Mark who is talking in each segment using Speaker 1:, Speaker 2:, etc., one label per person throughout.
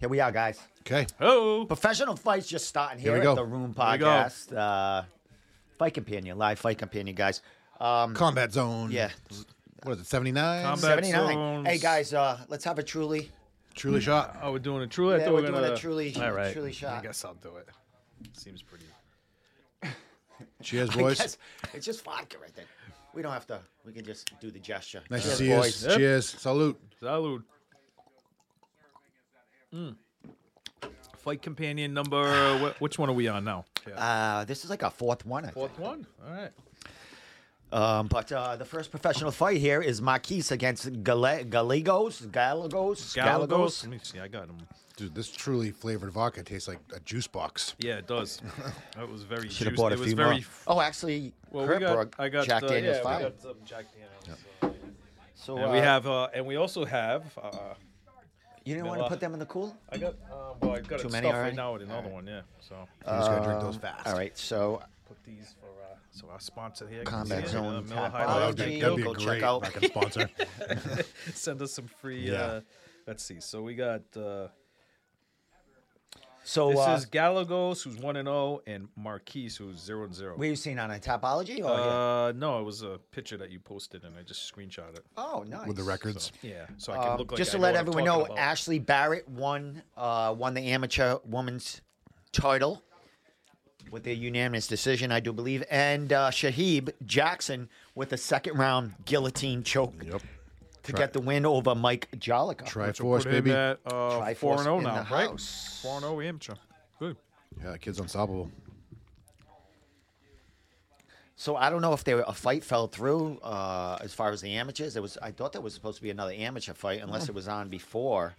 Speaker 1: Here we are, guys.
Speaker 2: Okay.
Speaker 3: Oh,
Speaker 1: Professional fights just starting here,
Speaker 2: we
Speaker 1: at
Speaker 2: go.
Speaker 1: the Room
Speaker 3: we go.
Speaker 1: Podcast. Uh, fight Companion, live Fight Companion, guys. Um,
Speaker 2: Combat Zone.
Speaker 1: Yeah.
Speaker 2: What is it, 79?
Speaker 3: Combat-
Speaker 1: seventy nine.
Speaker 3: Zones.
Speaker 1: Hey guys, uh, let's have a truly.
Speaker 2: Truly shot.
Speaker 3: oh, we're doing a truly. I
Speaker 1: Yeah,
Speaker 3: thought we
Speaker 1: we're
Speaker 3: were
Speaker 1: doing a
Speaker 3: gonna...
Speaker 1: truly-
Speaker 3: All right.
Speaker 1: truly
Speaker 3: I
Speaker 1: shot.
Speaker 3: guess I'll do it. Seems pretty.
Speaker 2: Cheers,
Speaker 1: I
Speaker 2: boys.
Speaker 1: guess it's just vodka, I think. We don't have to. We can just do the gesture.
Speaker 2: Nice
Speaker 1: Cheers,
Speaker 2: to see
Speaker 1: boys.
Speaker 2: us. Cheers. Salute.
Speaker 3: Salud. Mm. Flight companion number. wh- which one are we on now?
Speaker 1: Uh, this is like a fourth one. I think.
Speaker 3: Fourth one. All right.
Speaker 1: Um, but uh, the first professional fight here is Marquise against Gale- Gallegos. Gallegos.
Speaker 3: Galagos. Let me see. I got him.
Speaker 2: Dude, this truly flavored vodka tastes like a juice box.
Speaker 3: Yeah, it does. that was very.
Speaker 1: Should have
Speaker 3: juicy.
Speaker 1: bought a
Speaker 3: it was
Speaker 1: few
Speaker 3: very.
Speaker 1: more.
Speaker 3: f-
Speaker 1: Oh, actually,
Speaker 3: Well, we
Speaker 1: Kurt
Speaker 3: got.
Speaker 1: brought
Speaker 3: I got
Speaker 1: Jack
Speaker 3: uh,
Speaker 1: Daniel's
Speaker 3: yeah,
Speaker 1: fine.
Speaker 3: We got some Jack Daniels. uh,
Speaker 1: So
Speaker 3: and
Speaker 1: uh,
Speaker 3: we have. Uh, and we also have. Uh,
Speaker 1: You didn't want to
Speaker 3: Miller.
Speaker 1: put them in the cool.
Speaker 3: I got. Uh, well, I got
Speaker 1: Too
Speaker 3: it
Speaker 1: many
Speaker 3: stuffed
Speaker 1: already?
Speaker 3: right now with another one. Yeah. So
Speaker 2: I'm just going to drink those fast.
Speaker 1: Um, All right, so
Speaker 3: put these for. Uh, so our sponsor here.
Speaker 1: Combat
Speaker 3: Yeah,
Speaker 1: Zone
Speaker 3: Miller High
Speaker 1: Typology.
Speaker 2: Oh, that
Speaker 3: Life.
Speaker 2: would be,
Speaker 1: Gee,
Speaker 2: that'd be
Speaker 1: go
Speaker 2: a
Speaker 1: check
Speaker 2: great
Speaker 1: out.
Speaker 2: fucking sponsor.
Speaker 3: send us some free.
Speaker 2: Yeah.
Speaker 3: Uh, let's see. So we got uh,
Speaker 1: so
Speaker 3: this
Speaker 1: uh,
Speaker 3: is Galagos, who's one and zero, and Marquise, who's zero and zero.
Speaker 1: were you seen on Oh, a topology or? here?
Speaker 3: uh, no, it was a picture that you posted, and I just screenshot it.
Speaker 1: Oh, nice.
Speaker 2: With the records.
Speaker 3: Yeah, so I can
Speaker 1: Um,
Speaker 3: look like
Speaker 1: just
Speaker 3: I
Speaker 1: to
Speaker 3: know
Speaker 1: let
Speaker 3: what I'm
Speaker 1: everyone
Speaker 3: talking
Speaker 1: know,
Speaker 3: about.
Speaker 1: Ashley Barrett won uh, won the amateur women's title with a unanimous decision, I do believe, and uh, Shahib Jackson with a second round guillotine choke
Speaker 2: Yep.
Speaker 1: to
Speaker 2: Tri-
Speaker 1: get the win over Mike Jolica.
Speaker 2: Triforce,
Speaker 3: Put him
Speaker 2: baby.
Speaker 3: at uh,
Speaker 1: Triforce
Speaker 3: four and zero
Speaker 1: in
Speaker 3: now,
Speaker 1: the
Speaker 3: right?
Speaker 1: house.
Speaker 3: Four and oh, zero amateur. Good.
Speaker 2: Yeah, that kid's unstoppable.
Speaker 1: So I don't know if they were, a fight fell through uh, as far as the amateurs. There was I thought there was supposed to be another amateur fight unless it was on before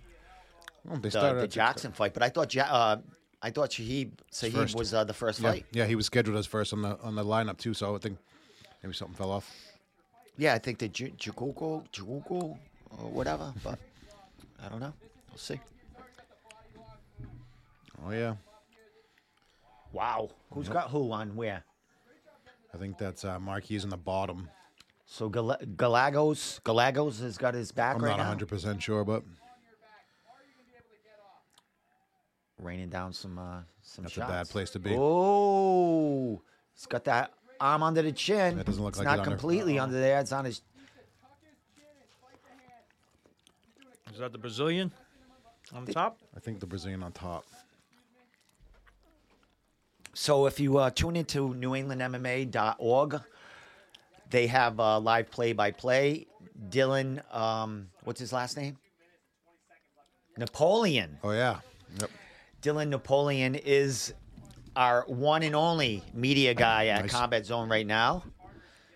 Speaker 2: Oh, they
Speaker 1: the,
Speaker 2: started
Speaker 1: the
Speaker 2: at-
Speaker 1: Jackson fight. But I thought ja- uh, I thought Shahib Sahib
Speaker 2: first.
Speaker 1: was uh, the first
Speaker 2: Yeah,
Speaker 1: fight.
Speaker 2: yeah, he was scheduled as first on the on the lineup too. So I would think maybe something fell off.
Speaker 1: Yeah, I think the Ju- Jukuko, Jukuko, or whatever, but I don't know. We'll see.
Speaker 2: Oh yeah,
Speaker 1: Wow. who's got who on where?
Speaker 2: I think that's uh, Marquis on the bottom.
Speaker 1: So Gal- Galagos, Galagos has got his back
Speaker 2: I'm
Speaker 1: right
Speaker 2: not
Speaker 1: now.
Speaker 2: 100 percent sure, but
Speaker 1: Raining down some uh, some
Speaker 2: That's a
Speaker 1: shots.
Speaker 2: bad place to be.
Speaker 1: Oh, he's got that arm under the chin.
Speaker 2: That doesn't look
Speaker 1: it's
Speaker 2: like
Speaker 1: not
Speaker 2: it under-
Speaker 1: completely
Speaker 2: Uh-oh.
Speaker 1: under there. It's on his.
Speaker 3: Is that the Brazilian on top?
Speaker 2: I think the Brazilian on top.
Speaker 1: So if you uh, tune into NewEnglandMMA.org, they have uh, live play by play. Dylan, um, what's his last name? Napoleon.
Speaker 2: Oh yeah, yep.
Speaker 1: Dylan Napoleon is our one and only media guy at
Speaker 2: Nice.
Speaker 1: Combat Zone right now.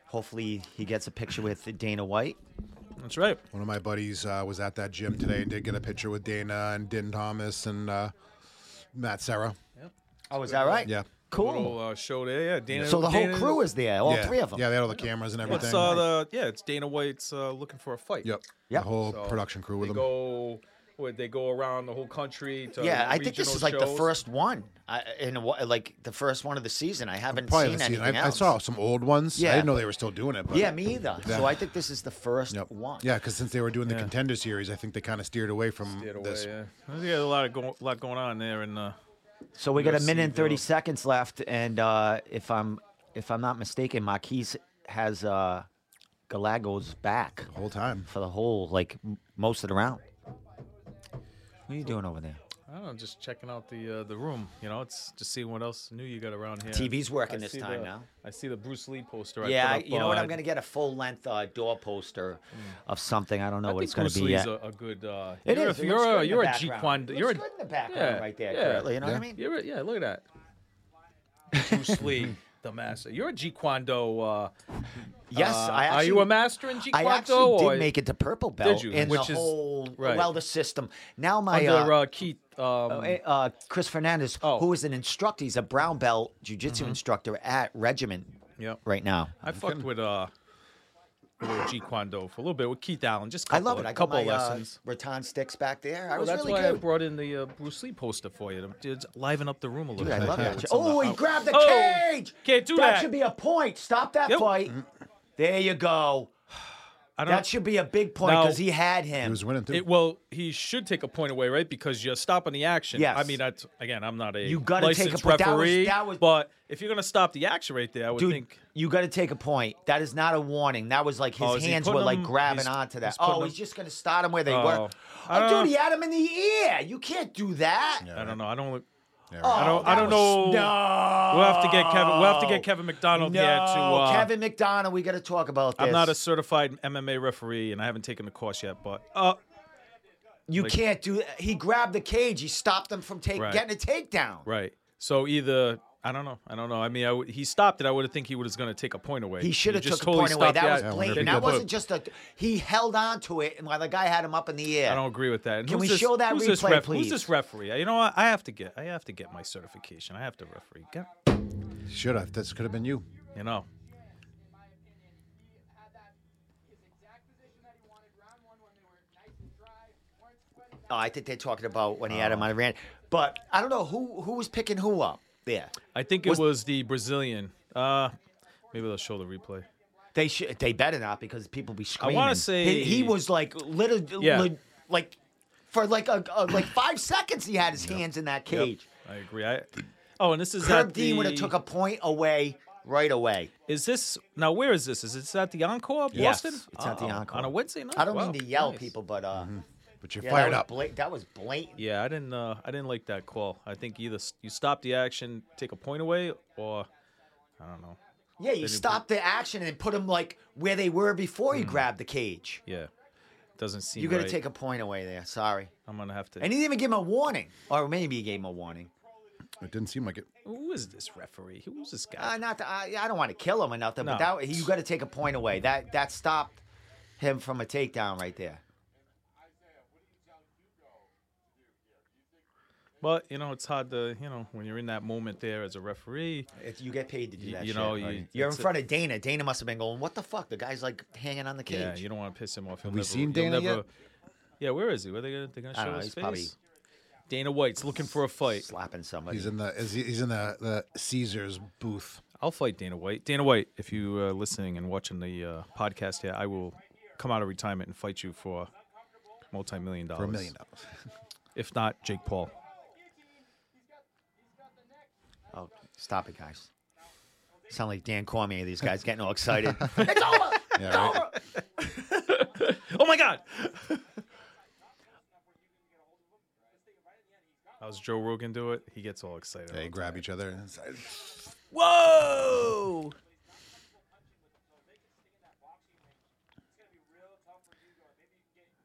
Speaker 1: Hopefully, he gets a picture with Dana White.
Speaker 3: That's right.
Speaker 2: One of my buddies uh, was at that gym today and did get a picture with Dana and Din Thomas and uh, Matt Sarah.
Speaker 1: Oh, is that right?
Speaker 2: Yeah.
Speaker 1: Cool.
Speaker 3: Little uh, show there. Yeah, Dana.
Speaker 1: So the whole
Speaker 3: Dana-
Speaker 1: crew is there, all
Speaker 2: yeah.
Speaker 1: three of them.
Speaker 2: Yeah, they had all the cameras and everything.
Speaker 3: What's uh, the? Yeah, it's Dana White's uh, looking for a fight.
Speaker 2: yep.
Speaker 1: Yep.
Speaker 2: The whole
Speaker 3: So
Speaker 2: production crew with
Speaker 3: they
Speaker 2: them.
Speaker 3: Go, what, they go around the whole country. To
Speaker 1: Yeah, I think this
Speaker 3: regional
Speaker 1: is like the
Speaker 3: shows.
Speaker 1: first one, I, in a, wh- like the first one of the season. I haven't
Speaker 2: Probably
Speaker 1: seen
Speaker 2: the season.
Speaker 1: anything
Speaker 2: I, I
Speaker 1: else.
Speaker 2: saw some old ones.
Speaker 1: Yeah,
Speaker 2: I didn't know
Speaker 1: but-
Speaker 2: they were still doing it. But
Speaker 1: Yeah, me either. So
Speaker 2: Yeah.
Speaker 1: I think this is the first
Speaker 2: Yep.
Speaker 1: one.
Speaker 2: Yeah, because since they were doing the
Speaker 3: Yeah.
Speaker 2: contender series, I think they kind of steered away from
Speaker 3: Get away,
Speaker 2: this.
Speaker 3: yeah. There's a lot of go- lot going on there, and uh,
Speaker 1: So we got a
Speaker 3: UFC
Speaker 1: minute and thirty
Speaker 3: world.
Speaker 1: seconds left, and uh, if I'm if I'm not mistaken, Marquise has uh, Galago's back
Speaker 2: the whole time.
Speaker 1: for the whole like m- most of the round. What are you doing over there?
Speaker 3: I don't know, just checking out the uh, the room. You know, it's just seeing what else new you got around here.
Speaker 1: TV's working
Speaker 3: I
Speaker 1: this
Speaker 3: see
Speaker 1: time
Speaker 3: the-
Speaker 1: now.
Speaker 3: I see the Bruce Lee poster.
Speaker 1: yeah,
Speaker 3: I
Speaker 1: I-
Speaker 3: put up,
Speaker 1: you know what?
Speaker 3: uh,
Speaker 1: I'm gonna get a full length uh, door poster of something. I don't know
Speaker 3: Hmm. I
Speaker 1: what
Speaker 3: think
Speaker 1: it's gonna
Speaker 3: Bruce
Speaker 1: be
Speaker 3: Lee's
Speaker 1: yet.
Speaker 3: a, a good. Uh,
Speaker 1: It
Speaker 3: you're
Speaker 1: is.
Speaker 3: A,
Speaker 1: It looks
Speaker 3: you're
Speaker 1: good
Speaker 3: a
Speaker 1: in the
Speaker 3: you're a
Speaker 1: background.
Speaker 3: Jequan.
Speaker 1: It
Speaker 3: You're a
Speaker 1: looks good in the background
Speaker 3: yeah,
Speaker 1: right there,
Speaker 3: yeah,
Speaker 1: currently, you know what I
Speaker 2: yeah.
Speaker 1: mean?
Speaker 3: You're a, yeah. Look at that. Bruce Lee, the master. You're a Jequan Do. Uh,
Speaker 1: Yes,
Speaker 3: uh,
Speaker 1: I actually,
Speaker 3: are you a master in Jequan
Speaker 1: I actually did make it to purple belt
Speaker 3: oh, you?
Speaker 1: in
Speaker 3: Which
Speaker 1: the
Speaker 3: is-
Speaker 1: whole
Speaker 3: right.
Speaker 1: well the system. Now my
Speaker 3: under
Speaker 1: uh,
Speaker 3: uh, Keith. Um,
Speaker 1: Uh, uh, Chris Fernandez,
Speaker 3: Oh. Mm-hmm.
Speaker 1: who is an instructor. He's a brown belt jujitsu instructor at Regiment
Speaker 3: yep.
Speaker 1: right now.
Speaker 3: I fucked with uh with G Kwando for a little bit with Keith Allen. Just
Speaker 1: I
Speaker 3: couple,
Speaker 1: love it.
Speaker 3: a
Speaker 1: I got
Speaker 3: couple
Speaker 1: my
Speaker 3: lessons.
Speaker 1: uh, rattan sticks back there. I
Speaker 3: Well,
Speaker 1: was
Speaker 3: that's
Speaker 1: really
Speaker 3: why I
Speaker 1: good.
Speaker 3: brought in the uh, Bruce Lee poster for you to, to liven up the room a little
Speaker 1: Dude, I
Speaker 3: bit.
Speaker 1: love
Speaker 3: Yeah,
Speaker 1: that.
Speaker 3: with some,
Speaker 1: Oh,
Speaker 3: uh,
Speaker 1: he grabbed the
Speaker 3: Oh,
Speaker 1: cage.
Speaker 3: can't do that.
Speaker 1: should be a point. Stop that
Speaker 3: Yep.
Speaker 1: fight. There you go.
Speaker 3: I don't.
Speaker 1: That should be a big point
Speaker 3: Now-
Speaker 1: because he had him.
Speaker 2: He was winning too.
Speaker 3: It, well, he should take a point away, right? Because you're stopping the action.
Speaker 1: Yes.
Speaker 3: I mean, that's, again, I'm not a
Speaker 1: You gotta take a
Speaker 3: licensed
Speaker 1: point. That was-
Speaker 3: referee,
Speaker 1: that was-
Speaker 3: but if you're gonna stop the action right there, I would
Speaker 1: Dude,
Speaker 3: think.
Speaker 1: you got to take a point. That is not a warning. That was like his
Speaker 3: Oh, is he
Speaker 1: hands were
Speaker 3: putting
Speaker 1: like
Speaker 3: him-
Speaker 1: grabbing
Speaker 3: he's-
Speaker 1: onto that.
Speaker 3: he's putting
Speaker 1: oh,
Speaker 3: him-
Speaker 1: he's just gonna start him where they
Speaker 3: Oh.
Speaker 1: were.
Speaker 3: I
Speaker 1: Oh,
Speaker 3: don't
Speaker 1: dude, he
Speaker 3: know.
Speaker 1: had him in the ear. You can't do that.
Speaker 3: I don't know. I don't.
Speaker 2: Yeah,
Speaker 1: Oh,
Speaker 2: right.
Speaker 3: I don't.
Speaker 1: that
Speaker 3: I don't know.
Speaker 1: was- No.
Speaker 3: We'll have to get Kevin. We'll have to get Kevin McDonald
Speaker 1: No,
Speaker 3: here to. Uh,
Speaker 1: Kevin McDonald. We got to talk about this.
Speaker 3: I'm not a certified MMA referee, and I haven't taken the course yet. But uh,
Speaker 1: You can't do. He grabbed the cage. He stopped him from take,
Speaker 3: Right.
Speaker 1: getting a takedown.
Speaker 3: right. So either I don't know. I don't know. I mean, I would he stopped it. I would have think he was going to take a point away.
Speaker 1: He should have
Speaker 3: just
Speaker 1: took a
Speaker 3: totally
Speaker 1: point away.
Speaker 3: stopped the
Speaker 1: That
Speaker 3: action.
Speaker 1: was
Speaker 2: Yeah,
Speaker 1: blatant.
Speaker 2: would've
Speaker 1: That
Speaker 2: been good.
Speaker 1: wasn't just a. He held on to it, and while the guy had him up in the air.
Speaker 3: I don't agree with that. And
Speaker 1: Can
Speaker 3: who's
Speaker 1: we
Speaker 3: this-
Speaker 1: show that
Speaker 3: who's this
Speaker 1: replay,
Speaker 3: ref-
Speaker 1: please?
Speaker 3: Who's this referee? Uh, You know what? I have to get. I have to get my certification. I have to referee. Get-
Speaker 1: Oh.
Speaker 2: Should have. This could have been you.
Speaker 3: You know.
Speaker 1: Oh, I think they're talking about when he had him
Speaker 3: Oh.
Speaker 1: on the rant. But I don't know who who was picking who up there.
Speaker 3: I think it
Speaker 1: Was-
Speaker 3: was, the Brazilian. Uh, maybe they'll show the replay.
Speaker 1: They should. They better not because people be screaming.
Speaker 3: wanna
Speaker 1: he, he
Speaker 3: say-
Speaker 1: was like literally
Speaker 3: Yeah.
Speaker 1: like for like a, a- like five seconds he had his hands in that
Speaker 3: Yep,
Speaker 1: cage.
Speaker 3: I agree. I. Oh, and this is
Speaker 1: Herb
Speaker 3: at
Speaker 1: Dean would have
Speaker 3: the-
Speaker 1: took a point away right away.
Speaker 3: Is this now? Where is this? Is this at the Encore,
Speaker 1: Yes,
Speaker 3: Boston?
Speaker 1: it's at the
Speaker 3: Oh,
Speaker 1: Encore.
Speaker 3: on a Wednesday night.
Speaker 1: I don't
Speaker 3: Wow,
Speaker 1: mean to yell,
Speaker 3: nice. Mm-hmm.
Speaker 1: people, but uh,
Speaker 2: But you're
Speaker 1: yeah,
Speaker 2: fired
Speaker 1: that
Speaker 2: up.
Speaker 1: Was bla- that was blatant.
Speaker 3: Yeah, I didn't. Uh, I didn't like that call. I think either s- you stop the action, take a point away, or I don't know.
Speaker 1: Yeah, you stopped the action and put him like where they were before you grabbed the cage.
Speaker 3: Yeah, doesn't seem.
Speaker 1: You got to
Speaker 3: Mm. right.
Speaker 1: take a point away there. Sorry,
Speaker 3: I'm gonna have to.
Speaker 1: and he didn't even give him a warning, or maybe he gave him a warning.
Speaker 2: It didn't seem like it.
Speaker 3: Who is this referee? Who's this guy?
Speaker 1: Uh, not that I, I don't want to kill him or nothing, but
Speaker 3: No.
Speaker 1: that you got to take a point away. That that stopped him from a takedown right there.
Speaker 3: But you know, it's hard to you know when you're in that moment there as a referee.
Speaker 1: If you get paid to do
Speaker 3: Y-
Speaker 1: that,
Speaker 3: you
Speaker 1: shit,
Speaker 3: know,
Speaker 1: buddy.
Speaker 3: you-
Speaker 1: you're in
Speaker 3: it's a-
Speaker 1: front of Dana. Dana must have been going, "What the fuck?" The guy's like hanging on the cage.
Speaker 3: Yeah, you don't want to piss him off. Have
Speaker 2: we seen Dana yet?
Speaker 3: Yeah, where is he? Where they gonna? They gonna
Speaker 1: I
Speaker 3: show
Speaker 1: don't know,
Speaker 3: his
Speaker 1: he's
Speaker 3: face?
Speaker 1: probably-
Speaker 3: Dana White's looking for a fight.
Speaker 1: slapping somebody.
Speaker 2: He's in the is he- he's in the, the Caesars booth.
Speaker 3: I'll fight Dana White. Dana White, if you are listening and watching the uh, podcast here, I will come out of retirement and fight you for multi-million dollars.
Speaker 2: For a million dollars.
Speaker 3: If not, Jake Paul.
Speaker 1: oh, stop it, guys! Sound like Dan Cormier. These guys getting all excited. it's over.
Speaker 2: Yeah, right?
Speaker 3: Oh my God! How's Joe Rogan do it? He gets all excited.
Speaker 2: They grab each other. and it's-
Speaker 3: Whoa!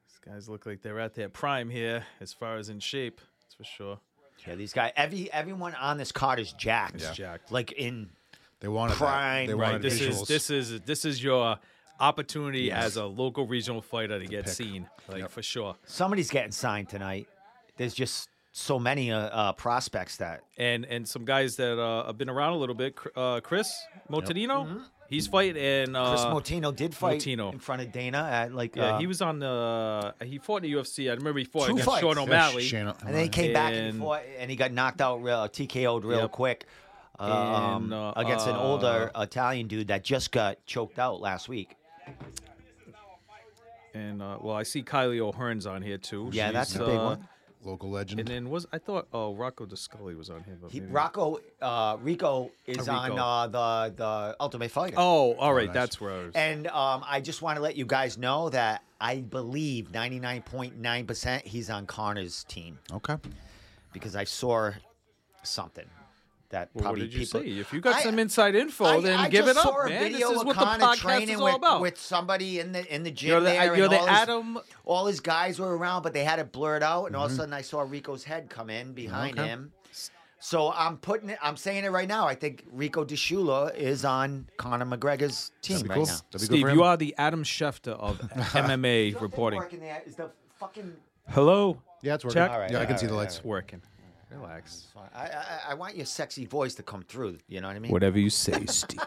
Speaker 3: These guys look like they're at their prime here, as far as in shape, that's for sure.
Speaker 1: Yeah, these guys. Every everyone on this card is jacked.
Speaker 2: Yeah.
Speaker 3: Jacked.
Speaker 1: Like in
Speaker 2: They wanted that.
Speaker 1: Prime,
Speaker 2: They
Speaker 1: right,
Speaker 2: wanted
Speaker 3: This
Speaker 2: visuals.
Speaker 3: is this is this is your opportunity
Speaker 2: Yes.
Speaker 3: as a local regional fighter to get
Speaker 2: pick.
Speaker 3: seen, like
Speaker 2: Yep.
Speaker 3: for sure.
Speaker 1: somebody's getting signed tonight. There's just so many uh, uh, prospects that
Speaker 3: And and some guys that uh, have been around a little bit, Cr- uh, Chris Motinino, he's fighting. And uh,
Speaker 1: Mm-hmm. Chris Motino did fight
Speaker 3: Motino.
Speaker 1: in front of Dana at like
Speaker 3: yeah,
Speaker 1: uh,
Speaker 3: he was on the uh, he fought in the UFC. I remember he fought
Speaker 1: Two
Speaker 3: against
Speaker 1: fights.
Speaker 3: Sean
Speaker 1: Yeah,
Speaker 3: O'Malley.
Speaker 2: Shane-
Speaker 1: and then he came back and he
Speaker 3: And-
Speaker 1: fought, and he got knocked out real uh, TKO'd real
Speaker 3: Yep.
Speaker 1: quick um,
Speaker 3: And, uh,
Speaker 1: against an older Italian dude that just got choked out last week.
Speaker 3: And uh, well, I see Kylie O'Hearn's on here too.
Speaker 1: Yeah, that's a big
Speaker 3: uh,
Speaker 1: one.
Speaker 2: local legend.
Speaker 3: And then was I thought oh Rocco DeScully was on here, but
Speaker 1: He,
Speaker 3: maybe-
Speaker 1: Rocco uh, Rico is
Speaker 3: Uh,
Speaker 1: on
Speaker 3: Rico.
Speaker 1: uh, the the Ultimate Fighter.
Speaker 3: Oh, all right,
Speaker 2: nice.
Speaker 3: that's where I was.
Speaker 1: And um, I just want to let you guys know that I believe 99.9% he's on Connor's team
Speaker 2: okay.
Speaker 1: because I saw something that
Speaker 3: Well, what
Speaker 1: probably
Speaker 3: did you
Speaker 1: people.
Speaker 3: see? If you got
Speaker 1: I-
Speaker 3: some inside info,
Speaker 1: I,
Speaker 3: then
Speaker 1: I
Speaker 3: give
Speaker 1: just
Speaker 3: it up,
Speaker 1: saw a
Speaker 3: man.
Speaker 1: video
Speaker 3: this is
Speaker 1: of
Speaker 3: what
Speaker 1: Connor
Speaker 3: the podcast
Speaker 1: training
Speaker 3: is all
Speaker 1: with,
Speaker 3: about.
Speaker 1: with somebody in the in the gym
Speaker 3: You're the-
Speaker 1: there.
Speaker 3: you're
Speaker 1: and
Speaker 3: the
Speaker 1: all
Speaker 3: Adam- Mm-hmm.
Speaker 1: His, all his guys were around, but they had it blurred out, and all of a sudden I saw Rico's head come in behind
Speaker 2: Okay.
Speaker 1: him. So I'm putting it. I'm saying it right now. I think Rico DeShula is on Conor McGregor's team
Speaker 2: That'd be
Speaker 1: right
Speaker 2: cool.
Speaker 1: now.
Speaker 2: That'd be good
Speaker 3: Steve,
Speaker 2: for
Speaker 3: you
Speaker 2: him.
Speaker 3: are the Adam Schefter of MMA reporting.
Speaker 1: Working there is the fucking.
Speaker 3: Hello,
Speaker 2: Yeah, it's working.
Speaker 3: Check.
Speaker 1: All right,
Speaker 2: yeah, I
Speaker 1: all
Speaker 2: can see
Speaker 1: right,
Speaker 2: the
Speaker 1: all
Speaker 2: lights.
Speaker 3: it's working. Relax.
Speaker 1: I, I, I want your sexy voice to come through. You know what I mean?
Speaker 3: Whatever you say, Steve.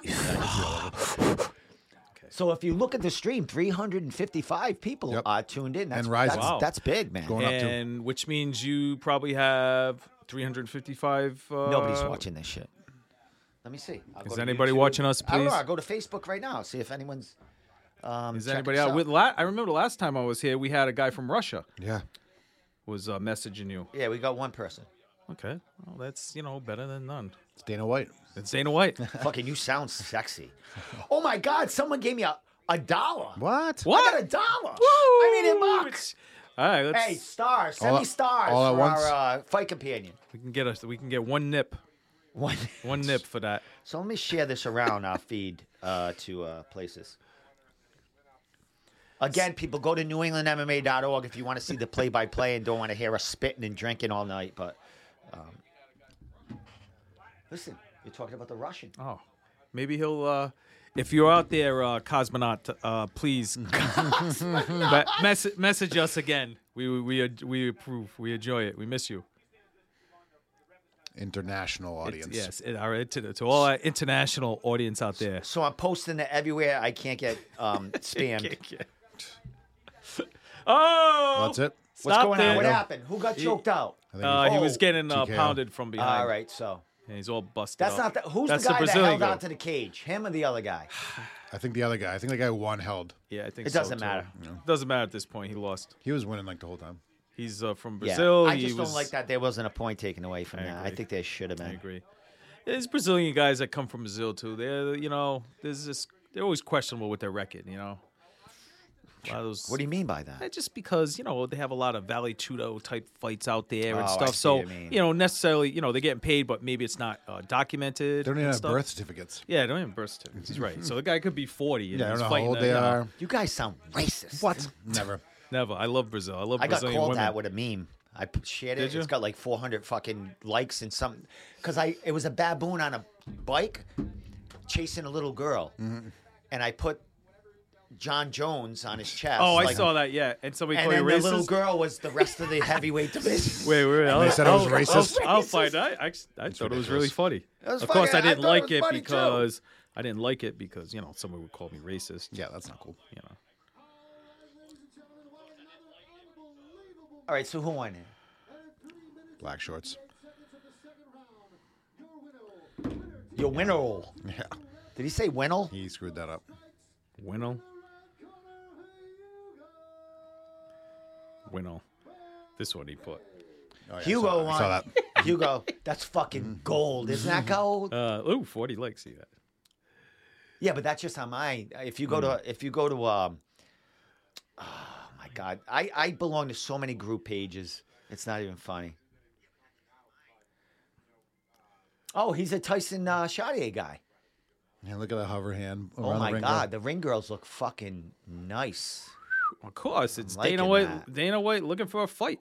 Speaker 1: So if you look at the stream, 355 people
Speaker 2: Yep.
Speaker 1: are tuned in. That's,
Speaker 2: And rising.
Speaker 1: That's,
Speaker 3: Wow.
Speaker 1: that's big, man.
Speaker 2: Going up to
Speaker 3: and which means you probably have 355. Uh,
Speaker 1: Nobody's watching this shit. Let me see. I'll go
Speaker 3: Is
Speaker 1: to
Speaker 3: anybody
Speaker 1: YouTube.
Speaker 3: watching us,
Speaker 1: I don't
Speaker 3: please?
Speaker 1: know. I'll go to Facebook right now. See if anyone's. Um,
Speaker 3: Is
Speaker 1: check
Speaker 3: anybody
Speaker 1: us
Speaker 3: out? With la- I remember last time I was here, we had a guy from Russia
Speaker 2: Yeah.
Speaker 3: was uh, messaging you.
Speaker 1: Yeah, we got one person.
Speaker 3: Okay, well that's you know better than none.
Speaker 2: It's Dana White.
Speaker 3: It's Dana White.
Speaker 1: Fucking, you sound sexy. Oh my God! Someone gave me a a dollar.
Speaker 2: What?
Speaker 3: What?
Speaker 1: I got a dollar. I need a
Speaker 3: Woo!
Speaker 1: buck.
Speaker 3: It's- All right, let's,
Speaker 1: Hey, stars. Send
Speaker 2: All
Speaker 1: me
Speaker 2: at-
Speaker 1: stars
Speaker 2: all at
Speaker 1: for
Speaker 2: once?
Speaker 1: our uh, fight companion.
Speaker 3: we can get us. We can get one nip,
Speaker 1: One.
Speaker 3: one nip for that.
Speaker 1: So let me share this around our feed uh, to uh, places. Again, people go to newenglandmma.org if you want to see the play-by-play and don't want to hear us spitting and drinking all night. But um, listen, you're talking about the Russian.
Speaker 3: Oh, maybe he'll. Uh, if you're out there, uh, cosmonaut, uh, please me- mess- message us again. We we we, ad- we approve. We enjoy it. We miss you.
Speaker 2: International
Speaker 3: It's-
Speaker 2: audience.
Speaker 3: yes, it, our, to, to all our international audience out there.
Speaker 1: So I'm posting it everywhere. I can't get um, spammed.
Speaker 3: oh,
Speaker 2: That's it.
Speaker 1: What's
Speaker 3: Stop
Speaker 1: going on?
Speaker 3: it.
Speaker 1: What happened? Who got choked out?
Speaker 2: I think
Speaker 3: Uh,
Speaker 2: we-
Speaker 3: he
Speaker 1: Oh.
Speaker 3: was getting uh,
Speaker 2: TKO.
Speaker 3: pounded from behind.
Speaker 1: All right, so
Speaker 3: And he's all busted.
Speaker 1: that's
Speaker 3: up.
Speaker 1: not the. Who's
Speaker 3: That's
Speaker 1: the guy that
Speaker 3: Brazilian
Speaker 1: held
Speaker 3: guy.
Speaker 1: on to the cage? Him or the other guy?
Speaker 2: I think the other guy. I think the guy who won held.
Speaker 3: Yeah, I think
Speaker 1: It
Speaker 3: so,
Speaker 1: doesn't
Speaker 3: too.
Speaker 1: matter.
Speaker 3: Doesn't matter at this point. He lost.
Speaker 2: He was winning like the whole time.
Speaker 3: He's uh, from
Speaker 1: Yeah.
Speaker 3: Brazil.
Speaker 1: I
Speaker 3: He
Speaker 1: just
Speaker 3: was-
Speaker 1: don't like that there wasn't a point taken away from
Speaker 3: I
Speaker 1: that. I
Speaker 3: agree.
Speaker 1: think there should have been.
Speaker 3: I agree. There's Brazilian guys that come from Brazil too. They're you know, there's this. They're always questionable with their record. You know, a lot of those.
Speaker 1: What do you mean by that?
Speaker 3: Eh, Just because you know they have a lot of Valley Chudo type fights out there
Speaker 1: Oh, I
Speaker 3: and
Speaker 1: see
Speaker 3: stuff,
Speaker 1: what
Speaker 3: so
Speaker 1: you mean.
Speaker 3: know necessarily you know they're getting paid, but maybe it's not uh, documented.
Speaker 2: They don't even
Speaker 3: and
Speaker 2: have
Speaker 3: stuff.
Speaker 2: birth certificates.
Speaker 3: Yeah, they don't even have birth certificates. He's right. So the guy could be forty. And
Speaker 2: Yeah, I don't
Speaker 3: he's
Speaker 2: know how
Speaker 3: fighting
Speaker 2: old
Speaker 3: a-
Speaker 2: they
Speaker 3: you know,
Speaker 2: are.
Speaker 1: You guys sound racist.
Speaker 2: Never.
Speaker 3: Never. I love Brazil. I love
Speaker 1: I got
Speaker 3: Brazilian
Speaker 1: called
Speaker 3: women.
Speaker 1: that with a meme. I p- shared it.
Speaker 3: Did you?
Speaker 1: It's got like 400 fucking likes and something. Because I it was a baboon on a bike chasing a little girl,
Speaker 3: Mm-hmm.
Speaker 1: and I put John Jones on his chest.
Speaker 3: oh, I
Speaker 1: like-
Speaker 3: saw that. Yeah, and somebody
Speaker 1: And
Speaker 3: called you
Speaker 1: then the little
Speaker 3: racist.
Speaker 1: girl was the rest of the heavyweight division.
Speaker 3: Wait, wait, wait. I'll,
Speaker 2: said I was
Speaker 3: I'll-
Speaker 2: racist?
Speaker 3: I'll, I'll find. I, I, I thought it was really funny.
Speaker 1: was
Speaker 3: of course,
Speaker 1: funny.
Speaker 3: I
Speaker 1: I
Speaker 3: didn't
Speaker 1: thought it
Speaker 3: like
Speaker 1: was
Speaker 3: it,
Speaker 1: funny, too.
Speaker 3: because I didn't like it because you know someone would call me racist.
Speaker 2: Yeah, that's not cool.
Speaker 3: You know,
Speaker 1: All right, so who won it?
Speaker 2: Black shorts.
Speaker 1: Your winner.
Speaker 2: Yeah.
Speaker 1: Did he say winner?
Speaker 2: He screwed that up. Oh,
Speaker 3: Winnow. Winnow. This one he put.
Speaker 2: Oh, yeah, I
Speaker 1: Hugo
Speaker 2: saw that. I saw
Speaker 1: won.
Speaker 2: that. Mm-hmm.
Speaker 1: Hugo, that's fucking gold. Isn't that gold?
Speaker 3: Uh, ooh, 40 likes. See that?
Speaker 1: Yeah, but that's just on my. If you go
Speaker 2: Mm.
Speaker 1: to, if you go to, um, oh my god, I I belong to so many group pages. It's not even funny. Oh, he's a Tyson uh, Chaudier guy.
Speaker 2: Yeah, look at the hover hand.
Speaker 1: Oh
Speaker 2: around
Speaker 1: my
Speaker 2: the ring
Speaker 1: god,
Speaker 2: girl.
Speaker 1: the ring girls look fucking nice.
Speaker 3: Of course, it's
Speaker 1: liking
Speaker 3: Dana White.
Speaker 1: that.
Speaker 3: Dana White looking for a fight.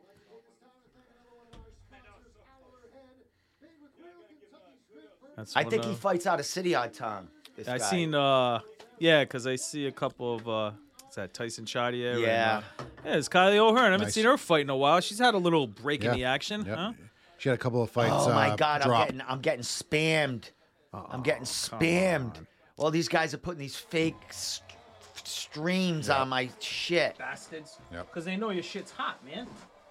Speaker 3: That's
Speaker 1: I
Speaker 3: one,
Speaker 1: think he
Speaker 3: uh,
Speaker 1: fights out of city on time. This
Speaker 3: I
Speaker 1: guy.
Speaker 3: seen uh yeah, cause I see a couple of uh it's that Tyson Chaudier. and,
Speaker 1: Yeah.
Speaker 3: uh, yeah, it's Kylie O'Hearn. I haven't
Speaker 2: Nice.
Speaker 3: seen her fight in a while. She's had a little break
Speaker 2: Yeah.
Speaker 3: in the action,
Speaker 2: Yep.
Speaker 3: huh?
Speaker 2: She had a couple of fights.
Speaker 1: Oh my
Speaker 2: uh,
Speaker 1: god, I'm
Speaker 2: drop. Oh,
Speaker 1: getting I'm getting spammed. I'm getting spammed. All these guys are putting these fake st- streams on my shit.
Speaker 3: Bastards.
Speaker 2: Yep.
Speaker 3: Cause they know your shit's hot, man.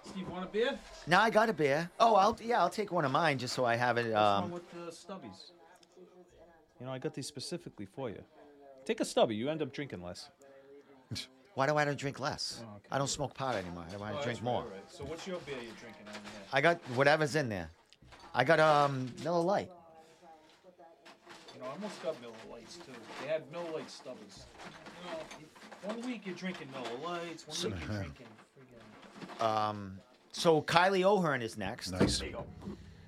Speaker 3: Steve, want a beer?
Speaker 1: Now I got a beer. Oh, I'll yeah, I'll take one of mine just so I have it. Um,
Speaker 3: with the stubbies? You know, I got these specifically for you. Take a stubby, you end up drinking less.
Speaker 1: why do I don't drink less?
Speaker 2: Oh,
Speaker 1: I don't smoke pot anymore. I want to drink more.
Speaker 3: So what's your beer you're drinking on there?
Speaker 1: I got whatever's in there. I got um Miller Lite.
Speaker 4: You know, I almost got Miller Lights too. They had Miller Light stubbies. You know, one week you're drinking Miller Lights, one week you're drinking freaking.
Speaker 1: So Kylie O'Hearn is next.
Speaker 2: Nice.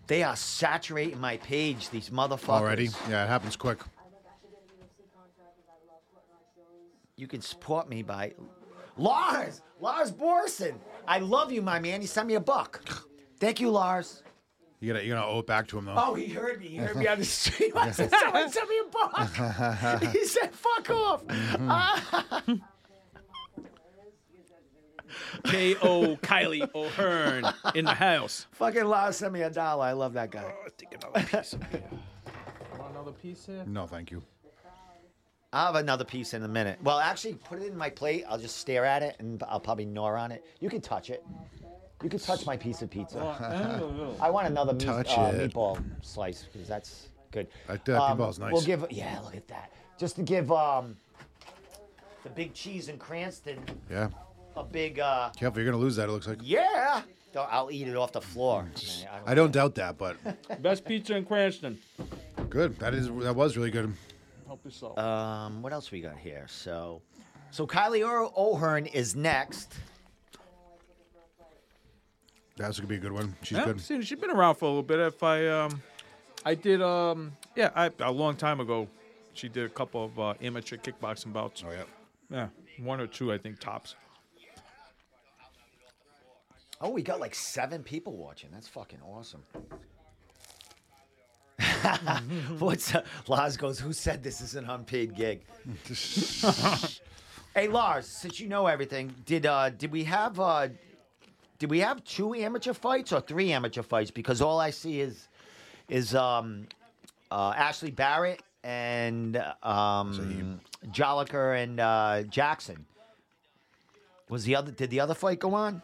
Speaker 1: They are saturating my page. These motherfuckers.
Speaker 2: Already? Yeah, it happens quick.
Speaker 1: You can support me by Lars. Lars Borson. I love you, my man. He sent me a buck. Thank you, Lars.
Speaker 2: You gotta, you're gonna owe it back to him though.
Speaker 1: Oh, he heard me. He heard me on the street. I said, someone sent me a buck. he said, fuck off.
Speaker 3: K.O. Kylie O'Hearn in the house.
Speaker 1: Fucking Lars sent me a dollar. I love that guy.
Speaker 3: Want another piece here?
Speaker 2: No, thank you.
Speaker 1: I'll have another piece in a minute. Well, actually, put it in my plate. I'll just stare at it and I'll probably gnaw on it. You can touch it. You can touch my piece of pizza. I want another meat,
Speaker 2: Touch
Speaker 1: uh,
Speaker 2: it.
Speaker 1: meatball slice because that's good.
Speaker 2: That- that
Speaker 1: Um,
Speaker 2: meatball's nice.
Speaker 1: We'll give yeah, look at that. Just to give um, the big cheese in Cranston,
Speaker 2: Yeah.
Speaker 1: a big uh,
Speaker 2: Careful, you're going to lose that, it looks like.
Speaker 1: yeah. So I'll eat it off the floor.
Speaker 2: I don't doubt that, but
Speaker 3: Best pizza in Cranston.
Speaker 2: good. That is that was really good.
Speaker 4: Help yourself.
Speaker 1: Um, what else we got here? So, so Kylie o- O'Hearn is next.
Speaker 2: That's gonna be a good one. She's
Speaker 3: Yeah,
Speaker 2: good.
Speaker 3: see, she's been around for a little bit. If I um, I did um, yeah, I a long time ago, she did a couple of uh, amateur kickboxing bouts.
Speaker 2: Oh yeah.
Speaker 3: Yeah, one or two, I think tops.
Speaker 1: Oh, we got like seven people watching. That's fucking awesome. What's uh, Lars goes? Who said this is an unpaid gig? hey Lars, since you know everything, did uh did we have uh did we have two amateur fights or three amateur fights? Because all I see is is um uh, Ashley Barrett and um Jolliker and uh, Jackson. Was the other did the other fight go on?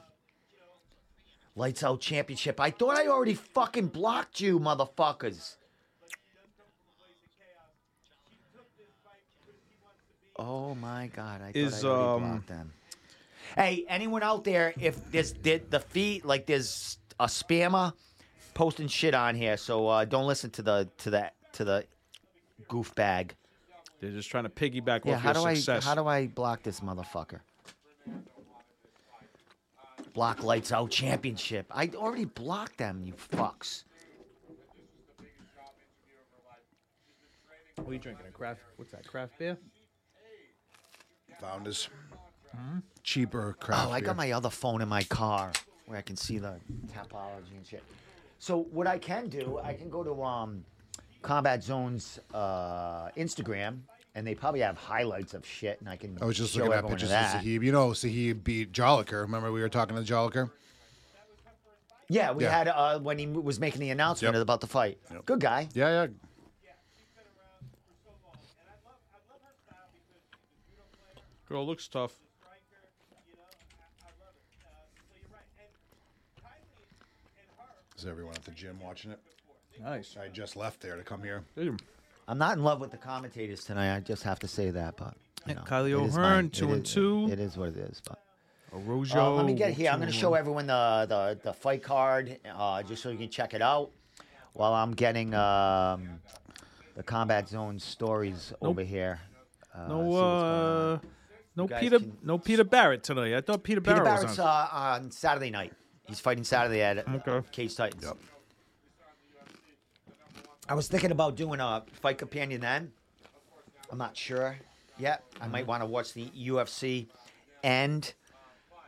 Speaker 1: Lights Out Championship. I thought I already fucking blocked you, motherfuckers. Oh my god, I thought
Speaker 3: Is,
Speaker 1: I already
Speaker 3: um,
Speaker 1: blocked them. Hey, anyone out there, if there's did the feed like there's a spammer posting shit on here, so uh, don't listen to the to that to the goof bag.
Speaker 3: They're just trying to piggyback
Speaker 1: Yeah,
Speaker 3: off
Speaker 1: how
Speaker 3: your
Speaker 1: do
Speaker 3: success.
Speaker 1: I how do I block this motherfucker? Block lights out championship. I already blocked them, you fucks.
Speaker 4: What are you drinking? A craft? What's that? Craft beer?
Speaker 2: Found us cheaper craft.
Speaker 1: Hmm? Oh, I got
Speaker 2: beer.
Speaker 1: my other phone in my car where I can see the topology and shit. So what I can do, I can go to um, Combat Zone's uh, Instagram, and they probably have highlights of shit, and I can.
Speaker 2: I was just
Speaker 1: show
Speaker 2: looking at
Speaker 1: everyone
Speaker 2: pictures of
Speaker 1: that.
Speaker 2: Sahib. You know, Sahib beat Jolliker. Remember we were talking to Jolliker?
Speaker 1: Yeah, we
Speaker 2: Yeah.
Speaker 1: had uh, when he was making the announcement
Speaker 2: Yep.
Speaker 1: about the fight.
Speaker 2: Yep.
Speaker 1: Good guy.
Speaker 2: Yeah, yeah.
Speaker 3: Girl looks tough.
Speaker 2: Is everyone at the gym watching it?
Speaker 4: Nice.
Speaker 2: I just left there to come here.
Speaker 3: Damn.
Speaker 1: I'm not in love with the commentators tonight. I just have to say that, but you know,
Speaker 3: Kylie
Speaker 1: it is
Speaker 3: O'Hearn,
Speaker 1: mine.
Speaker 3: two
Speaker 1: It
Speaker 3: and
Speaker 1: is-
Speaker 3: two.
Speaker 1: It is what it is, but.
Speaker 3: Arojo.
Speaker 1: Uh, let me get here. I'm going to show everyone the, the, the fight card uh, just so you can check it out while I'm getting um, the Combat Zone stories over here. Uh, see
Speaker 3: No,
Speaker 1: what's going on.
Speaker 3: uh, no
Speaker 1: guys
Speaker 3: Peter,
Speaker 1: can-
Speaker 3: no Peter Barrett tonight. I thought Peter,
Speaker 1: Peter
Speaker 3: Barrett was
Speaker 1: Barrett's
Speaker 3: on.
Speaker 1: uh, on Saturday night. He's fighting Saturday at uh,
Speaker 3: Okay.
Speaker 1: Cage Titans.
Speaker 2: Yep.
Speaker 1: I was thinking about doing a fight companion then. I'm not sure yet. I might
Speaker 3: Mm-hmm.
Speaker 1: want to watch the UFC and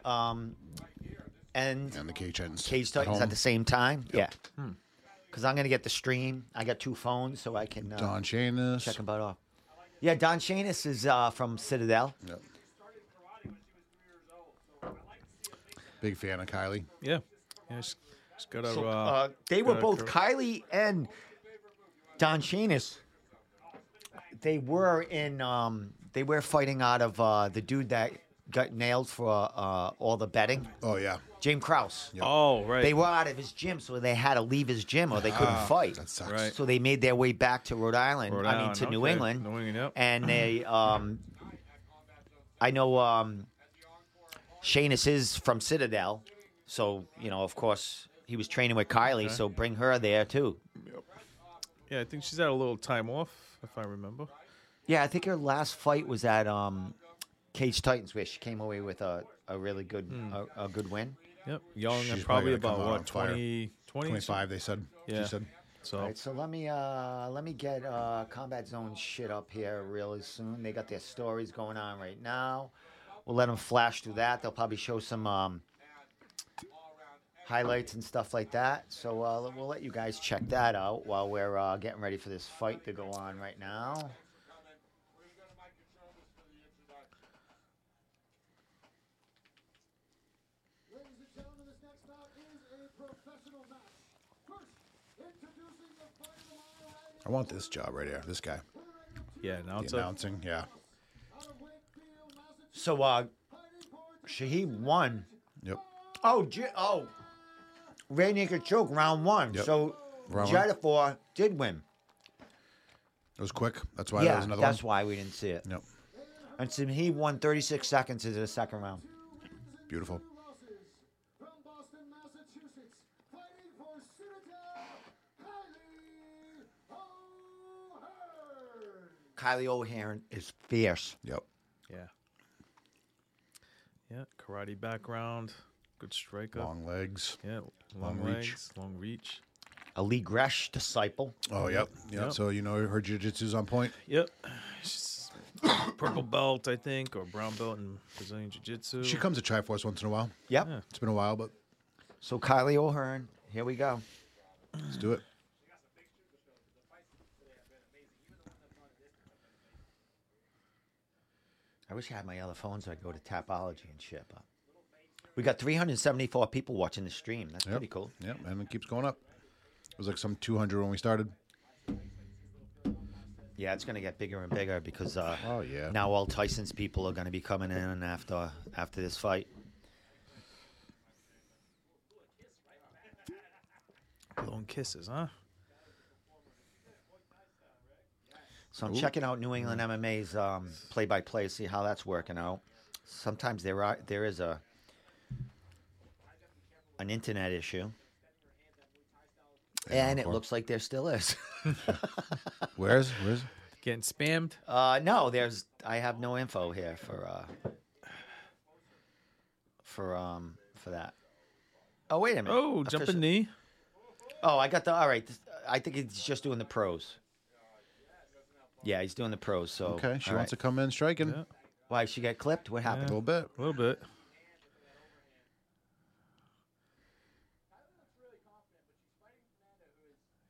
Speaker 1: um, and
Speaker 2: And the cage titans.
Speaker 1: Cage Titans
Speaker 2: home.
Speaker 1: at the same time. Yeah.
Speaker 3: Hmm.
Speaker 1: Because I'm going to get the stream. I got two phones, so I can uh,
Speaker 2: Don Chanis.
Speaker 1: check them both off. Yeah, Don Shanis is uh, from Citadel.
Speaker 2: Yep. Big fan of Kylie.
Speaker 3: Yeah. yeah it's, it's got a.
Speaker 1: So,
Speaker 3: uh,
Speaker 1: uh, they were
Speaker 3: got a
Speaker 1: both
Speaker 3: cur-
Speaker 1: Kylie and Don Shanis. They were in. Um, they were fighting out of uh, the dude that got nailed for uh, all the betting,
Speaker 2: Oh yeah,
Speaker 1: James Krause.
Speaker 2: Yeah.
Speaker 3: Oh right.
Speaker 1: They were out of his gym, so they had to leave his gym or they couldn't fight.
Speaker 2: Ah, that sucks.
Speaker 3: Right.
Speaker 1: So they made their way back to Rhode Island.
Speaker 3: Ah. Rhode
Speaker 1: I mean,
Speaker 3: Island,
Speaker 1: to New
Speaker 3: okay.
Speaker 1: England.
Speaker 3: New England, yep.
Speaker 1: And they, um, I know um, Shanus is from Citadel, so you know, of course, he was training with Kylie. So bring her there too.
Speaker 3: Yeah, I think she's had a little time off, if I remember.
Speaker 1: Yeah, I think her last fight was at um, Cage Titans, where she came away with a, a really good a, a good win.
Speaker 3: Yep. Young
Speaker 2: She's
Speaker 3: and
Speaker 2: probably gonna
Speaker 3: probably about
Speaker 2: come out on
Speaker 3: what
Speaker 2: fire.
Speaker 3: 20, 20
Speaker 2: Twenty-five. They said.
Speaker 3: Yeah.
Speaker 2: She said.
Speaker 3: So
Speaker 1: All right, so let me uh, let me get uh, Combat Zone shit up here really soon. They got their stories going on right now. We'll let them flash through that. They'll probably show some um, highlights and stuff like that. So uh, we'll let you guys check that out while we're uh, getting ready for this fight to go on right now.
Speaker 2: I want this job right here. This guy.
Speaker 3: yeah, now
Speaker 2: The
Speaker 3: it's a,
Speaker 2: announcing. Yeah.
Speaker 1: So uh, Shaheed won.
Speaker 2: Yep.
Speaker 1: Oh, J- oh, Ray Naked Choke round one.
Speaker 2: Yep.
Speaker 1: So
Speaker 2: Round one.
Speaker 1: Jadafor did win.
Speaker 2: It was quick. That's why there
Speaker 1: yeah,
Speaker 2: was another
Speaker 1: that's
Speaker 2: one.
Speaker 1: why we didn't see it.
Speaker 2: Yep.
Speaker 1: And so he won 36 seconds into the second round.
Speaker 2: Beautiful.
Speaker 5: from Boston, Massachusetts, fighting for Citadel, Kylie O'Hearn.
Speaker 1: Kylie O'Hearn is fierce.
Speaker 2: Yep.
Speaker 3: Yeah. Yeah, karate background, good striker.
Speaker 2: Long legs.
Speaker 3: yeah,
Speaker 2: long
Speaker 3: long,
Speaker 2: reach.
Speaker 3: legs, long reach.
Speaker 1: Ali Gresh disciple.
Speaker 2: Oh, yep. Yep.
Speaker 3: Yep.
Speaker 2: So you know her jujitsu's on point.
Speaker 3: Yep. She's purple belt, I think, or brown belt in Brazilian Jiu Jitsu.
Speaker 2: She comes to Triforce once in a while.
Speaker 1: Yep.
Speaker 2: It's been a while, but
Speaker 1: So Kylie O'Hearn, here we go.
Speaker 2: let's do it.
Speaker 1: I wish I had my other phone so I go to Tapology and shit. But we got 374 people watching the stream. That's
Speaker 2: Yep.
Speaker 1: pretty cool.
Speaker 2: Yep. And it keeps going up. It was like some 200 when we started.
Speaker 1: Yeah, it's gonna get bigger and bigger because uh,
Speaker 2: Oh, yeah.
Speaker 1: now all Tyson's people are gonna be coming in after after this fight.
Speaker 3: Long kisses, huh?
Speaker 1: So I'm checking out New England
Speaker 2: Mm-hmm.
Speaker 1: MMA's um, play-by-play, see how that's working out. Sometimes there are there is a an internet issue, and it
Speaker 2: course.
Speaker 1: looks like there still is.
Speaker 2: Where's where's
Speaker 3: Getting spammed.
Speaker 1: Uh, no, there's I have no info here for uh, for um for that. Oh wait a minute.
Speaker 3: Oh,
Speaker 1: Official-
Speaker 3: jumping knee.
Speaker 1: Oh, I got the. All right. this- I think he's just doing the pros. Yeah, he's doing the pros. So
Speaker 2: okay? She
Speaker 1: all
Speaker 2: wants to
Speaker 1: right.
Speaker 2: come in striking
Speaker 3: Yeah.
Speaker 1: Why she got clipped? What
Speaker 2: a
Speaker 1: happened?
Speaker 2: little bit.
Speaker 3: A little bit.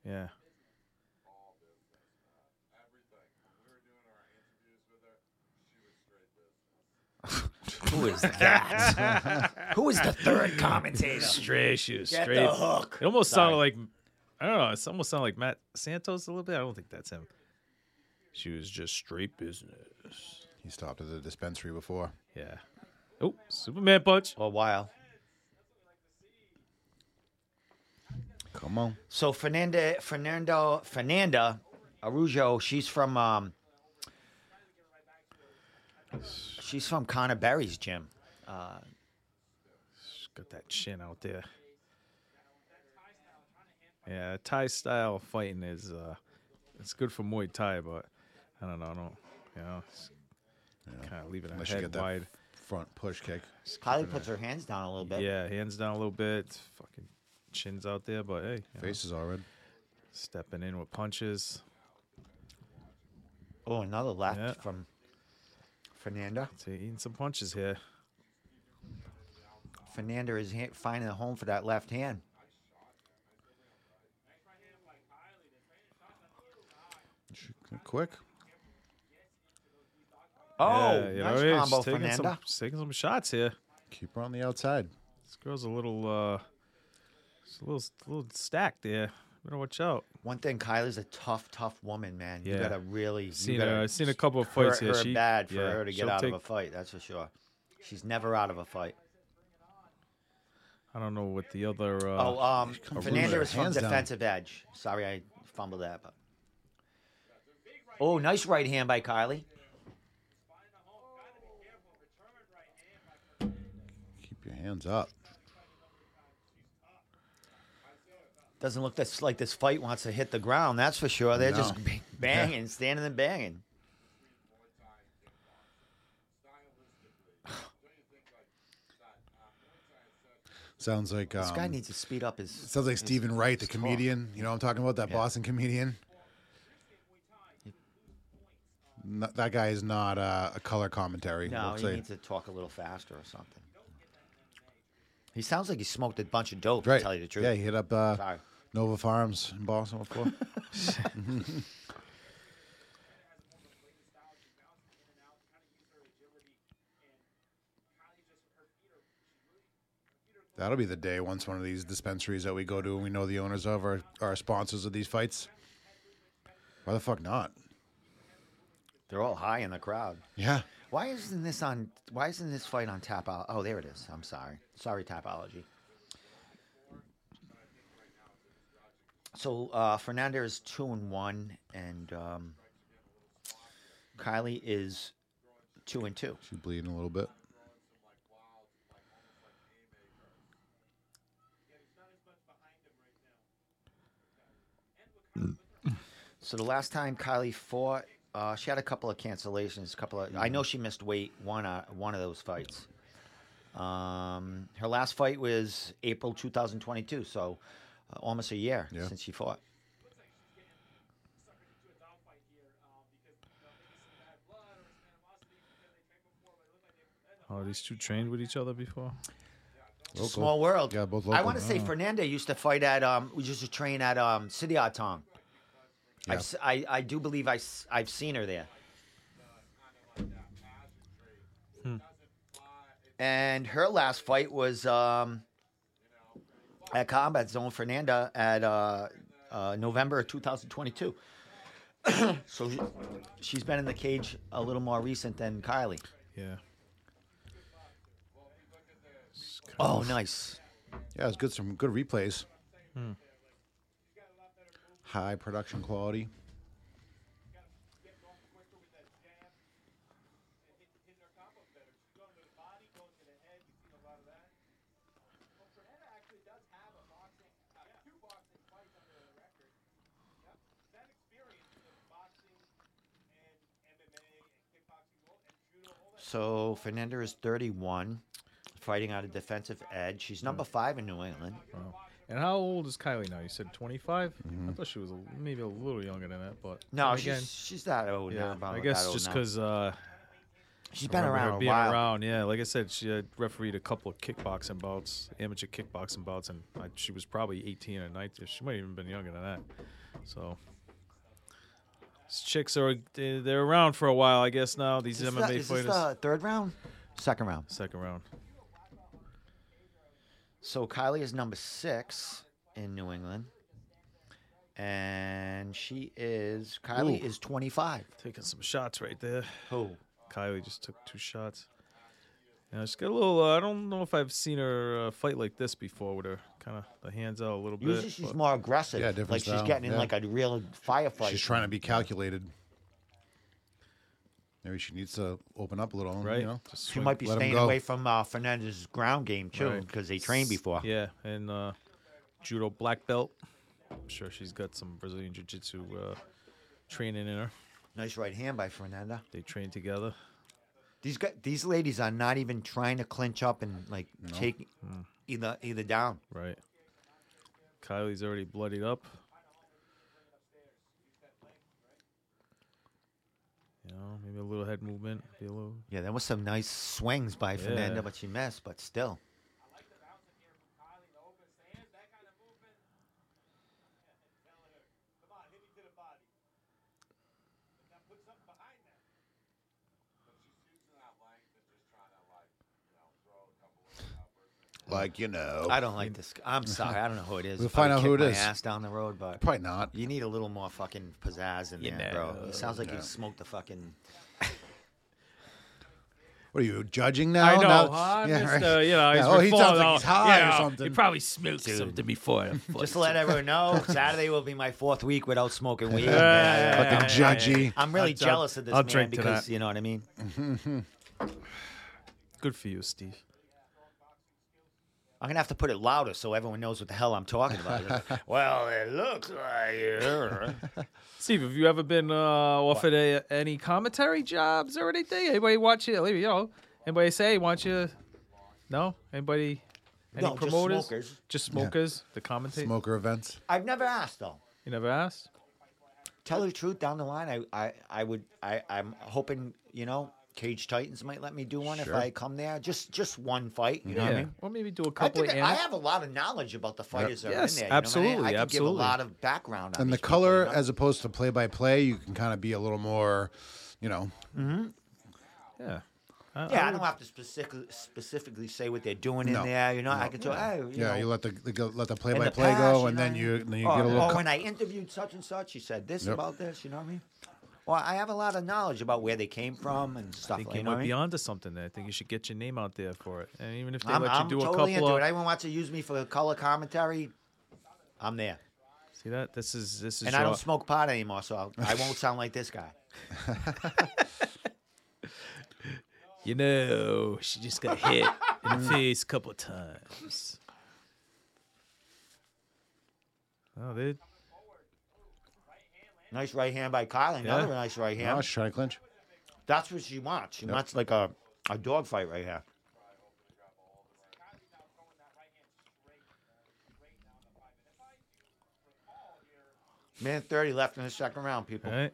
Speaker 3: Yeah.
Speaker 1: Who is that? Who is the third commentator?
Speaker 3: Stray shoes.
Speaker 1: Get
Speaker 3: straight.
Speaker 1: the hook.
Speaker 3: It almost
Speaker 1: Sorry.
Speaker 3: sounded like I don't know. It almost sounded like Matt Santos a little bit. I don't think that's him. She was just straight business.
Speaker 2: He stopped at the dispensary before.
Speaker 3: Yeah. Oh, Superman punch.
Speaker 1: For a while.
Speaker 2: Come on.
Speaker 1: So Fernanda, Fernando, Fernanda Arujo, she's from um, she's from Connor Berry's gym. Uh,
Speaker 3: She's got that chin out there. Yeah, Thai style fighting is uh, it's good for Muay Thai, but I don't know. I don't. You know, kind of leaving her
Speaker 2: Unless you
Speaker 3: head
Speaker 2: get that
Speaker 3: wide.
Speaker 2: front push kick.
Speaker 1: Kylie puts her hands down a little bit.
Speaker 3: Yeah, hands down a little bit. Fucking chins out there, but hey, you know,
Speaker 2: Face is all red.
Speaker 3: stepping in with punches.
Speaker 1: Oh, another left
Speaker 3: Yeah.
Speaker 1: from Fernanda.
Speaker 3: So eating some punches here.
Speaker 1: Fernanda is ha- finding a home for that left hand.
Speaker 2: She- Quick.
Speaker 1: Oh,
Speaker 3: yeah,
Speaker 1: nice
Speaker 3: you know, he's
Speaker 1: combo,
Speaker 3: taking
Speaker 1: Fernanda.
Speaker 3: some, he's taking some shots here.
Speaker 2: Keep her on the outside.
Speaker 3: This girl's a little, uh, she's a little, a little stacked there. Better watch out.
Speaker 1: One thing, Kylie's a tough, tough woman, man. You
Speaker 3: Yeah.
Speaker 1: gotta really you
Speaker 3: Seen
Speaker 1: gotta
Speaker 3: her, I've seen a couple of
Speaker 1: hurt
Speaker 3: fights here.
Speaker 1: her
Speaker 3: she,
Speaker 1: bad for
Speaker 3: yeah,
Speaker 1: her to get
Speaker 3: she'll
Speaker 1: out
Speaker 3: take,
Speaker 1: of a fight. That's for sure. She's never out of a fight.
Speaker 3: I don't know what the other. Uh,
Speaker 1: Oh, um,
Speaker 2: lose
Speaker 1: Fernanda
Speaker 2: her
Speaker 1: is from
Speaker 2: hands down.
Speaker 1: defensive edge. Sorry, I fumbled that. But oh, nice right hand by Kylie.
Speaker 2: Keep your hands up.
Speaker 1: Doesn't look this, like this fight wants to hit the ground. That's for sure. They're just
Speaker 2: No.
Speaker 1: b- banging, standing and banging.
Speaker 2: Sounds like um,
Speaker 1: This guy needs to speed up his.
Speaker 2: sounds like Stephen Wright, the
Speaker 1: tall.
Speaker 2: comedian. You know what I'm talking about? That
Speaker 1: Yeah.
Speaker 2: Boston comedian. No, that guy is not uh, a color commentary. It
Speaker 1: No,
Speaker 2: looks
Speaker 1: he
Speaker 2: like-
Speaker 1: needs to talk a little faster or something. He sounds like he smoked a bunch of dope.
Speaker 2: right.
Speaker 1: To tell you the truth.
Speaker 2: Yeah, he hit up uh,
Speaker 1: Sorry.
Speaker 2: Nova Farms in Boston before. That'll be the day once one of these dispensaries that we go to and we know the owners of are, are sponsors of these fights. Why the fuck not?
Speaker 1: They're all high in the crowd.
Speaker 2: Yeah.
Speaker 1: Why isn't this on? Why isn't this fight on Tapology? Oh, there it is. I'm sorry. Sorry, Tapology. So uh, Fernanda is two and one, and um, Kylie is Two and two.
Speaker 2: She's bleeding a little bit.
Speaker 1: So the last time Kylie fought, uh, she had a couple of cancellations. A couple of I know she missed weight one uh, one of those fights. Um, her last fight was April 2022, so uh, almost a year
Speaker 2: Yeah.
Speaker 1: since she fought.
Speaker 3: Oh, these two trained with each other before.
Speaker 1: It's a
Speaker 2: Local.
Speaker 1: Small world.
Speaker 2: Yeah, both
Speaker 1: I
Speaker 2: local.
Speaker 1: want to say
Speaker 2: Oh.
Speaker 1: Fernandez used to fight at um, we used to train at um, City Atong.
Speaker 2: Yeah.
Speaker 1: I've s- I, I do believe I, have seen her there.
Speaker 2: Hmm.
Speaker 1: And her last fight was um, at Combat Zone Fernanda at uh, uh, November of 2022. so she- she's been in the cage a little more recent than Kylie.
Speaker 3: Yeah.
Speaker 1: Oh, nice.
Speaker 2: Yeah, it's good. Some good replays.
Speaker 1: Hmm.
Speaker 2: High production quality.
Speaker 1: So Fernanda is 31, fighting out of defensive edge. She's number five in New England.
Speaker 3: Mm. And how old is Kylie now? You said 25. I thought she was a, maybe a little younger than that, but
Speaker 1: No,
Speaker 3: then
Speaker 1: she's she's that old now.
Speaker 3: yeah.
Speaker 1: about
Speaker 3: I
Speaker 1: that
Speaker 3: guess
Speaker 1: old
Speaker 3: just
Speaker 1: now.
Speaker 3: because uh,
Speaker 1: she's been
Speaker 3: remember her
Speaker 1: around a
Speaker 3: being
Speaker 1: while.
Speaker 3: around. Yeah, like I said, she had refereed a couple of kickboxing bouts, amateur kickboxing bouts, and I, she was probably 18 or 19. She might have even been younger than that. So these chicks are they- they're around for a while, I guess. Now these
Speaker 1: Is, this
Speaker 3: MMA
Speaker 1: the, is this
Speaker 3: fighters.
Speaker 1: the third round? Second round.
Speaker 3: Second round.
Speaker 1: So Kylie is number six in New England, and she is Kylie
Speaker 2: Ooh.
Speaker 1: is 25.
Speaker 3: Taking some shots right there.
Speaker 1: Who?
Speaker 3: Kylie just took two shots. Yeah, she's got a little. Uh, I don't know if I've seen her uh, fight like this before, with her kind of the uh, hands out a little
Speaker 1: Usually
Speaker 3: bit.
Speaker 1: she's
Speaker 3: but-
Speaker 1: more aggressive.
Speaker 2: Yeah, different
Speaker 1: like she's
Speaker 2: style,
Speaker 1: getting in
Speaker 2: yeah.
Speaker 1: like a real firefight.
Speaker 2: She's trying to be calculated. Maybe she needs to open up a little.
Speaker 3: right.
Speaker 2: You know,
Speaker 3: Just
Speaker 1: She
Speaker 3: swing-
Speaker 1: might be
Speaker 2: let 'em
Speaker 1: staying
Speaker 2: go.
Speaker 1: away from uh, Fernandez's ground game too,
Speaker 3: Right.
Speaker 1: because they trained before.
Speaker 3: Yeah, and uh, judo black belt. I'm sure she's got some Brazilian jiu-jitsu uh, training in her.
Speaker 1: Nice right hand by Fernanda.
Speaker 3: They train together.
Speaker 1: These guys, these ladies are not even trying to clinch up and like take
Speaker 3: Hmm.
Speaker 1: either either down.
Speaker 3: Right. Kylie's already bloodied up. You know, maybe a little head movement, be a little
Speaker 1: Yeah, there was some nice swings by
Speaker 3: Yeah.
Speaker 1: Fernanda, but she missed. But still,
Speaker 2: like you know,
Speaker 1: uh, I don't like this. I'm sorry, I don't know who it is.
Speaker 2: We'll
Speaker 1: If I
Speaker 2: find out who
Speaker 1: kicked
Speaker 2: it
Speaker 1: my
Speaker 2: is.
Speaker 1: Ass down the road, but
Speaker 2: probably not.
Speaker 1: you need a little more fucking pizzazz in
Speaker 3: You
Speaker 1: there, bro.
Speaker 3: know.
Speaker 1: He sounds like
Speaker 2: Yeah.
Speaker 1: he smoked the fucking.
Speaker 2: What are you judging now?
Speaker 3: Oh,
Speaker 2: Now- right.
Speaker 1: uh,
Speaker 2: Yeah, oh, he sounds like he's high or something.
Speaker 3: probably smoked something before.
Speaker 1: Just to let everyone know, Saturday will be my fourth week without smoking weed.
Speaker 3: Yeah.
Speaker 2: Fucking judgy.
Speaker 1: I'm really
Speaker 3: I'll-
Speaker 1: jealous of this
Speaker 3: I'll
Speaker 1: man
Speaker 3: drink to
Speaker 1: because
Speaker 3: that.
Speaker 1: you know what I mean.
Speaker 3: Good for you, Steve.
Speaker 1: I'm gonna have to put it louder so everyone knows what the hell I'm talking about. well, it looks like it.
Speaker 3: Steve, have you ever been uh, offered a, any commentary jobs or anything? Anybody watch it? You know, anybody say, why don't you? No? Anybody? Any
Speaker 1: No, just
Speaker 3: promoters?
Speaker 1: smokers.
Speaker 3: Just smokers, the commentators?
Speaker 2: Smoker events.
Speaker 1: I've never asked though.
Speaker 3: You never asked?
Speaker 1: Tell the truth, down the line, I, I, I would, I, I'm hoping, you know, Cage Titans might let me do one if
Speaker 2: Sure.
Speaker 1: I come there. Just, just one fight. You know what I
Speaker 3: yeah.
Speaker 1: mean?
Speaker 3: Or maybe do a
Speaker 1: I
Speaker 3: couple
Speaker 1: think
Speaker 3: of
Speaker 1: I, I
Speaker 3: anec-
Speaker 1: have a lot of knowledge about the fighters that
Speaker 3: Yes,
Speaker 1: are in there. you know what I mean? I,
Speaker 3: absolutely,
Speaker 1: can give
Speaker 3: absolutely.
Speaker 1: a lot of background. on
Speaker 2: And the
Speaker 1: these people, you
Speaker 2: color,
Speaker 1: know?
Speaker 2: as opposed to play by play, you can kind of be a little more, you know,
Speaker 3: Yeah.
Speaker 1: yeah, I don't have to specifically specifically say what they're doing in
Speaker 2: No,
Speaker 1: there. You know, I could tell. Hey, you
Speaker 2: yeah.
Speaker 1: know,
Speaker 2: You let the, the go- let the play
Speaker 1: in
Speaker 2: by
Speaker 1: the
Speaker 2: play
Speaker 1: past,
Speaker 2: go, and
Speaker 1: know
Speaker 2: then
Speaker 1: what I
Speaker 2: you
Speaker 1: mean?
Speaker 2: then you
Speaker 1: or,
Speaker 2: get a little.
Speaker 1: Or
Speaker 2: co-
Speaker 1: oh, when I interviewed such and such, he said this
Speaker 2: Yep.
Speaker 1: about this. You know what I mean? Well, I have a lot of knowledge about where they came from and
Speaker 3: I
Speaker 1: stuff
Speaker 3: think
Speaker 1: like
Speaker 3: you
Speaker 1: know what
Speaker 3: might
Speaker 1: I
Speaker 3: be
Speaker 1: mean?
Speaker 3: onto something there. I think you should get your name out there for it. And even if they
Speaker 1: I'm,
Speaker 3: let you
Speaker 1: I'm
Speaker 3: do
Speaker 1: totally
Speaker 3: a
Speaker 1: into
Speaker 3: couple
Speaker 1: it.
Speaker 3: of.
Speaker 1: Anyone wants to use me for color commentary? I'm there.
Speaker 3: See that? This is. this is
Speaker 1: And I
Speaker 3: your-
Speaker 1: don't smoke pot anymore, so I'll, I won't sound like this guy.
Speaker 3: you know, she just got hit in the face a couple of times. Oh, they
Speaker 1: Nice right hand by Kylie. Another
Speaker 3: Yeah.
Speaker 1: nice right hand.
Speaker 2: No, she's trying to clinch.
Speaker 1: That's what she wants. She wants like a, a dog fight right here. Minute 30 left in the second round, people.
Speaker 3: all right.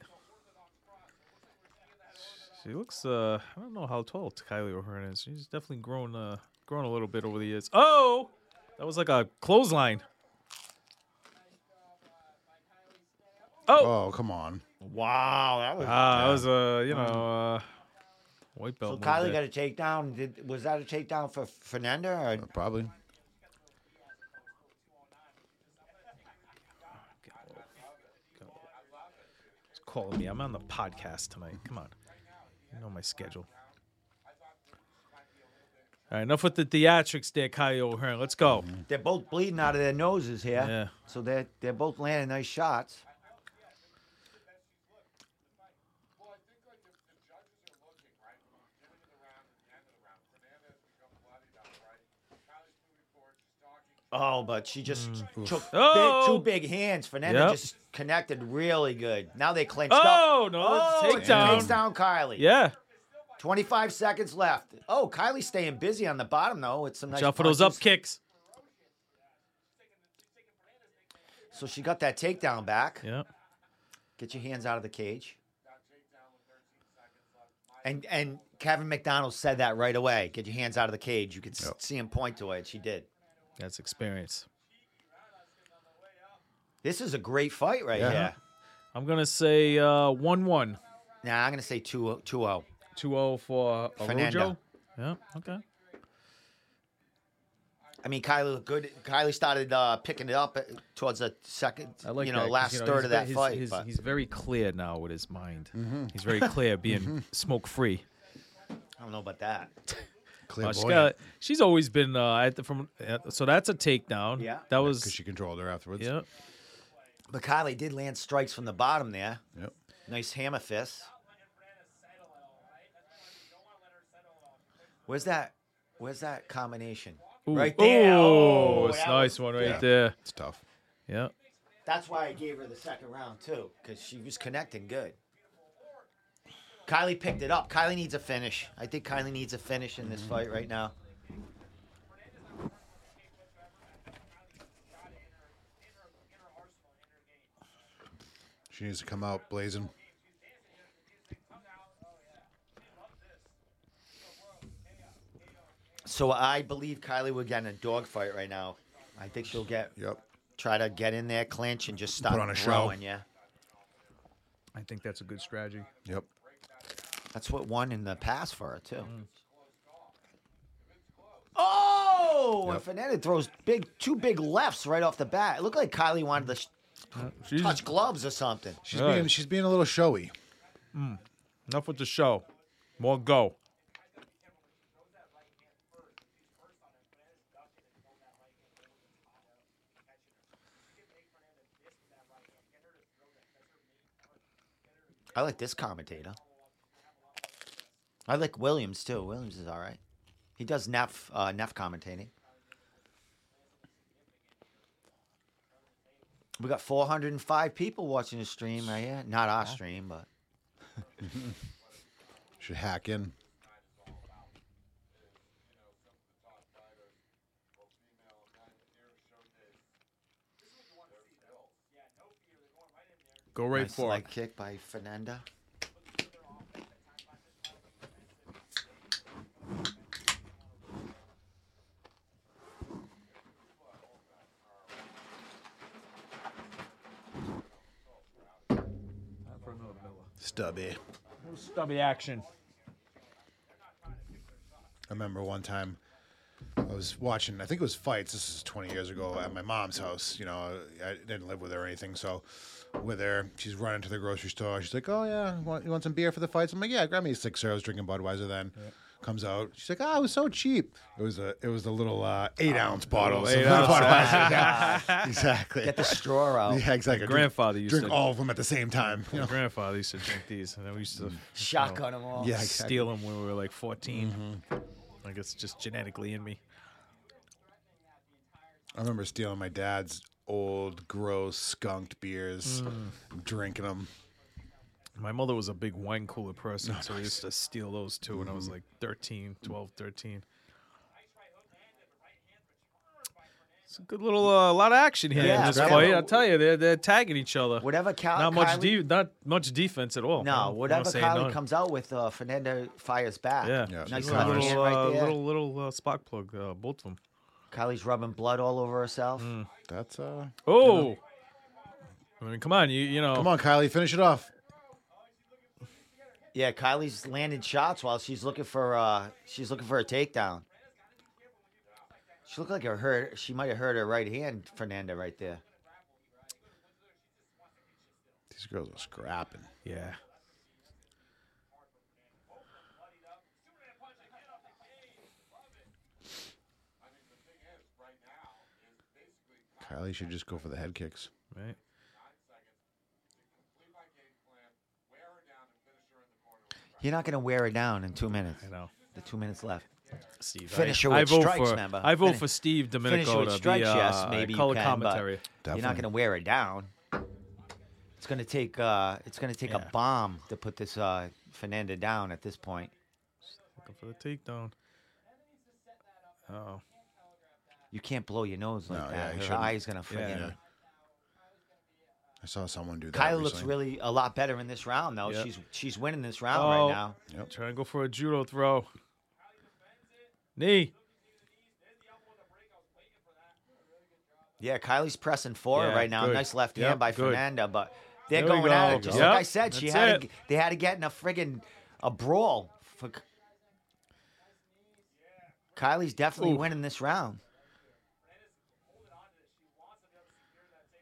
Speaker 3: She looks uh I don't know how tall Kylie O'Hearn is. She's definitely grown uh grown a little bit over the years. Oh that was like a clothesline. Oh,
Speaker 2: Oh, come on.
Speaker 1: Wow, Oh, that was.
Speaker 3: Ah, that was a you know uh, white belt.
Speaker 1: so
Speaker 3: move
Speaker 1: Kylie got
Speaker 3: there.
Speaker 1: a takedown. Did, was that a takedown for Fernanda? Or,
Speaker 2: Probably.
Speaker 1: Oh,
Speaker 3: It's calling me. I'm on the podcast tonight. Come on, you know my schedule. All right, enough with the theatrics, there, Kylie O'Hearn. Let's go.
Speaker 1: they're both bleeding out of their noses here.
Speaker 3: Yeah.
Speaker 1: So they're, they're both landing nice shots. Oh, but she just took
Speaker 3: Oh!
Speaker 1: big, two big hands. Fernanda
Speaker 3: Yep.
Speaker 1: just connected really good. Now they clinched up.
Speaker 3: Oh no,
Speaker 1: Oh,
Speaker 3: that's a takedown.
Speaker 1: Takes down Kylie.
Speaker 3: Yeah,
Speaker 1: 25 seconds left. Oh, Kylie's staying busy on the bottom, though. It's some nice
Speaker 3: watch out for those up
Speaker 1: punches.
Speaker 3: kicks.
Speaker 1: So she got that takedown back.
Speaker 3: Yeah,
Speaker 1: Get your hands out of the cage. And and Kevin McDonald said that right away. Get your hands out of the cage. You could s
Speaker 2: Yep.
Speaker 1: see him point to it. She did.
Speaker 3: that's experience.
Speaker 1: This is a great fight right
Speaker 2: Yeah.
Speaker 1: here.
Speaker 3: I'm gonna say uh, one-one,
Speaker 1: Now I'm gonna say oh. 2 2-0.
Speaker 3: two-zero oh for
Speaker 1: Fernando.
Speaker 3: Arujo. Yeah, okay.
Speaker 1: I mean, Kylie good. Kylie started uh, picking it up at- towards the second,
Speaker 3: I like
Speaker 1: you know,
Speaker 3: that, 'cause,
Speaker 1: last
Speaker 3: you know,
Speaker 1: third
Speaker 3: he's
Speaker 1: of
Speaker 3: ve-
Speaker 1: that
Speaker 3: he's,
Speaker 1: fight.
Speaker 3: He's,
Speaker 1: but Mm-hmm.
Speaker 3: he's very clear now with his mind. He's very clear, being smoke free.
Speaker 1: I don't know about that.
Speaker 2: Clear
Speaker 3: Uh, she's, got, she's always been uh, at the, from. Uh, so that's a takedown.
Speaker 1: Yeah.
Speaker 3: that
Speaker 2: Because
Speaker 3: was.
Speaker 2: she controlled her afterwards.
Speaker 3: Yeah,
Speaker 1: But Kylie did land strikes from the bottom there.
Speaker 2: Yep.
Speaker 1: Nice hammer fist. Where's that? Where's that combination?
Speaker 3: Ooh.
Speaker 1: Right there.
Speaker 3: Oh,
Speaker 1: Oh,
Speaker 3: it's
Speaker 1: that
Speaker 3: nice one right
Speaker 2: Yeah.
Speaker 3: there.
Speaker 2: It's tough.
Speaker 3: Yeah,
Speaker 1: That's why I gave her the second round too, because she was connecting good. Kylie picked it up. Kylie needs a finish. I think Kylie needs a finish in this
Speaker 2: Mm-hmm.
Speaker 1: fight right now.
Speaker 2: She needs to come out blazing.
Speaker 1: So I believe Kylie will get in a dogfight right now. I think she'll get
Speaker 2: Yep.
Speaker 1: try to get in there, clinch, and just stop
Speaker 2: on a show.
Speaker 1: throwing Yeah,
Speaker 3: I think that's a good strategy.
Speaker 2: Yep.
Speaker 1: that's what won in the past for her too.
Speaker 2: Mm.
Speaker 1: Oh, and
Speaker 2: Yep.
Speaker 1: Fernandez throws big two big lefts right off the bat. It looked like Kylie wanted to sh-
Speaker 3: She's,
Speaker 1: touch gloves or something.
Speaker 2: She's
Speaker 3: All right.
Speaker 2: being she's being a little showy.
Speaker 3: Enough with the show. More go.
Speaker 1: I like this commentator. I like Williams too. Williams is all right. He does Neff uh, Neff commentating. We got 405 people watching the stream right here. Not our stream, but
Speaker 2: Should hack in.
Speaker 3: Go right
Speaker 1: nice
Speaker 3: for
Speaker 1: leg
Speaker 3: it.
Speaker 1: kick by Fernanda.
Speaker 2: Stubby.
Speaker 3: Stubby action.
Speaker 2: I remember one time I was watching, I think it was fights. This is 20 years ago at my mom's house. You know, I didn't live with her or anything. So with her, she's running to the grocery store. She's like, Oh, yeah, want, you want some beer for the fights? I'm like, Yeah, grab me a sixer. I was drinking Budweiser then. comes out. She's like, "Oh, it was so cheap." It was a it was the little uh, eight ounce bottle.
Speaker 3: Ah, little eight
Speaker 2: So-
Speaker 3: ounce.
Speaker 2: Yeah, exactly.
Speaker 1: Get the straw uh, out.
Speaker 2: yeah, exactly. Drink-
Speaker 3: grandfather used
Speaker 2: drink
Speaker 3: to-
Speaker 2: all of them at the same time. You
Speaker 3: My
Speaker 2: know?
Speaker 3: grandfather used to drink these, and then we used to
Speaker 1: Shotgun them all.
Speaker 2: Yeah, exactly.
Speaker 3: steal them when we were like 14.
Speaker 1: Mm-hmm.
Speaker 3: Like it's just genetically in me.
Speaker 2: I remember stealing my dad's old, gross, skunked beers,
Speaker 1: Mm.
Speaker 2: drinking them.
Speaker 3: My mother was a big wine cooler person, so I used to steal those too when I was like 13, 12, 13. It's a good little, uh, lot of action here
Speaker 1: Yeah,
Speaker 3: in this
Speaker 1: grab
Speaker 3: fight.
Speaker 1: it.
Speaker 3: I tell you, they're, they're tagging each other.
Speaker 1: Whatever Cal-
Speaker 3: not much,
Speaker 1: Kylie-
Speaker 3: de- not much defense at all. I
Speaker 1: No,
Speaker 3: don't- I don't
Speaker 1: whatever
Speaker 3: say
Speaker 1: Kylie
Speaker 3: none.
Speaker 1: comes out with, uh, Fernando fires back.
Speaker 3: Yeah,
Speaker 2: Yeah.
Speaker 1: Nice
Speaker 3: She's
Speaker 1: left
Speaker 3: a
Speaker 1: hand
Speaker 3: little,
Speaker 1: right
Speaker 3: uh,
Speaker 1: there.
Speaker 3: little little uh, spark plug, uh, both of them.
Speaker 1: Kylie's rubbing blood all over herself.
Speaker 3: Mm.
Speaker 2: That's uh.
Speaker 3: Oh, I mean, come on, you you know,
Speaker 2: Come on, Kylie, finish it off.
Speaker 1: Yeah, Kylie's landing shots while she's looking for uh she's looking for a takedown. She looked like her hurt she might have hurt her right hand, Fernanda, right there.
Speaker 2: These girls are scrapping.
Speaker 3: yeah.
Speaker 2: Kylie should just go for the head kicks.
Speaker 3: Right.
Speaker 1: You're not gonna wear her down in two minutes.
Speaker 3: I know.
Speaker 1: The two minutes left.
Speaker 3: Steve.
Speaker 1: Finish
Speaker 3: I,
Speaker 1: her
Speaker 3: I
Speaker 1: with
Speaker 3: vote
Speaker 1: strikes,
Speaker 3: for,
Speaker 1: member.
Speaker 3: I vote
Speaker 1: Finish-
Speaker 3: for Steve
Speaker 1: Finish her
Speaker 3: Domenico
Speaker 1: with
Speaker 3: to
Speaker 1: strikes,
Speaker 3: be uh,
Speaker 1: yes, maybe
Speaker 3: color
Speaker 1: you can,
Speaker 3: commentary.
Speaker 1: But you're not
Speaker 2: Definitely.
Speaker 1: gonna wear her down. It's gonna take uh it's gonna take
Speaker 3: Yeah.
Speaker 1: a bomb to put this uh Fernanda down at this point.
Speaker 3: Looking for the takedown. Oh,
Speaker 1: You can't blow your nose like
Speaker 2: No, yeah,
Speaker 1: that.
Speaker 2: you
Speaker 1: her
Speaker 2: shouldn't.
Speaker 1: eye's gonna
Speaker 3: yeah.
Speaker 1: friggin'
Speaker 2: Yeah. I saw someone do that.
Speaker 1: Kylie looks
Speaker 2: recently.
Speaker 1: really a lot better in this round though.
Speaker 3: Yeah.
Speaker 1: She's she's winning this round
Speaker 3: Oh.
Speaker 1: right now.
Speaker 2: Yep.
Speaker 3: Trying to go for a judo throw. Knee.
Speaker 1: Yeah, Kylie's pressing forward
Speaker 3: Yeah,
Speaker 1: right now.
Speaker 3: good.
Speaker 1: Nice left
Speaker 3: Yep,
Speaker 1: hand by
Speaker 3: good.
Speaker 1: Fernanda, but they're
Speaker 3: There we
Speaker 1: going at
Speaker 3: go.
Speaker 1: it. Just
Speaker 3: Yep,
Speaker 1: like I said, she
Speaker 3: that's
Speaker 1: had to,
Speaker 3: it.
Speaker 1: g- they had to get in a friggin' a brawl. For K- Kylie's definitely
Speaker 3: Ooh.
Speaker 1: winning this round.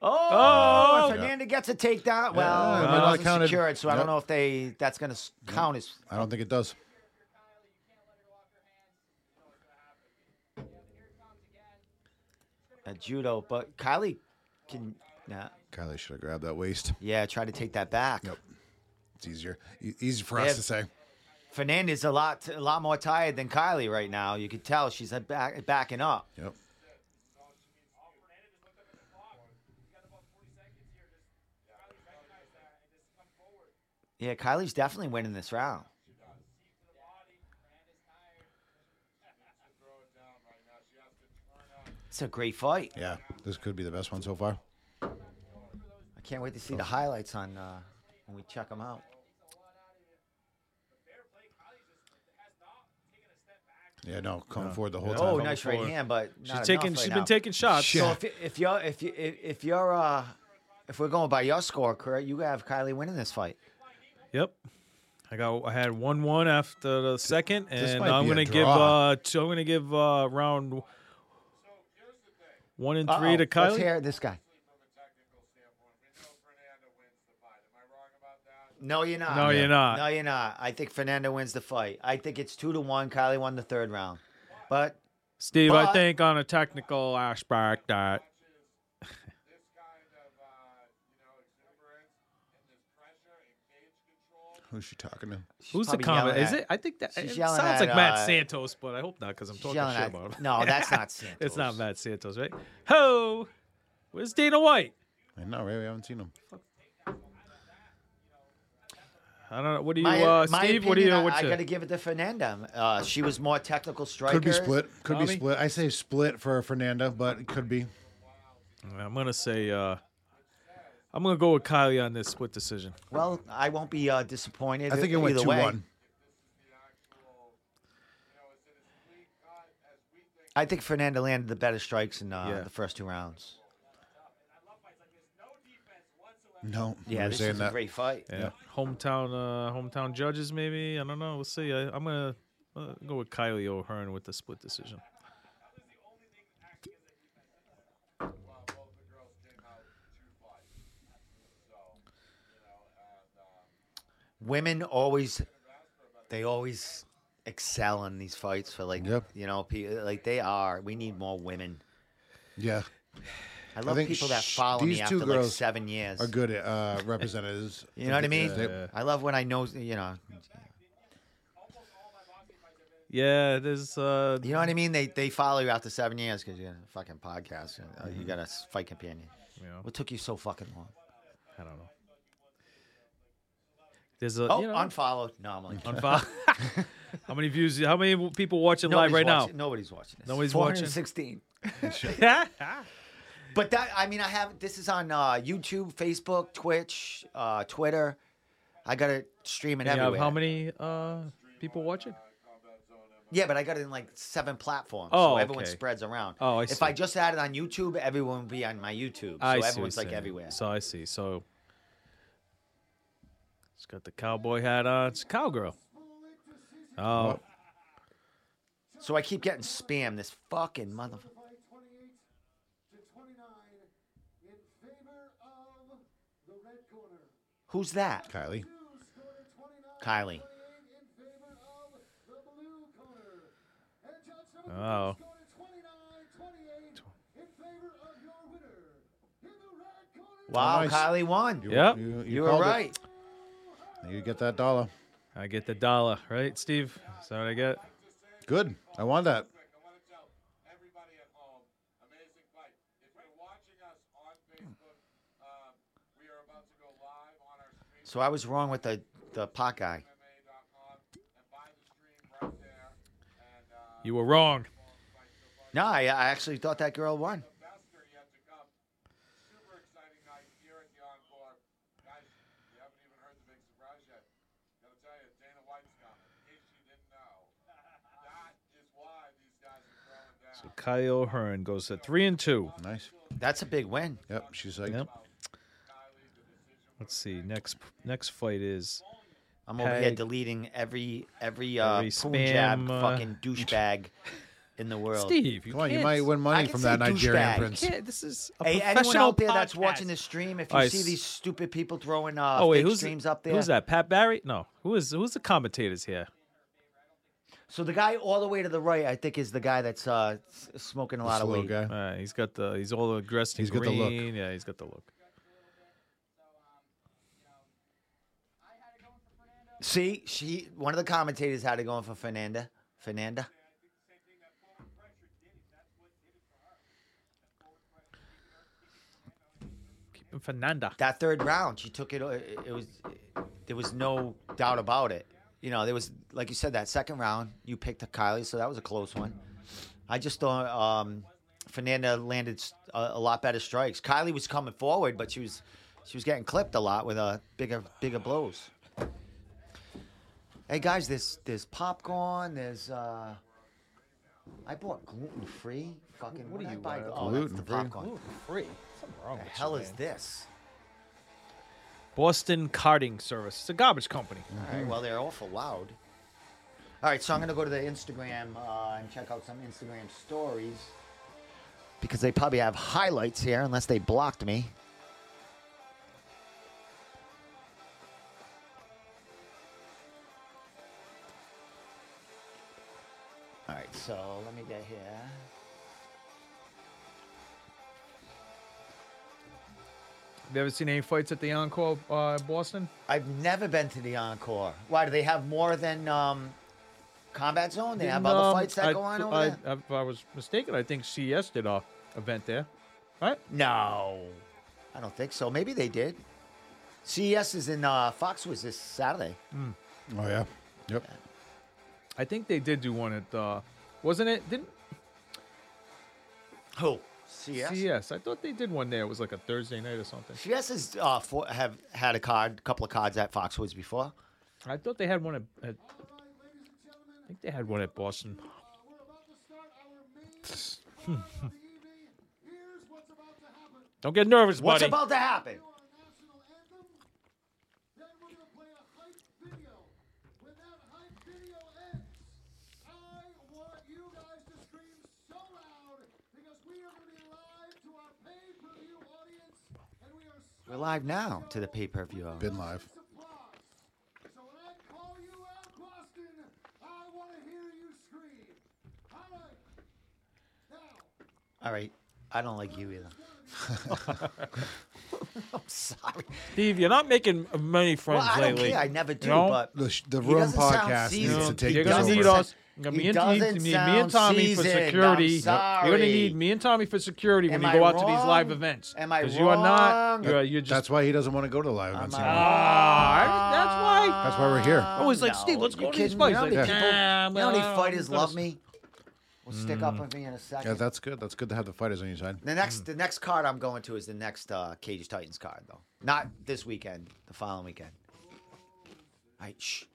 Speaker 3: Oh!
Speaker 1: Oh, and Fernanda gets a takedown. Well,
Speaker 2: Yeah,
Speaker 1: it
Speaker 2: not
Speaker 1: wasn't
Speaker 2: counted.
Speaker 1: secured, so I don't
Speaker 2: Yep.
Speaker 1: know if they that's going to count as.
Speaker 2: I don't think it does.
Speaker 1: a judo, but Kylie can, nah,
Speaker 2: Kylie should have grabbed that waist.
Speaker 1: yeah, try to take that back.
Speaker 2: Yep. It's easier. E- easy for us
Speaker 1: Yeah.
Speaker 2: to say.
Speaker 1: Fernanda's a lot, a lot more tired than Kylie right now. You could tell she's uh, back, backing up.
Speaker 2: Yep.
Speaker 1: Yeah, Kylie's definitely winning this round. It's a great fight.
Speaker 2: Yeah. This could be the best one so far.
Speaker 1: I can't wait to see the highlights on uh, when we check them out.
Speaker 2: Yeah. No, coming forward the whole time.
Speaker 1: Oh, nice right
Speaker 3: forward.
Speaker 1: hand, but
Speaker 3: She's
Speaker 1: not
Speaker 3: taking.
Speaker 1: enough
Speaker 3: She's
Speaker 1: right
Speaker 3: been
Speaker 1: now.
Speaker 3: taking shots.
Speaker 1: So if if you're if you if, if you're uh if we're going by your score, correct, you have Kylie winning this fight.
Speaker 3: Yep. I got. I had one one after the second,
Speaker 2: this
Speaker 3: and
Speaker 2: might
Speaker 3: I'm
Speaker 2: be a
Speaker 3: gonna give.
Speaker 2: draw.
Speaker 3: Uh, two, I'm gonna give uh, round one and 3
Speaker 1: Uh-oh,
Speaker 3: to
Speaker 1: Let's
Speaker 3: Kylie.
Speaker 1: hear this guy. No, you're not.
Speaker 3: No, you're not.
Speaker 1: No, you're not. I think Fernando wins the fight. I think it's two to one. Kylie won the third round, but
Speaker 3: Steve, I
Speaker 1: But-
Speaker 3: think on a technical aspect that
Speaker 2: Who's she talking to?
Speaker 1: she's
Speaker 3: Who's the
Speaker 1: probably
Speaker 3: comment?
Speaker 1: yelling
Speaker 3: Is
Speaker 1: at-
Speaker 3: it? I think that
Speaker 1: she's
Speaker 3: it
Speaker 1: yelling
Speaker 3: sounds
Speaker 1: at,
Speaker 3: like Matt
Speaker 1: uh,
Speaker 3: Santos, but I hope not because I'm
Speaker 1: She's
Speaker 3: talking
Speaker 1: yelling
Speaker 3: shit
Speaker 1: at-
Speaker 3: about him.
Speaker 1: No, that's not Santos.
Speaker 3: it's not Matt Santos, right? Ho, where's Dana White?
Speaker 2: I know, right? We haven't seen him.
Speaker 3: I don't know. What do you,
Speaker 1: My,
Speaker 3: uh,
Speaker 1: my
Speaker 3: Steve?
Speaker 1: opinion,
Speaker 3: What do you?
Speaker 1: I,
Speaker 3: What's
Speaker 1: I
Speaker 3: your-
Speaker 1: got to give it to Fernanda. Uh, she was more technical striker.
Speaker 2: Could be split. Could be
Speaker 3: Tommy?
Speaker 2: split. I say split for Fernanda, but it could be.
Speaker 3: I'm gonna say. Uh, I'm gonna go with Kylie on this split decision.
Speaker 1: Well, I won't be uh, disappointed.
Speaker 2: I think it went
Speaker 1: either
Speaker 2: two
Speaker 1: way.
Speaker 2: one.
Speaker 1: I think Fernanda landed the better strikes in uh,
Speaker 3: Yeah.
Speaker 1: the first two rounds.
Speaker 2: No, we
Speaker 1: Yeah,
Speaker 2: were
Speaker 1: this
Speaker 2: saying
Speaker 1: is
Speaker 2: that.
Speaker 1: a great fight.
Speaker 3: Yeah.
Speaker 2: Yeah.
Speaker 3: Hometown, uh, hometown judges, maybe. I don't know. We'll see. I, I'm gonna uh, go with Kylie O'Hearn with the split decision.
Speaker 1: Women always, they always excel in these fights for like
Speaker 2: Yep.
Speaker 1: you know pe- like they are. We need more women.
Speaker 2: Yeah,
Speaker 1: I love
Speaker 2: think
Speaker 1: people that
Speaker 2: sh-
Speaker 1: follow me
Speaker 2: these
Speaker 1: after
Speaker 2: two
Speaker 1: like
Speaker 2: girls
Speaker 1: seven years.
Speaker 2: are good uh, representatives.
Speaker 1: You know what I mean?
Speaker 2: They-
Speaker 1: I love when I know you know
Speaker 3: Yeah, there's uh,
Speaker 1: you know what I mean. They they follow you after seven years because you're a fucking podcast. You, know, you
Speaker 2: Mm-hmm.
Speaker 1: got a s- fight companion.
Speaker 3: you know,
Speaker 1: What took you so fucking long?
Speaker 3: I don't know. There's a
Speaker 1: Oh,
Speaker 3: you know,
Speaker 1: unfollowed. No, I'm like
Speaker 3: unfo- how many views? How many people watching
Speaker 1: nobody's
Speaker 3: live right
Speaker 1: watching, Nobody's watching. This.
Speaker 3: Nobody's watching?
Speaker 1: 416.
Speaker 3: now?
Speaker 1: But that I mean I have this is on uh, YouTube, Facebook, Twitch, uh, Twitter. I got to stream it
Speaker 3: You have
Speaker 1: everywhere.
Speaker 3: how many uh people watching?
Speaker 1: Yeah, but I got it in like seven platforms. so
Speaker 3: Oh,
Speaker 1: everyone
Speaker 3: okay.
Speaker 1: spreads around.
Speaker 3: Oh, I
Speaker 1: If I
Speaker 3: see.
Speaker 1: just had it on YouTube, everyone would be on my YouTube. So
Speaker 3: I see what
Speaker 1: everyone's
Speaker 3: you're
Speaker 1: like
Speaker 3: saying.
Speaker 1: everywhere.
Speaker 3: So I see. So she's got the cowboy hat on. It's a cowgirl. Oh,
Speaker 1: So I keep getting spam. This fucking motherfucker.
Speaker 5: By 28 to 29 in favor of the red corner.
Speaker 1: Who's that?
Speaker 2: Kylie.
Speaker 5: Blue scored 29
Speaker 1: Kylie.
Speaker 5: in favor of the blue corner. And Judge number
Speaker 3: Oh.
Speaker 5: three scored 29 28 in favor of your winner. In the red corner,
Speaker 1: Wow,
Speaker 2: nice.
Speaker 1: Kylie won.
Speaker 2: You-
Speaker 1: You,
Speaker 3: Yep.
Speaker 2: You, you,
Speaker 1: were
Speaker 2: called it.
Speaker 1: right.
Speaker 2: You get that dollar.
Speaker 3: I get the dollar, right, Steve? Is that what I get?
Speaker 2: Good. I want that.
Speaker 6: quick. I want to tell everybody at home, amazing fight. If you're watching us on Facebook, um, we are about to go live on our stream
Speaker 1: So I was wrong with the the pot guy.
Speaker 6: MMA.com and buy the stream right there. And uh,
Speaker 3: You were wrong.
Speaker 1: No, I, I actually thought that girl won.
Speaker 6: Bester yet to come. Super exciting night here at the Encore. Guys, you haven't even heard the big surprise yet. Gotta tell you, Dana White's coming. In case you didn't know, that is why these guys are throwing down.
Speaker 3: So Kyle Hearn goes to three and two.
Speaker 2: Nice.
Speaker 1: That's a big win.
Speaker 2: Yep. She's like,
Speaker 3: Yep. Let's see. Next next fight is
Speaker 1: I'm over here
Speaker 3: Peg.
Speaker 1: deleting every every uh,
Speaker 3: Every
Speaker 1: Punjab
Speaker 3: spam, uh,
Speaker 1: fucking douchebag in the world.
Speaker 3: Steve. You
Speaker 2: come on, you
Speaker 3: can't-
Speaker 2: might win
Speaker 1: I
Speaker 2: money
Speaker 1: can
Speaker 2: from
Speaker 1: say
Speaker 2: that Nigerian
Speaker 1: douchebag.
Speaker 2: prince.
Speaker 3: can't- This is a
Speaker 1: Hey, anyone
Speaker 3: professional
Speaker 1: out there that's
Speaker 3: podcast.
Speaker 1: watching this stream, if you
Speaker 3: All right,
Speaker 1: see
Speaker 3: s-
Speaker 1: these stupid people throwing uh,
Speaker 3: Oh wait,
Speaker 1: fake
Speaker 3: who's
Speaker 1: streams up there,
Speaker 3: Who's that? Pat Barry? No. Who is who's the commentators here?
Speaker 1: So the guy all the way to the right, I think, is the guy that's uh, s- smoking a lot
Speaker 2: This
Speaker 1: of Uh,
Speaker 2: little
Speaker 1: weed.
Speaker 2: guy.
Speaker 3: All right, he's got the he's all dressed in
Speaker 2: He's got the
Speaker 3: green.
Speaker 2: look.
Speaker 3: Yeah, he's got the look.
Speaker 1: See, she one of the commentators had it going for Fernanda. Fernanda.
Speaker 3: Keeping Fernanda.
Speaker 1: That third round, she took it. uh, It was there was no doubt about it. You know, there was like you said that second round, you picked Kylie, so that was a close one. I just thought um, Fernanda landed s- a, a lot better strikes. Kylie was coming forward, but she was she was getting clipped a lot with uh, bigger bigger blows. Hey guys, there's there's popcorn. There's uh, I bought gluten free. Fucking what, do you buy? Oh, that's the
Speaker 2: Gluten-free?
Speaker 1: popcorn.
Speaker 3: Free. Something wrong
Speaker 1: The hell is this?
Speaker 3: Boston Carting Service. It's a garbage company.
Speaker 1: All right, well, they're awful loud. All right, so I'm going to go to the Instagram uh, and check out some Instagram stories because they probably have highlights here, unless they blocked me. All right, so let me get here.
Speaker 3: Have you ever seen any fights at the Encore uh, Boston?
Speaker 1: I've never been to the Encore. Why do they have more than um, Combat Zone? They have
Speaker 3: Didn't,
Speaker 1: other
Speaker 3: um,
Speaker 1: fights that
Speaker 3: I-
Speaker 1: go on over
Speaker 3: I,
Speaker 1: there.
Speaker 3: I- if I was mistaken, I think CES did a event there, right?
Speaker 1: No, I don't think so. Maybe they did. CES is in uh, Fox was this Saturday.
Speaker 2: Oh yeah. Yep.
Speaker 3: I think they did do one at, uh, wasn't it? Didn't
Speaker 1: Who? CES.
Speaker 3: CES? I thought they did one there. It was like a Thursday night or something.
Speaker 1: CES has uh, for, have had a card, couple of cards at Foxwoods before.
Speaker 3: I thought they had one at, at I
Speaker 5: all right, ladies and gentlemen,
Speaker 3: think they had one at Boston.
Speaker 5: uh, we're about to start our main card of the evening. Here's what's about to happen.
Speaker 3: Don't get nervous,
Speaker 1: What's
Speaker 3: buddy.
Speaker 1: about to happen?
Speaker 5: Our national anthem. Then we're going to play a hype video. When that hype video ends, I want you guys to scream so loud because we are going to be live to our pay-per-view audience, and we are
Speaker 1: We're
Speaker 5: so
Speaker 1: live now to the pay per view.
Speaker 2: Been live.
Speaker 5: surprised. So when I call you out, Boston, I want to
Speaker 1: All right. I don't like you either. I'm sorry.
Speaker 7: Steve, you're not making many
Speaker 1: Well,
Speaker 7: friends
Speaker 1: I don't
Speaker 7: lately.
Speaker 1: care. I never do,
Speaker 7: know?
Speaker 1: but
Speaker 2: The, sh- the
Speaker 1: He
Speaker 2: room
Speaker 1: doesn't sound
Speaker 2: podcast needs
Speaker 1: seasoned.
Speaker 2: to take
Speaker 7: you're
Speaker 2: this
Speaker 7: gonna
Speaker 1: doesn't
Speaker 7: need
Speaker 2: over.
Speaker 1: sound-
Speaker 7: us. Me
Speaker 1: he
Speaker 7: and, me,
Speaker 1: doesn't
Speaker 7: me
Speaker 1: sound
Speaker 7: and Tommy for
Speaker 1: seasoned. I'm
Speaker 7: security. You're gonna
Speaker 1: sorry.
Speaker 7: need me and Tommy for security when
Speaker 1: Am
Speaker 7: you go
Speaker 1: I
Speaker 7: out to these
Speaker 1: wrong?
Speaker 7: live events.
Speaker 1: Am I
Speaker 7: you are not.
Speaker 1: wrong?
Speaker 7: You're, you're just.
Speaker 2: That's why he doesn't want to go to live events
Speaker 1: I
Speaker 2: anymore.
Speaker 7: Ah, that's why.
Speaker 2: That's why we're here.
Speaker 7: I was like,
Speaker 1: No,
Speaker 7: Steve, let's
Speaker 1: you
Speaker 7: go to these
Speaker 1: kidding me?
Speaker 7: places.
Speaker 1: You know how many
Speaker 7: Like,
Speaker 1: people-
Speaker 3: Ah,
Speaker 7: nah,
Speaker 1: You know how many
Speaker 7: well,
Speaker 1: fighters
Speaker 7: I'm gonna-
Speaker 1: love me? Will stick up for me in a second.
Speaker 2: Yeah, that's good. That's good to have the fighters on your side.
Speaker 1: The next,
Speaker 3: Mm.
Speaker 1: the next card I'm going to is the next uh, Cage Titans card, though. Not this weekend. The following weekend. I shh.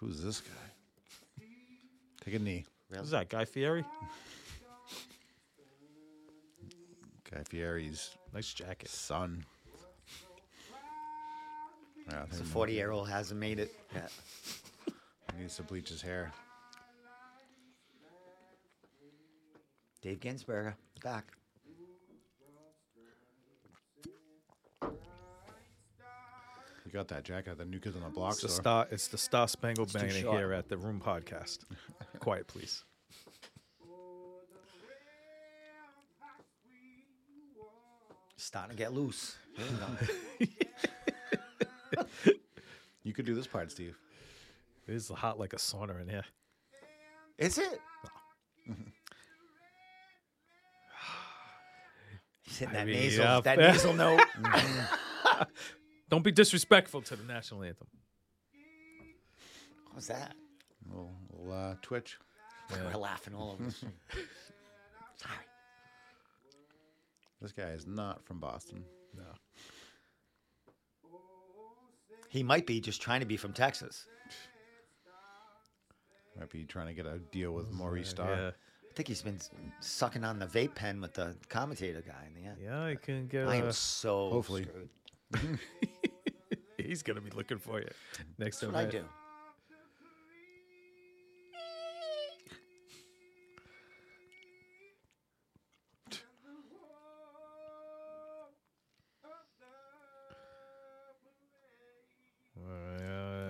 Speaker 2: Who's this guy? Take a knee.
Speaker 7: Who's that guy Fieri?
Speaker 2: Guy Fieri's
Speaker 3: Nice jacket.
Speaker 2: son. Yeah, I think
Speaker 1: The 40 year old hasn't made it. yet.
Speaker 2: he needs to bleach his hair.
Speaker 1: Dave Ginsberger back.
Speaker 2: You got that jacket at the New Kids on the Block
Speaker 3: It's the
Speaker 2: store.
Speaker 3: star. It's the Star Spangled
Speaker 1: too
Speaker 3: Banner
Speaker 1: short.
Speaker 3: here at the Room Podcast. Quiet, please.
Speaker 1: Starting to get loose.
Speaker 2: You could do this part, Steve.
Speaker 3: It is hot like a sauna in here.
Speaker 1: Is it? He's hitting
Speaker 3: I
Speaker 1: that
Speaker 3: mean,
Speaker 1: nasal,
Speaker 3: yeah.
Speaker 1: that nasal note.
Speaker 3: Don't be disrespectful to the national anthem.
Speaker 1: What was that?
Speaker 2: Little, little uh, twitch.
Speaker 1: We're laughing all over. this. Sorry.
Speaker 2: This guy is not from Boston.
Speaker 1: He might be just trying to be from Texas.
Speaker 2: Might be trying to get a deal with Maurice Starr.
Speaker 3: Yeah,
Speaker 1: I think he's been s- sucking on the vape pen with the commentator guy in the end.
Speaker 3: yeah, I can get.
Speaker 1: I
Speaker 3: a-
Speaker 1: am so
Speaker 2: hopefully.
Speaker 1: screwed.
Speaker 3: He's gonna be looking for you next
Speaker 1: That's
Speaker 3: time.
Speaker 1: what I do.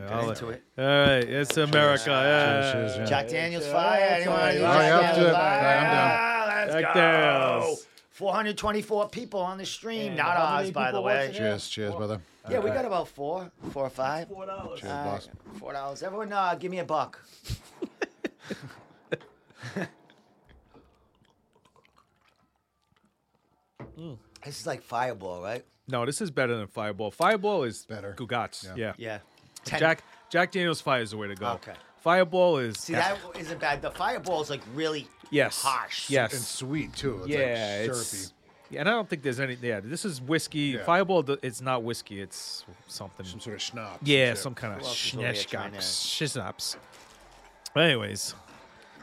Speaker 1: Get into it.
Speaker 3: All right, it's America. Yeah.
Speaker 2: Cheers, yeah.
Speaker 1: Jack Daniels fire. Anyone?
Speaker 3: right.
Speaker 1: need
Speaker 3: Oh,
Speaker 1: Jack
Speaker 2: yeah, up to
Speaker 1: Daniels
Speaker 2: it.
Speaker 1: fire?
Speaker 2: Yeah, I'm down.
Speaker 1: Let's
Speaker 3: Jack
Speaker 1: go.
Speaker 3: Daniels.
Speaker 1: 424 people on the stream.
Speaker 7: And
Speaker 1: Not
Speaker 7: how many
Speaker 1: ours, by the
Speaker 7: people
Speaker 1: way.
Speaker 7: watching it?
Speaker 2: Cheers, cheers, brother.
Speaker 1: Yeah, we got about four, four or five.
Speaker 4: Four dollars.
Speaker 2: Cheers,
Speaker 1: All right,
Speaker 2: boss.
Speaker 1: Four dollars. Everyone, uh, give me a buck.
Speaker 7: Hmm.
Speaker 1: This is like Fireball, right?
Speaker 3: No, this is better than Fireball. Fireball is
Speaker 2: Better.
Speaker 3: Gugatz.
Speaker 2: Yeah.
Speaker 3: Yeah.
Speaker 1: Yeah. Ten.
Speaker 3: Jack Jack Daniels Fire is the way to go.
Speaker 1: Okay.
Speaker 3: Fireball is
Speaker 1: See, that isn't bad. The Fireball is like really
Speaker 3: yes,
Speaker 1: harsh.
Speaker 3: Yes.
Speaker 2: And sweet, too. It's
Speaker 3: yeah.
Speaker 2: like
Speaker 3: it's-
Speaker 2: syrupy.
Speaker 3: yeah, and I don't think there's any. Yeah, this is whiskey.
Speaker 2: Yeah.
Speaker 3: Fireball. th- It's not whiskey. It's something.
Speaker 2: Some sort of schnapps. and
Speaker 3: yeah,
Speaker 2: shit.
Speaker 3: some kind of
Speaker 1: else is over here trying
Speaker 3: schnapps.
Speaker 1: to-
Speaker 3: Schnapps. Anyways,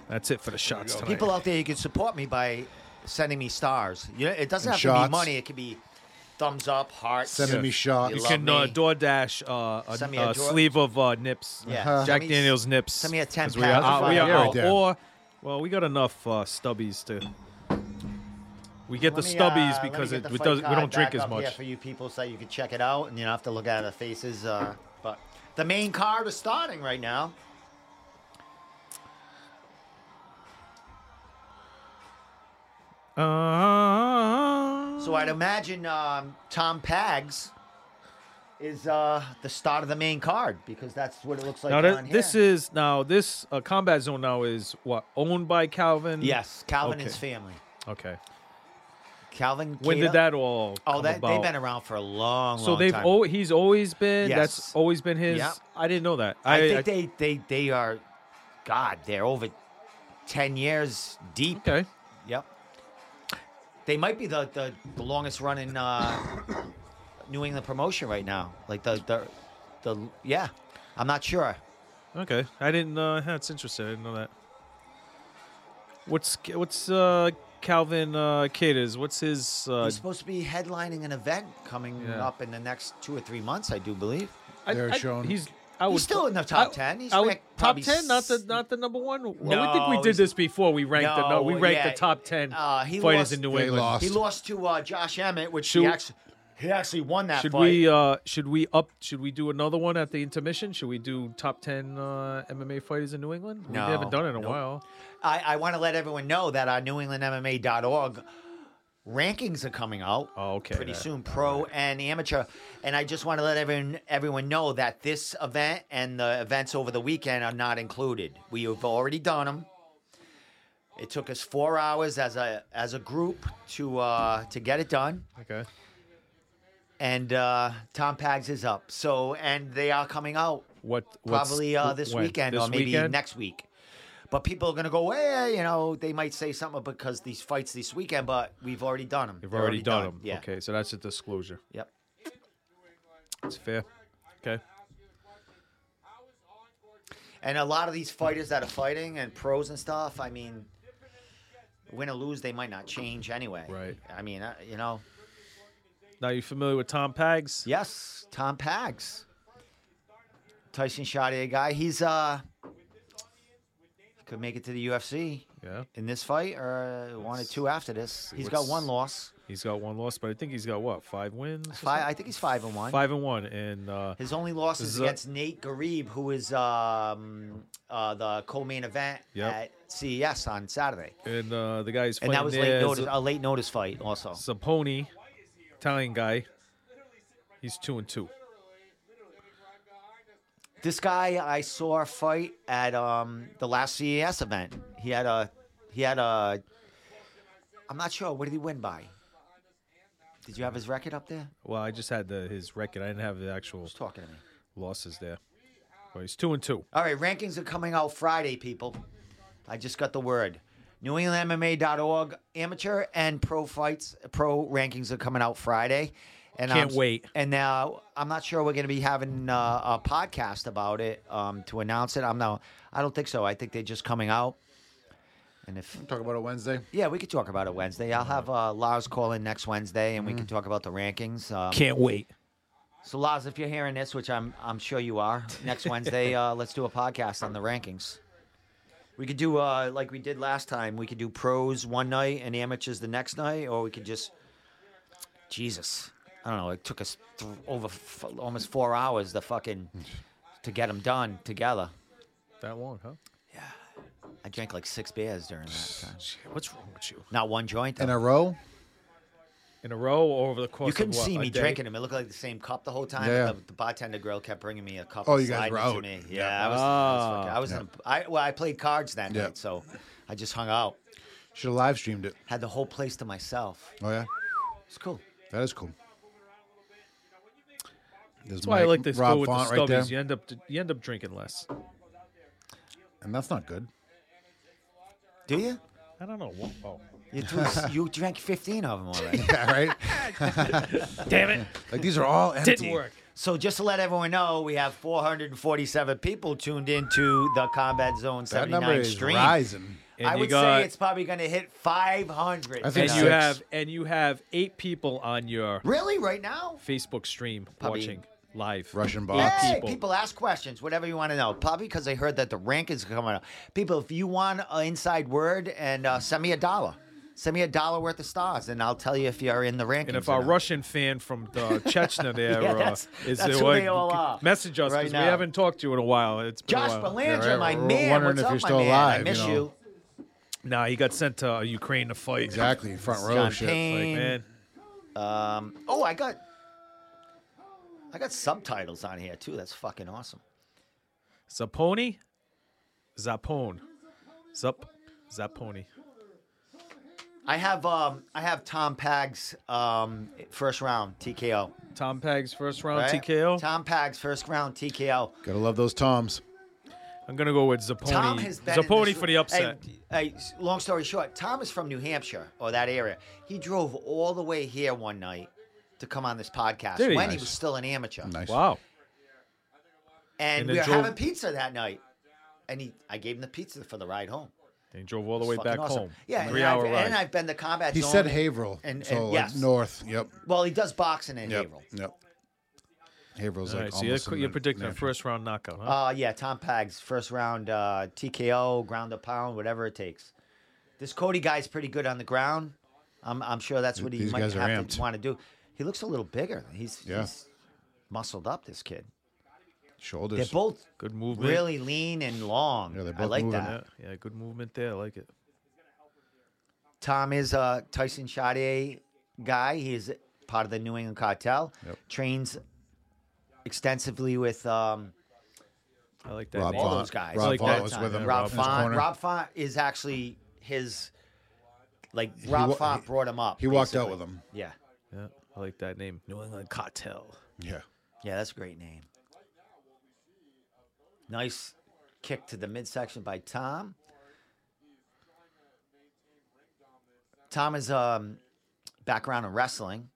Speaker 3: that's it for the shots tonight.
Speaker 1: People out there, you can support me by sending me stars. You know, it doesn't
Speaker 2: And
Speaker 1: have to
Speaker 2: shots.
Speaker 1: be money. It could be thumbs up, hearts.
Speaker 2: Sending me
Speaker 3: Yeah.
Speaker 2: shots.
Speaker 1: You
Speaker 3: You
Speaker 1: love
Speaker 3: can uh,
Speaker 1: me.
Speaker 3: DoorDash uh, a,
Speaker 1: Send me a
Speaker 3: a
Speaker 1: door-
Speaker 3: sleeve of uh, nips.
Speaker 1: Yeah. Uh-huh.
Speaker 3: Jack
Speaker 1: Send me-
Speaker 3: Daniels nips.
Speaker 1: send me a 10
Speaker 3: 'Cause we
Speaker 1: pack
Speaker 3: are,
Speaker 1: of
Speaker 3: uh, we are
Speaker 1: Fireball.
Speaker 3: out.
Speaker 2: Yeah.
Speaker 3: Or, well, we got enough uh, stubbies to. We get the
Speaker 1: Let me,
Speaker 3: stubbies
Speaker 1: uh, let me
Speaker 3: because
Speaker 1: get
Speaker 3: it,
Speaker 1: the
Speaker 3: we,
Speaker 1: fight
Speaker 3: does, we
Speaker 1: card
Speaker 3: don't drink
Speaker 1: back
Speaker 3: as
Speaker 1: up here
Speaker 3: much.
Speaker 1: for you people, so you can check it out, and you don't have to look at our faces. Uh, but the main card is starting right now.
Speaker 3: Uh,
Speaker 1: So I'd imagine um, Tom Pags is uh, the start of the main card because that's what it looks like
Speaker 3: now
Speaker 1: on
Speaker 3: that, this
Speaker 1: here.
Speaker 3: is now this uh, combat zone now is what owned by Calvin.
Speaker 1: yes, Calvin and
Speaker 3: Okay.
Speaker 1: his family.
Speaker 3: Okay.
Speaker 1: Calvin.
Speaker 3: When
Speaker 1: Keita-
Speaker 3: did that all?
Speaker 1: Oh,
Speaker 3: come
Speaker 1: that
Speaker 3: about?
Speaker 1: they've been around for a long,
Speaker 3: So
Speaker 1: long
Speaker 3: they've
Speaker 1: time.
Speaker 3: oh he's always been
Speaker 1: Yes.
Speaker 3: that's always been his.
Speaker 1: Yep.
Speaker 3: I didn't know that.
Speaker 1: I, think they, they they are, God, they're over ten years deep.
Speaker 3: okay.
Speaker 1: Yep. They might be the the, the longest running uh, New England promotion right now. Like the the the yeah, I'm not sure.
Speaker 3: Okay, I didn't. Uh, that's interesting. I didn't know that. What's what's uh, Calvin uh, Cata's? What's his? Uh,
Speaker 1: He's supposed to be headlining an event coming
Speaker 3: Yeah.
Speaker 1: up in the next two or three months, I do believe.
Speaker 3: I-
Speaker 2: They're
Speaker 3: I-
Speaker 2: shown-
Speaker 3: He's. I
Speaker 1: He's
Speaker 3: would,
Speaker 1: still in the top
Speaker 3: I-
Speaker 1: 10. He's
Speaker 3: I would-
Speaker 1: ranked
Speaker 3: top
Speaker 1: probably
Speaker 3: ten, not the
Speaker 1: s-
Speaker 3: not the number one. Well, I think we
Speaker 1: No,
Speaker 3: did
Speaker 1: he's-
Speaker 3: this before. We ranked the no, we
Speaker 1: No,
Speaker 3: ranked
Speaker 1: yeah,
Speaker 3: the top ten
Speaker 1: uh, he
Speaker 3: fighters
Speaker 1: lost-
Speaker 3: in New
Speaker 2: They
Speaker 3: England.
Speaker 2: lost.
Speaker 1: He lost to uh, Josh Emmett, which he
Speaker 3: Shoot.
Speaker 1: actually He actually won that
Speaker 3: Should
Speaker 1: fight.
Speaker 3: we uh should we up should we do another one at the intermission? Should we do top ten uh, MMA fighters in New England?
Speaker 1: No,
Speaker 3: we haven't done it in a
Speaker 1: nope.
Speaker 3: while.
Speaker 1: I, I want to let everyone know that our NewEnglandMMA.org rankings are coming out
Speaker 3: Oh, okay.
Speaker 1: pretty soon, pro and amateur. And I just want to let everyone everyone know that this event and the events over the weekend are not included. We have already done them. It took us four hours as a as a group to uh, to get it done,
Speaker 3: Okay.
Speaker 1: and uh, Tom Pags is up. So and they are coming out
Speaker 3: What what's-
Speaker 1: probably uh, this
Speaker 3: when?
Speaker 1: weekend
Speaker 3: This
Speaker 1: or maybe
Speaker 3: weekend?
Speaker 1: next week. But people are going to go, hey, you know, they might say something because these fights this weekend, but we've already done them.
Speaker 3: You've already done them.
Speaker 1: Yeah.
Speaker 3: Okay, so that's a disclosure.
Speaker 1: Yep.
Speaker 3: It's fair. Okay.
Speaker 1: And a lot of these fighters that are fighting and pros and stuff, I mean, win or lose, they might not change anyway.
Speaker 3: Right.
Speaker 1: I mean, uh, you know,
Speaker 3: Now you familiar with Tom Pags?
Speaker 1: yes, Tom Pags, Tyson Shadier guy. He's, uh, could make it to the UFC
Speaker 3: Yeah.
Speaker 1: in this fight or one or two after this. He's got
Speaker 3: what's-
Speaker 1: one loss.
Speaker 3: He's got one loss, but I think he's got what five wins? or
Speaker 1: Five, I think he's five and one.
Speaker 3: something? Five and one, and uh,
Speaker 1: His only loss
Speaker 3: This
Speaker 1: is
Speaker 3: is a-
Speaker 1: against Nate Garib, who is um, uh, the co-main event
Speaker 3: Yep.
Speaker 1: at CES on Saturday,
Speaker 3: and uh, the guy's
Speaker 1: and
Speaker 3: fighting
Speaker 1: that was late
Speaker 3: there is
Speaker 1: notice, Oh. a late notice fight also.
Speaker 3: Saponi, Italian guy. He's two and two.
Speaker 1: This guy I saw fight at um, the last CES event. He had a he had a. I'm not sure what did he win by. Did you have his record up there?
Speaker 3: Well, I just had the, his record. I didn't have the actual
Speaker 1: Who's talking to me?
Speaker 3: losses there. But he's two and two.
Speaker 1: All right, rankings are coming out Friday, people. I just got the word. NewEnglandMMA.org amateur and pro fights, pro rankings are coming out Friday. And
Speaker 3: Can't
Speaker 1: I'm-
Speaker 3: wait.
Speaker 1: And now I'm not sure we're going to be having uh, a podcast about it um, to announce it. I'm not. I don't think so. I think they're just coming out. And if
Speaker 2: Talk about it Wednesday.
Speaker 1: yeah, we could talk about it Wednesday. I'll have uh, Lars call in next Wednesday, and we
Speaker 3: Mm.
Speaker 1: can talk about the rankings. Um,
Speaker 3: Can't wait.
Speaker 1: so Lars, if you're hearing this, which I'm I'm sure you are, next Wednesday, uh, let's do a podcast on the rankings. We could do uh, like we did last time. We could do pros one night and amateurs the next night, or we could just Jesus, I don't know. It took us th- over f- almost four hours to fucking to get them done together.
Speaker 3: That long, huh?
Speaker 1: I drank like six beers during that time.
Speaker 3: What's wrong with you?
Speaker 1: Not one joint.
Speaker 2: In
Speaker 1: Though.
Speaker 2: a row?
Speaker 3: In a row or over the course
Speaker 1: You couldn't
Speaker 3: of what,
Speaker 1: see
Speaker 3: a
Speaker 1: me
Speaker 3: day?
Speaker 1: drinking them. It looked like the same cup the whole time.
Speaker 2: Yeah.
Speaker 1: The, the bartender girl kept bringing me a cup.
Speaker 2: Oh,
Speaker 1: and
Speaker 2: you guys were
Speaker 1: sliding
Speaker 2: out.
Speaker 1: it to me.
Speaker 2: Yeah. Oh.
Speaker 1: Yeah, I was. I was,
Speaker 3: Ah.
Speaker 1: fucking- I was in a- I- well, I played cards that
Speaker 2: Yeah.
Speaker 1: night, so I just hung out.
Speaker 2: Should have live streamed it.
Speaker 1: Had the whole place to myself.
Speaker 2: Oh, yeah.
Speaker 1: It's cool.
Speaker 2: That is cool. There's
Speaker 3: That's why I
Speaker 2: Mike-
Speaker 3: like this go with the
Speaker 2: Font
Speaker 3: stubbies. you end up you end up drinking less.
Speaker 2: And that's not good.
Speaker 1: Do you?
Speaker 3: I don't know. What, oh,
Speaker 1: You, threw, you drank 15 of them already.
Speaker 2: Yeah, right?
Speaker 3: damn it!
Speaker 2: Like these are all empty.
Speaker 3: Didn't work.
Speaker 1: So just to let everyone know, we have 447 people tuned into the Combat Zone
Speaker 2: That number
Speaker 1: 79
Speaker 2: is
Speaker 1: stream.
Speaker 2: rising.
Speaker 3: And
Speaker 1: I
Speaker 3: you
Speaker 1: would
Speaker 3: got-
Speaker 1: say it's probably going to hit 500.
Speaker 2: I think
Speaker 3: And
Speaker 1: tonight.
Speaker 2: Six.
Speaker 3: you have and you have eight people on your
Speaker 1: really right now?
Speaker 3: Facebook stream
Speaker 1: Puppy.
Speaker 3: watching live.
Speaker 2: Russian
Speaker 3: Eight
Speaker 2: bots.
Speaker 1: Hey, people.
Speaker 3: people.
Speaker 1: ask questions, whatever you want to know. Probably because they heard that the rankings are coming up. People, if you want an inside word, and uh, send me a dollar. Send me a dollar worth of stars, and I'll tell you if you're in the rankings.
Speaker 3: And if
Speaker 1: or
Speaker 3: our
Speaker 1: not.
Speaker 3: Russian fan from uh, Chechnya there
Speaker 1: Yeah,
Speaker 3: uh,
Speaker 1: that's-
Speaker 3: is
Speaker 1: that's
Speaker 3: there,
Speaker 1: who
Speaker 3: like,
Speaker 1: they all are
Speaker 3: message us
Speaker 1: right
Speaker 3: because
Speaker 1: now.
Speaker 3: we haven't talked to you in a while. It's been
Speaker 1: Josh
Speaker 3: a while.
Speaker 1: Belanger,
Speaker 2: Yeah,
Speaker 1: my
Speaker 2: uh, we're
Speaker 1: man,
Speaker 2: wondering
Speaker 1: what's
Speaker 2: if
Speaker 1: up,
Speaker 2: you're
Speaker 1: my
Speaker 2: still
Speaker 1: man? I
Speaker 2: alive,
Speaker 1: miss
Speaker 2: you
Speaker 1: you.
Speaker 2: know.
Speaker 3: Nah, he got sent to uh, Ukraine to fight.
Speaker 2: Exactly. Front row
Speaker 1: John
Speaker 2: shit.
Speaker 1: Payne.
Speaker 3: Like, man,
Speaker 1: Um, oh, I got, I got subtitles on here too. That's fucking awesome.
Speaker 3: Zapponi, Zappone, Zap, Zapponi.
Speaker 1: I have, um, I have Tom Pag's um, first round TKO.
Speaker 3: Tom Peg's first
Speaker 2: Oh,
Speaker 3: round
Speaker 1: right?
Speaker 3: TKO.
Speaker 1: Tom Pag's first round TKO.
Speaker 2: Gotta love those toms.
Speaker 3: I'm gonna go with Zapponi.
Speaker 1: Tom has been in
Speaker 3: Zapponi
Speaker 1: this-
Speaker 3: for the upset.
Speaker 1: Hey, hey, s- long story short, Tom is from New Hampshire or that area. He drove all the way here one night to come on this podcast
Speaker 3: Did he?
Speaker 1: when he
Speaker 3: Nice.
Speaker 1: was still an amateur.
Speaker 2: Nice.
Speaker 3: wow.
Speaker 1: And,
Speaker 3: And
Speaker 1: we
Speaker 3: then
Speaker 1: were
Speaker 3: drove-
Speaker 1: having pizza that night. And he, I gave him the pizza for the ride home.
Speaker 3: They drove all the way
Speaker 1: Fucking
Speaker 3: back
Speaker 1: awesome.
Speaker 3: home.
Speaker 1: Yeah,
Speaker 3: Three
Speaker 1: and,
Speaker 3: hour
Speaker 1: I've,
Speaker 3: ride.
Speaker 1: and I've been to combat
Speaker 2: He
Speaker 1: zone.
Speaker 2: said Haverhill.
Speaker 1: and- and-
Speaker 2: so like,
Speaker 1: yes.
Speaker 2: north. Yep.
Speaker 1: Well, he does boxing in
Speaker 2: Yep.
Speaker 1: Haverhill.
Speaker 2: Yep. Haverhill's
Speaker 3: all
Speaker 2: like
Speaker 3: right, so you're,
Speaker 2: almost. in
Speaker 3: you're
Speaker 2: the
Speaker 3: predicting a
Speaker 2: Hampshire.
Speaker 3: first round knockout, huh?
Speaker 1: Uh, yeah, Tom Pags, first round uh, TKO, ground a pound, whatever it takes. This Cody guy's pretty good on the ground. I'm, I'm sure that's what he
Speaker 2: These
Speaker 1: might
Speaker 2: guys are
Speaker 1: have
Speaker 2: amped.
Speaker 1: to want to do. He looks a little bigger. He's,
Speaker 2: Yeah.
Speaker 1: he's muscled up. This kid. They're
Speaker 2: Shoulders.
Speaker 1: both
Speaker 3: Good movement.
Speaker 1: really lean and long.
Speaker 2: Yeah, they're
Speaker 1: I
Speaker 2: both
Speaker 1: like
Speaker 2: moving,
Speaker 1: that.
Speaker 3: Yeah, yeah, good movement there. I like it.
Speaker 1: Tom is a Tyson Sade guy. He's part of the New England cartel.
Speaker 2: Yep.
Speaker 1: Trains extensively with um,
Speaker 3: I like that.
Speaker 2: Rob
Speaker 3: name.
Speaker 1: all
Speaker 2: Font.
Speaker 1: those guys.
Speaker 2: Rob
Speaker 3: Like
Speaker 2: Font
Speaker 3: that
Speaker 2: was
Speaker 3: time,
Speaker 2: with
Speaker 3: yeah.
Speaker 2: him.
Speaker 1: Rob
Speaker 2: in his
Speaker 1: Font.
Speaker 2: corner.
Speaker 1: Rob Font is actually his. Like
Speaker 2: wa-
Speaker 1: Rob Font
Speaker 2: he-
Speaker 1: brought him up.
Speaker 2: He walked out
Speaker 1: basically.
Speaker 2: with him.
Speaker 1: Yeah,
Speaker 3: Yeah, I like that name. New England Cartel.
Speaker 2: Yeah.
Speaker 1: yeah, that's a great name. Nice kick to the midsection by Tom. Tom is um background in wrestling.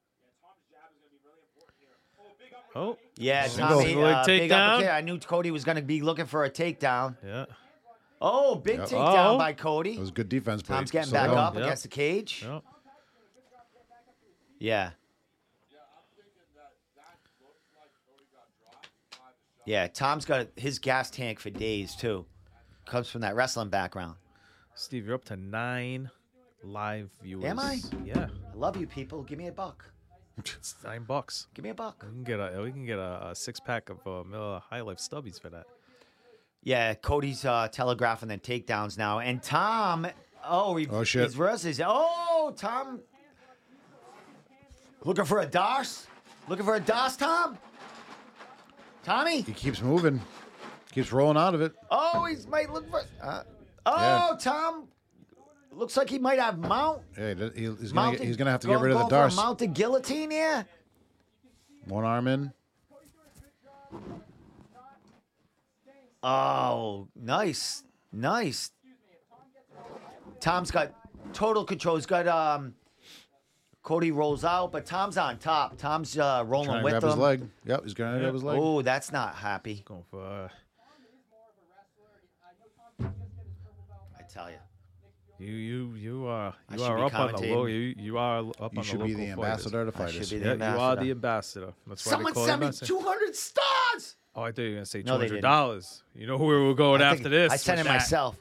Speaker 3: Oh,
Speaker 1: Yeah,
Speaker 2: Single.
Speaker 1: Tommy,
Speaker 3: Single
Speaker 1: uh,
Speaker 3: leg
Speaker 1: big uppercut.
Speaker 3: takedown.
Speaker 1: I knew Cody was going to be looking for a takedown.
Speaker 3: yeah.
Speaker 1: Oh, big
Speaker 2: Yep.
Speaker 1: takedown
Speaker 3: Oh.
Speaker 1: by Cody.
Speaker 2: That was good defense. but
Speaker 1: Tom's
Speaker 2: he
Speaker 1: getting
Speaker 2: slowed
Speaker 1: back
Speaker 2: down.
Speaker 1: up
Speaker 3: Yep.
Speaker 1: against the cage.
Speaker 3: Yeah.
Speaker 1: Yeah. Yeah, Tom's got his gas tank for days too. Comes from that wrestling background.
Speaker 3: Steve, you're up to nine live viewers.
Speaker 1: Am I?
Speaker 3: Yeah,
Speaker 1: I love you people. Give me a buck.
Speaker 3: it's nine bucks.
Speaker 1: Give me a buck.
Speaker 3: We can get a we can get a, a six pack of uh, Miller High Life stubbies for that.
Speaker 1: Yeah, Cody's uh, telegraphing the takedowns now, and Tom. Oh, he,
Speaker 2: Oh, shit.
Speaker 1: His wrist is. Oh, Tom. Looking for a DOS? Looking for a DOS, Tom? Tommy?
Speaker 2: He keeps moving. Keeps rolling out of it.
Speaker 1: Oh, he's might look for. Uh, oh,
Speaker 2: Yeah.
Speaker 1: Tom. Looks like he might have mount.
Speaker 2: Yeah, he- he- he's gonna
Speaker 1: mounted
Speaker 2: get, he's gonna have to
Speaker 1: go-
Speaker 2: get rid of the
Speaker 1: going for a
Speaker 2: darts.
Speaker 1: Mounted guillotine here.
Speaker 2: One arm in.
Speaker 1: Oh, nice, nice. Tom's got total control. He's got um. Cody rolls out, but Tom's on top. Tom's uh, rolling
Speaker 2: Trying to
Speaker 1: with
Speaker 2: grab
Speaker 1: him.
Speaker 2: his leg. Yep, he's gonna grab his leg.
Speaker 1: Oh, that's not happy.
Speaker 3: Going for uh,
Speaker 1: I tell you,
Speaker 3: you you you are
Speaker 1: I
Speaker 3: you
Speaker 1: should
Speaker 3: are
Speaker 1: be
Speaker 3: up on the low.
Speaker 1: commentating.
Speaker 3: You you are l- up
Speaker 2: You
Speaker 3: on the
Speaker 2: should
Speaker 3: local
Speaker 2: be the
Speaker 3: fighters.
Speaker 2: ambassador to
Speaker 1: I
Speaker 2: fighters.
Speaker 1: should be the
Speaker 3: Yeah, you are
Speaker 1: ambassador.
Speaker 3: the ambassador. That's why
Speaker 1: Someone
Speaker 3: they call
Speaker 1: sent
Speaker 3: you
Speaker 1: me
Speaker 3: ambassador.
Speaker 1: two hundred stars.
Speaker 3: Oh, I thought you were gonna say two
Speaker 1: No, they
Speaker 3: hundred
Speaker 1: didn't.
Speaker 3: dollars. You know where we're going
Speaker 1: I think
Speaker 3: after this.
Speaker 1: I sent
Speaker 3: with
Speaker 1: it
Speaker 3: that.
Speaker 1: myself.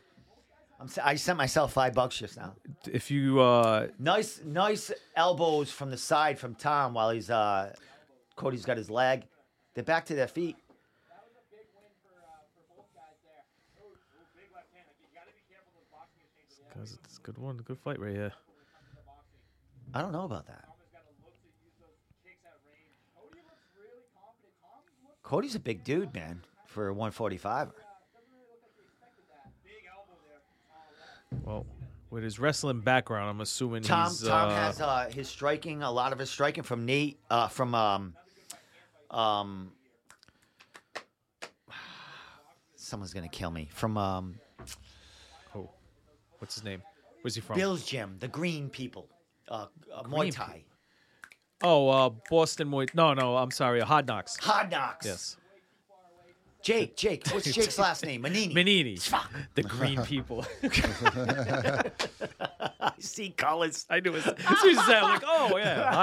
Speaker 1: I'm, s- I sent myself five bucks just now.
Speaker 3: If you uh,
Speaker 1: Nice, nice elbows from the side from Tom while he's uh, Cody's got his leg. They're back to their feet.
Speaker 3: guys, it's a good one, good fight right here.
Speaker 1: I don't know about that. Cody's a big dude, man, for a 145.
Speaker 3: Well, with his wrestling background, I'm assuming
Speaker 1: Tom,
Speaker 3: he's
Speaker 1: Tom
Speaker 3: uh,
Speaker 1: has uh, his striking, a lot of his striking from Nate, uh, from um, um, someone's gonna kill me from um,
Speaker 3: oh, what's his name? Where's he from?
Speaker 1: Bill's gym, the Green people, uh, uh, Muay Thai,
Speaker 3: Oh, uh, Boston Muay. No, no, I'm sorry, uh, Hard Knocks.
Speaker 1: Hard Knocks.
Speaker 3: Yes,
Speaker 1: Jake, Jake, what's Jake's last name? Manini.
Speaker 3: Manini, the Green People.
Speaker 1: I see Collins.
Speaker 3: I knew it. As soon as that, I'm like, oh yeah,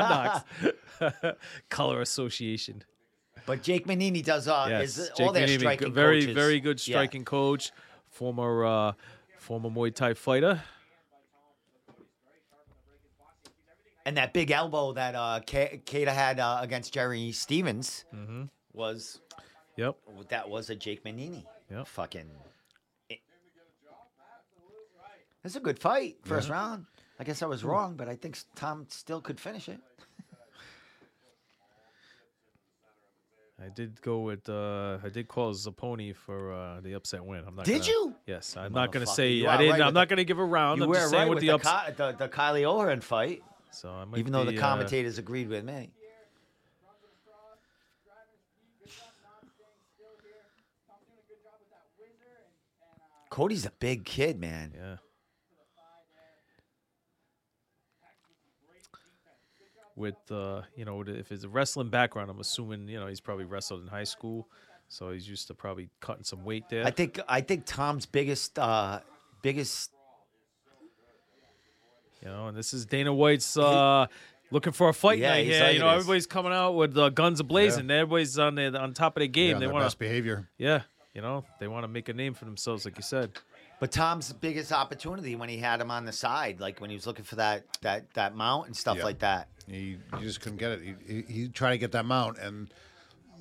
Speaker 3: Hard Knocks. Color Association.
Speaker 1: But Jake Manini does uh,
Speaker 3: Yes,
Speaker 1: is all
Speaker 3: Jake
Speaker 1: their
Speaker 3: Manini,
Speaker 1: striking
Speaker 3: very,
Speaker 1: coaches.
Speaker 3: very good
Speaker 1: Yeah.
Speaker 3: striking coach, former, uh, former Muay Thai fighter.
Speaker 1: And that big elbow that uh, K- Kata had uh, against Jerry Stevens
Speaker 3: Mm-hmm.
Speaker 1: was
Speaker 3: Yep.
Speaker 1: that was a Jake Manini.
Speaker 3: Yep.
Speaker 1: Fucking. it- It's a good fight, first round. I guess I was wrong, but I think s- Tom still could finish it.
Speaker 3: I did go with. Uh, I did call Zapponi for uh, the upset win. I'm not.
Speaker 1: Did
Speaker 3: gonna-
Speaker 1: you?
Speaker 3: Yes, I'm not gonna
Speaker 1: Motherfucker,
Speaker 3: say.
Speaker 1: you
Speaker 3: I
Speaker 1: are
Speaker 3: didn't.
Speaker 1: right
Speaker 3: I'm
Speaker 1: with
Speaker 3: not
Speaker 1: the-
Speaker 3: gonna give a round.
Speaker 1: you
Speaker 3: I'm
Speaker 1: were
Speaker 3: just saying
Speaker 1: right
Speaker 3: what
Speaker 1: with
Speaker 3: the
Speaker 1: the,
Speaker 3: upset.
Speaker 1: Ki- the, the Kylie Oren fight,
Speaker 3: so I might
Speaker 1: even though
Speaker 3: be,
Speaker 1: the
Speaker 3: uh,
Speaker 1: commentators agreed with me. Cody's a big kid, man.
Speaker 3: yeah. With uh, you know, with- if it's a wrestling background, I'm assuming you know he's probably wrestled in high school, so he's used to probably cutting some weight there.
Speaker 1: I think I think Tom's biggest uh biggest
Speaker 3: You know, and this is Dana White's uh, looking for a fight
Speaker 1: Yeah,
Speaker 3: night
Speaker 1: he's
Speaker 3: here.
Speaker 1: like
Speaker 3: you
Speaker 1: it
Speaker 3: know,
Speaker 1: is.
Speaker 3: everybody's coming out with uh, guns ablazing. Everybody's on the, on top of their game.
Speaker 2: Yeah, on
Speaker 3: they
Speaker 2: their
Speaker 3: want
Speaker 2: best
Speaker 3: to,
Speaker 2: behavior.
Speaker 3: yeah, you know, they want to make a name for themselves, like you said.
Speaker 1: But Tom's biggest opportunity when he had him on the side, like when he was looking for that that that mount and stuff
Speaker 2: Yeah.
Speaker 1: like that.
Speaker 2: He, he just couldn't get it. He, he, he tried to get that mount, and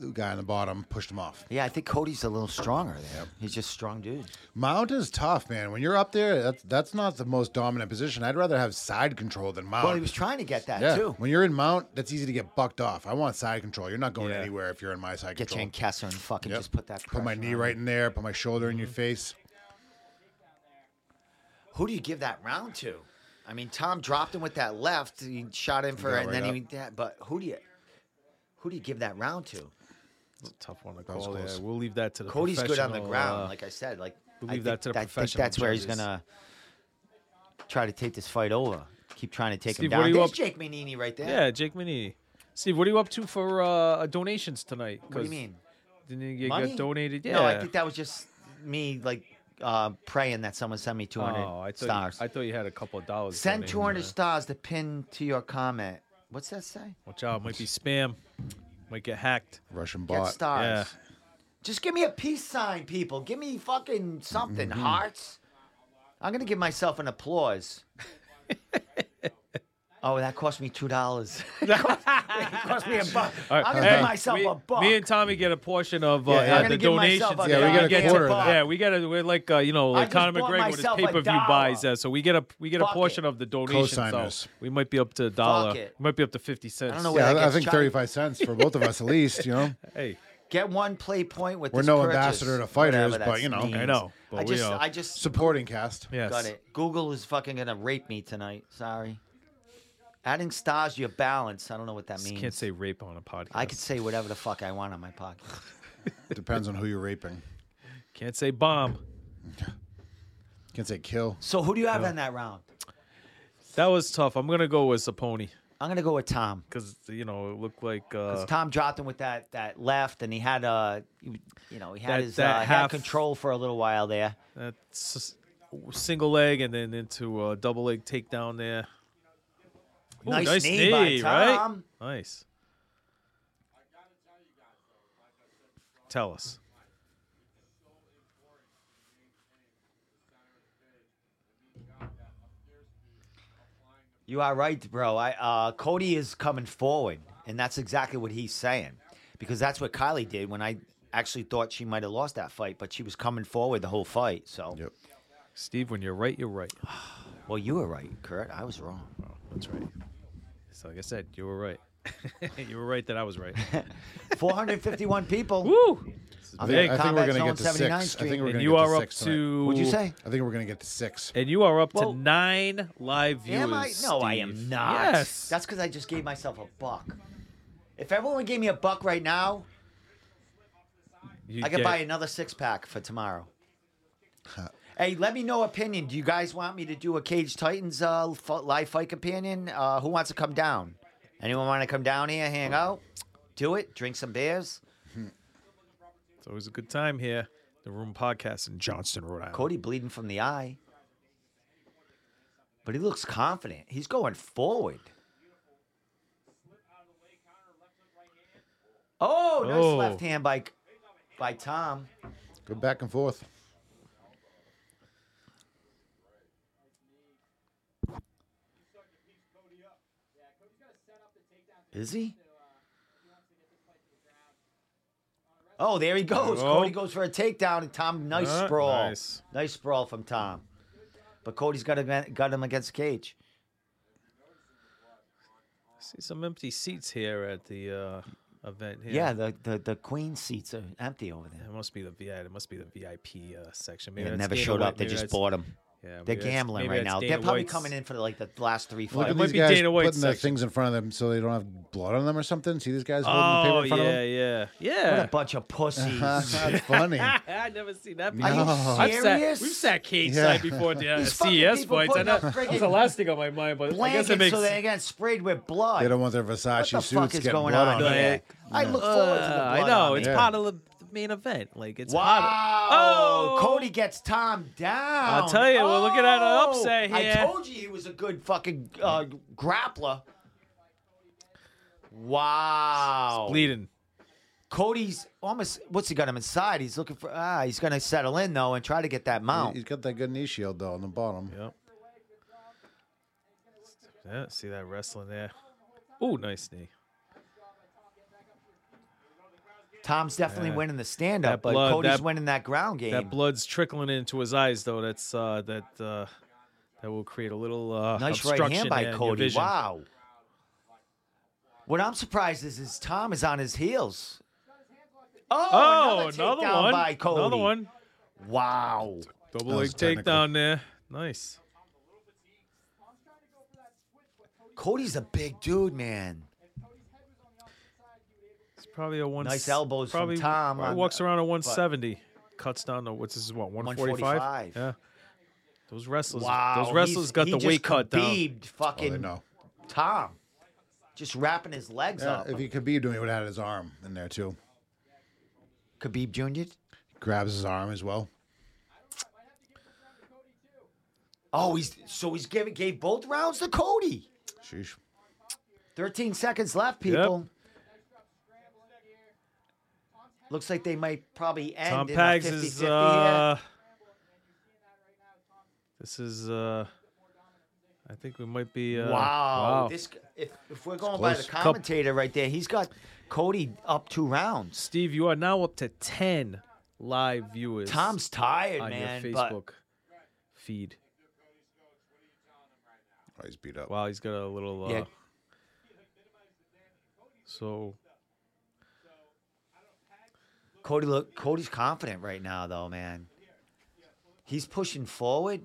Speaker 2: the guy on the bottom pushed him off.
Speaker 1: Yeah, I think Cody's a little stronger there. He's just a strong dude.
Speaker 2: Mount is tough, man. When you're up there, that's that's not the most dominant position. I'd rather have side control than mount.
Speaker 1: Well, he was trying to get that
Speaker 2: Uh, yeah.
Speaker 1: too.
Speaker 2: When you're in mount, that's easy to get bucked off. I want side control. You're not going
Speaker 3: Yeah.
Speaker 2: anywhere if you're in my side
Speaker 1: Get your
Speaker 2: control.
Speaker 1: Kessler and fucking
Speaker 2: Yep.
Speaker 1: just put that.
Speaker 2: Put my
Speaker 1: pressure
Speaker 2: knee
Speaker 1: on
Speaker 2: right
Speaker 1: him. Mm-hmm.
Speaker 2: in there. Put my shoulder in your face.
Speaker 1: Who do you give that round to? I mean, Tom dropped him with that left. He shot in for,
Speaker 2: got
Speaker 1: and
Speaker 2: right
Speaker 1: then
Speaker 2: up.
Speaker 1: he. yeah, But who do you, who do you give that round to?
Speaker 3: It's a tough one to
Speaker 2: was
Speaker 3: call. Yeah,
Speaker 2: close.
Speaker 3: we'll leave that to the
Speaker 1: Cody's good on the
Speaker 3: professional,
Speaker 1: ground,
Speaker 3: uh,
Speaker 1: like I said. Like
Speaker 3: we'll
Speaker 1: I
Speaker 3: leave
Speaker 1: think-
Speaker 3: that to the
Speaker 1: I think
Speaker 3: professional
Speaker 1: that's where he's
Speaker 3: judges.
Speaker 1: gonna try to take this fight over. Keep trying to take
Speaker 3: Steve,
Speaker 1: him down.
Speaker 3: what are you
Speaker 1: There's
Speaker 3: up-
Speaker 1: Jake Manini right there.
Speaker 3: yeah, Jake Mini. Steve, what are you up to for uh, donations tonight?
Speaker 1: What do
Speaker 3: 'Cause
Speaker 1: you mean?
Speaker 3: Didn't you get
Speaker 1: Money?
Speaker 3: donated? Yeah.
Speaker 1: No, I think that was just me like uh, praying that someone sent me 200
Speaker 3: oh, I thought
Speaker 1: stars.
Speaker 3: You, I thought you had a couple of dollars.
Speaker 1: Send
Speaker 3: donated.
Speaker 1: 200
Speaker 3: Yeah.
Speaker 1: stars to pin to your comment. What's that say?
Speaker 3: Watch out, might be spam. Might get hacked.
Speaker 2: Russian
Speaker 1: Get
Speaker 2: bot.
Speaker 1: stars.
Speaker 3: Yeah.
Speaker 1: Just give me a peace sign, people. Give me fucking something,
Speaker 3: Mm-hmm.
Speaker 1: hearts. I'm gonna give myself an applause. oh, that cost me two dollars. it cost me a buck.
Speaker 3: All right, uh,
Speaker 1: I'm gonna
Speaker 3: hey,
Speaker 1: give myself
Speaker 3: we-
Speaker 1: a buck.
Speaker 3: Me and Tommy get a portion of uh,
Speaker 2: Yeah, yeah.
Speaker 3: uh,
Speaker 2: I'm
Speaker 1: gonna
Speaker 3: the
Speaker 1: give myself
Speaker 3: donations.
Speaker 1: a
Speaker 2: Yeah, we gotta
Speaker 3: get
Speaker 2: get quarter of that.
Speaker 3: Yeah, we gotta. We're like uh, you know, like
Speaker 1: just
Speaker 3: Conor
Speaker 1: bought
Speaker 3: McGregor with his
Speaker 1: myself a
Speaker 3: pay per view
Speaker 1: dollar.
Speaker 3: buys. Uh, so we get a we get a
Speaker 1: Fuck
Speaker 3: portion
Speaker 1: it.
Speaker 3: of the donation.
Speaker 2: Co-signers.
Speaker 3: So we might be up to a dollar.
Speaker 1: it.
Speaker 3: We might be up to fifty cents.
Speaker 1: I don't know where
Speaker 2: Yeah,
Speaker 1: that
Speaker 2: I- I
Speaker 1: gets
Speaker 2: think
Speaker 1: charged.
Speaker 2: 35 cents for both of us at least, you know?
Speaker 3: Hey,
Speaker 1: Get one play point with.
Speaker 2: We're
Speaker 1: this
Speaker 2: no
Speaker 1: purchase,
Speaker 2: ambassador to
Speaker 1: whatever
Speaker 2: fighters,
Speaker 1: that
Speaker 2: but, you know. I
Speaker 1: means.
Speaker 3: know, but
Speaker 1: I
Speaker 3: we
Speaker 1: just,
Speaker 3: are-
Speaker 1: I just
Speaker 2: Supporting cast.
Speaker 3: yes.
Speaker 1: got it. Google is fucking gonna rape me tonight. Sorry. Adding stars to your balance. I don't know what that means.
Speaker 3: Can't say rape on a podcast.
Speaker 1: I could say whatever the fuck I want on my podcast.
Speaker 2: Depends on who you're raping.
Speaker 3: Can't say bomb.
Speaker 2: Can't say kill.
Speaker 1: So who do you have
Speaker 3: Uh,
Speaker 1: in that round?
Speaker 3: That was tough. I'm gonna go with Saponi
Speaker 1: I'm gonna go with Tom.
Speaker 3: because you know it looked like uh,
Speaker 1: 'Cause Tom dropped him with that that left, and he had uh, you you know, he had
Speaker 3: That-
Speaker 1: his
Speaker 3: that
Speaker 1: uh, he had
Speaker 3: half-
Speaker 1: control for a little while there.
Speaker 3: that s- single leg and then into a double leg takedown there. Ooh,
Speaker 1: nice, knee, by
Speaker 3: right?
Speaker 1: Tom.
Speaker 3: Nice. Tell us.
Speaker 1: You are right, bro. I uh, Cody is coming forward, and that's exactly what he's saying, because that's what Kylie did when I actually thought she might have lost that fight, but she was coming forward the whole fight. So,
Speaker 2: Yep.
Speaker 3: Steve, when you're right, you're right.
Speaker 1: well, you were right, Kurt. I was wrong.
Speaker 3: That's right. So like I said, you were right. you were right that I was right.
Speaker 1: 451 people.
Speaker 3: Woo! This is
Speaker 1: I
Speaker 3: big.
Speaker 1: think-
Speaker 2: I think
Speaker 1: Combat
Speaker 2: we're going to
Speaker 1: Zone
Speaker 2: get to
Speaker 1: 79
Speaker 2: six. I
Speaker 1: Street.
Speaker 2: think we're
Speaker 3: and
Speaker 2: going
Speaker 3: you
Speaker 2: to get
Speaker 3: are
Speaker 2: to
Speaker 3: up
Speaker 2: six tonight.
Speaker 3: to
Speaker 1: What'd you say?
Speaker 2: I think we're going to get to six.
Speaker 3: And you are up
Speaker 1: Well-
Speaker 3: to nine live viewers.
Speaker 1: Am I? No, I am
Speaker 3: Steve.
Speaker 1: not.
Speaker 3: Yes.
Speaker 1: That's because I just gave myself a buck. If everyone gave me a buck right now,
Speaker 3: You
Speaker 1: I could
Speaker 3: get-
Speaker 1: buy another six pack for tomorrow. hey, let me know opinion. Do you guys want me to do a Cage Titans uh, f- live fight companion? Uh, who wants to come down? Anyone want to come down here, hang out, do it, drink some beers?
Speaker 3: It's always a good time here. The Room Podcast in Johnston, Rhode Island.
Speaker 1: Cody bleeding from the eye, but he looks confident. He's going forward. Oh, nice
Speaker 3: Oh.
Speaker 1: left hand by by Tom.
Speaker 2: Go back and forth.
Speaker 1: Is he? Oh, there he goes.
Speaker 3: Oh.
Speaker 1: Cody goes for a takedown, and Tom, nice
Speaker 3: Uh,
Speaker 1: sprawl.
Speaker 3: nice.
Speaker 1: Nice. sprawl from Tom. But Cody's got, a, got him against the cage.
Speaker 3: See some empty seats here at the uh, event here.
Speaker 1: Yeah, the, the, the queen seats are empty over there.
Speaker 3: It must be the VI. It must be the VIP uh, section. Maybe
Speaker 1: They
Speaker 3: that's
Speaker 1: never
Speaker 3: Dana
Speaker 1: showed
Speaker 3: White.
Speaker 1: up. They
Speaker 3: Maybe
Speaker 1: just
Speaker 3: that's-
Speaker 1: bought them.
Speaker 3: yeah,
Speaker 1: They're
Speaker 3: maybe that's-
Speaker 1: gambling
Speaker 3: maybe
Speaker 1: right
Speaker 3: that's
Speaker 1: now. They're
Speaker 3: Dana
Speaker 1: probably
Speaker 3: White's-
Speaker 1: coming in for like the last three
Speaker 2: Look
Speaker 1: fights.
Speaker 2: at
Speaker 3: might
Speaker 2: these
Speaker 3: be
Speaker 2: guys
Speaker 3: Dana White's
Speaker 2: putting the
Speaker 3: section.
Speaker 2: things in front of them so they don't have blood on them or something. See these guys holding the
Speaker 3: Oh
Speaker 2: paper in front
Speaker 3: yeah,
Speaker 2: of them?
Speaker 3: yeah,
Speaker 1: What a
Speaker 3: yeah.
Speaker 1: bunch of pussies.
Speaker 2: That's funny.
Speaker 3: I never seen that.
Speaker 1: Are
Speaker 3: before.
Speaker 1: you
Speaker 2: Uh-huh. No.
Speaker 3: I've sat,
Speaker 1: serious?
Speaker 3: we've sat cage
Speaker 2: Yeah.
Speaker 3: side before at the uh,
Speaker 1: These fucking
Speaker 3: CES
Speaker 1: people
Speaker 3: fights. I
Speaker 1: putting
Speaker 3: know
Speaker 1: up
Speaker 3: that was
Speaker 1: friggin'
Speaker 3: the last thing on my mind, but I guess
Speaker 1: Blankets
Speaker 3: it makes
Speaker 1: so they get sprayed with blood.
Speaker 2: They don't want their Versace
Speaker 1: what the
Speaker 2: suits
Speaker 1: fuck is
Speaker 2: getting
Speaker 1: going
Speaker 2: blood
Speaker 1: on
Speaker 2: on
Speaker 1: here?
Speaker 2: it.
Speaker 1: I look forward to the
Speaker 3: Uh,
Speaker 1: blood
Speaker 3: I know
Speaker 1: on
Speaker 3: it's
Speaker 1: me.
Speaker 2: Yeah.
Speaker 3: part of the main event. Like it's part.
Speaker 1: Wow!
Speaker 3: Oh!
Speaker 1: Cody gets Tom down.
Speaker 3: I'll tell you, we're looking at an
Speaker 1: Oh!
Speaker 3: upset here.
Speaker 1: I told you he was a good fucking uh, grappler. Wow!
Speaker 3: Of bleeding.
Speaker 1: Cody's almost what's he got him inside? He's looking for ah, he's gonna settle in though and try to get that mount.
Speaker 2: He's got that good knee shield though on the bottom. Oh,
Speaker 3: Yep. Yeah, see that wrestling there. Oh, nice knee.
Speaker 1: Tom's definitely
Speaker 3: Yeah.
Speaker 1: winning the stand up,
Speaker 3: That
Speaker 1: but
Speaker 3: blood-
Speaker 1: Cody's
Speaker 3: that-
Speaker 1: winning that ground game.
Speaker 3: That blood's trickling into his eyes, though. That's uh, that uh, that will create a little uh,
Speaker 1: nice right
Speaker 3: obstruction
Speaker 1: hand by
Speaker 3: there in your
Speaker 1: Cody.
Speaker 3: vision.
Speaker 1: Wow. What I'm surprised is is Tom is on his heels. Oh,
Speaker 3: Oh,
Speaker 1: another,
Speaker 3: another,
Speaker 1: takedown
Speaker 3: one.
Speaker 1: by Cody.
Speaker 3: Another one.
Speaker 1: Wow.
Speaker 3: Double
Speaker 2: That
Speaker 3: leg
Speaker 2: was technical.
Speaker 3: takedown there. Nice.
Speaker 1: Cody's a big dude, man.
Speaker 3: It's probably a one.
Speaker 1: Nice elbows from
Speaker 3: probably,
Speaker 1: Tom
Speaker 3: probably
Speaker 1: on-
Speaker 3: walks around a 170. Cuts down to what's this? is What
Speaker 1: 145?
Speaker 3: 145? Yeah. Those wrestlers.
Speaker 1: Wow.
Speaker 3: Those wrestlers
Speaker 1: he's-
Speaker 3: got
Speaker 1: he
Speaker 3: the
Speaker 1: just
Speaker 3: weight cut down.
Speaker 1: Khabib'd
Speaker 2: Oh, they
Speaker 1: fucking
Speaker 2: know.
Speaker 1: Tom. Just wrapping his legs
Speaker 2: Yeah,
Speaker 1: up.
Speaker 2: if he could be doing, he would have had his arm in there too.
Speaker 1: Khabib Jr.
Speaker 2: Grabs his arm as well.
Speaker 1: Oh, he's so he's giving gave both rounds to Cody.
Speaker 2: Sheesh.
Speaker 1: 13 seconds left, people. Looks like they might probably end.
Speaker 3: Tom
Speaker 1: in
Speaker 3: Pags
Speaker 1: a 50-50
Speaker 3: is.
Speaker 1: here.
Speaker 3: Uh, this is. Uh, I think we might be. Uh,
Speaker 1: wow.
Speaker 3: wow.
Speaker 1: This if, if we're going by the
Speaker 2: close.
Speaker 3: Couple-
Speaker 1: commentator right there, he's got Cody up two rounds.
Speaker 3: Steve, you are now up to 10 live viewers.
Speaker 1: Tom's tired,
Speaker 3: on
Speaker 1: man.
Speaker 3: your
Speaker 1: but-
Speaker 3: Facebook feed.
Speaker 2: Oh, he's beat up.
Speaker 3: Wow, he's got a little. Uh,
Speaker 1: Yeah.
Speaker 3: So
Speaker 1: Cody look Cody's confident right now though, man. He's pushing forward.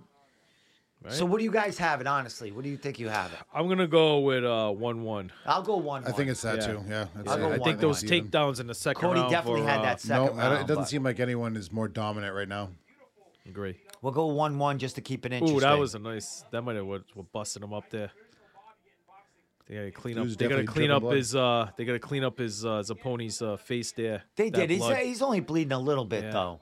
Speaker 1: So
Speaker 3: Right.
Speaker 1: what do you guys have it honestly? What do you think you have it?
Speaker 3: I'm gonna go with uh, one one.
Speaker 1: I'll go one.
Speaker 2: I think it's that
Speaker 3: Yeah.
Speaker 2: too. Yeah, I'd
Speaker 1: I'll
Speaker 2: say-
Speaker 1: go
Speaker 2: I
Speaker 1: one
Speaker 3: I think
Speaker 1: and
Speaker 3: those
Speaker 2: it's even.
Speaker 3: takedowns in the second
Speaker 1: Cody
Speaker 3: round.
Speaker 1: definitely
Speaker 3: were,
Speaker 1: had
Speaker 3: uh,
Speaker 1: that second
Speaker 2: No, I don't-
Speaker 1: round.
Speaker 2: it doesn't
Speaker 1: but
Speaker 2: seem like anyone is more dominant right now.
Speaker 3: Agree.
Speaker 1: we'll go one one just to keep it interesting.
Speaker 3: Ooh, that was a nice. That might have what, what busted him up there. They gotta clean up.
Speaker 2: Dude's
Speaker 3: They gotta
Speaker 2: definitely
Speaker 3: clean
Speaker 2: dripping
Speaker 3: up
Speaker 2: blood.
Speaker 3: his. Uh, they gotta clean up his uh, his opponent's uh, face there.
Speaker 1: They
Speaker 3: That
Speaker 1: did. He's,
Speaker 3: blood.
Speaker 1: he's only bleeding a little bit
Speaker 3: Yeah.
Speaker 1: though.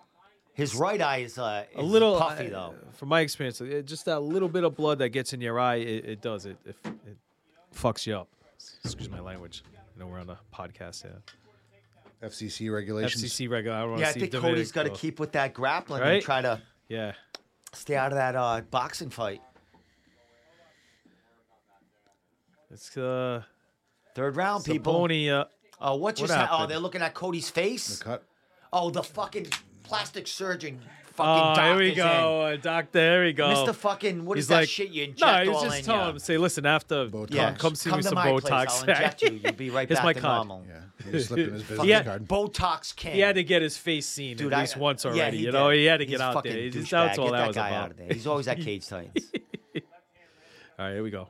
Speaker 1: His right eye is, uh,
Speaker 3: a little
Speaker 1: puffy
Speaker 3: I-
Speaker 1: though.
Speaker 3: From my experience, it, just that little bit of blood that gets in your eye, it, it does it, it. It fucks you up. Excuse my language. I know we're on a podcast. Yeah.
Speaker 2: FCC regulations.
Speaker 3: FCC regular. I don't wanna
Speaker 1: Yeah, I
Speaker 3: see
Speaker 1: think
Speaker 3: Dominic
Speaker 1: Cody's got to
Speaker 3: go.
Speaker 1: keep with that grappling and
Speaker 3: Right?
Speaker 1: try to
Speaker 3: Yeah.
Speaker 1: stay out of that uh, boxing fight.
Speaker 3: It's uh.
Speaker 1: Third round, people.
Speaker 3: Saponi, uh,
Speaker 1: Oh, what just?
Speaker 3: What
Speaker 1: ha- oh,
Speaker 3: happened?
Speaker 1: they're looking at Cody's face.
Speaker 2: Cut.
Speaker 1: Oh, the fucking plastic surgeon.
Speaker 3: oh,
Speaker 1: Fucking
Speaker 3: here we
Speaker 1: doctor's in.
Speaker 3: go, uh, doctor. There we go.
Speaker 1: Mr. Fucking, what is
Speaker 3: He's
Speaker 1: that
Speaker 3: like,
Speaker 1: shit you inject
Speaker 3: no, he
Speaker 1: all
Speaker 3: was just
Speaker 1: in
Speaker 3: telling
Speaker 1: ya?
Speaker 3: him, say, listen, after come,
Speaker 2: Botox.
Speaker 3: come see
Speaker 1: come
Speaker 3: me
Speaker 1: to
Speaker 3: some
Speaker 1: my
Speaker 3: Botox.
Speaker 1: Place. I'll inject you. You'll be right
Speaker 3: Here's
Speaker 1: back
Speaker 3: my
Speaker 1: to
Speaker 3: card.
Speaker 1: normal.
Speaker 2: Yeah, he slipped in his business
Speaker 3: Yeah.
Speaker 2: card.
Speaker 1: Botox can.
Speaker 3: He had to get his face seen
Speaker 1: Dude,
Speaker 3: at
Speaker 1: I-
Speaker 3: least once
Speaker 1: yeah,
Speaker 3: already.
Speaker 1: he
Speaker 3: you know,
Speaker 1: did.
Speaker 3: he had to
Speaker 1: He's
Speaker 3: get out
Speaker 1: fucking
Speaker 3: there. He's-
Speaker 1: douchebag.
Speaker 3: That's all
Speaker 1: get
Speaker 3: that,
Speaker 1: that
Speaker 3: was
Speaker 1: guy
Speaker 3: about.
Speaker 1: out of there. He's always at Cage Titans.
Speaker 3: All right, here we go.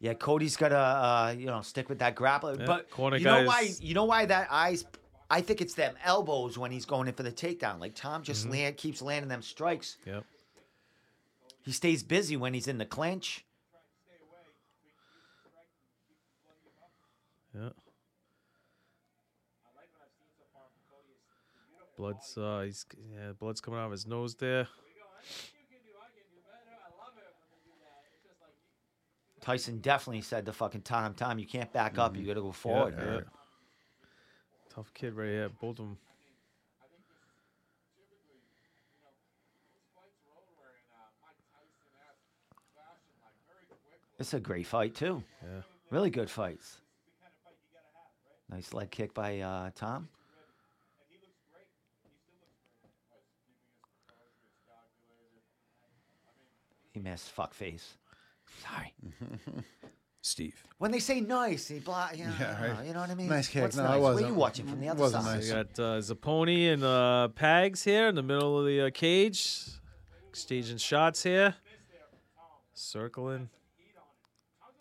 Speaker 1: Yeah, Cody's gotta uh, you know stick with that grappler.
Speaker 3: Yeah,
Speaker 1: but
Speaker 3: corner
Speaker 1: you know
Speaker 3: guys-
Speaker 1: why? You know why that eyes? I think it's them elbows when he's going in for the takedown. Like Tom just
Speaker 3: Mm-hmm.
Speaker 1: land, keeps landing them strikes.
Speaker 3: Yep.
Speaker 1: He stays busy when he's in the clinch.
Speaker 3: Yeah. Blood's uh, he's yeah, blood's coming out of his nose there.
Speaker 1: Tyson definitely said to fucking Tom, Tom, you can't back up. You gotta go forward.
Speaker 3: Mm-hmm. yeah,
Speaker 1: man."
Speaker 3: yeah. Tough kid right here, both of them.
Speaker 1: It's a great fight too.
Speaker 3: Yeah.
Speaker 1: Really good fights. Nice leg kick by uh, Tom. He missed. Fuck face. Sorry.
Speaker 3: Steve.
Speaker 1: When they say nice, he blah. You know,
Speaker 2: Yeah, right.
Speaker 1: you know what I mean.
Speaker 2: Nice kick.
Speaker 1: What's
Speaker 2: No, it
Speaker 1: nice? What are you
Speaker 2: wasn't.
Speaker 1: watching from the other
Speaker 2: Wasn't
Speaker 1: side?
Speaker 2: nice.
Speaker 3: We got uh, Zapponi and uh, Pags here in the middle of the uh, cage, exchanging shots here, circling.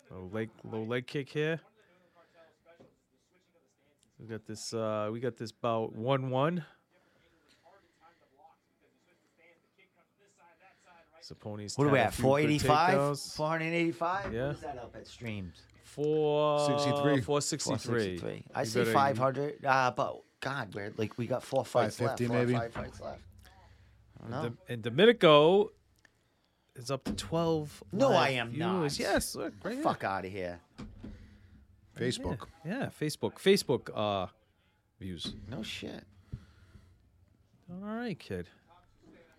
Speaker 3: Low leg, low leg kick here. We got this. Uh, we got this bout one one. Zapponi's.
Speaker 1: What are we
Speaker 3: had a
Speaker 1: at?
Speaker 3: few good
Speaker 1: 485?
Speaker 3: takedowns.
Speaker 1: 485?
Speaker 3: Yeah.
Speaker 1: What is that up at streams?
Speaker 3: Four
Speaker 2: 63.
Speaker 3: 463.
Speaker 1: 463. I
Speaker 3: You
Speaker 1: say
Speaker 3: better-
Speaker 1: 500. Uh, but God, we're like we got four fights left.
Speaker 2: 550
Speaker 1: four or
Speaker 2: maybe?
Speaker 1: Five fights left. No.
Speaker 3: Dom- and Domenico is up to 12.
Speaker 1: No, I
Speaker 3: live
Speaker 1: am not.
Speaker 3: viewers. Yes, look, right here.
Speaker 1: Fuck out of here.
Speaker 2: Facebook.
Speaker 3: Yeah, Facebook. Facebook uh views.
Speaker 1: No shit.
Speaker 3: All right, kid.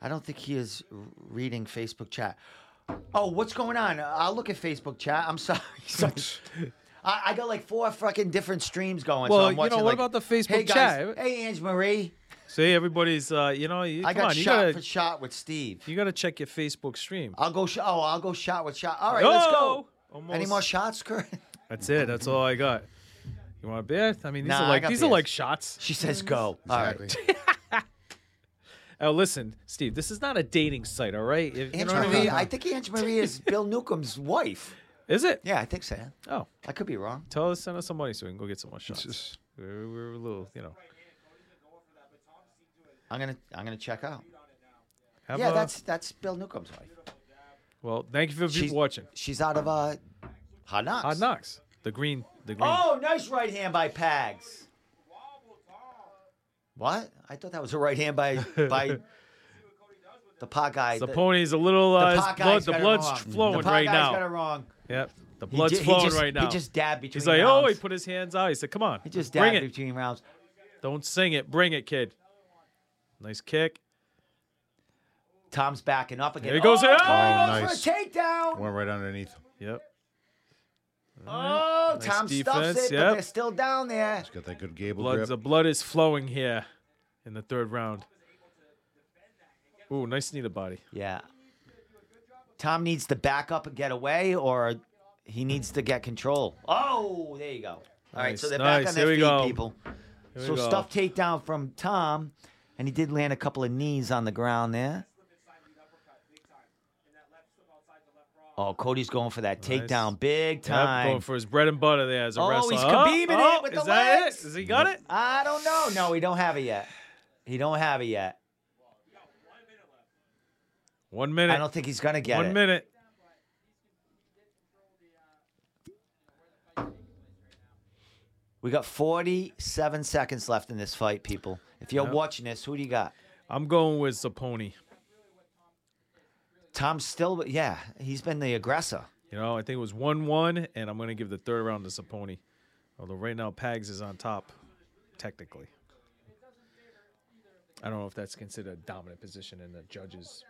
Speaker 1: I don't think he is r- reading Facebook chat. Oh, what's going on? I'll look at Facebook chat. I'm sorry. So- I, I got like four fucking different streams going.
Speaker 3: Well,
Speaker 1: so I'm
Speaker 3: you know,
Speaker 1: watching,
Speaker 3: what
Speaker 1: like,
Speaker 3: about the Facebook
Speaker 1: hey, guys,
Speaker 3: chat?
Speaker 1: Hey, Ange Marie.
Speaker 3: See, everybody's uh you know, you,
Speaker 1: I
Speaker 3: come
Speaker 1: got
Speaker 3: on, you
Speaker 1: shot
Speaker 3: gotta
Speaker 1: for shot with Steve.
Speaker 3: you gotta check your Facebook stream.
Speaker 1: I'll go. Sh- oh, I'll go shot with shot. All right, let's go.
Speaker 3: Almost.
Speaker 1: Any more shots, Kurt?
Speaker 3: That's it. That's all I got. You want a beer? I mean, these
Speaker 1: Nah,
Speaker 3: are
Speaker 1: I
Speaker 3: like
Speaker 1: got
Speaker 3: these are
Speaker 1: beers.
Speaker 3: like shots.
Speaker 1: She says go. All right.
Speaker 2: Exactly.
Speaker 3: Oh, listen, Steve, this is not a dating site, all right? If- you
Speaker 1: Ange
Speaker 3: know what I
Speaker 1: Marie,
Speaker 3: mean?
Speaker 1: I think Ange Marie is Bill Newcomb's wife.
Speaker 3: Is it?
Speaker 1: Yeah, I think so.
Speaker 3: Oh,
Speaker 1: I could be wrong.
Speaker 3: tell us, send us some money so we can go get some more shots.
Speaker 2: just-
Speaker 3: We're, we're a little, you know.
Speaker 1: I'm gonna I'm gonna check out.
Speaker 3: Have
Speaker 1: yeah,
Speaker 3: a-
Speaker 1: that's that's Bill Newcomb's wife.
Speaker 3: well. Thank you for
Speaker 1: She's-
Speaker 3: watching.
Speaker 1: She's out of uh, Hot Knocks.
Speaker 3: Hot Knocks, the green, the green.
Speaker 1: Oh, nice right hand by Pags. What? I thought that was a right hand by by the pot guy.
Speaker 3: the pony's a little, uh, his
Speaker 1: pot
Speaker 3: blood,
Speaker 1: guy's
Speaker 3: the
Speaker 1: got it
Speaker 3: blood's
Speaker 1: wrong.
Speaker 3: flowing
Speaker 1: the pot
Speaker 3: right
Speaker 1: guy's
Speaker 3: now.
Speaker 1: got it wrong.
Speaker 3: Yep, the
Speaker 1: He
Speaker 3: blood's
Speaker 1: ju- he
Speaker 3: flowing
Speaker 1: just-
Speaker 3: right now.
Speaker 1: He just dabbed between.
Speaker 3: He's like,
Speaker 1: rounds.
Speaker 3: oh, he put his hands out. He said, come on,
Speaker 1: He just
Speaker 3: bring
Speaker 1: dabbed
Speaker 3: it.
Speaker 1: between rounds.
Speaker 3: Don't sing it, bring it, kid. Nice kick.
Speaker 1: Tom's backing up again.
Speaker 3: There he goes.
Speaker 1: Oh,
Speaker 3: Oh,
Speaker 1: Tom's
Speaker 2: nice.
Speaker 1: for a takedown.
Speaker 2: Went right underneath.
Speaker 3: Yep. Oh,
Speaker 1: Oh,
Speaker 3: Nice
Speaker 1: Tom
Speaker 3: defense,
Speaker 1: stuffs it,
Speaker 3: yep.
Speaker 1: but they're still down there.
Speaker 2: He's got that good gable
Speaker 3: Blood,
Speaker 2: grip.
Speaker 3: the blood is flowing here in the third round. Ooh, nice knee to body.
Speaker 1: Yeah. Tom needs to back up and get away, or he needs to get control. Oh, there you go. All right, so
Speaker 3: Nice,
Speaker 1: they're
Speaker 3: nice.
Speaker 1: back on their
Speaker 3: Here we
Speaker 1: feet,
Speaker 3: go.
Speaker 1: people.
Speaker 3: Here we
Speaker 1: so
Speaker 3: go.
Speaker 1: stuff takedown from Tom, and he did land a couple of knees on the ground there. Oh, Cody's going for that
Speaker 3: Nice.
Speaker 1: takedown big
Speaker 3: Yep,
Speaker 1: time.
Speaker 3: going for his bread and butter there as a
Speaker 1: Oh,
Speaker 3: wrestler.
Speaker 1: he's
Speaker 3: oh,
Speaker 1: Khabibing it
Speaker 3: oh,
Speaker 1: with
Speaker 3: is
Speaker 1: the
Speaker 3: that
Speaker 1: legs.
Speaker 3: it? Is he got it?
Speaker 1: I don't know. No, he don't have it yet. He don't have it yet.
Speaker 3: One minute.
Speaker 1: I don't think he's gonna get
Speaker 3: One
Speaker 1: it.
Speaker 3: minute.
Speaker 1: We got 47 seconds left in this fight, people. If you're
Speaker 3: Yep.
Speaker 1: watching this, who do you got?
Speaker 3: I'm going with Saponi.
Speaker 1: Tom's still, yeah, he's been the aggressor.
Speaker 3: You know, I think it was one-one, and I'm going to give the third round to Saponi. Although right now Pags is on top, technically. I don't know if that's considered a dominant position in the judges.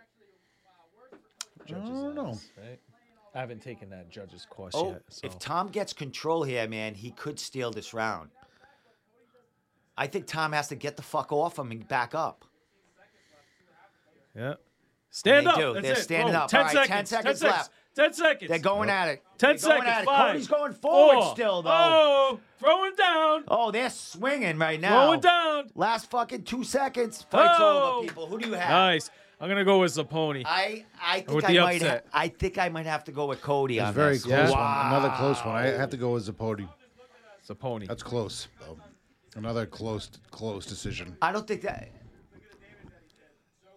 Speaker 3: judges
Speaker 2: don't know.
Speaker 3: eyes, right? I haven't taken that judges course
Speaker 1: Oh,
Speaker 3: yet. So.
Speaker 1: if Tom gets control here, man, he could steal this round. I think Tom has to get the fuck off him and back up.
Speaker 3: yeah. Stand
Speaker 1: they
Speaker 3: up.
Speaker 1: do.
Speaker 3: That's
Speaker 1: They're
Speaker 3: it.
Speaker 1: standing
Speaker 3: Boom.
Speaker 1: up.
Speaker 3: Ten
Speaker 1: All right,
Speaker 3: seconds.
Speaker 1: 10 seconds left.
Speaker 3: Ten seconds.
Speaker 1: They're going at it.
Speaker 3: Ten
Speaker 1: They're going
Speaker 3: seconds.
Speaker 1: at it.
Speaker 3: Five,
Speaker 1: Cody's going forward
Speaker 3: four.
Speaker 1: still, though.
Speaker 3: Oh, throw him down.
Speaker 1: Oh, they're swinging right now.
Speaker 3: Throw him down.
Speaker 1: Last fucking two seconds. Fight's
Speaker 3: Oh.
Speaker 1: over, people. Who do you have?
Speaker 3: Nice. I'm gonna go with Saponi.
Speaker 1: I I think
Speaker 3: With
Speaker 1: I
Speaker 3: the
Speaker 1: might ha-
Speaker 3: upset.
Speaker 1: I think I might have to go with Cody
Speaker 2: It's
Speaker 1: on
Speaker 2: very
Speaker 1: this.
Speaker 2: close one. Another close one. I have to go with Zapodi.
Speaker 3: Saponi.
Speaker 2: That's close. Though. Another close, close decision.
Speaker 1: I don't think that.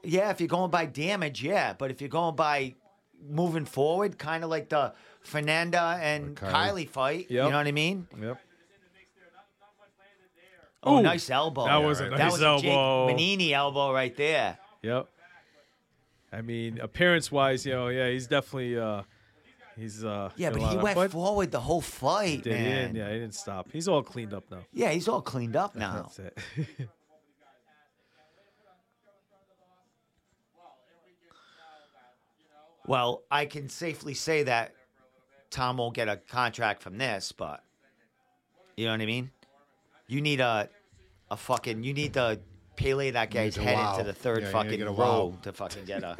Speaker 1: Yeah, if you're going by damage, yeah, but if you're going by moving forward, kind of like the Fernanda and
Speaker 2: Or Kylie.
Speaker 1: Kylie fight, you
Speaker 3: Yep.
Speaker 1: know what I mean?
Speaker 3: Yep.
Speaker 1: Oh,
Speaker 3: Ooh.
Speaker 1: nice elbow.
Speaker 3: That was a
Speaker 1: that
Speaker 3: nice
Speaker 1: was A Jake
Speaker 3: elbow.
Speaker 1: Manini elbow right there.
Speaker 3: Yep. I mean, appearance wise, you know, yeah, he's definitely uh he's uh
Speaker 1: Yeah,
Speaker 3: got a
Speaker 1: but
Speaker 3: lot
Speaker 1: he
Speaker 3: of-
Speaker 1: went
Speaker 3: but
Speaker 1: forward the whole fight,
Speaker 3: did- he
Speaker 1: man.
Speaker 3: didn't- yeah, he didn't stop. He's all cleaned up now.
Speaker 1: Yeah, he's all cleaned up now.
Speaker 3: That's it.
Speaker 1: Well, I can safely say that Tom won't get a contract from this, but you know what I mean? You need a a fucking you need to Pele that guy's
Speaker 2: need a
Speaker 1: head
Speaker 2: wow.
Speaker 1: into the third
Speaker 2: Yeah, you gotta
Speaker 1: fucking
Speaker 2: get a
Speaker 1: row
Speaker 2: wow.
Speaker 1: to fucking get a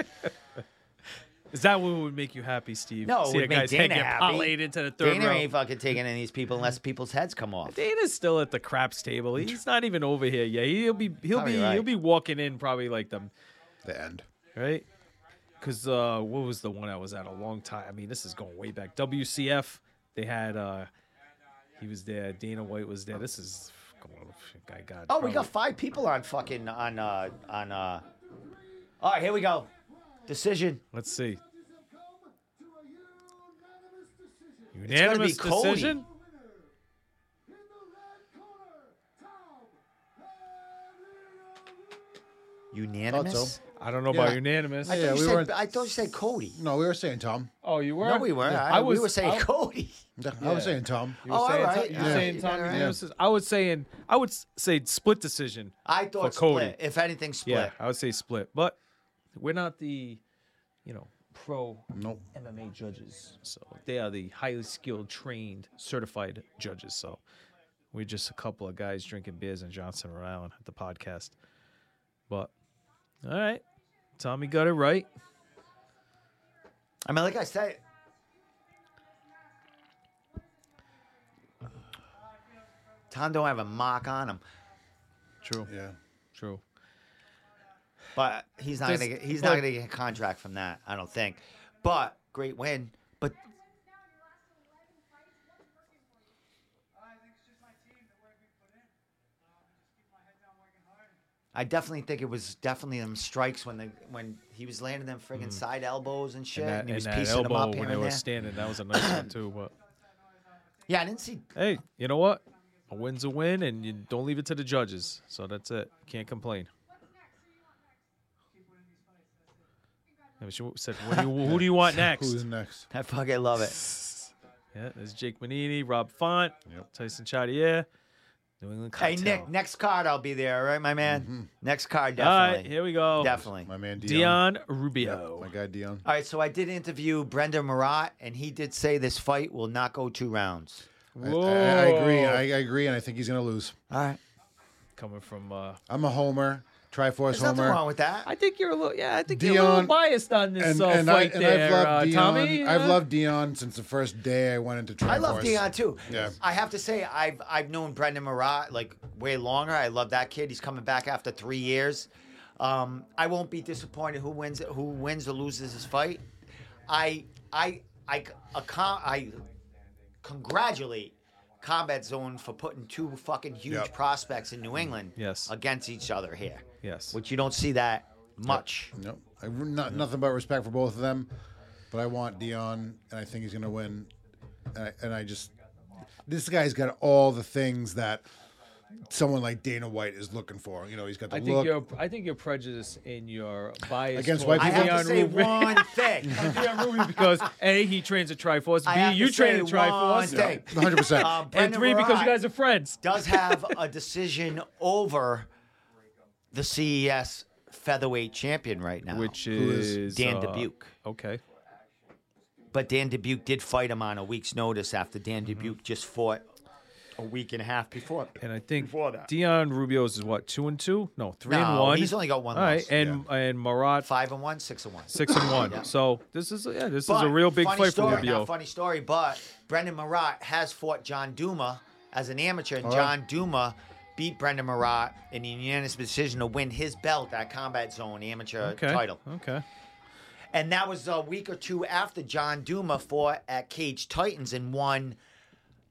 Speaker 3: Is that what would make you happy, Steve?
Speaker 1: No, it
Speaker 3: See
Speaker 1: would
Speaker 3: a
Speaker 1: make
Speaker 3: guy's
Speaker 1: Dana
Speaker 3: head get
Speaker 1: happy.
Speaker 3: parlayed into the third
Speaker 1: Dana
Speaker 3: row.
Speaker 1: ain't fucking taking any of these people unless people's heads come off.
Speaker 3: Dana's still at the craps table. He's not even over here yet. He'll be he'll
Speaker 1: Probably
Speaker 3: be
Speaker 1: right.
Speaker 3: he'll be walking in probably like the
Speaker 2: The end.
Speaker 3: right? Because uh, what was the one I was at a long time? I mean, this is going way back. WCF, they had uh, he was there. Dana White was there. This is come on, I got.
Speaker 1: Oh, we got
Speaker 3: probably-
Speaker 1: five people on fucking on uh on uh All right, here we go. Decision.
Speaker 3: Let's see.
Speaker 5: to a
Speaker 1: gotta be
Speaker 3: Unanimous
Speaker 5: unanimous decision.
Speaker 1: Cody.
Speaker 3: decision.
Speaker 5: Winner in the red corner, Tom Pellegrino.
Speaker 1: Unanimous?
Speaker 3: I don't know about
Speaker 2: Yeah.
Speaker 3: unanimous.
Speaker 1: I, thought
Speaker 2: Yeah,
Speaker 1: you
Speaker 2: we
Speaker 1: said,
Speaker 2: weren't-
Speaker 1: I thought you said Cody.
Speaker 2: No, we were saying Tom.
Speaker 3: oh, you were?
Speaker 1: No, we were. I,
Speaker 3: I was,
Speaker 1: we were saying
Speaker 3: I,
Speaker 1: Cody.
Speaker 2: Yeah, I was saying Tom.
Speaker 3: You were
Speaker 1: Oh,
Speaker 3: saying,
Speaker 1: alright.
Speaker 3: you were
Speaker 1: Yeah.
Speaker 3: saying
Speaker 1: Yeah.
Speaker 3: Tom
Speaker 1: Yeah.
Speaker 3: unanimous. I was saying I would s- say split decision.
Speaker 1: I thought
Speaker 3: For Cody.
Speaker 1: split. If anything, split.
Speaker 3: Yeah, I would say split. But we're not the, you know, pro
Speaker 2: Nope.
Speaker 3: MMA judges. So they are the highly skilled, trained, certified judges. So we're just a couple of guys drinking beers and Johnson around at the podcast. But all right, Tommy got it right.
Speaker 1: I mean, like I said, Tom don't have a mock on him,
Speaker 3: True.
Speaker 2: Yeah.
Speaker 3: True.
Speaker 1: but he's not
Speaker 3: Just-
Speaker 1: gonna get, he's
Speaker 3: but-
Speaker 1: not gonna get a contract from that. I don't think. But great win. But
Speaker 5: I think it's just my team, the work we put in. Um, just keep my head down, working hard.
Speaker 1: I definitely think it was definitely them strikes when the when he was landing them friggin' side elbows and shit,
Speaker 3: Mm.
Speaker 1: and,
Speaker 3: And that,
Speaker 1: he was
Speaker 3: and that
Speaker 1: piecing them
Speaker 3: elbow
Speaker 1: up
Speaker 3: when
Speaker 1: here
Speaker 3: they
Speaker 1: and
Speaker 3: were
Speaker 1: there.
Speaker 3: standing, that was a nice one too. But
Speaker 1: yeah, I didn't see.
Speaker 3: hey, you know what? A win's a win, and you don't leave it to the judges. So that's it. Can't complain. Yeah, but she said, what do you, "Who do you want next?"
Speaker 2: Who's next?
Speaker 1: I fucking love it.
Speaker 3: Yeah, there's Jake Manini, Rob Font,
Speaker 2: Yep.
Speaker 3: Tyson Chatier, New England
Speaker 1: Hey
Speaker 3: Cocktail.
Speaker 1: Nick, next card I'll be there, all right, my man. Next card,
Speaker 3: All
Speaker 1: definitely,
Speaker 3: right, here we go.
Speaker 1: definitely.
Speaker 2: My man Dion.
Speaker 3: Dion
Speaker 2: Yeah,
Speaker 3: Rubio.
Speaker 2: My guy Dion.
Speaker 1: All right, so I did interview Brenda Marat, and he did say this fight will not go two rounds.
Speaker 2: I, I, I agree. I, I agree, and I think he's gonna lose.
Speaker 1: All right,
Speaker 3: Coming from, uh,
Speaker 2: I'm a homer. Triforce
Speaker 1: there's nothing
Speaker 2: homer.
Speaker 1: wrong with that.
Speaker 7: I think you're a little. Yeah, I think you're a
Speaker 2: Dion-
Speaker 7: little biased on this
Speaker 2: and,
Speaker 7: uh,
Speaker 2: and, I,
Speaker 7: fight
Speaker 2: and
Speaker 7: there,
Speaker 2: I've loved
Speaker 7: uh,
Speaker 2: Dion.
Speaker 7: Tommy.
Speaker 2: I've
Speaker 7: uh,
Speaker 2: loved Dion since the first day I went into Triforce.
Speaker 1: I love Dion too.
Speaker 2: Yeah.
Speaker 1: I have to say, I've I've known Brendan Marat like way longer. I love that kid. He's coming back after three years. Um, I won't be disappointed who wins who wins or loses this fight. I I I c- accom- I congratulate Combat Zone for putting two fucking huge
Speaker 2: Yep.
Speaker 1: prospects in New England
Speaker 3: Yes.
Speaker 1: against each other here.
Speaker 3: yes.
Speaker 1: which you don't see that much.
Speaker 2: No, I, not, nothing but respect for both of them, but I want Dion, and I think he's going to win. And I, and I just, this guy's got all the things that someone like Dana White is looking for. You know, he's got the
Speaker 7: I think
Speaker 2: look.
Speaker 7: you're. I think you're prejudiced in your bias
Speaker 2: Against
Speaker 7: towards
Speaker 2: white
Speaker 1: I
Speaker 2: people?
Speaker 7: Dion
Speaker 1: have to say
Speaker 7: Rubio.
Speaker 1: one thing.
Speaker 7: Dion Rubio because a he trains at Triforce.
Speaker 1: I have
Speaker 7: B you
Speaker 1: to
Speaker 7: train
Speaker 1: say
Speaker 7: at
Speaker 1: one
Speaker 7: Triforce.
Speaker 1: thing.
Speaker 2: 100%.
Speaker 1: Um,
Speaker 7: And
Speaker 1: Brendan
Speaker 7: three because you
Speaker 1: Marat
Speaker 7: guys are friends.
Speaker 1: does have a decision over the CES featherweight champion right now,
Speaker 3: Which
Speaker 2: is
Speaker 3: is
Speaker 1: Dan
Speaker 3: uh,
Speaker 1: Dubuque.
Speaker 3: Okay.
Speaker 1: But Dan Dubuque did fight him on a week's notice after Dan
Speaker 3: Mm-hmm.
Speaker 1: Dubuque just fought a week and a half before.
Speaker 3: And I think
Speaker 1: Before that.
Speaker 3: Dion Rubio's is what two and two? No, three and
Speaker 1: No,
Speaker 3: one.
Speaker 1: he's only got one
Speaker 3: All right,
Speaker 1: loss.
Speaker 3: and and Marat
Speaker 1: Five and one, six and one.
Speaker 3: six and one.
Speaker 1: Yeah.
Speaker 3: So this is yeah, this is
Speaker 1: But,
Speaker 3: a real big
Speaker 1: funny
Speaker 3: fight
Speaker 1: story,
Speaker 3: for Rubio.
Speaker 1: Not funny story, but Brendan Marat has fought John Duma as an amateur, and
Speaker 2: Oh.
Speaker 1: John Duma beat Brendan Marat in a unanimous decision to win his belt at Combat Zone amateur
Speaker 3: okay.
Speaker 1: title.
Speaker 3: Okay.
Speaker 1: And that was a week or two after John Duma fought at Cage Titans and won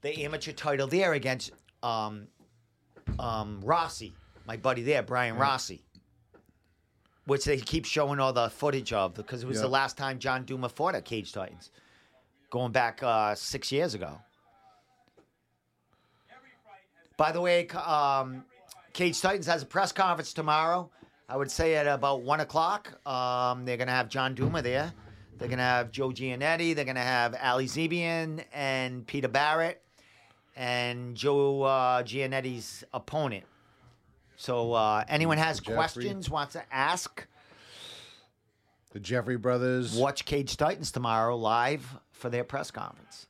Speaker 1: the amateur title there against um, um, Rossi, my buddy there, Brian Rossi, which they keep showing all the footage of because it was the
Speaker 2: Yeah.
Speaker 1: last time John Duma fought at Cage Titans, going back uh, six years ago. By the way, c- um, Cage Titans has a press conference tomorrow. I would say at about one o'clock. Um, they're gonna have John Duma there. They're gonna have Joe Giannetti. They're gonna have Ali Zebian and Peter Barrett and Joe uh, Giannetti's opponent. So uh, anyone has
Speaker 2: Jeffrey.
Speaker 1: questions, wants to ask,
Speaker 2: the Jeffrey brothers.
Speaker 1: watch Cage Titans tomorrow live for their press conference.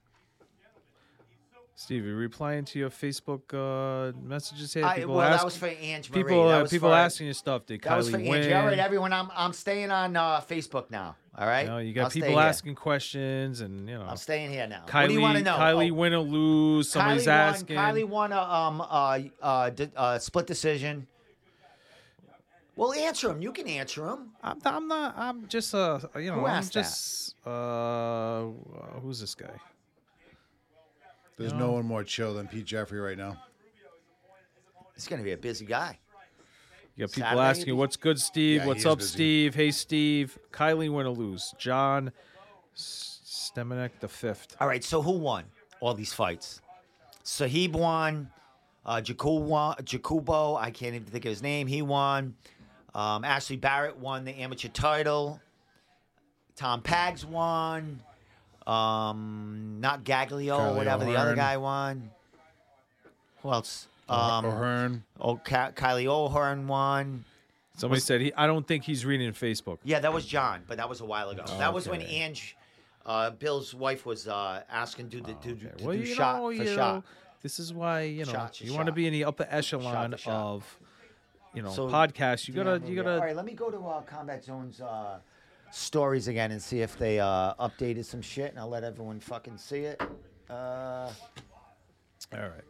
Speaker 3: Steve, you replying to your Facebook uh, messages here?
Speaker 1: I,
Speaker 3: people
Speaker 1: well,
Speaker 3: ask,
Speaker 1: that was for Ange Marie.
Speaker 3: people
Speaker 1: that
Speaker 3: uh,
Speaker 1: was
Speaker 3: people
Speaker 1: for,
Speaker 3: asking you stuff. Did
Speaker 1: That was
Speaker 3: Kylie
Speaker 1: for
Speaker 3: win?
Speaker 1: Angie. All right, everyone, I'm I'm staying on uh, Facebook now. All right.
Speaker 3: You, know, you
Speaker 1: I'll
Speaker 3: got
Speaker 1: stay
Speaker 3: people
Speaker 1: here.
Speaker 3: asking questions, and you know,
Speaker 1: I'm staying here now.
Speaker 3: Kylie,
Speaker 1: what do you want to know?
Speaker 3: Kylie
Speaker 1: Oh,
Speaker 3: win or lose? Somebody's
Speaker 1: Kylie won,
Speaker 3: asking.
Speaker 1: Kylie won a um uh, uh, d- uh split decision. Well, answer them. You can answer them.
Speaker 3: I'm, I'm not. I'm just uh, you know,
Speaker 1: Who
Speaker 3: I'm
Speaker 1: asked that?
Speaker 3: just uh, who's this guy?
Speaker 2: There's no one more chill than Pete Jeffrey right now.
Speaker 1: He's gonna be a busy guy.
Speaker 3: You got people
Speaker 1: Saturday,
Speaker 3: asking you,
Speaker 1: maybe?
Speaker 3: "What's good, Steve?
Speaker 2: Yeah,
Speaker 3: What's
Speaker 2: he is
Speaker 3: up,
Speaker 2: busy.
Speaker 3: Steve? Hey, Steve. Kylie win or lose? John S- Stemenek the fifth.
Speaker 1: All right. So who won all these fights? Sahib won. Uh, Jaku won. Jakubo. I can't even think of his name. He won. Um, Ashley Barrett won the amateur title. Tom Pags won. Um, not Gaglio,
Speaker 2: Gaglio
Speaker 1: whatever the other
Speaker 2: Hearn.
Speaker 1: guy won. Who else?
Speaker 3: Uh,
Speaker 1: Um,
Speaker 2: O'Hearn.
Speaker 1: Oh, Ka- Kylie O'Hearn won.
Speaker 3: Somebody said he. I don't think he's reading Facebook.
Speaker 1: Yeah, that was John, but that was a while ago. that was when
Speaker 3: Okay.
Speaker 1: Ange, uh, Bill's wife, was uh, asking dude to, to, to
Speaker 3: Oh, Well,
Speaker 1: do
Speaker 3: you
Speaker 1: shot
Speaker 3: know,
Speaker 1: for
Speaker 3: you know,
Speaker 1: shot.
Speaker 3: this is why you know
Speaker 1: Shot to
Speaker 3: you want to
Speaker 1: shot.
Speaker 3: be in the upper echelon
Speaker 1: to shot.
Speaker 3: of you know
Speaker 1: So-
Speaker 3: podcasts. You gotta
Speaker 1: Yeah,
Speaker 3: you
Speaker 1: yeah.
Speaker 3: gotta
Speaker 1: All right, let me go to uh, Combat Zone's uh, stories again and see if they uh, updated some shit, and I'll let everyone fucking see it. Uh, all
Speaker 3: all right.
Speaker 1: right,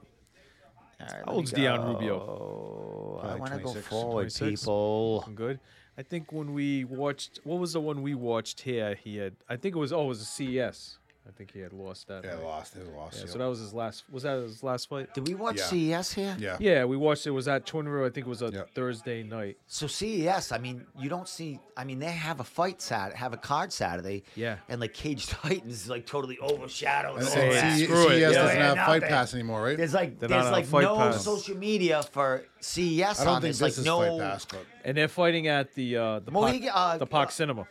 Speaker 1: let
Speaker 3: How old's
Speaker 1: me
Speaker 3: Dion
Speaker 1: go.
Speaker 3: Rubio?
Speaker 1: I
Speaker 2: Probably
Speaker 1: want to go
Speaker 2: 26,
Speaker 1: forward,
Speaker 3: 26.
Speaker 1: people.
Speaker 3: Looking good. I think when we watched, what was the one we watched here? He had, I think it was, oh, it was a CES. I think he had lost that.
Speaker 2: Yeah,
Speaker 3: night.
Speaker 2: lost. They lost.
Speaker 3: Yeah,
Speaker 2: yeah.
Speaker 3: so that was his last. Was that his last fight?
Speaker 1: Did we watch
Speaker 2: Yeah.
Speaker 3: E
Speaker 1: CES here?
Speaker 2: yeah.
Speaker 3: Yeah, we watched it. Was at Twin River. I think it was a
Speaker 2: Yeah.
Speaker 3: Thursday night.
Speaker 1: So CES, I mean, you don't see. I mean, they have a fight Saturday, have a card Saturday.
Speaker 3: Yeah.
Speaker 1: And like Cage Titans, like totally overshadowed.
Speaker 2: And,
Speaker 1: all
Speaker 2: and
Speaker 1: that.
Speaker 2: C- E
Speaker 3: Screw it.
Speaker 2: CES
Speaker 3: Yeah.
Speaker 2: doesn't have
Speaker 1: Yeah,
Speaker 2: Fight
Speaker 1: nothing.
Speaker 2: Pass anymore, right?
Speaker 1: There's like
Speaker 3: They're not
Speaker 1: there's
Speaker 3: on a
Speaker 1: like
Speaker 3: fight
Speaker 1: no
Speaker 3: pass.
Speaker 1: social media for CES
Speaker 2: I don't
Speaker 1: on
Speaker 2: think
Speaker 1: this.
Speaker 2: this
Speaker 1: Like
Speaker 2: is
Speaker 1: no.
Speaker 2: Fight Pass, but
Speaker 3: And they're fighting at the uh, the
Speaker 1: Mohegan-
Speaker 3: Pac,
Speaker 1: uh,
Speaker 3: the Pac
Speaker 1: uh,
Speaker 3: Cinema.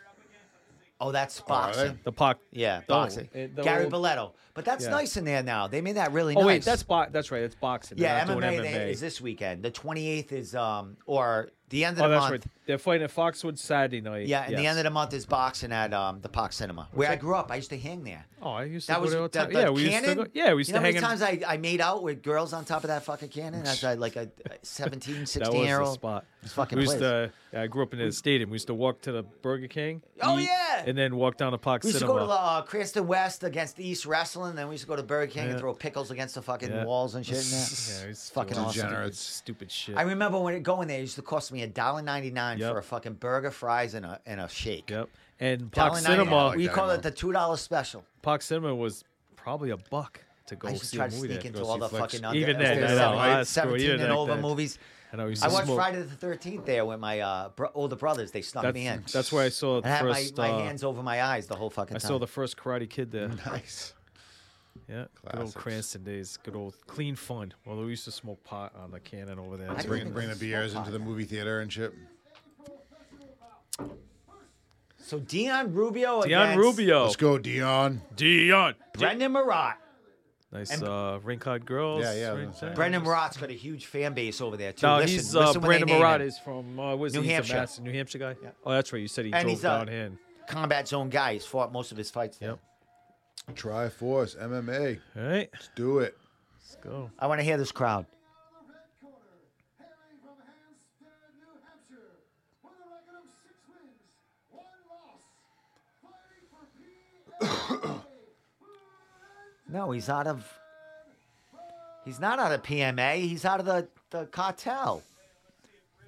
Speaker 1: Oh, that's
Speaker 2: are
Speaker 1: boxing.
Speaker 2: they?
Speaker 3: The Pac.
Speaker 1: Yeah,
Speaker 3: the old-
Speaker 1: boxing.
Speaker 3: eh, the
Speaker 1: Gary
Speaker 3: old-
Speaker 1: Belletto. But that's
Speaker 3: Yeah.
Speaker 1: nice in there now. They made that really
Speaker 3: Oh
Speaker 1: nice.
Speaker 3: wait, that's bo- that's right. It's boxing. They're
Speaker 1: yeah,
Speaker 3: not
Speaker 1: MMA,
Speaker 3: doing
Speaker 1: they-
Speaker 3: MMA.
Speaker 1: is this weekend. The 28th is um or the end of
Speaker 3: oh,
Speaker 1: the
Speaker 3: that's
Speaker 1: month.
Speaker 3: right. They're fighting at Foxwood Saturday night.
Speaker 1: Yeah, and the
Speaker 3: yes.
Speaker 1: end of the month is boxing at um the Pox Cinema where I grew up. I used to hang there.
Speaker 3: Oh, I used to
Speaker 1: That
Speaker 3: go
Speaker 1: was
Speaker 3: there all the
Speaker 1: that,
Speaker 3: time.
Speaker 1: the
Speaker 3: yeah, we
Speaker 1: cannon.
Speaker 3: used to go. Yeah, we used
Speaker 1: you know
Speaker 3: to
Speaker 1: how
Speaker 3: hang
Speaker 1: many
Speaker 3: in-
Speaker 1: times I, I made out with girls on top of that fucking cannon as I like a 17, 16
Speaker 3: that was
Speaker 1: year
Speaker 3: the
Speaker 1: old.
Speaker 3: spot.
Speaker 1: This fucking
Speaker 3: we used
Speaker 1: place.
Speaker 3: to. uh, yeah, I grew up in the stadium. We used to walk to the Burger King.
Speaker 1: Oh,
Speaker 3: eat,
Speaker 1: yeah!
Speaker 3: and then walk down to Pac
Speaker 1: We used to
Speaker 3: Cinema.
Speaker 1: go to uh, Cranston West against the East Wrestling, then we used to go to Burger King and
Speaker 3: Yeah.
Speaker 1: throw pickles against the fucking
Speaker 3: Yeah.
Speaker 1: walls and shit. In there.
Speaker 3: yeah, we used
Speaker 1: it's
Speaker 3: to
Speaker 1: fucking
Speaker 3: do all
Speaker 1: awesome.
Speaker 3: Stupid,
Speaker 2: Degenerates.
Speaker 3: stupid shit.
Speaker 1: I remember when it going there, it used to cost me a dollar ninety nine
Speaker 3: Yep.
Speaker 1: for a fucking burger, fries, and a and a shake.
Speaker 3: yep. And Pac
Speaker 1: Dollar ninety
Speaker 3: Cinema,
Speaker 1: nine.
Speaker 2: we-
Speaker 1: We
Speaker 2: that
Speaker 1: call it
Speaker 2: anymore.
Speaker 1: the two dollar special.
Speaker 3: Pac Cinema was probably a buck to go
Speaker 1: I used to
Speaker 3: see
Speaker 1: try
Speaker 3: a
Speaker 1: to
Speaker 3: movie
Speaker 1: sneak
Speaker 3: there.
Speaker 1: into
Speaker 2: go
Speaker 1: all
Speaker 2: see
Speaker 1: the
Speaker 2: Flex.
Speaker 1: fucking
Speaker 3: Even
Speaker 1: under,
Speaker 3: then, I know, I screw you
Speaker 1: seventeen and
Speaker 3: like
Speaker 1: over
Speaker 3: that.
Speaker 1: movies.
Speaker 3: And I, used
Speaker 1: I
Speaker 3: to
Speaker 1: watched
Speaker 3: smoke.
Speaker 1: Friday the Thirteenth there with my uh, bro- older brothers. They snuck
Speaker 3: That's,
Speaker 1: me in.
Speaker 3: that's where I saw
Speaker 1: and
Speaker 3: the
Speaker 1: I had
Speaker 3: first.
Speaker 1: my, my
Speaker 3: uh,
Speaker 1: hands over my eyes the whole fucking
Speaker 3: I
Speaker 1: time.
Speaker 3: saw the first Karate Kid there.
Speaker 2: nice.
Speaker 3: Yeah, good old
Speaker 2: Classics.
Speaker 3: Cranston days. Good old clean fun. Well, we used to smoke pot on the cannon over there.
Speaker 1: I didn't
Speaker 3: too.
Speaker 2: Bring,
Speaker 1: think
Speaker 2: bring the
Speaker 1: this is
Speaker 2: beers
Speaker 1: small
Speaker 2: into the movie theater and shit.
Speaker 1: so Dion Rubio
Speaker 3: Dion
Speaker 1: against
Speaker 3: Rubio.
Speaker 2: Let's go, Dion.
Speaker 3: Dion.
Speaker 1: Brendan Marat.
Speaker 3: Nice
Speaker 1: And-
Speaker 3: uh, ring card girls.
Speaker 2: Yeah, yeah,
Speaker 3: ring
Speaker 2: that's right.
Speaker 3: side.
Speaker 1: Brendan Marat's got a huge fan base over there too.
Speaker 3: No,
Speaker 1: listen,
Speaker 3: he's uh,
Speaker 1: listen when they
Speaker 3: Brandon
Speaker 1: name
Speaker 3: Marat
Speaker 1: him.
Speaker 3: is from uh, what is
Speaker 1: New
Speaker 3: he? He's a
Speaker 1: Hampshire.
Speaker 3: Mass- New Hampshire guy. Oh, that's right. You said he
Speaker 1: And
Speaker 3: drove
Speaker 1: he's, uh,
Speaker 3: down in.
Speaker 1: combat zone guy. He's fought most of his fights. there.
Speaker 3: Yep.
Speaker 2: Triforce MMA.
Speaker 3: All right,
Speaker 2: Let's do it.
Speaker 3: let's go.
Speaker 1: I want to hear this crowd.
Speaker 5: Out of the red corner, hailing from Hampstead, New Hampshire, with a record of six wins, one loss, fighting for PMA.
Speaker 1: No, he's out of. He's not out of PMA. He's out of the, the cartel.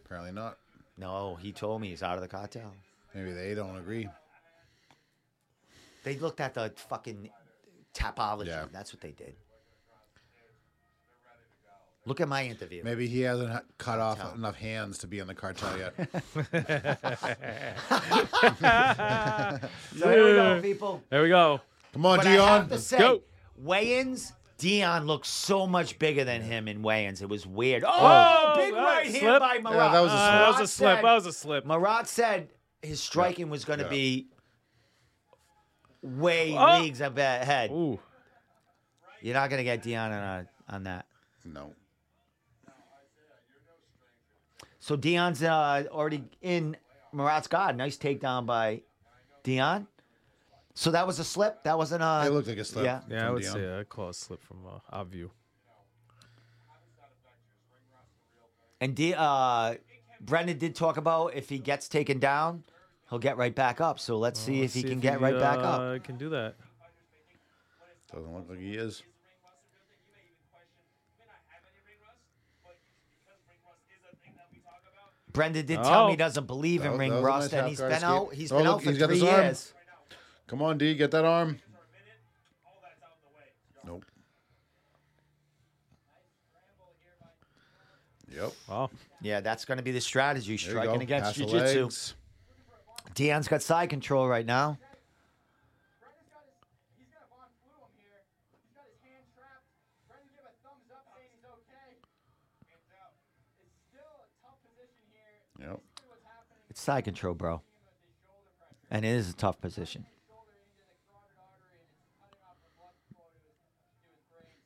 Speaker 2: Apparently not.
Speaker 1: No, he told me he's out of the cartel.
Speaker 2: Maybe they don't agree.
Speaker 1: They looked at the fucking topology.
Speaker 2: Yeah.
Speaker 1: That's what they did. Look at my interview.
Speaker 2: Maybe he hasn't ha- cut off
Speaker 1: Cartel.
Speaker 2: enough hands to be in the cartel yet.
Speaker 1: So here we go,
Speaker 3: Yeah.
Speaker 1: people.
Speaker 3: There we go.
Speaker 2: Come on,
Speaker 1: But I have
Speaker 2: Dion.
Speaker 1: to say,
Speaker 3: go.
Speaker 1: weigh-ins. Dion looks so much bigger than him in weigh-ins. It was weird. Oh, big
Speaker 3: that
Speaker 1: right hand
Speaker 3: slip.
Speaker 1: by
Speaker 3: Yeah,
Speaker 1: Marat.
Speaker 2: that was a
Speaker 3: Uh, that was a slip.
Speaker 1: Marat
Speaker 3: That was a slip.
Speaker 1: Marat said his striking was going to
Speaker 2: Yeah.
Speaker 1: be way
Speaker 3: Oh.
Speaker 1: leagues ahead.
Speaker 3: Ooh,
Speaker 1: You're not going to get Dion on, a, on that.
Speaker 2: no.
Speaker 1: So Dion's uh, already in Marat's God. Nice takedown by Dion. So that was a slip. That wasn't uh, a.
Speaker 2: It looked like a slip.
Speaker 1: yeah.
Speaker 3: yeah, I
Speaker 2: from
Speaker 3: would
Speaker 2: Dion.
Speaker 3: say I call a slip from uh, our view.
Speaker 1: and D, uh, Brendan did talk about if he gets taken down, he'll get right back up. So let's see if
Speaker 3: Let's
Speaker 1: he
Speaker 3: see
Speaker 1: can get right back up.
Speaker 3: uh, Can do that.
Speaker 2: Doesn't look like he is.
Speaker 1: Brendan did tell me he
Speaker 3: Oh.
Speaker 1: doesn't believe in
Speaker 2: That-
Speaker 1: ring
Speaker 2: that was a
Speaker 1: rust,
Speaker 2: nice
Speaker 1: and he's
Speaker 2: half-guard
Speaker 1: been
Speaker 2: escape.
Speaker 1: out. He's
Speaker 2: Oh,
Speaker 1: been
Speaker 2: look,
Speaker 1: out for
Speaker 2: he's got
Speaker 1: three
Speaker 2: his arm.
Speaker 1: years.
Speaker 2: Come on, D. Get that arm. Nope. Yep.
Speaker 3: Wow.
Speaker 1: Yeah, that's going to be the strategy:
Speaker 2: There you
Speaker 1: striking
Speaker 2: go.
Speaker 1: against
Speaker 2: Pass the
Speaker 1: jiu-jitsu.
Speaker 2: legs.
Speaker 1: Dion's got side control right now.
Speaker 5: Brendan's got his, he's got Von Fluum here. He's got his hand trapped. Brendan gave a thumbs up saying he's okay. Hands out. It's still a tough position here.
Speaker 2: Yep.
Speaker 5: See what's happening.
Speaker 1: It's side control, bro. And it is a tough position.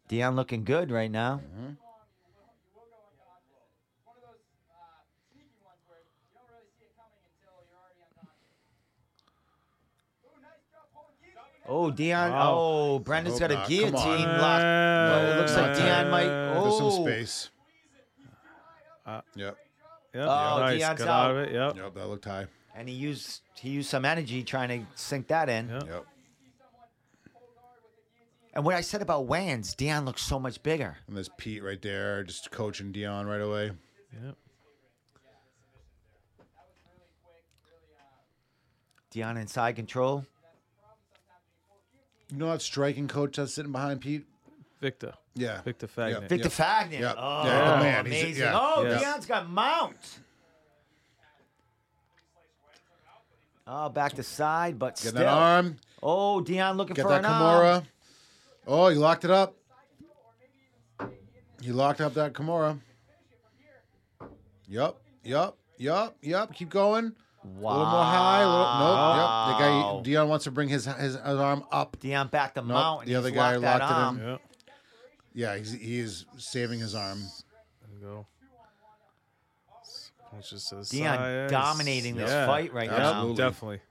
Speaker 1: Dion looking good right now.
Speaker 2: Mm-hmm.
Speaker 1: Oh, Dion.
Speaker 3: Wow.
Speaker 1: Oh, Brendan's got
Speaker 2: Hope
Speaker 1: a
Speaker 2: not. Come
Speaker 1: guillotine
Speaker 2: on.
Speaker 1: lock. No, it looks like
Speaker 2: Not
Speaker 1: Dion
Speaker 2: that.
Speaker 1: might.
Speaker 2: There's
Speaker 1: Oh,
Speaker 2: some space.
Speaker 3: Uh,
Speaker 2: Yep.
Speaker 3: Yep.
Speaker 1: Oh,
Speaker 3: nice.
Speaker 1: Dion's
Speaker 3: Got out.
Speaker 1: out.
Speaker 3: of it. Yep.
Speaker 2: Yep. That looked high.
Speaker 1: and he used he used some energy trying to sink that in.
Speaker 3: Yep.
Speaker 2: Yep.
Speaker 1: And what I said about Wans, Dion looks so much bigger.
Speaker 2: And there's Pete right there, just coaching Dion right away.
Speaker 3: Yep.
Speaker 1: Dion inside control.
Speaker 2: You know that striking coach that's sitting behind Pete?
Speaker 3: Victor.
Speaker 2: Yeah.
Speaker 3: Victor
Speaker 2: Yeah.
Speaker 3: Fagnan.
Speaker 1: Victor Fagnan.
Speaker 2: Yep.
Speaker 1: Oh,
Speaker 2: Yeah, the man. He's-
Speaker 1: amazing.
Speaker 2: yeah.
Speaker 1: Oh,
Speaker 3: Yeah.
Speaker 1: Dion's got mount. Oh, back to side, but
Speaker 2: Get
Speaker 1: still.
Speaker 2: that arm.
Speaker 1: Oh, Dion looking
Speaker 2: Get
Speaker 1: for
Speaker 2: that
Speaker 1: an arm.
Speaker 2: Kimura. Oh, he locked it up. He locked up that Kimura. Yup. Yup. Yup. Yup. Keep going.
Speaker 1: Wow.
Speaker 2: A little more high. A little, nope.
Speaker 1: Wow.
Speaker 2: Yep. The guy Dion wants to bring his his, his arm up.
Speaker 1: Dion back to
Speaker 2: Nope,
Speaker 1: mount.
Speaker 2: the
Speaker 1: He's
Speaker 2: other guy
Speaker 1: locked that
Speaker 2: locked it in.
Speaker 1: arm.
Speaker 3: Yep.
Speaker 2: Yeah, he's, he is saving his arm.
Speaker 3: There you go. S- punches to the
Speaker 1: Dion
Speaker 3: side.
Speaker 1: dominating this
Speaker 3: Yeah.
Speaker 1: fight right
Speaker 3: Yep,
Speaker 1: now.
Speaker 2: Absolutely.
Speaker 3: Definitely.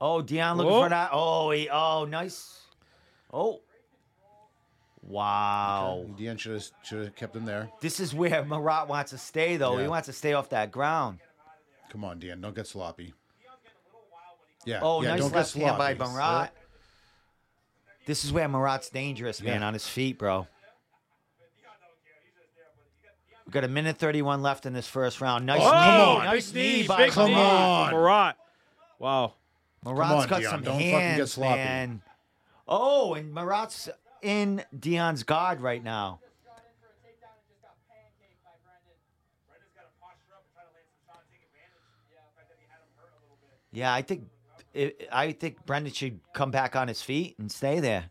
Speaker 1: Oh, Dion looking
Speaker 3: Oh.
Speaker 1: for that. Oh, he, oh, nice. Oh. Wow.
Speaker 2: Dion should have should have kept him there.
Speaker 1: This is where Marat wants to stay, though. He
Speaker 2: Yeah.
Speaker 1: wants to stay off that ground.
Speaker 2: Come on, Dion, don't get sloppy. Yeah.
Speaker 1: Oh,
Speaker 2: yeah,
Speaker 1: nice
Speaker 2: don't
Speaker 1: left
Speaker 2: get sloppy.
Speaker 1: hand by Marat. This is where Marat's dangerous, man,
Speaker 2: Yeah.
Speaker 1: on his feet, bro. We've got a minute 31 left in this first round. Nice
Speaker 3: Oh,
Speaker 1: knee.
Speaker 2: on.
Speaker 1: Nice knee,
Speaker 3: big
Speaker 1: by
Speaker 2: Come
Speaker 3: knee.
Speaker 1: Marat.
Speaker 2: on.
Speaker 3: Marat. Wow.
Speaker 1: Marat's
Speaker 2: on,
Speaker 1: got
Speaker 2: Dion,
Speaker 1: some
Speaker 2: don't fucking get
Speaker 1: hands,
Speaker 2: sloppy.
Speaker 1: man. Oh, and Marat's in Dion's guard right now. Yeah, I think it, I think Brendan should come back on his feet and stay there.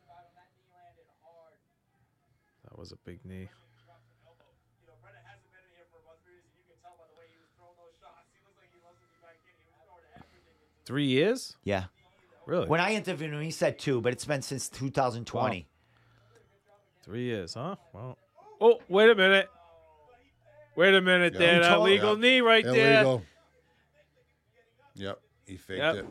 Speaker 3: That was a big knee. Three years?
Speaker 1: Yeah.
Speaker 3: Really?
Speaker 1: When I interviewed him, he said two, but it's been since 2020.
Speaker 3: Three years, huh? Wow. Oh, wait a minute. Wait a minute
Speaker 2: Yeah.
Speaker 3: there. That
Speaker 2: Control-
Speaker 3: legal
Speaker 2: Yeah.
Speaker 3: knee right there.
Speaker 2: Illegal. Yep, he faked
Speaker 3: Yep.
Speaker 2: it.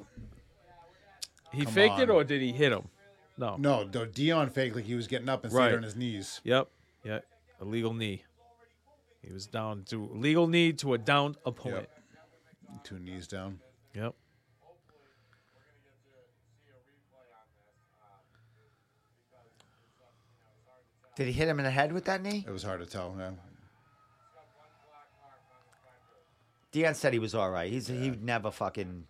Speaker 3: He
Speaker 2: Come
Speaker 3: faked it
Speaker 2: on.
Speaker 3: or did he hit him? No.
Speaker 2: No, though Dion faked like he was getting up and
Speaker 3: Right.
Speaker 2: stayed on his knees.
Speaker 3: Yep. Yep. Illegal knee. He was down to legal knee to a downed opponent.
Speaker 2: Two knees down.
Speaker 3: Yep.
Speaker 1: Did he hit him in the head with that knee?
Speaker 2: It was hard to tell. Yeah.
Speaker 1: Dion said he was all right. He's he would never fucking.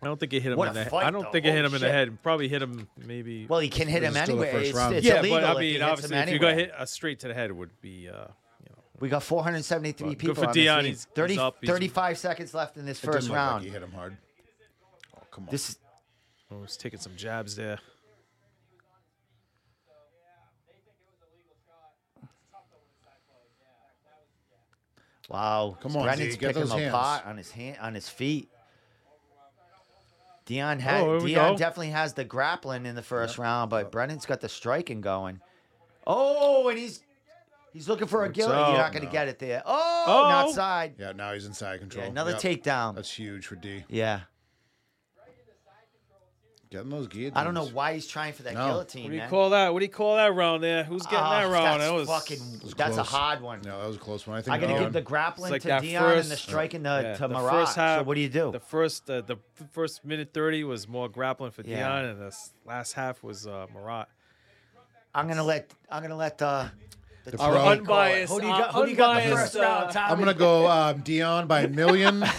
Speaker 3: I don't think it hit him
Speaker 1: What
Speaker 3: in
Speaker 1: a
Speaker 3: the head.
Speaker 1: fight,
Speaker 3: I don't
Speaker 1: though.
Speaker 3: think it hit
Speaker 1: Holy
Speaker 3: him in the
Speaker 1: shit.
Speaker 3: head. Probably hit him maybe.
Speaker 1: Well, he can hit
Speaker 2: This
Speaker 1: him
Speaker 2: is still the
Speaker 1: anyway.
Speaker 2: first
Speaker 1: It's,
Speaker 2: round.
Speaker 1: it's
Speaker 3: yeah,
Speaker 1: illegal
Speaker 3: but I
Speaker 1: if he
Speaker 3: mean,
Speaker 1: hits
Speaker 3: obviously,
Speaker 1: him
Speaker 3: if you got
Speaker 1: anywhere.
Speaker 3: hit uh, straight to the head, it would be. Uh, you know,
Speaker 1: We got 473
Speaker 3: Good
Speaker 1: people
Speaker 3: for
Speaker 1: on this
Speaker 3: Dion.
Speaker 1: team.
Speaker 3: He's- he's
Speaker 1: 30
Speaker 3: up. He's-
Speaker 1: 35 seconds left in this
Speaker 2: It didn't
Speaker 1: first
Speaker 2: look like
Speaker 1: round.
Speaker 2: he hit him hard. Oh, come on.
Speaker 1: This is-
Speaker 3: I was oh, taking some jabs there.
Speaker 1: wow.
Speaker 2: Come on,
Speaker 1: Brendan's
Speaker 2: Zeke, get
Speaker 1: picking
Speaker 2: those
Speaker 1: him
Speaker 2: hands.
Speaker 1: apart on his hand, on his feet. Dion had
Speaker 3: Oh, here we
Speaker 1: Dion
Speaker 3: go. Uh,
Speaker 1: definitely has the grappling in the first round, but Brendan's got the striking going. Oh, and he's he's looking for a guillotine. You're
Speaker 3: out.
Speaker 1: not going to get it there. Oh,
Speaker 3: Oh.
Speaker 1: not side.
Speaker 2: yeah, now he's inside
Speaker 1: Yeah,
Speaker 2: control.
Speaker 1: another
Speaker 2: Yep.
Speaker 1: takedown.
Speaker 2: That's huge for D.
Speaker 1: yeah.
Speaker 2: Getting those guillotines.
Speaker 1: I don't know why he's trying for that
Speaker 2: No.
Speaker 1: guillotine,
Speaker 3: What do you
Speaker 1: man.
Speaker 3: call that? What do you call that round there? Who's getting that
Speaker 1: Oh,
Speaker 3: round?
Speaker 1: That's
Speaker 3: that was
Speaker 1: fucking.
Speaker 2: was
Speaker 1: That's a
Speaker 2: close.
Speaker 1: hard one.
Speaker 2: No, that was a close one. I think
Speaker 1: I gotta
Speaker 2: Dion,
Speaker 1: give the grappling
Speaker 3: like
Speaker 1: to
Speaker 3: that
Speaker 1: Dion and the
Speaker 3: first-
Speaker 1: striking to,
Speaker 3: Yeah,
Speaker 1: to
Speaker 3: the
Speaker 1: Marat.
Speaker 3: first half-
Speaker 1: so what do you do?
Speaker 3: The first, uh, the f- first minute thirty was more grappling for
Speaker 1: Yeah.
Speaker 3: Dion, and the s- last half was uh, Marat.
Speaker 1: I'm gonna let I'm gonna let uh, the
Speaker 2: Our
Speaker 1: team call it.
Speaker 7: unbiased-
Speaker 1: Who do you
Speaker 7: uh,
Speaker 1: got? Who do you got in the
Speaker 7: unbiased,
Speaker 1: first round?
Speaker 7: uh,
Speaker 1: Tommy?
Speaker 2: I'm gonna go um, Dion by a million.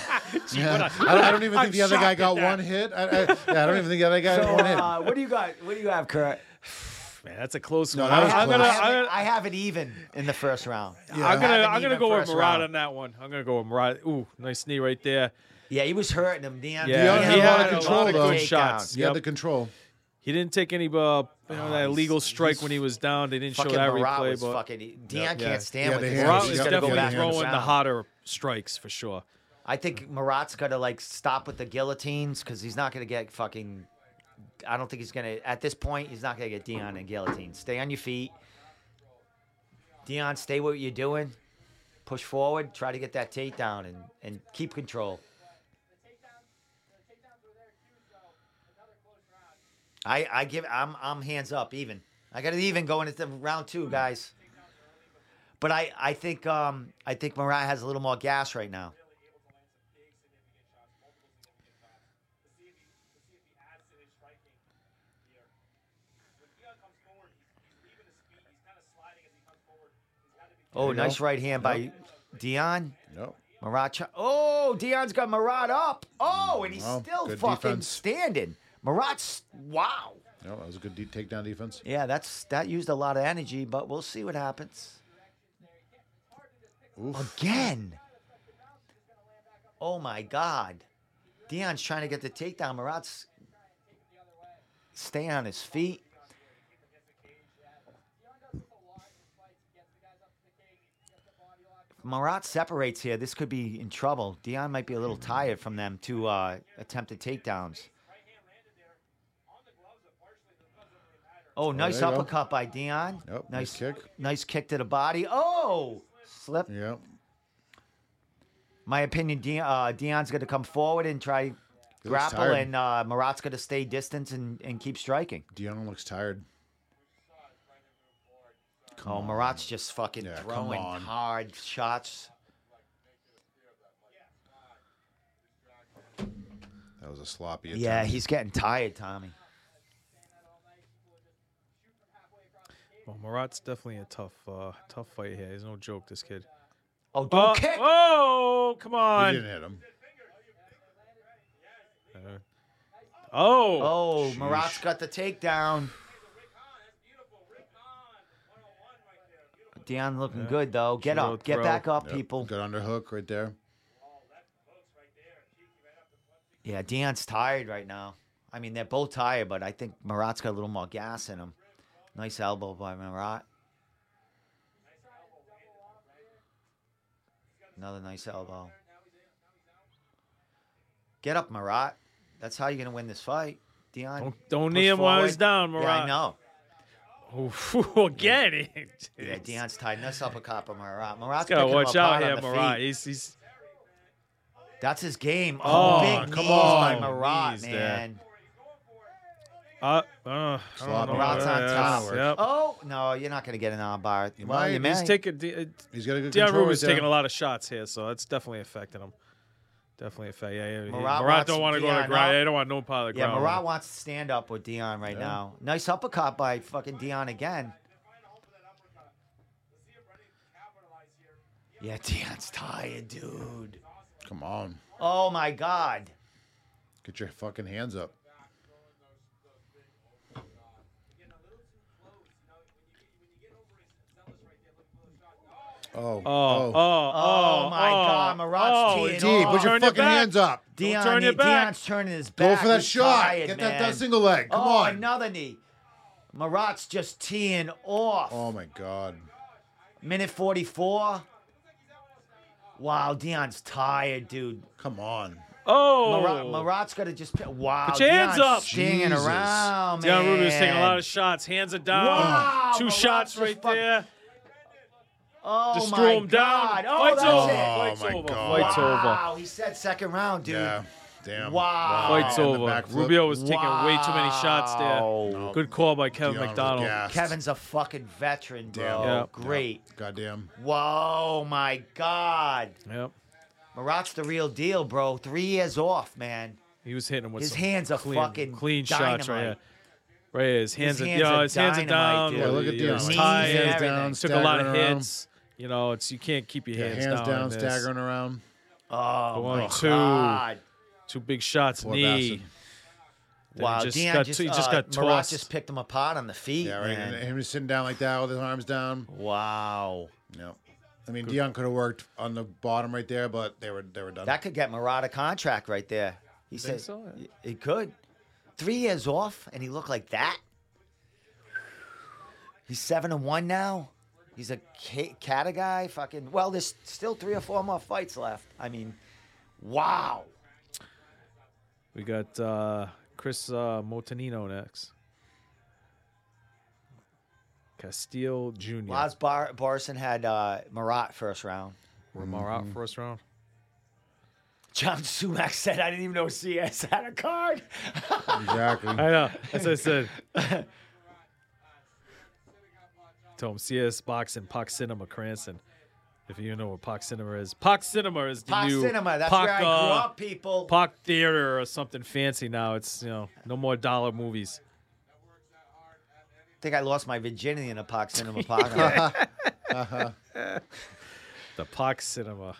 Speaker 2: Yeah. I, don't, I don't even think the other guy got one hit. I, I, yeah, I don't even think the other guy
Speaker 1: So,
Speaker 2: got one hit.
Speaker 1: uh, what do you got? What do you have, Kurt?
Speaker 3: Man, that's a close
Speaker 2: No,
Speaker 3: one.
Speaker 2: that
Speaker 3: I-
Speaker 2: was
Speaker 3: I'm
Speaker 2: close.
Speaker 3: gonna,
Speaker 1: I
Speaker 2: Uh,
Speaker 1: have,
Speaker 3: I'm
Speaker 1: it,
Speaker 3: gonna,
Speaker 1: I have it even in the first round.
Speaker 2: Yeah.
Speaker 3: I'm gonna,
Speaker 1: haven't
Speaker 3: I'm gonna
Speaker 1: even
Speaker 3: go with
Speaker 1: first
Speaker 3: Marat
Speaker 1: round.
Speaker 3: on that one. I'm gonna go with Marat. Ooh, nice knee right there.
Speaker 1: Yeah, he was hurting him. Dion,
Speaker 3: Yeah,
Speaker 2: he had a lot of
Speaker 1: good
Speaker 2: control, though.
Speaker 1: takedowns.
Speaker 3: Shots.
Speaker 2: He
Speaker 3: Yep.
Speaker 2: had the control.
Speaker 3: He didn't take any, uh, you know, that illegal strike when he was down. They didn't show
Speaker 1: Oh, Fucking
Speaker 3: that
Speaker 1: Marat
Speaker 3: replay,
Speaker 1: was
Speaker 3: but
Speaker 1: fucking. Dion can't
Speaker 3: Yeah.
Speaker 1: stand
Speaker 2: Yeah,
Speaker 1: with
Speaker 2: they
Speaker 1: him.
Speaker 2: had-
Speaker 3: Marat
Speaker 2: He's
Speaker 3: was
Speaker 2: gotta go
Speaker 3: definitely
Speaker 2: back to the
Speaker 3: throwing the
Speaker 1: sound.
Speaker 3: hotter strikes for sure.
Speaker 1: I think Marat's got to like stop with the guillotines because he's not going to get fucking. I don't think he's going to. At this point, he's not going to get Dion in guillotine. Stay on your feet. Dion, stay what you're doing. Push forward. Try to get that takedown and, and keep control. I, I give I'm I'm hands up even. I got it even going into round two, guys. But I, I think um I think Marat has a little more gas right now. Oh, nice right hand by Dion.
Speaker 2: Nope.
Speaker 1: Marat. Ch- oh, Dion's got Marat up. Oh, and he's
Speaker 2: Wow,
Speaker 1: still
Speaker 2: good
Speaker 1: fucking
Speaker 2: defense.
Speaker 1: standing. Marat's wow.
Speaker 2: No, that was a good de- takedown defense.
Speaker 1: Yeah, that's that used a lot of energy, but we'll see what happens.
Speaker 2: Oof.
Speaker 1: Again. Oh my God. Dion's trying to get the takedown. Marat's staying on his feet. If Marat separates here. This could be in trouble. Dion might be a little tired from them to uh, attempted takedowns. Oh, nice
Speaker 2: there you go.
Speaker 1: uppercut by Dion.
Speaker 2: Yep, nice kick.
Speaker 1: Nice kick to the body. Oh, slip.
Speaker 2: Yeah.
Speaker 1: My opinion, De- uh, Dion's going to come forward and try grapple,
Speaker 2: tired.
Speaker 1: and uh, Marat's going to stay distance and, and keep striking.
Speaker 2: Dion looks tired.
Speaker 1: oh, Marat's just fucking
Speaker 2: Yeah, come
Speaker 1: throwing
Speaker 2: on.
Speaker 1: hard shots.
Speaker 2: That was a sloppy attack.
Speaker 1: Yeah, he's getting tired, Tommy.
Speaker 3: Well, Marat's definitely a tough, uh, tough fight here. He's no joke, this kid.
Speaker 1: Oh, don't
Speaker 3: Oh,
Speaker 1: kick!
Speaker 3: oh, come
Speaker 2: He
Speaker 3: on!
Speaker 2: didn't hit him.
Speaker 3: Uh, oh,
Speaker 1: Oh, Marat's got the takedown. Dion looking good though. Get
Speaker 3: Slow
Speaker 1: up, get
Speaker 3: throw.
Speaker 1: back up,
Speaker 2: Yep.
Speaker 1: people.
Speaker 2: Good underhook right there.
Speaker 1: Yeah, Dion's tired right now. I mean, they're both tired, but I think Marat's got a little more gas in him. Nice elbow by Marat. Another nice elbow. Get up, Marat. That's how you're gonna win this fight. Dion.
Speaker 3: Don't- don't
Speaker 1: push
Speaker 3: knee him while he's
Speaker 1: forward.
Speaker 3: down,
Speaker 1: Yeah, I
Speaker 3: Marat.
Speaker 1: know.
Speaker 3: Oh, again. it.
Speaker 1: Yeah,
Speaker 3: He's
Speaker 1: Dion's tied. Nice uppercut by Marat. Marat's
Speaker 3: gotta
Speaker 1: picking him
Speaker 3: watch
Speaker 1: apart
Speaker 3: out here,
Speaker 1: on the
Speaker 3: Marat.
Speaker 1: feet.
Speaker 3: He's, he's
Speaker 1: That's his game. Oh,
Speaker 3: Oh,
Speaker 1: big
Speaker 3: come
Speaker 1: knees by
Speaker 3: on.
Speaker 1: Marat,
Speaker 3: Knees there.
Speaker 1: man.
Speaker 3: uh, uh, I don't
Speaker 2: Sloppy.
Speaker 3: know.
Speaker 1: Marat's on
Speaker 3: Yeah,
Speaker 1: top.
Speaker 3: Yep.
Speaker 1: Oh no, you're not gonna get an armbar. Well,
Speaker 2: might.
Speaker 1: you
Speaker 2: He's
Speaker 1: may.
Speaker 3: He's taking. D- uh,
Speaker 2: He's got a good
Speaker 3: Dion
Speaker 2: control
Speaker 3: Ruby's
Speaker 2: right there.
Speaker 3: taking a lot of shots here, so that's definitely affecting him. Definitely affecting. Yeah, yeah. he-
Speaker 1: Marat
Speaker 3: Marat,
Speaker 1: wants
Speaker 3: don't want to go to
Speaker 1: Dion
Speaker 3: the ground.
Speaker 1: out.
Speaker 3: Yeah, he don't want no part of the
Speaker 1: Yeah,
Speaker 3: ground.
Speaker 1: Marat wants to stand up with Dion right now. Nice uppercut by fucking Dion again. Yeah, Dion's tired, dude.
Speaker 2: Come on.
Speaker 1: Oh my god.
Speaker 2: Get your fucking hands up. Oh,
Speaker 3: Oh, oh, oh,
Speaker 1: Oh, my God, Marat's
Speaker 3: oh,
Speaker 1: teeing
Speaker 2: D,
Speaker 1: off.
Speaker 2: put your
Speaker 3: Turn it
Speaker 2: fucking
Speaker 3: back.
Speaker 2: hands up.
Speaker 1: Dion,
Speaker 3: turn your back.
Speaker 1: Dion's turning his
Speaker 2: Go
Speaker 1: back.
Speaker 2: for that
Speaker 1: He's
Speaker 2: shot.
Speaker 1: tired, man.
Speaker 2: Get that, that single leg. Come
Speaker 1: oh,
Speaker 2: on.
Speaker 1: another knee. Marat's just teeing off.
Speaker 2: Oh my God.
Speaker 1: Minute 44. Wow, Dion's tired, dude.
Speaker 2: Come on.
Speaker 3: Oh,
Speaker 1: Marat, Marat's got to just. p- Wow.
Speaker 3: Put your hands
Speaker 1: Dion's
Speaker 3: up.
Speaker 1: Stinging
Speaker 2: Jesus.
Speaker 1: around, man.
Speaker 3: Dion Ruby's taking a lot of shots. Hands are down.
Speaker 1: Wow,
Speaker 3: Two
Speaker 1: Marat's
Speaker 3: shots
Speaker 1: just
Speaker 3: right
Speaker 1: fuck-
Speaker 3: there.
Speaker 1: Oh,
Speaker 3: Just
Speaker 1: my
Speaker 3: throw him
Speaker 1: God.
Speaker 3: down.
Speaker 1: Oh,
Speaker 3: Fight's
Speaker 1: that's
Speaker 3: over.
Speaker 1: it.
Speaker 2: Oh,
Speaker 3: Fight's
Speaker 2: my
Speaker 3: over.
Speaker 2: God.
Speaker 3: Fight's over.
Speaker 1: Wow, he said second round, dude.
Speaker 2: Yeah. Damn.
Speaker 1: Wow.
Speaker 3: Fight's
Speaker 2: And the
Speaker 3: over.
Speaker 2: backflip.
Speaker 3: Rubio was taking way too many shots
Speaker 1: Wow.
Speaker 3: there.
Speaker 2: Oh,
Speaker 3: Good call by Kevin
Speaker 2: Dion was
Speaker 3: McDonald.
Speaker 2: gassed.
Speaker 1: Kevin's a fucking veteran, bro.
Speaker 2: Damn.
Speaker 3: Yeah.
Speaker 1: Great.
Speaker 2: Goddamn.
Speaker 1: Whoa, my God.
Speaker 3: Yep.
Speaker 1: Marat's the real deal, bro. Three years off, man.
Speaker 3: He was hitting him with
Speaker 1: His
Speaker 3: some
Speaker 1: hands are
Speaker 3: clean,
Speaker 1: fucking
Speaker 3: clean shots right here.
Speaker 1: dynamite.
Speaker 3: Right here, his hands,
Speaker 1: hands
Speaker 3: are, yeah,
Speaker 1: are
Speaker 3: his hands are
Speaker 1: dynamite,
Speaker 3: down.
Speaker 1: dude.
Speaker 2: Yeah, look at
Speaker 3: yeah,
Speaker 2: Dion.
Speaker 3: he's
Speaker 1: Knees
Speaker 3: tired.
Speaker 1: and
Speaker 3: Hands
Speaker 1: everything.
Speaker 3: down, Took a lot of
Speaker 2: staggering around.
Speaker 3: hits. You know, it's you can't keep your
Speaker 2: Yeah,
Speaker 3: hands,
Speaker 2: hands down,
Speaker 3: in this.
Speaker 2: staggering around.
Speaker 1: Oh,
Speaker 3: One,
Speaker 1: my
Speaker 3: two.
Speaker 1: God.
Speaker 3: Two big shots,
Speaker 2: Poor
Speaker 3: knee.
Speaker 2: bastard.
Speaker 3: Then he
Speaker 1: Wow,
Speaker 3: just
Speaker 1: Dion
Speaker 3: got,
Speaker 1: just,
Speaker 3: he just
Speaker 1: uh,
Speaker 3: got
Speaker 1: Marat
Speaker 3: tossed.
Speaker 1: just picked him apart on the feet,
Speaker 2: Yeah, right.
Speaker 1: man.
Speaker 2: And him just sitting down like that with his arms down.
Speaker 1: Wow.
Speaker 2: No. I mean, Dion could have worked on the bottom right there, but they were they were done.
Speaker 1: That could get Marat a contract right there. He said
Speaker 3: so?
Speaker 1: he could. three years off and he looked like that. He's seven and one now. He's a ca- cata guy. Fucking well, there's still three or four more fights left. I mean, wow.
Speaker 3: We got uh, Chris uh, Motanino next. Castillo Jr.
Speaker 1: Laz Bar- Barson had uh, Marat first round.
Speaker 3: Marat first round.
Speaker 1: John Sumac said, "I didn't even know CS had a card."
Speaker 2: Exactly.
Speaker 3: I know. That's what I said. Told him CS Boxing, Pock Cinema Cranston. If you know what Pock Cinema is, Pock Cinema is the
Speaker 1: Pop
Speaker 3: new
Speaker 1: Cinema. That's
Speaker 3: Pock,
Speaker 1: where I grew
Speaker 3: uh,
Speaker 1: up, people.
Speaker 3: Pock Theater or something fancy now. It's you know no more dollar movies.
Speaker 1: I think I lost my virginity in a Pock Cinema pocket.
Speaker 3: The Pock Cinema.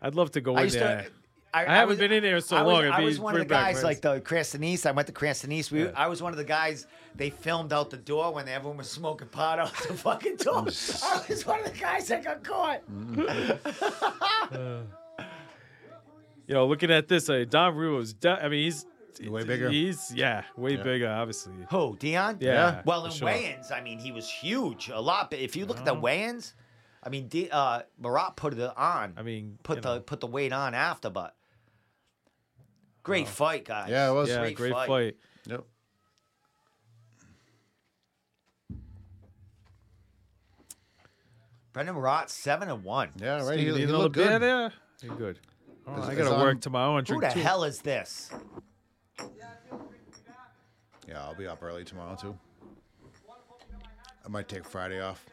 Speaker 3: I'd love to go
Speaker 1: I
Speaker 3: in
Speaker 1: used
Speaker 3: there.
Speaker 1: to.
Speaker 3: I haven't been in there so
Speaker 1: I was,
Speaker 3: long, it'd
Speaker 1: I
Speaker 3: be
Speaker 1: was one of the
Speaker 3: bring back
Speaker 1: guys like
Speaker 3: friends.
Speaker 1: the Cranston East. I went to Cranston East. We,
Speaker 3: Yeah.
Speaker 1: I was one of the guys they filmed out the door when everyone was smoking pot out the fucking door. I was one of the guys that got caught.
Speaker 3: Mm. You know, looking at this, uh, Don Ruo's. De- I mean, he's
Speaker 2: Way bigger.
Speaker 3: He's yeah, way bigger, obviously.
Speaker 1: Who? Dion?
Speaker 3: Yeah, Yeah.
Speaker 1: Well,
Speaker 3: for
Speaker 1: in
Speaker 3: sure. Uh-huh.
Speaker 1: weigh-ins, I mean, he was huge, a lot. But if you look at the weigh-ins, I mean, D, uh, Marat put it on.
Speaker 3: I mean,
Speaker 1: put
Speaker 3: you
Speaker 1: the
Speaker 3: know.
Speaker 1: put the weight on after, but great fight, guys.
Speaker 2: Yeah, it was.
Speaker 3: Yeah,
Speaker 1: Great
Speaker 3: great,
Speaker 1: fight.
Speaker 3: fight.
Speaker 2: Yep.
Speaker 1: Brendan Marat seven and one.
Speaker 2: Yeah, right. He,
Speaker 3: You
Speaker 2: he
Speaker 3: need another
Speaker 2: looked
Speaker 3: beer
Speaker 2: good.
Speaker 3: there? You're good. All right, I
Speaker 2: Is-
Speaker 3: gotta
Speaker 2: is
Speaker 3: work
Speaker 2: on-
Speaker 3: tomorrow and
Speaker 1: Who
Speaker 3: drink
Speaker 1: the
Speaker 3: two.
Speaker 1: hell is this?
Speaker 2: Yeah, I'll be up early tomorrow too. I might take Friday off.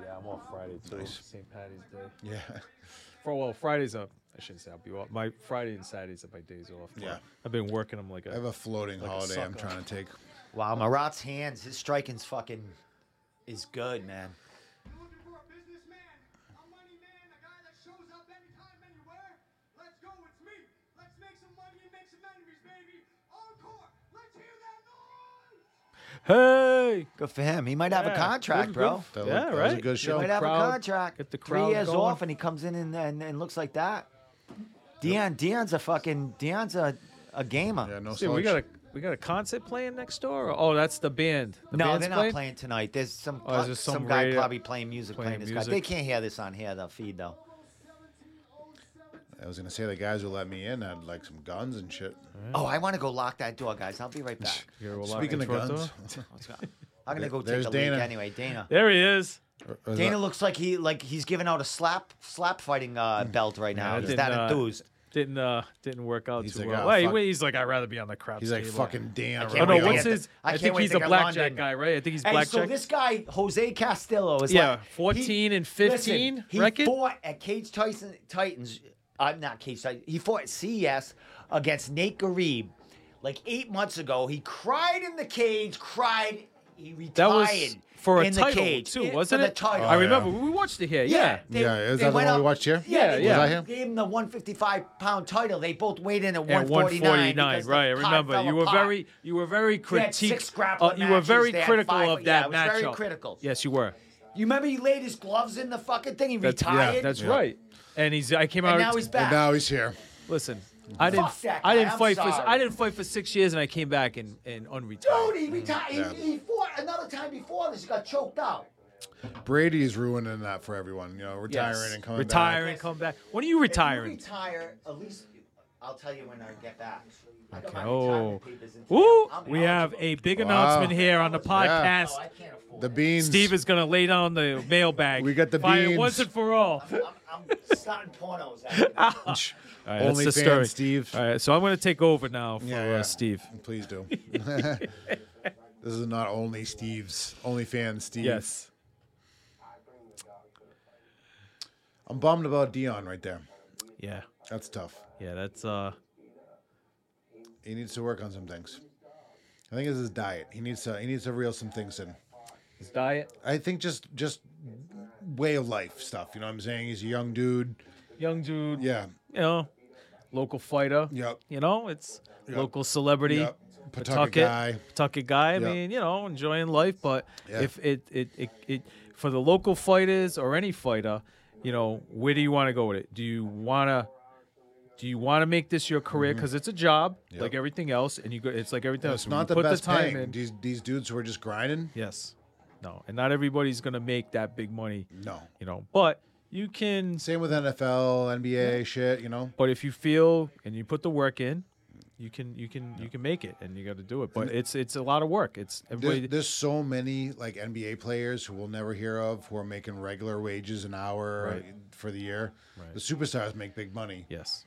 Speaker 3: Yeah, I'm off Friday too.
Speaker 2: Nice.
Speaker 3: St. Patty's Day.
Speaker 2: Yeah.
Speaker 3: For well, Fridays up. I shouldn't say I'll be off. My Friday and Saturdays are my days off. but
Speaker 2: Yeah.
Speaker 3: I've been working them like
Speaker 2: I have
Speaker 3: a.
Speaker 2: a floating holiday I'm
Speaker 3: sucker.
Speaker 2: trying to take.
Speaker 1: Wow, Marat's hands, his striking's fucking is good, man.
Speaker 5: You're looking for a businessman, a money man, a guy that shows up anytime, anywhere. Let's go, it's me. Let's make some money and make some enemies, baby. Encore, let's hear that noise.
Speaker 3: Hey,
Speaker 1: Good for him. He might have a
Speaker 3: Yeah,
Speaker 1: contract,
Speaker 3: good-
Speaker 1: bro.
Speaker 2: That,
Speaker 3: Yeah,
Speaker 2: looked, that was a
Speaker 3: right.
Speaker 2: good
Speaker 3: You
Speaker 1: He
Speaker 2: show.
Speaker 1: might have
Speaker 3: Crowd-
Speaker 1: a contract.
Speaker 3: get the
Speaker 1: Three
Speaker 3: crowd
Speaker 1: years
Speaker 3: going.
Speaker 1: off, and he comes in and, and, and looks like that. Dion, Dion's a fucking Dion's a, a gamer.
Speaker 2: Yeah, no
Speaker 3: see, we
Speaker 2: slouch.
Speaker 3: got a we got a concert playing next door. or- Oh, that's the band. The
Speaker 1: no,
Speaker 3: band's
Speaker 1: they're not
Speaker 3: playing?
Speaker 1: playing tonight. There's some
Speaker 3: Oh, is there
Speaker 1: some,
Speaker 3: some
Speaker 1: guy
Speaker 3: radio-
Speaker 1: probably playing music playing,
Speaker 3: playing
Speaker 1: this guy.
Speaker 3: music?
Speaker 1: They can't hear this on here the feed though.
Speaker 2: I was gonna say the guys who let me in had like some guns and shit.
Speaker 1: Oh, I want to go lock that door, guys. I'll be right back.
Speaker 3: You're a lot
Speaker 2: Speaking of
Speaker 3: control
Speaker 2: guns,
Speaker 3: door?
Speaker 1: Let's go. I'm gonna
Speaker 2: There-
Speaker 1: go take
Speaker 2: there's
Speaker 1: a
Speaker 2: Dana.
Speaker 1: leak anyway. Dana.
Speaker 3: There he is.
Speaker 2: Or is
Speaker 1: Dana
Speaker 2: that-
Speaker 1: looks like he like he's giving out a slap slap fighting uh, belt right now.
Speaker 3: Hmm. I
Speaker 1: he's
Speaker 3: didn't,
Speaker 1: that
Speaker 3: uh,
Speaker 1: enthused.
Speaker 3: Didn't uh didn't work out
Speaker 2: He's
Speaker 3: too
Speaker 2: like,
Speaker 3: well.
Speaker 2: "Oh,
Speaker 3: Wait,
Speaker 2: fuck."
Speaker 3: wait, he's like I'd rather be on the crowd.
Speaker 2: he's like
Speaker 3: table."
Speaker 2: fucking Dana.
Speaker 1: can't
Speaker 3: Oh no,
Speaker 1: wait to
Speaker 3: what's
Speaker 1: get-
Speaker 3: his?
Speaker 1: I
Speaker 3: I,
Speaker 1: can't
Speaker 3: think
Speaker 1: wait
Speaker 3: he's
Speaker 1: to
Speaker 3: a
Speaker 1: get
Speaker 3: blackjack
Speaker 1: London.
Speaker 3: guy, right? I think he's
Speaker 1: Hey,
Speaker 3: blackjack.
Speaker 1: so this guy Jose Castillo is
Speaker 3: Yeah,
Speaker 1: like he-
Speaker 3: 14 and
Speaker 1: listen,
Speaker 3: 15
Speaker 1: he
Speaker 3: record?
Speaker 1: fought at Cage Tyson Titans. I'm not Cage Tyson. He fought at CES against Nate Garib like eight months ago. He cried in the cage. Cried. He retired.
Speaker 3: That was for a
Speaker 1: in
Speaker 3: title
Speaker 1: the cage.
Speaker 3: too,
Speaker 1: In-
Speaker 3: wasn't
Speaker 1: for The
Speaker 3: it?
Speaker 1: title.
Speaker 3: I remember we watched it here. Yeah.
Speaker 2: Yeah, is that the
Speaker 1: went
Speaker 2: one we
Speaker 1: up-
Speaker 2: watched here?
Speaker 1: Yeah,
Speaker 3: Yeah,
Speaker 1: they
Speaker 3: yeah.
Speaker 2: Was that him?
Speaker 1: Gave him the 155 pound title. They both weighed in at
Speaker 3: And
Speaker 1: 149.
Speaker 3: 149,
Speaker 1: because the
Speaker 3: right? I
Speaker 1: card
Speaker 3: remember
Speaker 1: fell
Speaker 3: you were
Speaker 1: apart.
Speaker 3: very, you were very
Speaker 1: They had
Speaker 3: critique.
Speaker 1: six grappling
Speaker 3: uh, you were
Speaker 1: matches,
Speaker 3: very
Speaker 1: they had
Speaker 3: critical
Speaker 1: five-
Speaker 3: of
Speaker 1: yeah,
Speaker 3: that
Speaker 1: it was
Speaker 3: matchup.
Speaker 1: very critical.
Speaker 3: Yes, you were.
Speaker 1: You remember he laid his gloves in the fucking thing. He
Speaker 3: That's,
Speaker 1: retired.
Speaker 3: yeah, that's right. And he's, I came
Speaker 1: And
Speaker 3: out.
Speaker 1: now he's back.
Speaker 2: And now he's here.
Speaker 3: Listen, I didn't,
Speaker 1: Fuck that
Speaker 3: I
Speaker 1: guy,
Speaker 3: didn't
Speaker 1: I'm
Speaker 3: fight for,
Speaker 1: sorry.
Speaker 3: I didn't fight for six years, and I came back and and unretired.
Speaker 1: Dude, he retired.
Speaker 2: Yeah.
Speaker 1: He, he fought another time before this. He got choked out.
Speaker 2: Brady's ruining that for everyone. You know, retiring
Speaker 3: Yes.
Speaker 2: and coming
Speaker 3: retiring,
Speaker 1: Yes.
Speaker 3: and come back. When are you
Speaker 1: If you
Speaker 3: retiring?
Speaker 1: retire, at least I'll tell you when I get back. I got my
Speaker 3: Oh,
Speaker 1: retirement papers in
Speaker 3: Ooh,
Speaker 1: town. I'm
Speaker 3: we have
Speaker 1: eligible.
Speaker 3: a big
Speaker 2: Wow.
Speaker 3: announcement here on the
Speaker 2: Yeah.
Speaker 3: podcast.
Speaker 1: No, Oh, I can't afford
Speaker 2: back. The
Speaker 1: it.
Speaker 2: beans.
Speaker 3: Steve is gonna lay down the mailbag.
Speaker 2: We got the
Speaker 3: Fire
Speaker 2: beans.
Speaker 3: once and for all.
Speaker 1: I'm, I'm starting pornos. After
Speaker 3: All right,
Speaker 2: Only
Speaker 3: that's the
Speaker 2: fan
Speaker 3: story.
Speaker 2: Steve.
Speaker 3: All right, so I'm going to take over now for
Speaker 2: Yeah, yeah.
Speaker 3: Uh, Steve.
Speaker 2: Please do. this is not only Steve's, only fan Steve.
Speaker 3: Yes.
Speaker 2: I'm bummed about Dion right there.
Speaker 3: Yeah.
Speaker 2: That's tough.
Speaker 3: Yeah, that's uh
Speaker 2: He needs to work on some things. I think it's his diet. He needs to he needs to reel some things in.
Speaker 7: His diet.
Speaker 2: I think just just way of life stuff. You know what I'm saying? He's a young dude.
Speaker 7: Young dude.
Speaker 2: Yeah.
Speaker 3: you know, local fighter.
Speaker 2: Yep.
Speaker 3: You know, it's
Speaker 2: Yep.
Speaker 3: local celebrity.
Speaker 2: Yep. Pawtucket guy.
Speaker 3: Pawtucket guy. I
Speaker 2: Yep.
Speaker 3: mean, you know, enjoying life, but
Speaker 2: Yeah.
Speaker 3: if it, it it it for the local fighters or any fighter, you know, where do you want to go with it? Do you want to Do you want to make this your career? Because it's a job,
Speaker 2: Mm-hmm. Yep.
Speaker 3: like everything else, and you go. It's like everything else.
Speaker 2: It's
Speaker 3: When
Speaker 2: not the
Speaker 3: you put
Speaker 2: best
Speaker 3: the time
Speaker 2: paying.
Speaker 3: in.
Speaker 2: These these dudes who are just grinding.
Speaker 3: yes. No, and not everybody's gonna make that big money.
Speaker 2: No.
Speaker 3: You know, but you can.
Speaker 2: Same with NFL, NBA shit. You know,
Speaker 3: But if you feel and you put the work in, you can you can you can make it, and you got to do it. But it's it's a lot of work. It's everybody.
Speaker 2: there's, there's so many like NBA players who we'll never hear of who are making regular wages an hour
Speaker 3: Right.
Speaker 2: for the year.
Speaker 3: Right.
Speaker 2: The superstars make big money.
Speaker 3: Yes.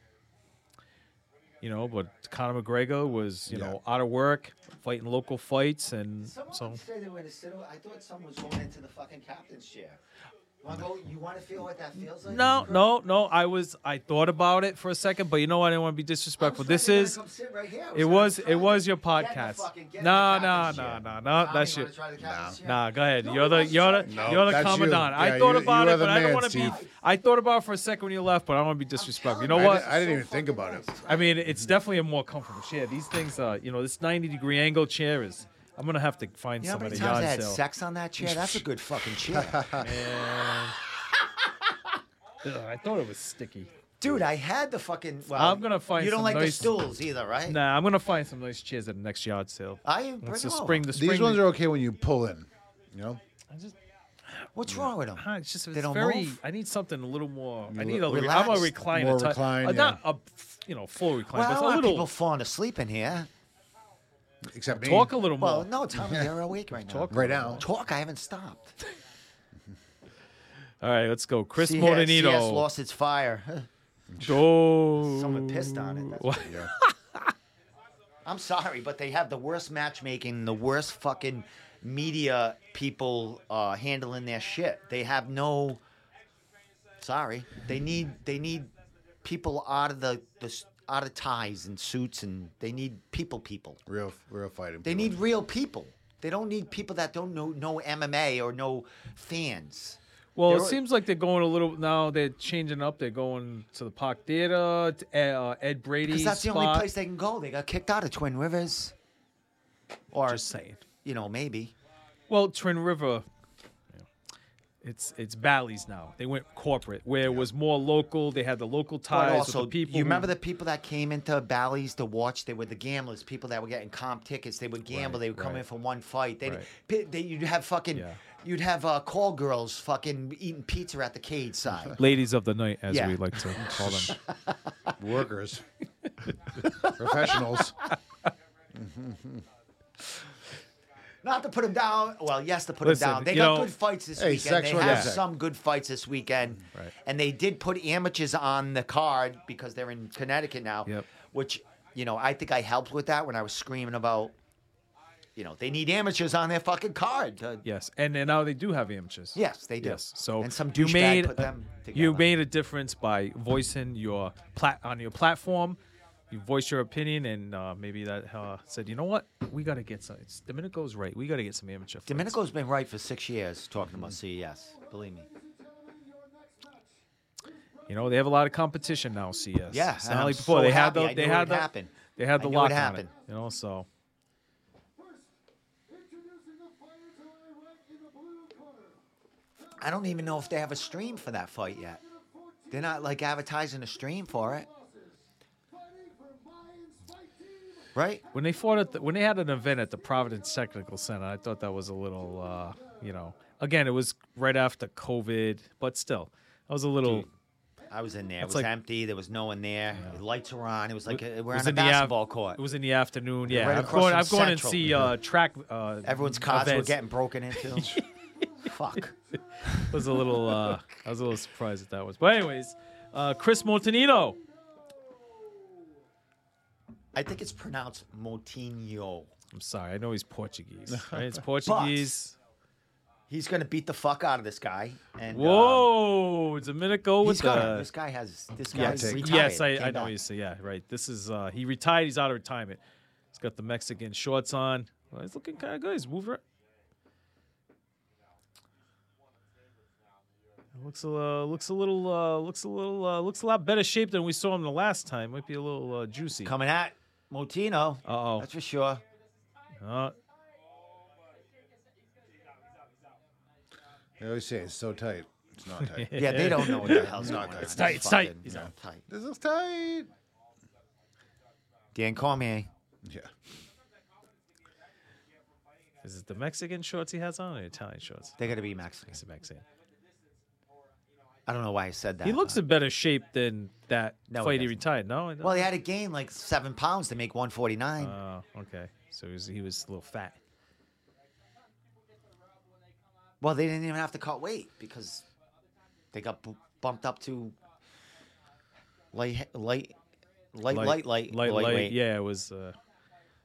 Speaker 3: You know, but Conor McGregor was, you
Speaker 2: Yeah.
Speaker 3: know, out of work, fighting local fights, and
Speaker 1: Someone
Speaker 3: so
Speaker 1: said they were in a sit- I thought someone was going into the fucking captain's chair. Wanna go- You want to feel what that feels like?
Speaker 3: no,
Speaker 1: Kurt?
Speaker 3: no, no. I was, I thought about it for a second, but you know, what? I didn't want to be
Speaker 1: I'm
Speaker 3: disrespectful.
Speaker 1: sorry,
Speaker 3: This
Speaker 1: you're gonna
Speaker 3: is,
Speaker 1: come sit right here. I
Speaker 3: it
Speaker 1: gonna
Speaker 3: was,
Speaker 1: try
Speaker 3: it
Speaker 1: to
Speaker 3: was your
Speaker 1: get the
Speaker 3: podcast.
Speaker 1: fucking- get the
Speaker 3: Nah, nah,
Speaker 1: captain's
Speaker 3: nah,
Speaker 1: chair.
Speaker 3: nah, nah.
Speaker 1: Tommy,
Speaker 3: That
Speaker 1: wanna
Speaker 3: shit.
Speaker 1: try the captain's chair?
Speaker 3: Nah, go ahead.
Speaker 1: No,
Speaker 3: You're the,
Speaker 1: I'm
Speaker 3: you're the,
Speaker 1: sorry.
Speaker 2: No,
Speaker 3: you're the
Speaker 2: that's you.
Speaker 3: commandant. I
Speaker 2: Yeah,
Speaker 3: thought
Speaker 2: you-
Speaker 3: about
Speaker 2: you are
Speaker 3: it, but
Speaker 2: the
Speaker 3: I don't
Speaker 2: man,
Speaker 3: want to be.
Speaker 2: Steve.
Speaker 3: I thought about it for a second when you left, but I don't want to be disrespectful. You know
Speaker 1: telling
Speaker 3: what?
Speaker 2: I, didn't, I didn't
Speaker 1: So
Speaker 2: even think
Speaker 1: fucking
Speaker 2: about it.
Speaker 1: nice.
Speaker 3: I mean, it's definitely a more comfortable chair. These things are, you know, this 90 degree angle chair is. I'm gonna have to find
Speaker 1: You know how
Speaker 3: some at
Speaker 1: many
Speaker 3: a
Speaker 1: times I
Speaker 3: yard
Speaker 1: had
Speaker 3: sale.
Speaker 1: sex on that chair? That's a good fucking chair.
Speaker 3: Ugh, I thought it was sticky.
Speaker 1: Dude, I had the fucking. Well,
Speaker 3: I'm gonna find
Speaker 1: You don't
Speaker 3: some
Speaker 1: like the
Speaker 3: nice-
Speaker 1: stools either, right?
Speaker 3: Nah, I'm gonna find some nice chairs at the next yard sale.
Speaker 1: I bring
Speaker 3: It's
Speaker 1: them
Speaker 3: the
Speaker 1: over.
Speaker 3: spring. The spring.
Speaker 2: These ones are okay when you pull in. You know,
Speaker 3: I just,
Speaker 1: What's wrong with them?
Speaker 3: ah, it's just. It's
Speaker 1: They don't
Speaker 3: very.
Speaker 1: move?
Speaker 3: I need something a little more. I
Speaker 2: li-
Speaker 3: need a. am a
Speaker 1: relaxed.
Speaker 3: recliner.
Speaker 2: More
Speaker 3: type-
Speaker 2: recline,
Speaker 3: uh,
Speaker 2: yeah.
Speaker 3: Not a, f- you know, full recline.
Speaker 1: Well, I
Speaker 3: but
Speaker 1: don't
Speaker 3: a
Speaker 1: want
Speaker 3: little.
Speaker 1: people falling asleep in here.
Speaker 2: except me.
Speaker 3: talk a little more.
Speaker 1: Well, no, Tommy, you're awake right now.
Speaker 3: Talk
Speaker 2: right now.
Speaker 1: Talk. I haven't stopped.
Speaker 3: All right, let's go. Chris
Speaker 1: CS
Speaker 3: Modanito.
Speaker 1: CS lost its fire.
Speaker 3: Oh.
Speaker 1: Someone pissed on it, that's
Speaker 3: What?
Speaker 1: I'm sorry, but they have the worst matchmaking, the worst fucking media people uh, handling their shit. They have no. Sorry, they need they need people out of the, the s- out of ties and suits, and they need people people.
Speaker 2: Real, real fighting.
Speaker 1: They
Speaker 2: people.
Speaker 1: need real people. They don't need people that don't know know MMA or know fans.
Speaker 3: Well, it
Speaker 1: They're-
Speaker 3: seems like they're going a little now. They're changing up. They're going to the Park Theater, to Ed, uh, Ed Brady's.
Speaker 1: Because that's the only
Speaker 3: spot.
Speaker 1: place they can go. They got kicked out of Twin Rivers. Or
Speaker 3: Just saying.
Speaker 1: you know maybe.
Speaker 3: Well, Twin River, it's it's Bally's now. They went corporate, where it was more local. They had the local ties
Speaker 1: But also,
Speaker 3: with the people.
Speaker 1: you
Speaker 3: who-
Speaker 1: remember the people that came into Bally's to watch? They were the gamblers, people that were getting comp tickets. They would gamble.
Speaker 3: Right,
Speaker 1: they would come
Speaker 3: right.
Speaker 1: in for one fight. They,
Speaker 3: Right.
Speaker 1: pi they you'd have fucking,
Speaker 3: Yeah.
Speaker 1: you'd have uh, call girls fucking eating pizza at the cage side.
Speaker 3: ladies of the night, as
Speaker 1: Yeah.
Speaker 3: we like to call them.
Speaker 2: workers, professionals.
Speaker 1: Not to put them down. Well, yes, to put
Speaker 3: Listen,
Speaker 1: them down. They
Speaker 3: you
Speaker 1: got
Speaker 3: know-
Speaker 1: good fights this
Speaker 2: Hey,
Speaker 1: weekend. They
Speaker 2: sex work
Speaker 1: have
Speaker 2: is sex.
Speaker 1: some good fights this weekend.
Speaker 3: Mm, Right.
Speaker 1: And they did put amateurs on the card because they're in Connecticut now.
Speaker 3: Yep.
Speaker 1: Which, you know, I think I helped with that when I was screaming about, you know, they need amateurs on their fucking card. to-
Speaker 3: yes, and, and now they do have amateurs.
Speaker 1: Yes, they do.
Speaker 3: Yes. So
Speaker 1: and some
Speaker 3: you
Speaker 1: douchebag
Speaker 3: made
Speaker 1: put
Speaker 3: a-
Speaker 1: them together.
Speaker 3: you made a difference by voicing your plat on your platform. You voiced your opinion, and uh, maybe that uh, said, you know what, we got to get some. It's, Domenico's right. We got to get some amateur. fights."
Speaker 1: Domenico's been right for six years talking about
Speaker 3: Mm-hmm.
Speaker 1: CES. Believe me.
Speaker 3: You know, they have a lot of competition now. CS.
Speaker 1: Yeah,
Speaker 3: it's
Speaker 1: and
Speaker 3: not
Speaker 1: I'm
Speaker 3: like before.
Speaker 1: so
Speaker 3: they had
Speaker 1: happy.
Speaker 3: the.
Speaker 1: I
Speaker 3: they
Speaker 1: knew it
Speaker 3: had
Speaker 1: would
Speaker 3: the.
Speaker 1: happen.
Speaker 3: They had
Speaker 1: I
Speaker 3: the
Speaker 1: knew it
Speaker 3: lock on it.
Speaker 1: happened.
Speaker 3: You know, so
Speaker 5: Introducing the fighter to our right in the blue corner.
Speaker 1: I don't even know if they have a stream for that fight yet. They're not like advertising a stream for it,
Speaker 5: Fighting for Mayans Fight Team.
Speaker 1: right?
Speaker 3: when they fought at the, when they had an event at the Providence Technical Center, I thought that was a little, uh, you know, again it was right after COVID, but still, that was a little.
Speaker 1: I was in there. It
Speaker 3: That's
Speaker 1: was
Speaker 3: like-
Speaker 1: empty. There was no one there. The lights were on. It was like uh, we're
Speaker 3: was
Speaker 1: on a
Speaker 3: in the av-
Speaker 1: basketball court.
Speaker 3: It was in the afternoon. Yeah,
Speaker 1: right
Speaker 3: I'm
Speaker 1: across
Speaker 3: going.
Speaker 1: from
Speaker 3: I'm going and
Speaker 1: Central.
Speaker 3: see uh, track. Uh,
Speaker 1: Everyone's cars were
Speaker 3: events.
Speaker 1: getting broken into. Fuck.
Speaker 3: I was a little. Uh, I was a little surprised at that was. But anyways, uh, Chris Montanito.
Speaker 1: I think it's pronounced Motinho.
Speaker 3: I'm sorry. I know he's Portuguese. Right? It's Portuguese.
Speaker 1: He's gonna beat the fuck out of this guy. And um,
Speaker 3: Whoa, Domenico
Speaker 1: he's
Speaker 3: with
Speaker 1: gonna.
Speaker 3: the.
Speaker 1: this guy has. This guy
Speaker 3: Yes,
Speaker 1: is retired.
Speaker 3: yes, I,
Speaker 1: Came
Speaker 3: I know.
Speaker 1: back.
Speaker 3: You see, yeah, right. This is uh, he retired. He's out of retirement. He's got the Mexican shorts on. Well, he's looking kind of good. He's moving. ar- Looks a uh, looks a little uh, looks a little uh, looks a lot better shape than we saw him the last time. Might be a little uh, juicy.
Speaker 1: Coming at Motino.
Speaker 3: Uh-oh.
Speaker 1: That's for sure.
Speaker 3: Uh,
Speaker 2: They always say it's so tight. It's not tight.
Speaker 1: Yeah, they don't know what the hell's going
Speaker 2: Not tight.
Speaker 1: on.
Speaker 2: It's
Speaker 3: tight, it's tight.
Speaker 1: fucking
Speaker 3: He's
Speaker 1: not
Speaker 3: out.
Speaker 1: tight.
Speaker 2: this is tight.
Speaker 1: Dan Cormier.
Speaker 2: Yeah.
Speaker 3: Is it the Mexican shorts he has on or Italian shorts?
Speaker 1: They're gonna be Mexican.
Speaker 3: It's the Mexican.
Speaker 1: I don't know why I said that.
Speaker 3: He looks
Speaker 1: but-
Speaker 3: in better shape than that
Speaker 1: Uh, No, he
Speaker 3: fight he
Speaker 1: doesn't.
Speaker 3: retired. No.
Speaker 1: well, he had to gain like seven pounds to make 149.
Speaker 3: Oh, okay. So he was, he was a little fat.
Speaker 1: well, they didn't even have to cut weight because they got bu- bumped up to light, light, light, light, light,
Speaker 3: light,
Speaker 1: lightweight.
Speaker 3: Yeah, it was. Uh,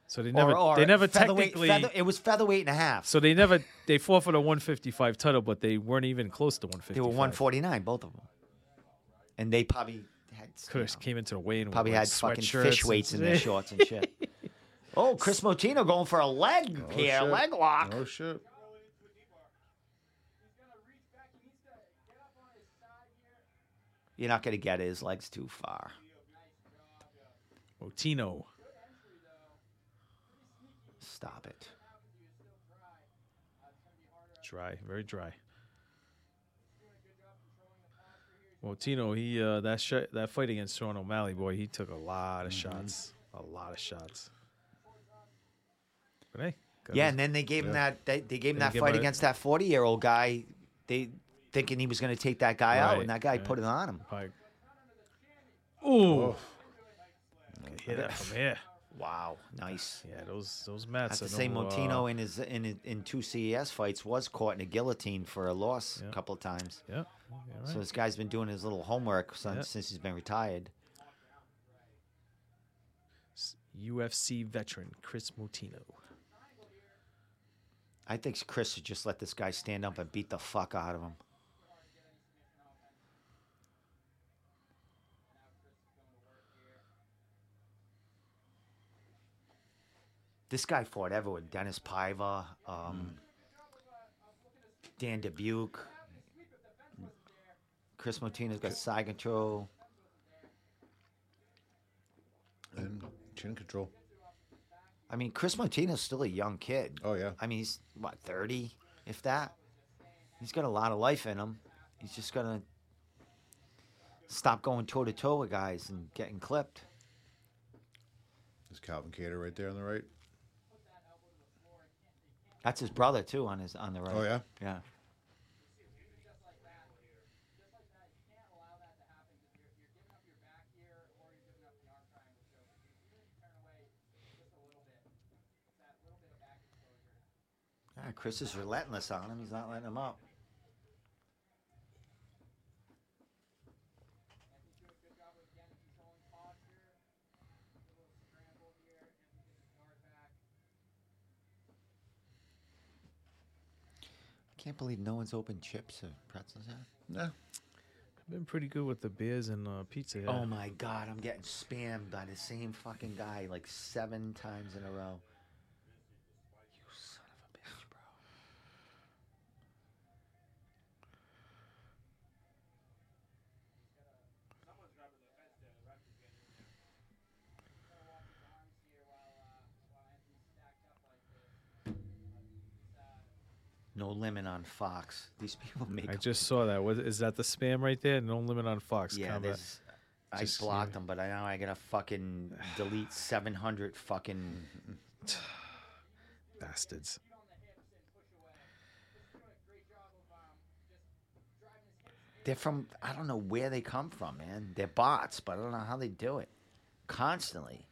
Speaker 3: so they
Speaker 1: Or-
Speaker 3: never,
Speaker 1: or
Speaker 3: they never
Speaker 1: featherweight-
Speaker 3: technically.
Speaker 1: feather- it was featherweight and a half.
Speaker 3: So they never they fought for the 155 title, but they weren't even close to 155.
Speaker 1: they were 149, both of them, and they probably had
Speaker 3: Could
Speaker 1: you
Speaker 3: have
Speaker 1: know,
Speaker 3: came into the weigh-in with
Speaker 1: probably
Speaker 3: like
Speaker 1: had fucking
Speaker 3: sweatshirts
Speaker 1: fish
Speaker 3: and-
Speaker 1: weights in their shorts and shit. Oh, Chris Motino going for a leg here,
Speaker 2: shit.
Speaker 1: leg lock.
Speaker 2: Oh shit.
Speaker 1: You're not gonna get it. His legs too far.
Speaker 3: Motino.
Speaker 1: Stop it.
Speaker 3: Dry, very dry. Motino, he uh, that sh- that fight against Sean O'Malley, boy, he took a lot of
Speaker 1: Mm-hmm.
Speaker 3: shots, a lot of shots. But hey, got
Speaker 1: Yeah,
Speaker 3: his-
Speaker 1: and then they gave him that they, they gave him
Speaker 3: They
Speaker 1: that
Speaker 3: give
Speaker 1: fight
Speaker 3: him a-
Speaker 1: against that forty year old guy. They thinking he was going to take that guy out, and
Speaker 3: Right,
Speaker 1: that guy
Speaker 3: right.
Speaker 1: put it on him.
Speaker 3: Pike. Oh. Ooh, Can hear that from here.
Speaker 1: Wow, nice.
Speaker 3: Yeah, those those
Speaker 1: I
Speaker 3: mats.
Speaker 1: have to
Speaker 3: are
Speaker 1: say,
Speaker 3: no, uh,
Speaker 1: Motino in his in his- in two CES fights was caught in a guillotine for a loss
Speaker 3: Yeah.
Speaker 1: a couple of times.
Speaker 3: yeah, yeah, right.
Speaker 1: So this guy's been doing his little homework since,
Speaker 3: Yeah.
Speaker 1: since he's been retired.
Speaker 3: S- UFC veteran Chris Motino.
Speaker 1: I think Chris should just let this guy stand up and beat the fuck out of him. This guy fought everyone. Dennis Paiva, um, Dan Dubuque, Chris Martinez got side control.
Speaker 2: And chin control.
Speaker 1: I mean, Chris Martinez still a young kid.
Speaker 2: Oh yeah.
Speaker 1: I mean, he's what thirty, if that. He's got a lot of life in him. He's just gonna stop going toe to toe with guys and getting clipped.
Speaker 2: There's Calvin Cater right there on the right.
Speaker 1: That's his brother too on his on the right.
Speaker 2: Oh yeah.
Speaker 1: yeah. Ah, Chris is relentless on him. He's not letting him up. Can't believe no one's opened chips or pretzels yet.
Speaker 2: Nah.
Speaker 3: Been pretty good with the beers and uh, pizza. Yeah.
Speaker 1: Oh my god, I'm getting spammed by the same fucking guy like seven times in a row. You son of a bitch, bro. No limit on Fox. These people make
Speaker 3: I just saw that. Was is that the spam right there? No limit on Fox.
Speaker 1: yeah,
Speaker 3: combat.
Speaker 1: there's. I
Speaker 3: Just, you
Speaker 1: blocked
Speaker 3: know.
Speaker 1: them, but I now I gotta fucking delete 700 fucking.
Speaker 3: bastards.
Speaker 1: They're from I don't know where they come from, man. They're bots, but I don't know how they do it constantly.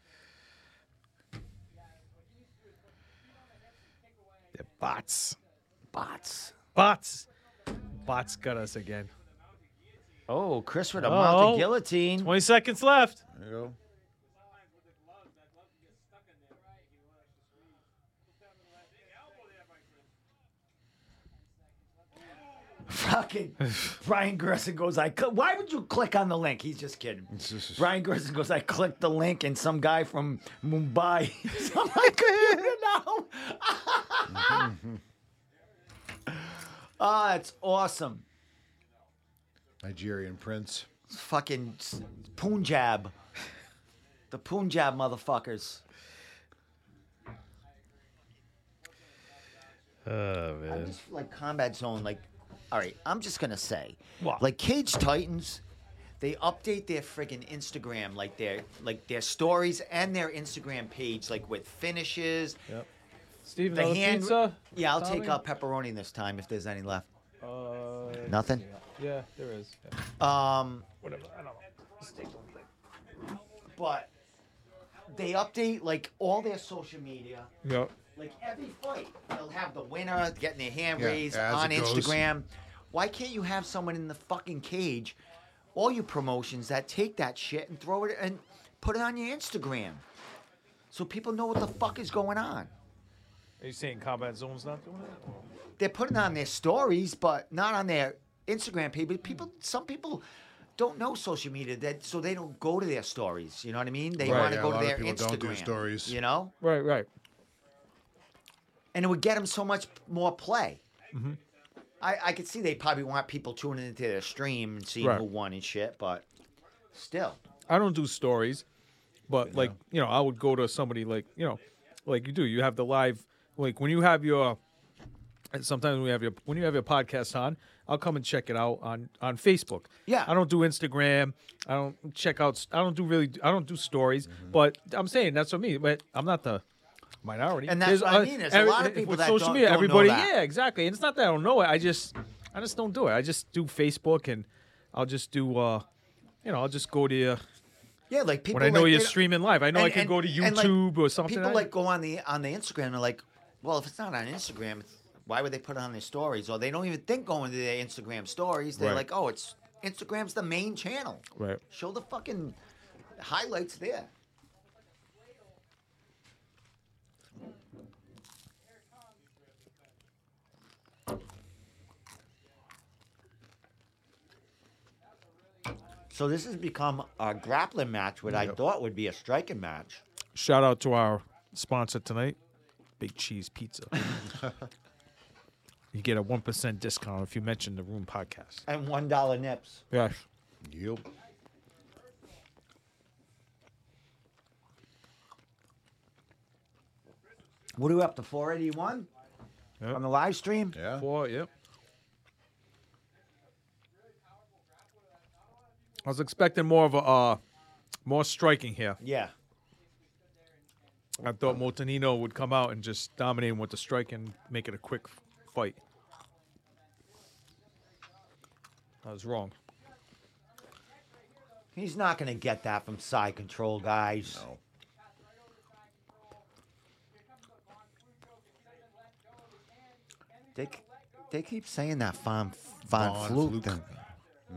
Speaker 3: They're bots.
Speaker 1: Bots.
Speaker 3: Bots. Bots got us again.
Speaker 1: Oh, Chris with a mounted
Speaker 3: Oh.
Speaker 1: guillotine.
Speaker 3: Twenty seconds left.
Speaker 2: There you go.
Speaker 1: Fucking Brian Gresson goes. I cl- why would you click on the link? He's just kidding. Brian Gresson goes. I clicked the link, and some guy from Mumbai. is on my computer now. Ah, it's awesome.
Speaker 2: Nigerian prince.
Speaker 1: fucking s- Punjab. The Punjab motherfuckers.
Speaker 3: Oh man.
Speaker 1: I'm just like combat zone. Like all right, I'm just gonna say,
Speaker 3: What?
Speaker 1: like Cage Titans, they update their friggin' Instagram, like their like their stories and their Instagram page, like with finishes.
Speaker 7: Steve,
Speaker 1: The
Speaker 7: another
Speaker 1: hand.
Speaker 7: pizza?
Speaker 1: Yeah, I'll
Speaker 7: Tommy?
Speaker 1: take uh, pepperoni this time if there's any left.
Speaker 7: Uh,
Speaker 1: Nothing.
Speaker 7: yeah, there is. Yeah.
Speaker 1: Um,
Speaker 7: Whatever. I don't know.
Speaker 1: but they update like all their social media.
Speaker 7: Yeah.
Speaker 1: Like every fight, they'll have the winner getting their hand
Speaker 2: Yeah,
Speaker 1: raised
Speaker 2: as
Speaker 1: on
Speaker 2: it goes.
Speaker 1: Instagram. Why can't you have someone in the fucking cage? All you promotions that take that shit and throw it and put it on your Instagram, so people know what the fuck is going on.
Speaker 3: Are you saying Combat Zone's not doing that? Or-
Speaker 1: They're putting on their stories, but not on their Instagram page. But people, some people don't know social media, that so they don't go to their stories. You know what I mean? They
Speaker 2: Right,
Speaker 1: want to
Speaker 2: yeah, a
Speaker 1: go to
Speaker 2: lot of
Speaker 1: their
Speaker 2: people
Speaker 1: Instagram
Speaker 2: don't do stories.
Speaker 1: You know,
Speaker 7: Right, right.
Speaker 1: and it would get them so much more play.
Speaker 3: Mm-hmm.
Speaker 1: I, I could see they probably want people tuning into their stream and seeing
Speaker 3: Right.
Speaker 1: who won and shit, but still,
Speaker 3: I don't do stories, but like you know, I would go to somebody like you know, like you do. You have the live like when you have your. And sometimes we have your when you have your podcast on, I'll come and check it out on on Facebook.
Speaker 1: Yeah.
Speaker 3: I don't do Instagram. I don't check out. I don't do really. I don't do stories.
Speaker 1: Mm-hmm.
Speaker 3: But I'm saying that's what me. But I'm not the minority.
Speaker 1: And that's what I mean, there's a lot of people
Speaker 3: with
Speaker 1: that
Speaker 3: social
Speaker 1: don't-
Speaker 3: media.
Speaker 1: don't know
Speaker 3: everybody,
Speaker 1: that.
Speaker 3: yeah, exactly. And it's not that I don't know it. I just, I just don't do it. I just do Facebook, and I'll just do. uh You know, I'll just go to. your
Speaker 1: yeah, like people.
Speaker 3: when I know
Speaker 1: like,
Speaker 3: you're
Speaker 1: they don't-
Speaker 3: streaming live, I know I
Speaker 1: and-
Speaker 3: can
Speaker 1: and-
Speaker 3: go to
Speaker 1: and, like,
Speaker 3: YouTube or something.
Speaker 1: People
Speaker 3: I-
Speaker 1: like go on the on the Instagram and like, well, if it's not on Instagram, it's- why would they put it on their stories? Or they don't even think going to their Instagram stories. They're
Speaker 3: Right.
Speaker 1: like, oh, it's Instagram's the main channel.
Speaker 3: right.
Speaker 1: Show the fucking highlights there. So this has become a grappling match, what I thought would be a striking match.
Speaker 3: Shout out to our sponsor tonight, Big Cheese Pizza. you get a one percent discount if you mention the Room Podcast.
Speaker 1: And one dollar nips.
Speaker 3: Yes.
Speaker 2: Yep.
Speaker 1: What are we up to? Four eighty one
Speaker 3: Yep.
Speaker 1: on the live stream.
Speaker 2: Yeah.
Speaker 3: Four. Yep. I was expecting more of a uh, more striking here.
Speaker 1: Yeah,
Speaker 3: I thought Moltenino would come out and just dominate him with the strike and make it a quick fight. I was wrong.
Speaker 1: he's not gonna get that from side control, guys.
Speaker 2: No.
Speaker 1: They, they keep saying that Von Von,
Speaker 2: Von
Speaker 1: Fluke,
Speaker 2: Fluke.
Speaker 1: thing.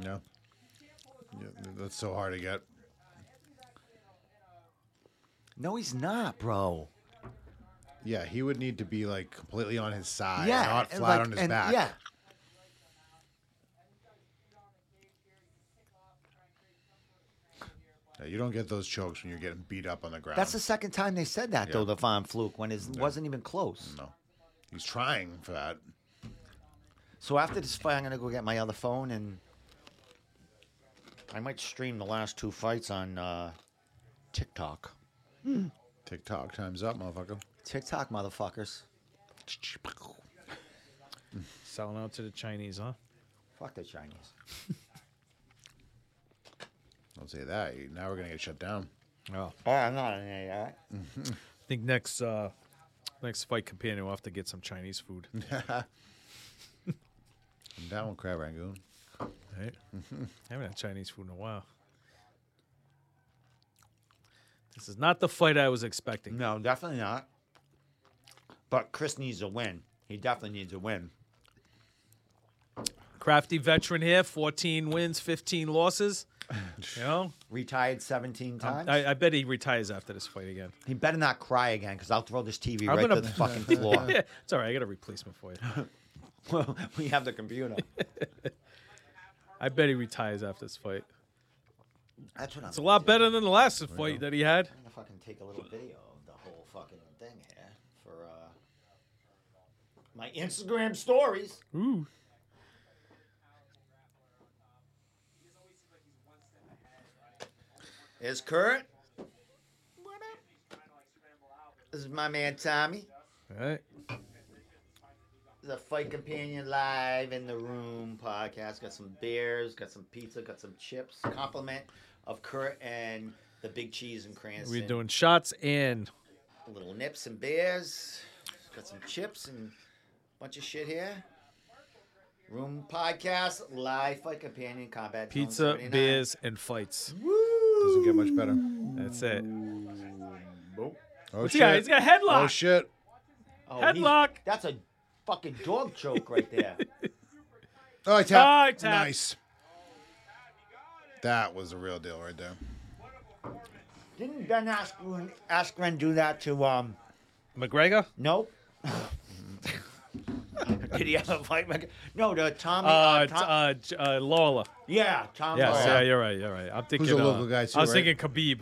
Speaker 2: No. Yeah, th- that's so hard to get.
Speaker 1: No, he's not, bro.
Speaker 2: Yeah, he would need to be like completely on his side,
Speaker 1: yeah,
Speaker 2: not
Speaker 1: and
Speaker 2: flat
Speaker 1: like-
Speaker 2: on his
Speaker 1: and-
Speaker 2: back.
Speaker 1: Yeah.
Speaker 2: Yeah, you don't get those chokes when you're getting beat up on the ground.
Speaker 1: That's the second time they said that though.
Speaker 2: Yeah.
Speaker 1: The Von Fluke when it wasn't even close.
Speaker 2: no. He's trying for that.
Speaker 1: So after this fight, I'm gonna go get my other phone and I might stream the last two fights on uh, TikTok.
Speaker 2: TikTok time's up, motherfucker.
Speaker 1: TikTok, motherfuckers.
Speaker 3: Selling out to the Chinese, huh?
Speaker 1: Fuck the Chinese.
Speaker 2: Don't say that. You- Now we're gonna get shut down.
Speaker 3: Oh.
Speaker 1: All right, I'm not on any of that.
Speaker 3: I think next uh next fight companion will have to get some Chinese food.
Speaker 2: I'm down with crab rangoon.
Speaker 3: Right? haven't had Chinese food in a while. This is not the fight I was expecting.
Speaker 1: No, definitely not. But Chris needs a win. He definitely needs a win.
Speaker 3: Crafty veteran here, 14 wins, 15 losses. You know,
Speaker 1: Retired 17 times.
Speaker 3: I, I bet he retires after this fight again.
Speaker 1: he better not cry again because I'll throw this TV
Speaker 3: I'm
Speaker 1: right
Speaker 3: gonna-
Speaker 1: to the fucking floor.
Speaker 3: Yeah, it's all right. I got a replacement for you.
Speaker 1: we have the computer.
Speaker 3: I bet he retires after this fight.
Speaker 1: That's what I'm
Speaker 3: It's a lot better than the last fight that he had.
Speaker 1: I'm going to fucking take a little video of the whole fucking thing here for uh, my Instagram stories.
Speaker 3: Ooh.
Speaker 1: Is Kurt. What up? This is my man Tommy.
Speaker 3: All right.
Speaker 1: the Fight Companion Live in the Room podcast. Got some beers, got some pizza, got some chips. Compliment of Kurt and the Big Cheese and Cranston.
Speaker 3: We're doing shots and
Speaker 1: little nips and beers. Got some chips and bunch of shit here. Room podcast, live Fight Companion Combat. Zone
Speaker 3: pizza,
Speaker 1: 79.
Speaker 3: beers, and fights.
Speaker 2: Doesn't get much better.
Speaker 3: That's it.
Speaker 2: Oh
Speaker 3: What's he
Speaker 2: shit!
Speaker 3: got? He's got a headlock.
Speaker 2: oh shit!
Speaker 1: Oh, he's-
Speaker 3: Headlock.
Speaker 1: That's a fucking dog choke right there.
Speaker 2: Oh, I tapped.
Speaker 3: Oh, I tapped.
Speaker 2: Nice. That was a real deal right there.
Speaker 1: Didn't Ben Askren, Askren do that to um?
Speaker 3: McGregor.
Speaker 1: Nope. Did he have a fight? Mc- No, to Tommy.
Speaker 3: Uh,
Speaker 1: Uh,
Speaker 3: uh,
Speaker 1: Tom-
Speaker 3: uh, J- uh, Lawler.
Speaker 1: yeah,
Speaker 2: Oh,
Speaker 1: Tom.
Speaker 3: Yes,
Speaker 1: Lawler.
Speaker 3: yeah, you're right, you're right. I'm thinking.
Speaker 2: a
Speaker 3: uh,
Speaker 2: local guy too,
Speaker 3: I was
Speaker 2: right?
Speaker 3: thinking Khabib.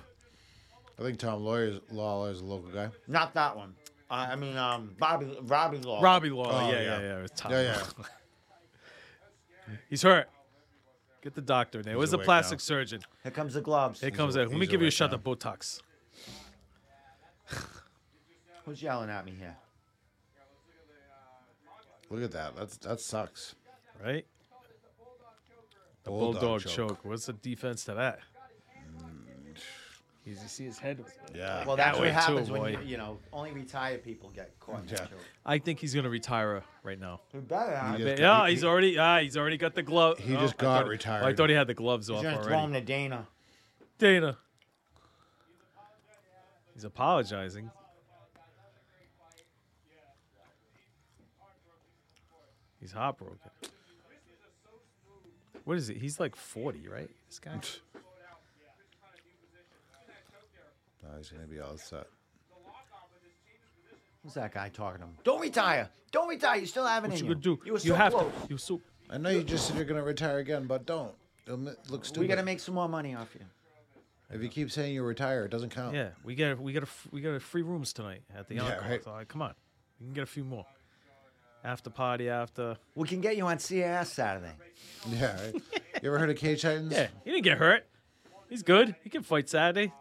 Speaker 2: I think Tom Lawyer's Lawler is a local guy.
Speaker 1: Not that one. Uh, I mean, um, Bobby, Robbie Law.
Speaker 3: Robbie Lawler.
Speaker 2: Oh, yeah.
Speaker 3: yeah, yeah, yeah. It's Tom.
Speaker 2: Yeah, yeah.
Speaker 3: He's hurt. Get the doctor in there. Where's the
Speaker 2: awake
Speaker 3: plastic
Speaker 2: now.
Speaker 3: surgeon?
Speaker 1: Here comes the gloves.
Speaker 3: Here comes
Speaker 2: awa-
Speaker 3: that. Let me
Speaker 2: he's
Speaker 3: give you a
Speaker 2: awake
Speaker 3: shot
Speaker 2: now.
Speaker 3: of Botox.
Speaker 1: Who's yelling at me here?
Speaker 2: Look at that. That's that sucks.
Speaker 3: Right? The bulldog, choke. What's the defense to that? He's, you see his head. was-
Speaker 2: Hmm. Yeah.
Speaker 1: Well, that's
Speaker 3: That
Speaker 1: what
Speaker 3: way too,
Speaker 1: happens
Speaker 3: boy.
Speaker 1: when you, you know only retired people get caught. in that
Speaker 2: Yeah.
Speaker 1: choke.
Speaker 3: I think he's gonna retire right now.
Speaker 1: We better not.
Speaker 2: He just
Speaker 3: yeah,
Speaker 2: got- he-
Speaker 3: he's already. Ah, he's already got the glove.
Speaker 2: He
Speaker 3: Oh,
Speaker 2: just
Speaker 3: I
Speaker 2: got
Speaker 3: thought-
Speaker 2: retired.
Speaker 3: I thought he had the gloves off
Speaker 1: He's gonna throw him
Speaker 3: already.
Speaker 1: to Dana.
Speaker 3: Dana. He's apologizing. He's heartbroken. What is it? He's like 40, right? This guy.
Speaker 2: No, he's gonna be all set.
Speaker 1: Who's that guy talking to him? Don't retire. Don't retire. You still have it
Speaker 3: What
Speaker 1: in
Speaker 3: you
Speaker 1: you.
Speaker 3: gonna do?
Speaker 1: were so
Speaker 3: have
Speaker 1: close.
Speaker 3: to. You so.
Speaker 2: I know you just said you're gonna retire again, but don't. It'll m- look stupid.
Speaker 1: We gotta make some more money off you.
Speaker 2: If you keep saying you retire, it doesn't count.
Speaker 3: Yeah, we got we got a, f- we got a free rooms tonight at the
Speaker 2: Oh. Yeah,
Speaker 3: Encore.
Speaker 2: right.
Speaker 3: So, like, come on, we can get a few more. After party, after.
Speaker 1: We can get you on CAS Saturday.
Speaker 2: Yeah. Right? you ever heard of Cage Titans?
Speaker 3: Yeah, he didn't get hurt. He's good. He can fight Saturday.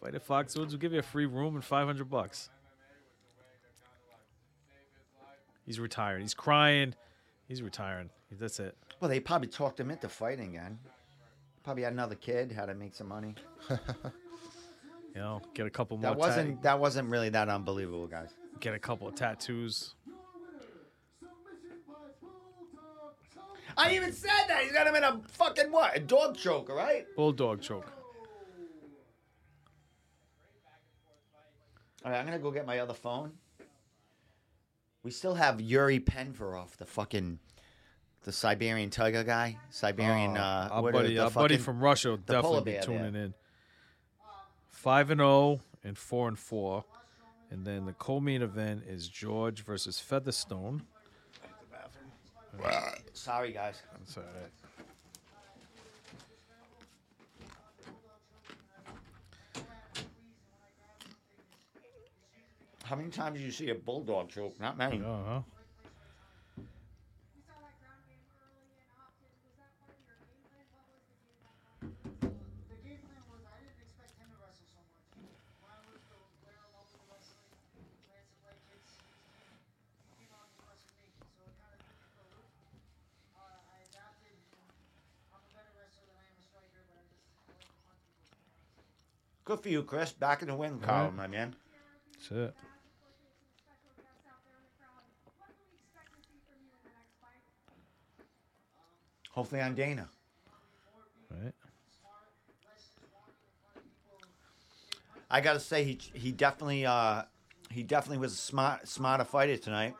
Speaker 3: Fight at Foxwoods. We'll give you a free room and 500 bucks. He's retired. He's crying. He's retiring. That's it.
Speaker 1: Well, they probably talked him into fighting again. Probably had another kid, how to make some money.
Speaker 3: You know, get a couple more.
Speaker 1: That
Speaker 3: tat-
Speaker 1: wasn't that wasn't really that unbelievable, guys.
Speaker 3: get a couple of tattoos.
Speaker 5: Your winner, submission by Bulldog Choke.
Speaker 1: I even said that he's got him in a fucking what? A dog choke, right?
Speaker 3: Bulldog choke.
Speaker 1: All right, I'm gonna go get my other phone. We still have Yuri Penvorov, the fucking the Siberian tiger guy, Siberian. uh,
Speaker 3: Oh, our
Speaker 1: what are
Speaker 3: buddy,
Speaker 1: the
Speaker 3: our buddy
Speaker 1: fucking-
Speaker 3: from Russia will
Speaker 1: polar
Speaker 3: definitely be
Speaker 1: bear
Speaker 3: tuning
Speaker 1: there.
Speaker 3: in. Five and zero and four and four, and then the co-main event is George versus Featherstone.
Speaker 1: Sorry, guys.
Speaker 3: That's all right.
Speaker 1: How many times do you see a bulldog choke? Not many.
Speaker 3: Uh huh.
Speaker 1: Good for you, Chris. Back in the win column, my man.
Speaker 3: That's it.
Speaker 1: Hopefully on Dana.
Speaker 3: Right.
Speaker 1: I gotta say, he he definitely uh, he definitely was a smart smarter fighter tonight.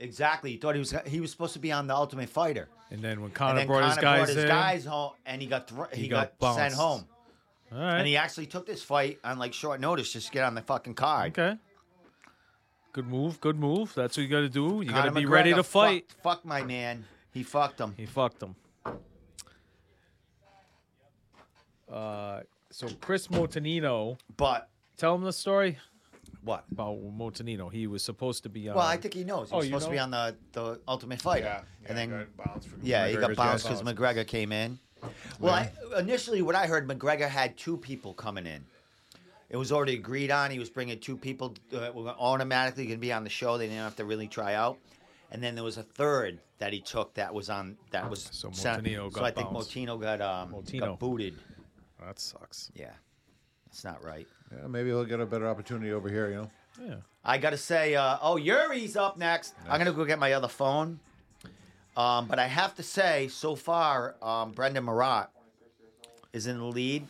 Speaker 1: Exactly. He thought he was he was supposed to be on the Ultimate Fighter.
Speaker 3: And then when
Speaker 1: and
Speaker 3: Connor
Speaker 1: then
Speaker 3: brought his
Speaker 1: Conor
Speaker 3: guys
Speaker 1: brought his
Speaker 3: in,
Speaker 1: guys home, and he got thr he, got,
Speaker 3: got
Speaker 1: sent
Speaker 3: bounced.
Speaker 1: home.
Speaker 3: all right.
Speaker 1: And he actually took this fight on like short notice just to get on the fucking card.
Speaker 3: okay. Good move. Good move. That's what you got to do. You got to
Speaker 1: Conor
Speaker 3: be ready
Speaker 1: McGregor
Speaker 3: to fight.
Speaker 1: Fucked, fucked my man. He fucked him.
Speaker 3: He fucked him. Uh, So Chris Motanino,
Speaker 1: But
Speaker 3: tell him the story
Speaker 1: what?
Speaker 3: about Motanino. He was was supposed to be on.
Speaker 1: Well, I think he knows. He
Speaker 3: oh,
Speaker 1: was
Speaker 3: you
Speaker 1: supposed to be
Speaker 3: know?
Speaker 1: on the, the Ultimate Fighter. and then, yeah, he got
Speaker 2: McGregor's
Speaker 1: bounced
Speaker 2: guess.
Speaker 1: because McGregor came in. Well, I, initially, what I heard, McGregor had two people coming in. It was already agreed on. He was bringing two people uh, that were automatically going to be on the show. They didn't have to really try out. And then there was a third that he took that was on that was
Speaker 3: So
Speaker 1: sent-
Speaker 3: Motineo
Speaker 1: so
Speaker 3: got
Speaker 1: I think
Speaker 3: bounced.
Speaker 1: Motino got um
Speaker 3: Motino.
Speaker 1: got booted.
Speaker 3: that sucks.
Speaker 1: Yeah, that's not right.
Speaker 2: Yeah, maybe he'll get a better opportunity over here. You know,
Speaker 3: Yeah.
Speaker 1: I gotta say, uh, oh, Yuri's up next. I'm gonna go get my other phone. Um, but I have to say, so far, um, Brendan Marat is in the lead.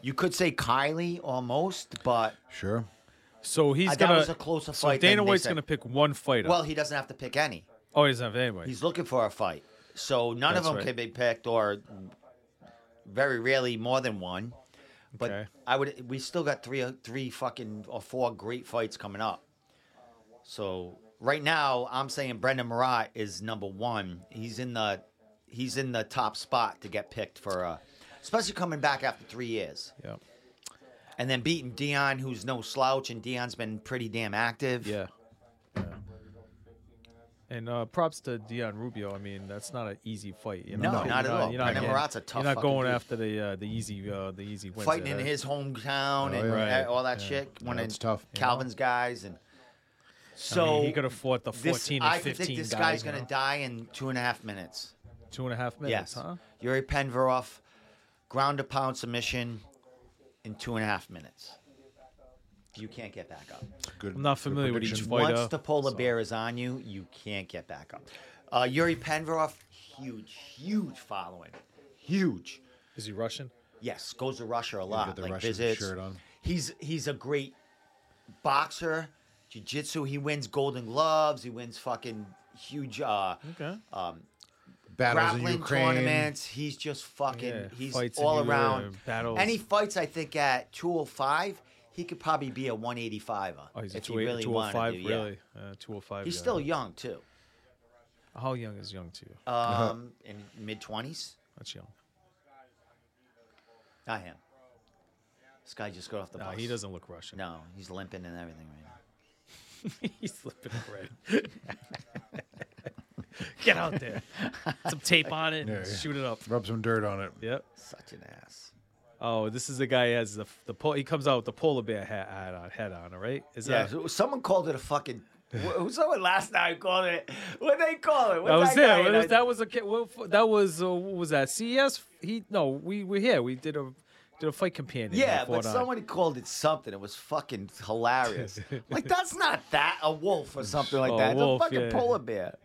Speaker 1: You could say Kylie almost, but
Speaker 2: sure.
Speaker 3: So he's
Speaker 1: Uh, that
Speaker 3: gonna.
Speaker 1: was a closer
Speaker 3: so
Speaker 1: fight
Speaker 3: Dana
Speaker 1: than they
Speaker 3: White's
Speaker 1: said.
Speaker 3: gonna pick one fighter.
Speaker 1: well, he doesn't have to pick any.
Speaker 3: oh, he's not anyway.
Speaker 1: He's looking for a fight, so none of
Speaker 3: That's
Speaker 1: them
Speaker 3: right.
Speaker 1: can be picked, or very rarely more than one. But
Speaker 3: Okay.
Speaker 1: I would. We still got three, uh, three fucking or four great fights coming up. So right now, I'm saying Brendan Marat is number one. He's in the, he's in the top spot to get picked for, uh, especially coming back after three years,
Speaker 3: yeah.
Speaker 1: and then beating Dion, who's no slouch, and Dion's been pretty damn active.
Speaker 3: Yeah. Yeah. And uh, props to Dion Rubio. I mean, that's not an easy fight. You know?
Speaker 1: No,
Speaker 3: You're
Speaker 1: not at all.
Speaker 3: You're not,
Speaker 1: Brendan
Speaker 3: getting-
Speaker 1: Marat's a tough
Speaker 3: You're not
Speaker 1: fucking
Speaker 3: going
Speaker 1: dude.
Speaker 3: after the uh, the easy uh, the easy wins.
Speaker 1: fighting in
Speaker 3: there.
Speaker 1: his hometown and
Speaker 2: Oh, yeah.
Speaker 1: that-
Speaker 3: Right,
Speaker 1: all that shit. One
Speaker 2: Yeah,
Speaker 1: of
Speaker 2: it's tough.
Speaker 1: Calvin's guys and
Speaker 3: I mean,
Speaker 1: so
Speaker 3: he could have fought the
Speaker 1: this,
Speaker 3: 14
Speaker 1: I
Speaker 3: and 15
Speaker 1: think this
Speaker 3: guys,
Speaker 1: guy's gonna
Speaker 3: you know?
Speaker 1: die in two and a half minutes.
Speaker 3: Two and a half minutes,
Speaker 1: yes,
Speaker 3: huh?
Speaker 1: Yuri Penvarov, ground to pound submission in two and a half minutes. You can't get back up.
Speaker 2: Good.
Speaker 3: I'm not
Speaker 2: good
Speaker 3: familiar with each
Speaker 2: prediction.
Speaker 3: fighter.
Speaker 1: Once the polar bear is on you, you can't get back up. Uh, Yuri Penvarov, huge, huge following, huge.
Speaker 3: Is he Russian?
Speaker 1: Yes, goes to Russia a
Speaker 2: get
Speaker 1: lot.
Speaker 2: the
Speaker 1: Like
Speaker 2: Russian
Speaker 1: visits.
Speaker 2: shirt on.
Speaker 1: He's he's a great boxer, jiu-jitsu. He wins Golden Gloves. He wins fucking huge uh,
Speaker 3: Okay.
Speaker 2: Battles in
Speaker 1: grappling
Speaker 2: Ukraine.
Speaker 1: tournaments. He's just fucking.
Speaker 3: Yeah,
Speaker 1: he's
Speaker 3: fights in
Speaker 1: all
Speaker 3: Europe,
Speaker 1: around.
Speaker 3: battles.
Speaker 1: And he fights, I think, at 205. He could probably be a 185er
Speaker 3: Oh, he's a
Speaker 1: if he
Speaker 3: 28
Speaker 1: really wanted
Speaker 3: 205,
Speaker 1: to. Yeah.
Speaker 3: really? Uh, 205.
Speaker 1: He's
Speaker 3: guy.
Speaker 1: still young too.
Speaker 3: How young is young to you? Uh-huh.
Speaker 1: Um, in mid 20s.
Speaker 3: That's young.
Speaker 1: Not him. This guy just got off the
Speaker 3: Nah,
Speaker 1: bus.
Speaker 3: he doesn't look Russian.
Speaker 1: No, he's limping and everything right now.
Speaker 3: he's slipping red. Get out there. Some tape on it.
Speaker 2: Yeah, yeah.
Speaker 3: Shoot it up.
Speaker 2: Rub some dirt on it.
Speaker 3: Yep.
Speaker 1: Such an ass.
Speaker 3: Oh, this is the guy who has the the pol- he comes out with the polar bear hat, hat on, head on, all right? Is
Speaker 1: Yeah,
Speaker 3: that
Speaker 1: uh, so someone called it a fucking. wh- someone last night called it. What they call it? What's
Speaker 3: that was
Speaker 1: that guy?
Speaker 3: it.
Speaker 1: And
Speaker 3: That was,
Speaker 1: I-
Speaker 3: that was a ki- what f- that was uh, what was that CES? He no, we were here. We did a did a fight companion. he
Speaker 1: yeah, but
Speaker 3: fought on.
Speaker 1: somebody called it something. It was fucking hilarious. like that's not that a wolf or something like
Speaker 3: Oh,
Speaker 1: that. It's
Speaker 3: wolf,
Speaker 1: a fucking
Speaker 3: yeah.
Speaker 1: polar bear.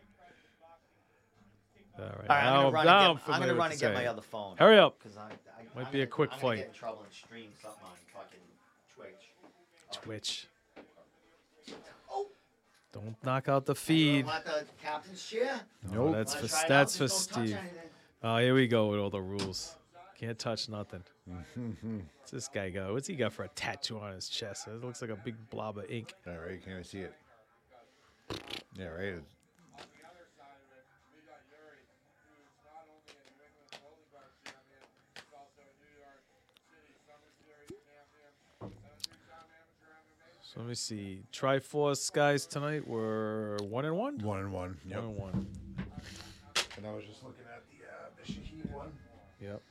Speaker 3: All right,
Speaker 1: All right, I'm
Speaker 3: now-
Speaker 1: gonna run.
Speaker 3: now
Speaker 1: and get, I'm, gonna
Speaker 3: familiar
Speaker 1: run and
Speaker 3: with
Speaker 1: get
Speaker 3: the
Speaker 1: my
Speaker 3: saying.
Speaker 1: other phone.
Speaker 3: Hurry up.
Speaker 1: 'Cause I, I,
Speaker 3: Might
Speaker 1: I'm
Speaker 3: be a
Speaker 1: gonna-
Speaker 3: quick
Speaker 1: I'm gonna get
Speaker 3: fight.
Speaker 1: in trouble and stream something on fucking Twitch.
Speaker 3: Twitch.
Speaker 1: Oh,
Speaker 3: Don't knock out the feed.
Speaker 1: want the captain's chair?
Speaker 3: No, Oh, that's
Speaker 1: Wanna
Speaker 3: for
Speaker 1: try it out?
Speaker 3: that's for
Speaker 1: Just don't touch
Speaker 3: Steve.
Speaker 1: anything.
Speaker 3: Oh, here we go with all the rules. Can't touch nothing. What's this guy got? What's he got for a tattoo on his chest? It looks like a big blob of ink.
Speaker 2: All right, you can't even see it. Yeah, right. It's-
Speaker 6: the other side of it, we got Yuri, who's not only a New England Goldie Glove champion, he's also a New York City Summer Series champion, and a two-time amateur MMA
Speaker 3: So let me see. Triforce guys tonight were one and one.
Speaker 2: One and one. Yep.
Speaker 3: One and one.
Speaker 2: And I was just looking at the uh, the Shahid one.
Speaker 3: Yep.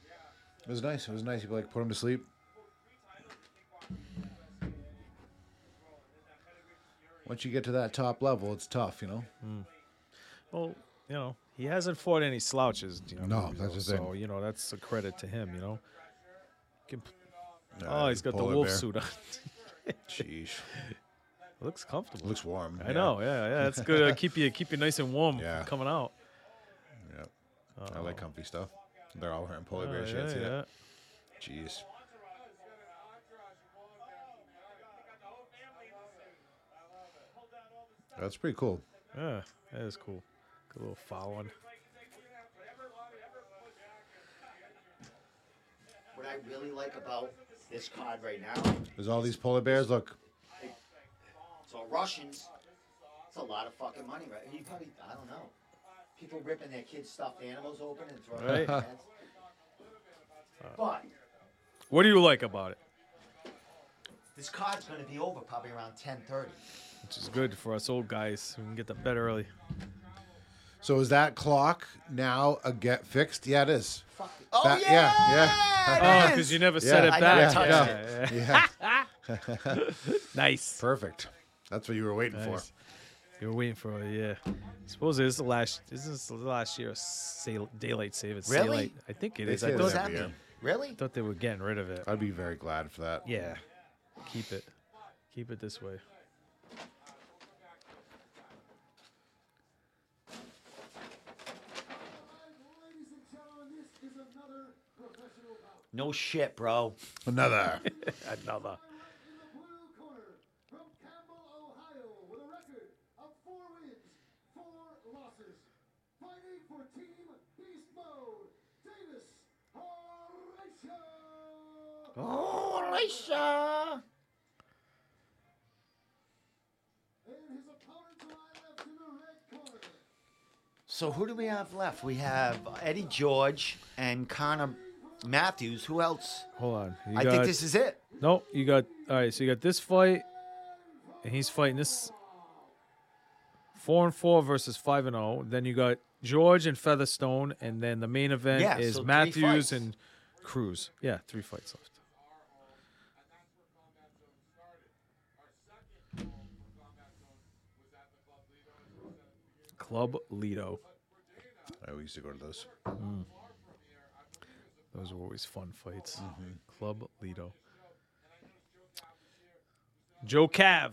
Speaker 2: It was nice. It was nice. You like put him to sleep. Once you get to that top level, it's tough, you know.
Speaker 3: Well, you know, he hasn't fought any slouches. You know,
Speaker 2: No,
Speaker 3: Rubio,
Speaker 2: that's the
Speaker 3: so,
Speaker 2: thing.
Speaker 3: you know, that's a credit to him. You know. Can p- oh, he's got the
Speaker 2: Uh, polar
Speaker 3: wolf
Speaker 2: bear.
Speaker 3: suit on.
Speaker 2: Sheesh.
Speaker 3: looks comfortable.
Speaker 2: Looks warm.
Speaker 3: I know. Yeah, yeah. That's good. Uh, keep you keep you nice and warm
Speaker 2: Yeah.
Speaker 3: coming out.
Speaker 2: Yeah. I like comfy stuff. They're all wearing polar
Speaker 3: eh? Oh,
Speaker 2: bear
Speaker 3: yeah,
Speaker 2: shirts. Yeah.
Speaker 3: yeah.
Speaker 2: Jeez. That's pretty cool.
Speaker 3: Yeah, that is cool. Good little following.
Speaker 1: What I really like about this card right now
Speaker 2: There's all these polar bears. Look,
Speaker 1: So Russians, it's a lot of fucking money, right? You probably, I don't know. People ripping their kids' stuffed animals open and throwing them
Speaker 3: Right.
Speaker 1: in their heads. But
Speaker 3: What do you like about it?
Speaker 1: This card's going to be over probably around 10:30.
Speaker 3: Which is good for us old guys. We can get to bed early.
Speaker 2: So is that clock now a get fixed? Yeah, it is.
Speaker 1: Fuck it. Oh
Speaker 2: That-
Speaker 1: yeah,
Speaker 2: yeah,
Speaker 3: Oh,
Speaker 1: it
Speaker 3: because
Speaker 1: is.
Speaker 3: you never set
Speaker 2: Yeah.
Speaker 1: I
Speaker 3: it
Speaker 1: never
Speaker 3: back.
Speaker 1: touched
Speaker 3: Yeah, yeah, yeah.
Speaker 2: Yeah,
Speaker 3: Nice.
Speaker 2: perfect. That's what you were waiting for.
Speaker 3: Nice. You were waiting for it, yeah. Suppose it's the last. Isn't this the last year of sail, daylight savings?
Speaker 1: Really?
Speaker 3: Daylight. I think it
Speaker 2: They
Speaker 3: is. Uh,
Speaker 2: say
Speaker 3: I
Speaker 2: it
Speaker 1: What does
Speaker 3: thought,
Speaker 1: that
Speaker 2: every
Speaker 1: mean?
Speaker 2: year.
Speaker 1: Really?
Speaker 3: thought they were getting rid of it.
Speaker 2: I'd be very glad for that.
Speaker 3: Yeah. Keep it. Keep it this way.
Speaker 5: Ladies and gentlemen, this is another professional bout.
Speaker 1: No shit, bro.
Speaker 2: Another.
Speaker 3: Another.
Speaker 5: In the blue corner, from Campbell, Ohio, with a record of four wins, four losses, fighting for Team Beast Mode, Davis Horatio.
Speaker 1: Oh, Alicia.
Speaker 5: And his opponent to my left in the red corner,
Speaker 1: So who do we have left? We have Eddie George and Connor Matthews. Who else?
Speaker 3: Hold on. You
Speaker 1: I
Speaker 3: got,
Speaker 1: think this is it.
Speaker 3: No, you got. All right, so you got this fight, and he's fighting this. Four and four versus five and zero. Then you got George and Featherstone, and then the main event
Speaker 1: Yeah,
Speaker 3: is
Speaker 1: so three
Speaker 3: Matthews
Speaker 1: fights.
Speaker 3: and Cruz. Yeah, three fights left. Club Lido.
Speaker 2: I used to go to those.
Speaker 3: Those were always fun fights. Club Lido. Joe Cav.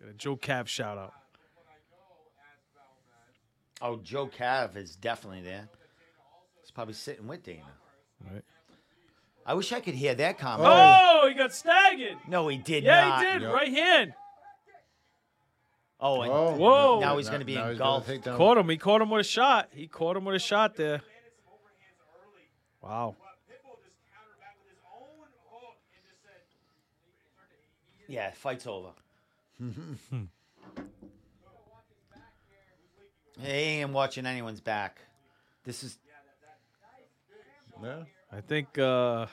Speaker 3: Got a Joe Cav shout out.
Speaker 1: Oh, Joe Cav is definitely there. He's probably sitting with Dana.
Speaker 3: Right.
Speaker 1: I wish I could hear that comment.
Speaker 3: Oh, he got staggered.
Speaker 1: No, he did
Speaker 3: Yeah,
Speaker 1: not.
Speaker 3: he did.
Speaker 2: Yep.
Speaker 3: Right hand.
Speaker 1: Oh, and
Speaker 3: Whoa.
Speaker 1: Now he's gonna be engulfed.
Speaker 2: He's gonna take
Speaker 3: Caught him. He caught him with a shot. He caught him with a shot there. Wow.
Speaker 1: yeah, fight's over. hey, I'm watching anyone's back. This is
Speaker 2: down.
Speaker 3: I think uh,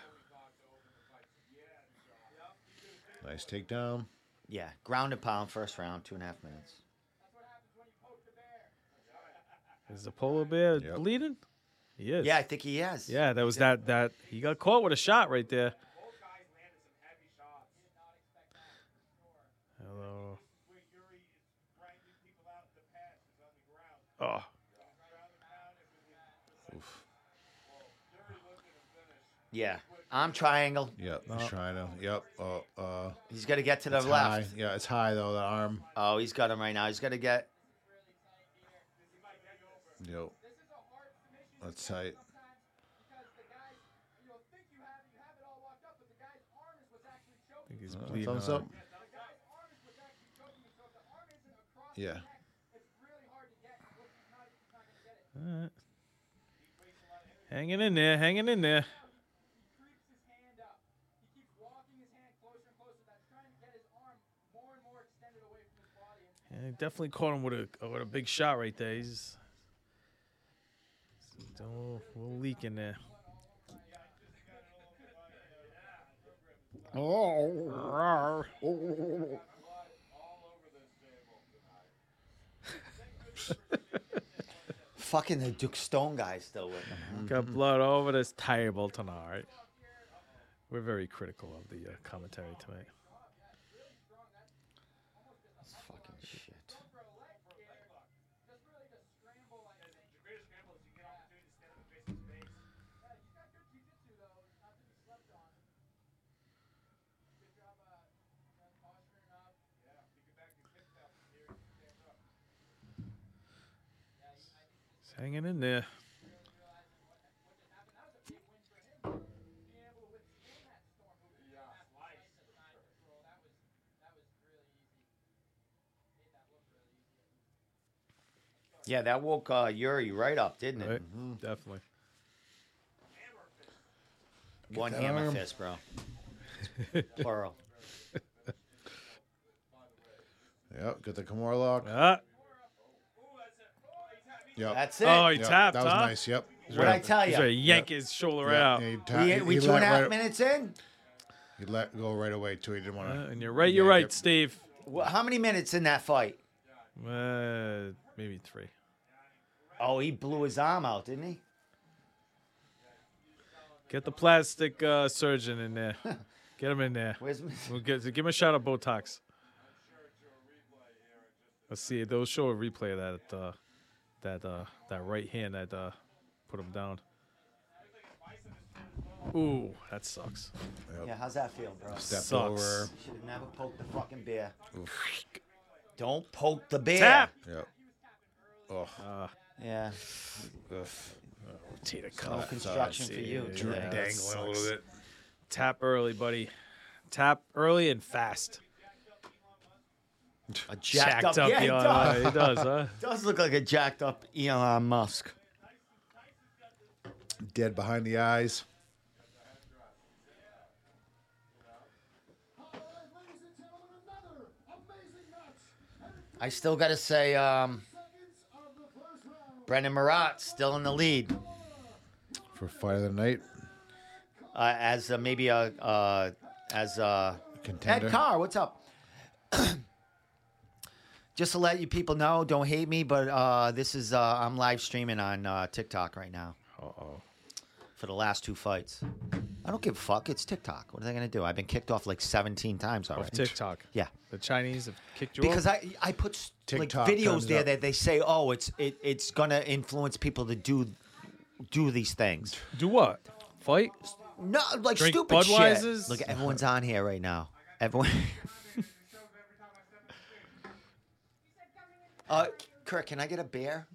Speaker 2: Yeah. Nice takedown.
Speaker 1: yeah, ground and pound, first round, two and a half minutes.
Speaker 3: is the polar bear
Speaker 2: Yep.
Speaker 3: bleeding? He is.
Speaker 1: Yeah, I think he has.
Speaker 3: Yeah, that was that that he got caught with a shot right there. Hello. Oh,
Speaker 1: yeah. I'm triangle.
Speaker 2: Yep. He's trying to. Yep. Oh, uh,
Speaker 1: He's got to get to the
Speaker 2: it's high.
Speaker 1: left.
Speaker 2: Yeah, it's high though. The arm.
Speaker 1: Oh, he's got him right now. He's got to get.
Speaker 2: Yep. That's tight.
Speaker 3: I think he's
Speaker 2: Uh,
Speaker 3: bleeding.
Speaker 2: thumbs
Speaker 3: on it.
Speaker 2: up. Yeah.
Speaker 3: Alright. Hanging in there, hanging in there. Yeah, he definitely caught him with a with a big shot right there. He's he's doing a little, little leak in there. Oh,
Speaker 1: Fucking the Duke Stone guy's still with him.
Speaker 3: got blood over this table tonight. We're very critical of the uh, commentary tonight.
Speaker 1: Fucking shit.
Speaker 3: He's hanging in there.
Speaker 1: Yeah, that woke uh, Yuri right up, didn't it?
Speaker 3: Right?
Speaker 2: Mm-hmm.
Speaker 3: Definitely.
Speaker 1: One
Speaker 2: that
Speaker 1: hammer
Speaker 2: arm.
Speaker 1: fist, bro. Plural.
Speaker 2: Yep. Got the Kimura lock.
Speaker 3: Ah,
Speaker 2: Yep.
Speaker 1: That's it.
Speaker 3: oh, he
Speaker 2: Yep,
Speaker 3: tapped.
Speaker 2: That was
Speaker 3: huh?
Speaker 2: nice. Yep.
Speaker 1: What I tell
Speaker 3: He's ready to
Speaker 1: you,
Speaker 3: yank his shoulder out.
Speaker 2: Yeah, he ti-
Speaker 1: we,
Speaker 2: he-
Speaker 1: we
Speaker 2: he
Speaker 1: two and a
Speaker 2: let-
Speaker 1: half
Speaker 2: right-
Speaker 1: minutes in.
Speaker 2: He let go right away too. He didn't want
Speaker 3: Uh,
Speaker 2: to.
Speaker 3: and you're right. You're
Speaker 2: Yeah,
Speaker 3: right,
Speaker 2: yep.
Speaker 3: Steve.
Speaker 1: Wh- How many minutes in that fight?
Speaker 3: Uh, maybe three.
Speaker 1: Oh, he blew his arm out, didn't he?
Speaker 3: Get the plastic uh, surgeon in there. Get him in there.
Speaker 1: Where's
Speaker 3: We'll get, give him a shot of Botox. Let's see. They'll show a replay of that uh, that uh, that right hand that uh, put him down. Ooh, that sucks.
Speaker 1: yeah? How's that feel, bro?
Speaker 2: Step
Speaker 3: Sucks.
Speaker 2: over.
Speaker 1: You should have never poked the fucking bear. Don't poke the bear.
Speaker 3: Tap.
Speaker 2: Yep. Oh,
Speaker 1: Yeah.
Speaker 2: ugh.
Speaker 3: Rotate a
Speaker 1: No
Speaker 3: cuff.
Speaker 1: construction for you.
Speaker 3: Yeah,
Speaker 1: today.
Speaker 3: that
Speaker 2: dangling a little
Speaker 3: sucks.
Speaker 2: bit.
Speaker 3: Tap early, buddy. Tap early and fast.
Speaker 1: A jacked,
Speaker 3: Jacked
Speaker 1: up. Yeah, he
Speaker 3: Elon
Speaker 1: does.
Speaker 3: Musk. He does, huh?
Speaker 1: does look like a jacked up Elon Musk.
Speaker 2: Dead behind the eyes.
Speaker 5: Alright, ladies and gentlemen, another amazing match.
Speaker 1: I still got to say, um,
Speaker 5: Seconds of the first round.
Speaker 1: Brendan Marat still in the lead
Speaker 2: For fight of the night.
Speaker 1: uh, as uh, maybe a uh, as uh,
Speaker 2: Contender.
Speaker 1: Ed Carr. What's up? Just to let you people know, don't hate me, but uh, this is uh, I'm live streaming on uh, TikTok right now
Speaker 3: Uh oh.
Speaker 1: for the last two fights. I don't give a fuck. It's TikTok. What are they gonna do? I've been kicked off like 17 times already.
Speaker 3: Off TikTok.
Speaker 1: Yeah.
Speaker 3: The Chinese have kicked you
Speaker 1: because
Speaker 3: off.
Speaker 1: I I put s- like
Speaker 2: TikTok
Speaker 1: videos
Speaker 2: comes
Speaker 1: there
Speaker 2: up.
Speaker 1: that they say, oh, it's it, it's gonna influence people to do do these things.
Speaker 3: do what? Fight?
Speaker 7: Oh,
Speaker 1: No, like
Speaker 3: Drink
Speaker 1: stupid
Speaker 3: Budweisers?
Speaker 1: shit. Look, everyone's on here right now. Everyone. uh, Kurt, can I get a beer?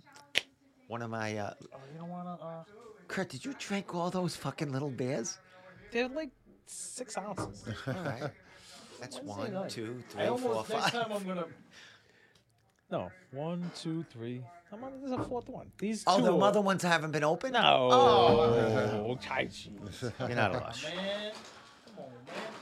Speaker 1: One of my. Uh,
Speaker 7: Oh, you don't wanna. Uh,
Speaker 1: Kurt, did you drink all those fucking little beers?
Speaker 7: they're like six ounces.
Speaker 1: All right. That's
Speaker 7: Wednesday
Speaker 1: one,
Speaker 7: night.
Speaker 1: two,
Speaker 7: I
Speaker 1: three, four,
Speaker 7: almost next
Speaker 1: five.
Speaker 7: time I'm gonna. No, one, two, three. I'm on. There's a fourth one. These two.
Speaker 1: Oh, the
Speaker 7: are-
Speaker 1: other ones haven't been opened?
Speaker 7: No.
Speaker 1: Oh.
Speaker 7: Tai Chi.
Speaker 1: You're not a lush.
Speaker 4: Man, come on, man.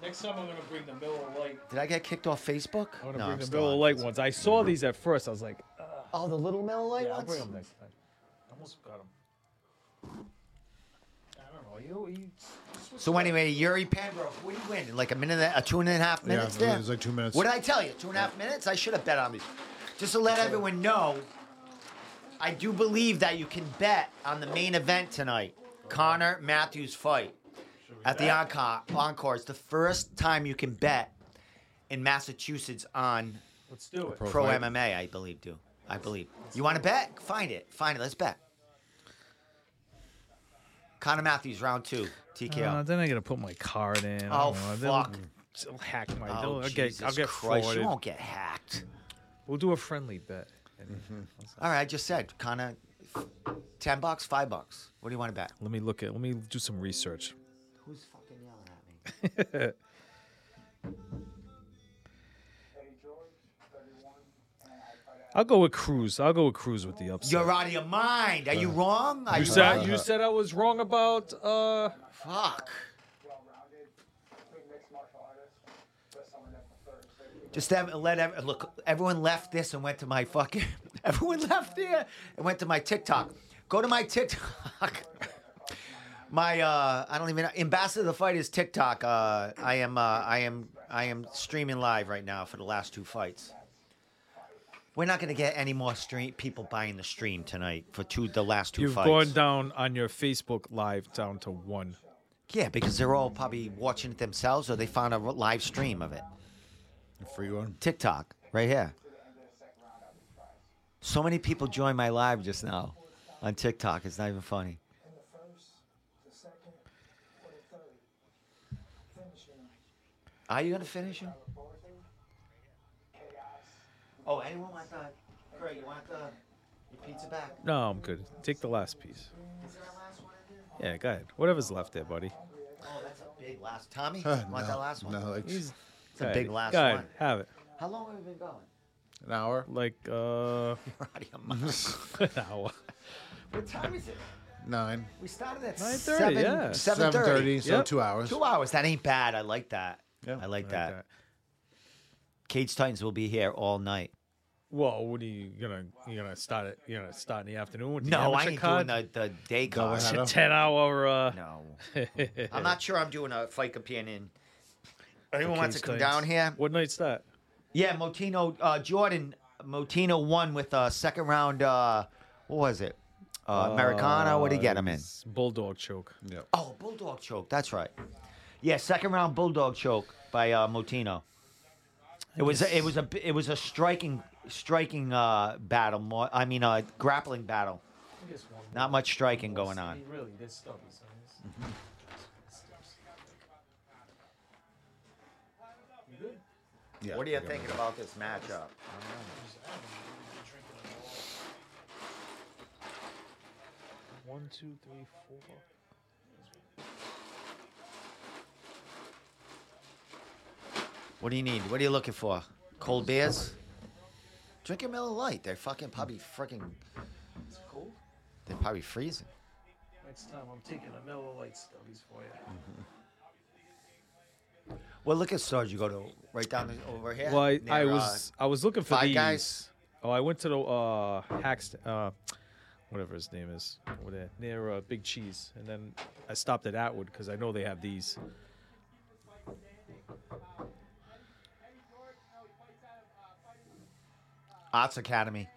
Speaker 4: Next time I'm gonna bring the Miller Lite.
Speaker 1: Did I get kicked off Facebook?
Speaker 3: I'm gonna
Speaker 1: no,
Speaker 3: bring
Speaker 1: I'm
Speaker 3: the
Speaker 1: still
Speaker 3: Miller
Speaker 1: on
Speaker 3: Lite
Speaker 1: Facebook.
Speaker 3: ones. I saw these at first. I was like, uh,
Speaker 1: Oh, the little Miller Lite
Speaker 7: Yeah, I'll
Speaker 1: ones?
Speaker 7: bring them next time. I almost got them. I don't know. You, you
Speaker 1: So anyway, Yuri Penbrook, what do you win? Like a minute, and a two and a half minutes
Speaker 2: yeah,
Speaker 1: there.
Speaker 2: it was like two minutes.
Speaker 1: What did I tell you? Two and a half minutes? I should have bet on these. Just to let everyone know, I do believe that you can bet on the main event tonight Connor Matthews fight at the Encore. Encore. It's the first time you can bet in Massachusetts on
Speaker 4: Let's do it.
Speaker 2: Pro
Speaker 1: pro,
Speaker 2: fight.
Speaker 1: MMA, I believe, do. I believe. You want to bet? Find it. Find it. Let's bet. Connor Matthews, round two. TKO.
Speaker 3: uh, then I gotta put my card in. I
Speaker 1: Oh,
Speaker 3: don't know.
Speaker 1: fuck.
Speaker 3: They'll, they'll hack my.
Speaker 1: Oh,
Speaker 3: they'll- I'll get. I'll
Speaker 1: Jesus
Speaker 3: get
Speaker 1: Christ,
Speaker 3: forwarded.
Speaker 1: You won't get hacked.
Speaker 3: We'll do a friendly bet. and
Speaker 1: Mm-hmm. All right, I just said, kind of, ten bucks, five bucks. What do you want to bet?
Speaker 3: Let me look at. Let me do some research.
Speaker 1: Who's fucking yelling at me?
Speaker 3: I'll go with Cruz. I'll go with Cruz with the upset.
Speaker 1: You're out of your mind. Are you wrong? Are
Speaker 3: You
Speaker 1: you
Speaker 3: said you said I was wrong about. Uh,
Speaker 1: fuck? Just have, let ev- look. Everyone left this and went to my fucking. Everyone left there and went to my TikTok. Go to my TikTok. My uh, I don't even know. Ambassador of the Fight is TikTok. Uh, I am uh, I am I am streaming live right now for the last two fights. We're not gonna get any more stream people buying the stream tonight for two the last 2
Speaker 3: you've
Speaker 1: fights.
Speaker 3: gone down on your Facebook live down to one.
Speaker 1: Yeah, because they're all probably watching it themselves or they found a live stream of it.
Speaker 2: Free one.
Speaker 1: TikTok, right here. So many people joined my live just now on TikTok. It's not even funny. Are you going to finish him? Oh, anyone want the. Craig, you want the. Your pizza back?
Speaker 3: No, I'm good. Take the last piece.
Speaker 1: Is that last one in there?
Speaker 3: Yeah, go ahead. Whatever's left there, buddy.
Speaker 1: Oh, that's a big last. Tommy, you
Speaker 2: Uh,
Speaker 1: want
Speaker 2: no,
Speaker 1: that last one?
Speaker 2: No, like
Speaker 3: He's
Speaker 1: It's a big last
Speaker 3: go ahead.
Speaker 1: one.
Speaker 3: Have it.
Speaker 1: How long have we been going?
Speaker 2: an hour.
Speaker 3: Like uh,
Speaker 1: We're out of your mind.
Speaker 3: an hour.
Speaker 1: What time is it?
Speaker 2: Nine.
Speaker 1: We started at
Speaker 3: 9:30,
Speaker 1: 7,
Speaker 3: yeah.
Speaker 1: 7.30.
Speaker 2: So
Speaker 3: Yep.
Speaker 2: two hours.
Speaker 1: Two hours. That ain't bad. I like that.
Speaker 2: Yeah,
Speaker 1: I like
Speaker 3: Like
Speaker 1: that.
Speaker 3: that.
Speaker 1: Cage Titans will be here all night.
Speaker 3: Well, what are you gonna you gonna start it? You gonna start in the afternoon with the
Speaker 1: No, I
Speaker 3: amateur
Speaker 1: ain't
Speaker 3: card?
Speaker 1: doing the, the day card.
Speaker 2: Doubleheader. that.
Speaker 3: Ten hour. Uh,
Speaker 1: No, I'm not sure I'm doing a fight companion. Anyone
Speaker 3: for
Speaker 1: wants to
Speaker 3: King's
Speaker 1: come
Speaker 3: Things.
Speaker 1: down here?
Speaker 3: What night's that?
Speaker 1: Yeah, Motino uh, Jordan Motino won with uh, second round. Uh, what was it? Uh, Americana. What did he get him in?
Speaker 3: It's Bulldog choke.
Speaker 1: Oh, bulldog choke. That's right. Yeah, second round bulldog choke by uh, Motino. It was a, it was a b- it was a striking striking uh, battle. More, I mean, a grappling battle.
Speaker 4: I guess one
Speaker 1: Not much striking
Speaker 4: more.
Speaker 1: going on.
Speaker 4: See, Really, they're stubbies. I mean, it's- You good?
Speaker 2: Yeah,
Speaker 1: What are you
Speaker 2: I got
Speaker 1: thinking about this matchup?
Speaker 7: One, two, three, four.
Speaker 1: What do you need? What are you looking for? Cold beers? Drink your Miller Light. They're fucking probably freaking.
Speaker 4: Is it cold?
Speaker 1: They're probably freezing.
Speaker 4: Next time I'm taking a Miller Lite stubbies for you.
Speaker 1: What liquor store did you go to? Right down the, over here.
Speaker 3: Well, I, I
Speaker 1: Near, uh,
Speaker 3: was I was looking for
Speaker 1: Five
Speaker 3: these.
Speaker 1: Guys?
Speaker 3: Oh, I went to the uh Hackst uh whatever his name is over there near uh, Big Cheese, and then I stopped at Atwood because I know they have these.
Speaker 1: Arts Academy.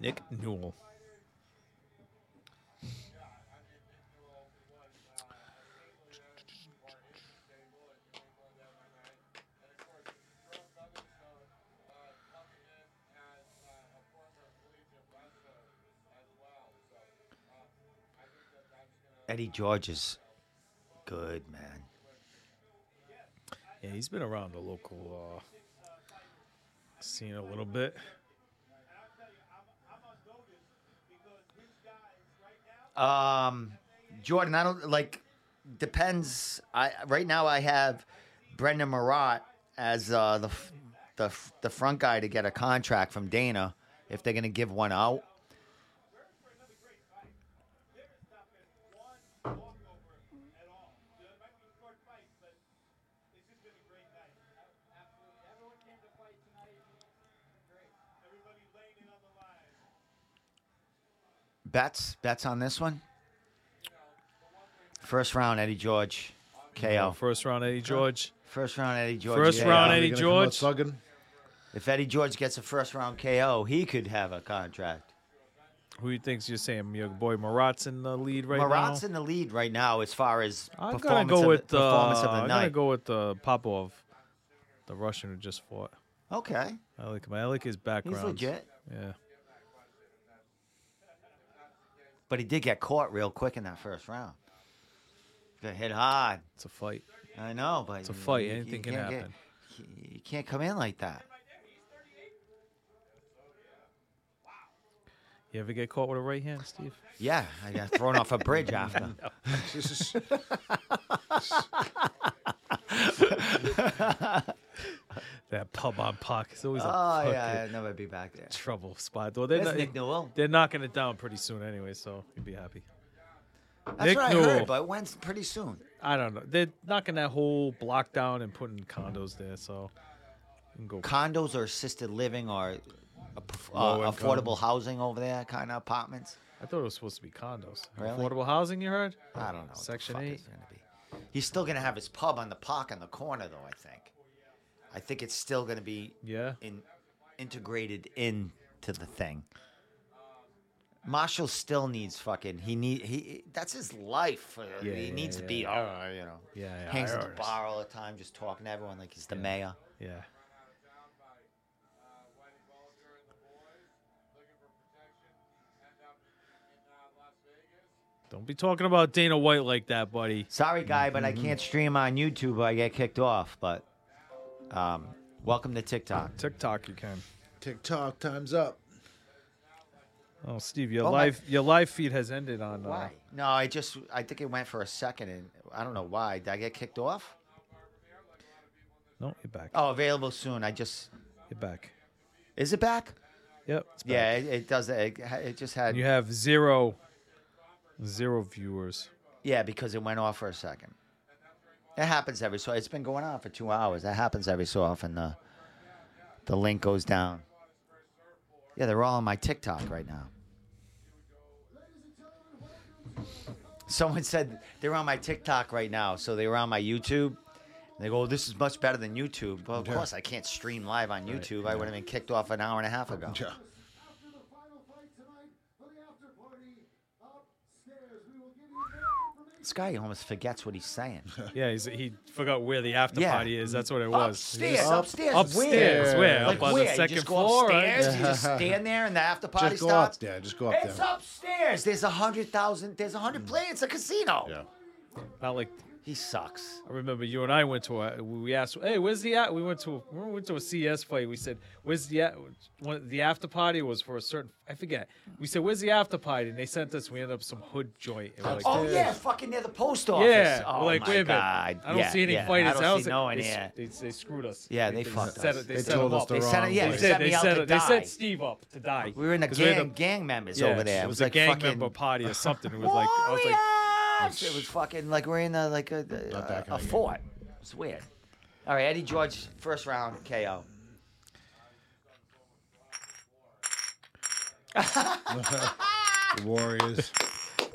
Speaker 3: Nick Newell.
Speaker 1: Eddie George is good, man.
Speaker 3: Yeah, he's been around the local uh, scene a little bit.
Speaker 1: Um, Jordan, I don't like. Depends. I right now I have Brendan Marat as uh, the f- the f- the front guy to get a contract from Dana if they're gonna give one out. Bets bets on this one. First round, Eddie George, KO.
Speaker 3: First round, Eddie George.
Speaker 1: First round, Eddie George.
Speaker 3: First
Speaker 1: KO.
Speaker 3: round,
Speaker 2: Are they
Speaker 3: Eddie
Speaker 2: gonna come out
Speaker 3: George.
Speaker 2: Slugging?
Speaker 1: If Eddie George gets a first round KO, he could have a contract.
Speaker 3: Who you think's you're saying? Your boy Marat's in the lead right
Speaker 1: Marat's
Speaker 3: now.
Speaker 1: in the lead right now as far as
Speaker 3: I'm gonna
Speaker 1: performance,
Speaker 3: go
Speaker 1: of,
Speaker 3: with
Speaker 1: the,
Speaker 3: uh,
Speaker 1: performance of the
Speaker 3: I'm gonna
Speaker 1: night.
Speaker 3: go with uh, Popov, the Russian who just fought.
Speaker 1: okay,
Speaker 3: I like him. I like his
Speaker 1: he's
Speaker 3: background.
Speaker 1: legit,
Speaker 3: Yeah.
Speaker 1: but he did get caught real quick in that first round. Got hit hard.
Speaker 3: It's a fight.
Speaker 1: I know, but
Speaker 3: It's a fight.
Speaker 1: you- you
Speaker 3: Anything can
Speaker 1: can't get-
Speaker 3: happen.
Speaker 1: you- you can't come in like that.
Speaker 3: You ever get caught with a right hand, Steve?
Speaker 1: Yeah, I got thrown off a bridge after.
Speaker 3: That pub on puck. It's always a
Speaker 1: Oh
Speaker 3: fucking
Speaker 1: yeah, I'd never be back there.
Speaker 3: trouble spot. Well, they're,
Speaker 1: There's
Speaker 3: not,
Speaker 1: Nick Newell.
Speaker 3: they're knocking it down pretty soon anyway, so you'd be happy.
Speaker 1: That's
Speaker 3: Nick
Speaker 1: what I
Speaker 3: Newell.
Speaker 1: heard, but when's pretty soon.
Speaker 3: I don't know. They're knocking that whole block down and putting condos there, so you can go.
Speaker 1: condos or assisted living or a- uh,
Speaker 2: Low income.
Speaker 1: affordable housing over there, kind of apartments.
Speaker 3: I thought it was supposed to be condos.
Speaker 1: Really?
Speaker 3: Affordable housing, you heard?
Speaker 1: I don't know. what the
Speaker 3: Section
Speaker 1: fuck
Speaker 3: 8.
Speaker 1: it's gonna be. He's still gonna have his pub on the park on the corner, though. I think. I think it's still gonna be
Speaker 3: Yeah.
Speaker 1: in, integrated into the thing. Marshall still needs fucking. He need he. That's his life. uh,
Speaker 3: Yeah,
Speaker 1: he
Speaker 3: yeah,
Speaker 1: needs to
Speaker 3: yeah,
Speaker 1: be.
Speaker 3: yeah.
Speaker 1: "Arr," you know.
Speaker 3: Yeah, yeah,
Speaker 1: Hangs at the
Speaker 3: arrs.
Speaker 1: bar all the time, just talking to everyone like he's the mayor.
Speaker 3: Yeah. Don't be talking about Dana White like that, buddy.
Speaker 1: Sorry, guy, but
Speaker 3: Mm-hmm.
Speaker 1: I can't stream on YouTube. or I get kicked off. But um, welcome to TikTok.
Speaker 3: TikTok, you can.
Speaker 2: TikTok, time's up.
Speaker 3: Oh, Steve, your
Speaker 1: Oh, my-
Speaker 3: live your live feed has ended on. Uh,
Speaker 1: Why? No, I just I think it went for a second, and I don't know why. Did I get kicked off?
Speaker 3: no, you're back.
Speaker 1: Oh, available soon. I just
Speaker 3: You're back.
Speaker 1: is it back?
Speaker 3: Yep. it's back.
Speaker 1: Yeah, it, it does. It, ha- it just had
Speaker 3: And you have zero, zero viewers.
Speaker 1: yeah because it went off for a second. That happens every so. It's been going on for two hours. That happens every so often. The the link goes down. Yeah, they're all on my TikTok right now. Someone said they're on my TikTok right now, so they were on my YouTube. They go, "Oh, "This is much better than YouTube." Well, of
Speaker 2: Yeah.
Speaker 1: course, I can't stream live on YouTube. I would have been kicked off an hour and a half ago.
Speaker 2: Yeah.
Speaker 5: After the final fight tonight for the after party, upstairs we will give you more information.
Speaker 1: This guy almost forgets what he's saying.
Speaker 3: Yeah, he's, he forgot where the after
Speaker 1: Yeah.
Speaker 3: party is. That's what it was.
Speaker 1: upstairs,
Speaker 3: Just-
Speaker 1: upstairs,
Speaker 3: upstairs,
Speaker 1: where?
Speaker 3: where?
Speaker 1: Like
Speaker 3: up on
Speaker 1: where?
Speaker 3: the second
Speaker 1: you just go
Speaker 3: floor. right?
Speaker 1: upstairs. You just stand there, and the after party
Speaker 2: Just go
Speaker 1: starts.
Speaker 2: up there. Just go up
Speaker 1: It's
Speaker 2: there.
Speaker 1: upstairs. There's a hundred thousand. There's a hundred play. It's a casino.
Speaker 2: Yeah.
Speaker 3: Not like
Speaker 1: He sucks.
Speaker 3: I remember you and I went to a, we asked, hey, where's the at? We went to we went to a CS play. We said, where's the at? One, the after party was for a certain I forget. We said, where's the after party? And they sent us. We ended up some hood joint. And we're like,
Speaker 1: Oh yeah, fucking near the post office.
Speaker 3: yeah.
Speaker 1: Oh
Speaker 3: we're like,
Speaker 1: my
Speaker 3: wait a minute.
Speaker 1: god.
Speaker 3: I don't
Speaker 1: Yeah,
Speaker 3: see any
Speaker 1: yeah.
Speaker 3: fighters.
Speaker 1: I don't see
Speaker 3: was like,
Speaker 1: no one.
Speaker 3: they, s-
Speaker 1: Yeah.
Speaker 3: they, they screwed us.
Speaker 1: Yeah, they fucked
Speaker 3: set
Speaker 1: us.
Speaker 3: it- they,
Speaker 2: They
Speaker 3: set
Speaker 2: told
Speaker 3: him
Speaker 2: us
Speaker 3: up.
Speaker 2: the
Speaker 1: They
Speaker 2: wrong
Speaker 1: sent it. Yeah,
Speaker 3: They
Speaker 1: they
Speaker 2: place.
Speaker 3: did.
Speaker 1: set
Speaker 3: They
Speaker 1: me out
Speaker 3: set,
Speaker 1: to
Speaker 3: it- they
Speaker 1: die.
Speaker 3: set Steve up to die.
Speaker 1: We were in the
Speaker 3: 'Cause we had
Speaker 1: gang gang members
Speaker 3: yeah,
Speaker 1: over there.
Speaker 3: It was, a
Speaker 1: like
Speaker 3: gang
Speaker 1: fucking.
Speaker 3: member party or something. It was like I was like,
Speaker 1: Warriors! it was fucking like we're in a like a
Speaker 2: Not
Speaker 1: a,
Speaker 2: that
Speaker 1: a,
Speaker 2: kind of game.
Speaker 1: fort. It's weird. All right, Eddie George, first round KO.
Speaker 2: The Warriors.
Speaker 3: Warriors,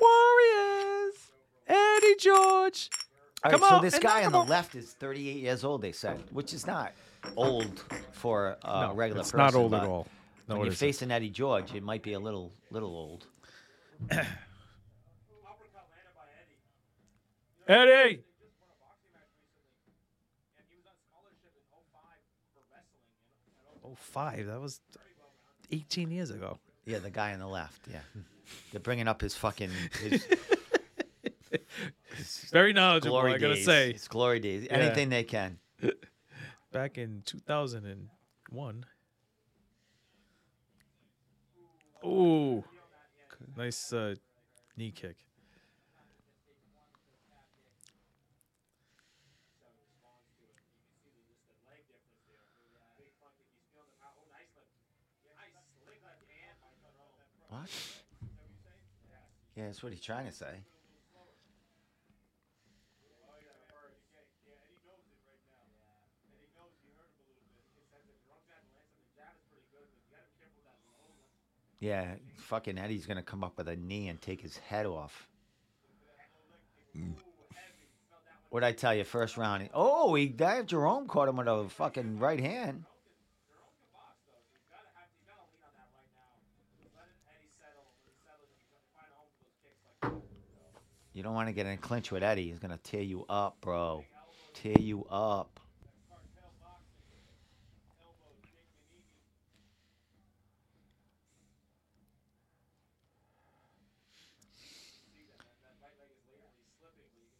Speaker 3: Eddie George.
Speaker 1: All right,
Speaker 3: Come
Speaker 1: so
Speaker 3: on,
Speaker 1: this
Speaker 3: and
Speaker 1: guy
Speaker 3: knock
Speaker 1: on
Speaker 3: him
Speaker 1: the
Speaker 3: out.
Speaker 1: left is 38 years old. They said, which is not old for a
Speaker 3: No,
Speaker 1: regular
Speaker 3: it's
Speaker 1: person.
Speaker 3: not old at
Speaker 1: but
Speaker 3: all. No,
Speaker 1: when
Speaker 3: it
Speaker 1: you're
Speaker 3: isn't.
Speaker 1: facing Eddie George, it might be a little little old.
Speaker 3: Eddie. Oh five. That was eighteen years ago.
Speaker 1: Yeah, the guy on the left. Yeah, they're bringing up his fucking his
Speaker 3: Very knowledgeable.
Speaker 1: glory
Speaker 3: I gotta
Speaker 1: days.
Speaker 3: say,
Speaker 1: his glory days. Anything they can.
Speaker 3: back in two thousand and one. Ooh, nice uh, knee kick.
Speaker 1: What? Yeah, that's what he's trying to say. Yeah, fucking Eddie's gonna come up with a knee and take his head off. What'd I tell you? First round. he- Oh, he that Jerome caught him with a fucking right hand. You don't want to get in a clinch with Eddie. He's gonna tear you up, bro. Tear you up.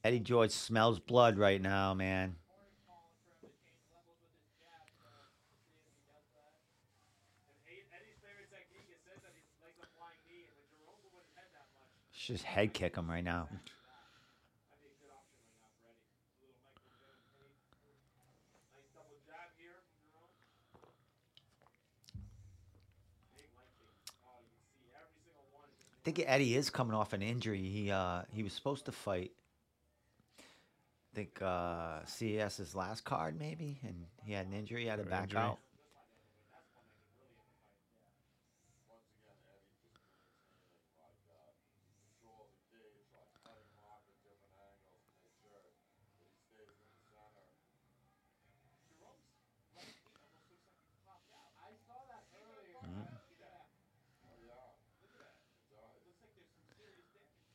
Speaker 1: Eddie George smells blood right now, man. Should just head kick him right now. I think Eddie is coming off an injury. He uh, he was supposed to fight. I think uh, CES's last card maybe, and he had an injury, had a back
Speaker 3: injury.
Speaker 1: out.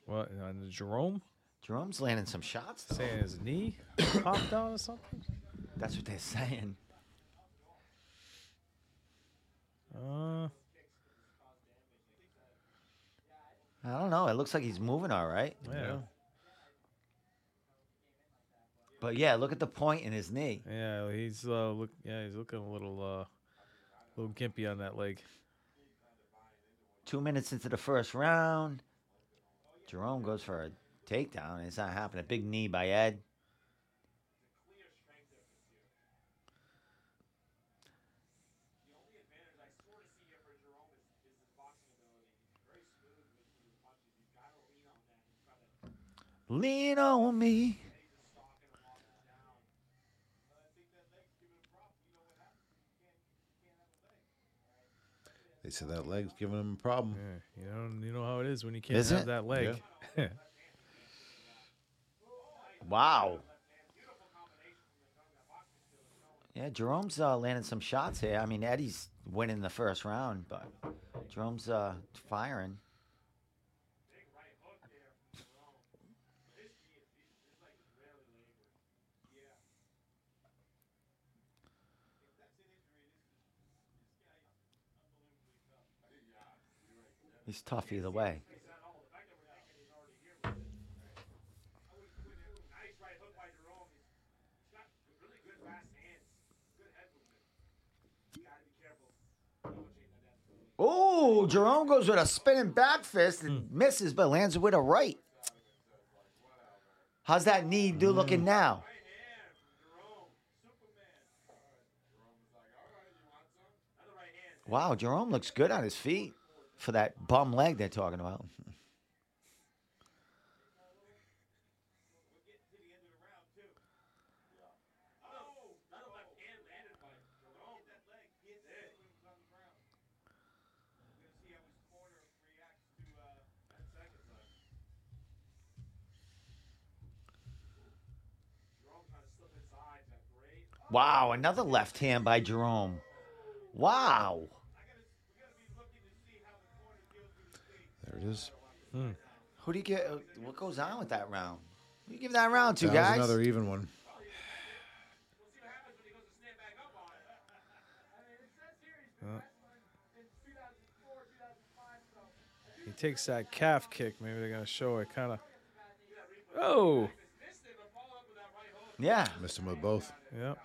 Speaker 3: What on Jerome
Speaker 1: Jerome's landing some shots. Though.
Speaker 3: saying his knee popped out or something?
Speaker 1: That's what they're saying.
Speaker 3: Uh,
Speaker 1: I don't know. It looks like he's moving all right.
Speaker 3: yeah,
Speaker 1: But yeah, look at the point in his knee.
Speaker 3: yeah. He's uh, look, yeah, he's looking a little uh, little gimpy on that leg.
Speaker 1: Two minutes into the first round, Jerome goes for a takedown. It's not happening. A big knee by Ed. Lean on me.
Speaker 2: They said that leg's giving him a problem.
Speaker 3: Yeah, you know, you know how it is when you can't
Speaker 1: Is
Speaker 3: have
Speaker 1: it?
Speaker 3: that leg.
Speaker 1: Wow. Yeah, Jerome's uh, landing some shots here. I mean, Eddie's winning the first round, but Jerome's uh, firing. He's tough either way.
Speaker 6: Nice right hook by Jerome. He's got really good fast hands. Good head movement. You gotta be careful.
Speaker 1: Oh, Jerome goes with a spinning back fist and misses, but lands with a right. How's that knee do looking now? Wow, Jerome looks good on his feet for that bum leg they're talking about. Wow, another left hand by Jerome. Wow.
Speaker 2: There it is.
Speaker 1: Who do you get? uh, What goes on with that round? Who do you give that round to,
Speaker 2: that
Speaker 1: guys?
Speaker 2: was another e- even one.
Speaker 3: He takes that calf kick. Maybe they're gonna show it kind of. Oh,
Speaker 1: yeah.
Speaker 2: Missed him with both.
Speaker 3: yeah.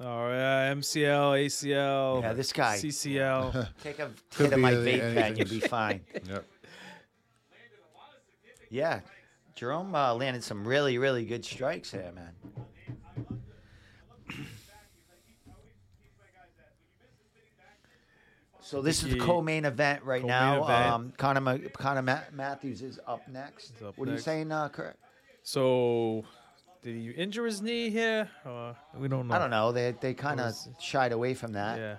Speaker 3: All right, MCL, ACL.
Speaker 1: Yeah, this guy.
Speaker 3: CCL.
Speaker 1: Take a
Speaker 2: Could
Speaker 1: hit of
Speaker 2: be
Speaker 1: my
Speaker 2: any-
Speaker 1: vape pen,
Speaker 2: anything.
Speaker 1: you'll be fine.
Speaker 2: Yep.
Speaker 1: Yeah, Jerome uh, landed some really, really good strikes there, man. So this is the
Speaker 3: Vicky,
Speaker 1: co-main event right
Speaker 3: co-main
Speaker 1: now.
Speaker 3: event.
Speaker 1: Um, Conor, Ma- Conor Ma- Matthews is up next.
Speaker 3: He's up
Speaker 1: what are you
Speaker 3: next.
Speaker 1: saying, uh, Kurt?
Speaker 3: so, did he injure his knee here? Uh, we don't know.
Speaker 1: I don't know. They they kind of
Speaker 3: was-
Speaker 1: shied away from that.
Speaker 3: Yeah.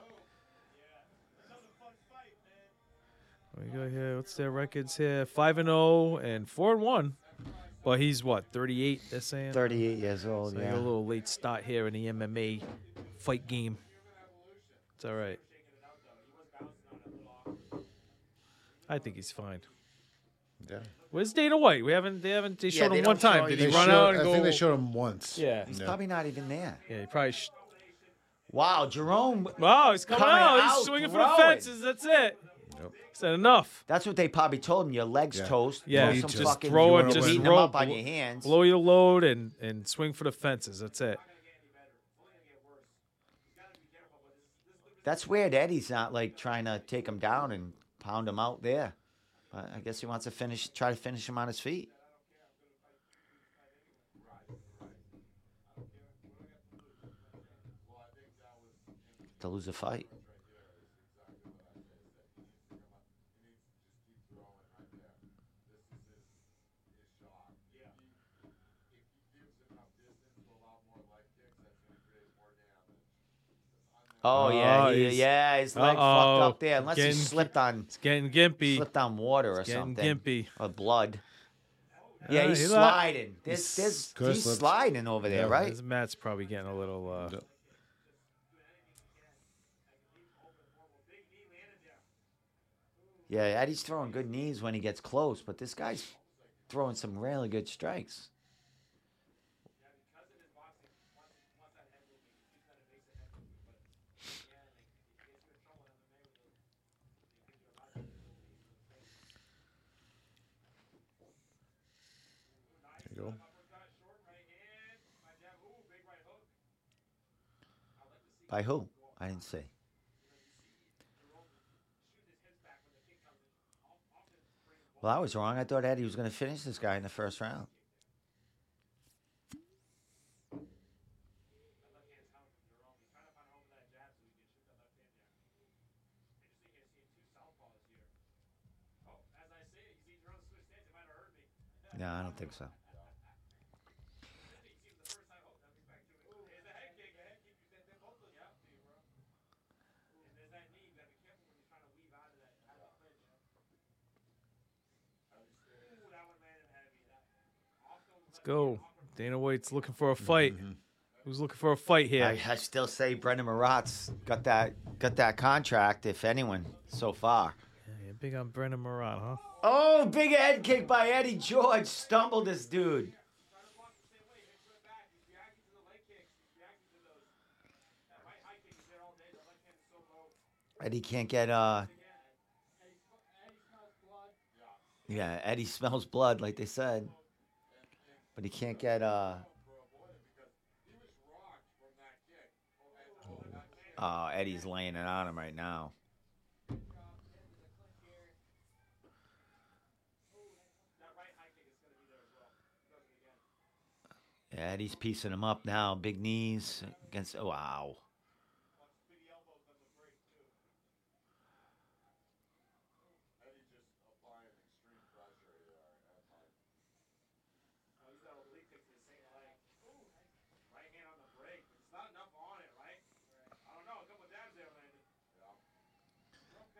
Speaker 3: We go here. What's their records here? Five and zero and four and one. But he's what? Thirty eight. They're saying.
Speaker 1: 38 years old.
Speaker 3: So you
Speaker 1: yeah.
Speaker 3: got a little late start here in the MMA fight game. It's all right. I think he's fine.
Speaker 2: Yeah.
Speaker 3: Where's Dana White? We haven't. They haven't. They
Speaker 1: Yeah,
Speaker 3: showed
Speaker 1: they
Speaker 3: him one
Speaker 1: don't show
Speaker 3: time.
Speaker 1: you-
Speaker 3: Did he
Speaker 2: They
Speaker 3: run
Speaker 2: showed-
Speaker 3: out and
Speaker 2: I
Speaker 3: go?
Speaker 2: think they showed him once. Oh,
Speaker 3: Yeah.
Speaker 1: He's
Speaker 2: Yeah.
Speaker 1: probably not even there.
Speaker 3: Yeah. He probably. Sh-
Speaker 1: Wow, Jerome.
Speaker 3: wow. He's coming,
Speaker 1: Coming
Speaker 3: out.
Speaker 1: out,
Speaker 3: He's swinging for the
Speaker 1: throwing.
Speaker 3: fences. That's it.
Speaker 2: Yep.
Speaker 3: He said enough.
Speaker 1: That's what they probably told him. Your legs
Speaker 2: Yeah.
Speaker 1: toast.
Speaker 3: Yeah,
Speaker 1: throw
Speaker 2: you
Speaker 1: some
Speaker 2: just
Speaker 1: fucking,
Speaker 3: throw
Speaker 2: it,
Speaker 1: you're
Speaker 2: just
Speaker 1: beating
Speaker 3: throw
Speaker 1: them
Speaker 3: it,
Speaker 1: up on
Speaker 3: blo-
Speaker 1: your hands.
Speaker 3: Blow your load and and swing for the fences. That's it.
Speaker 1: That's weird. Eddie's not like trying to take him down and pound him out there. But I guess he wants to finish, try to finish him on his feet. To lose a fight. Oh yeah,
Speaker 3: Oh,
Speaker 1: he-
Speaker 3: he's-
Speaker 1: yeah. His leg
Speaker 3: Uh-oh.
Speaker 1: fucked up there, unless he
Speaker 3: Getting-
Speaker 1: slipped on
Speaker 3: It's getting gimpy.
Speaker 1: slipped on water or
Speaker 3: getting
Speaker 1: something.
Speaker 3: gimpy.
Speaker 1: Or blood. Yeah,
Speaker 3: Uh,
Speaker 1: he's
Speaker 3: he li-
Speaker 1: sliding. There's, there's,
Speaker 2: Could've
Speaker 1: he's
Speaker 2: slipped.
Speaker 1: sliding over there,
Speaker 2: Yeah,
Speaker 1: right?
Speaker 3: His mat's probably getting a little. Uh,
Speaker 2: Yep.
Speaker 1: Yeah, Eddie's throwing good knees when he gets close, but this guy's throwing some really good strikes.
Speaker 2: There you go.
Speaker 1: By who? I didn't see. Well, I was wrong. I thought Eddie was going to finish this guy in the first round. No, I don't think so.
Speaker 3: Let's go. Dana White's looking for a fight. Who's looking for a fight here?
Speaker 1: Mm-hmm. I, I still say Brendan Marat's got that got that contract, if anyone, so far.
Speaker 3: Yeah, big on Brendan Moran, huh?
Speaker 1: Oh, big head kick by Eddie George stumbled this dude. Eddie can't get uh. Yeah, Eddie smells blood, like they said, but he can't get uh. Oh, Eddie's laying it on him right now. Yeah, Eddie's piecing him up now. Big knees against. Oh, wow.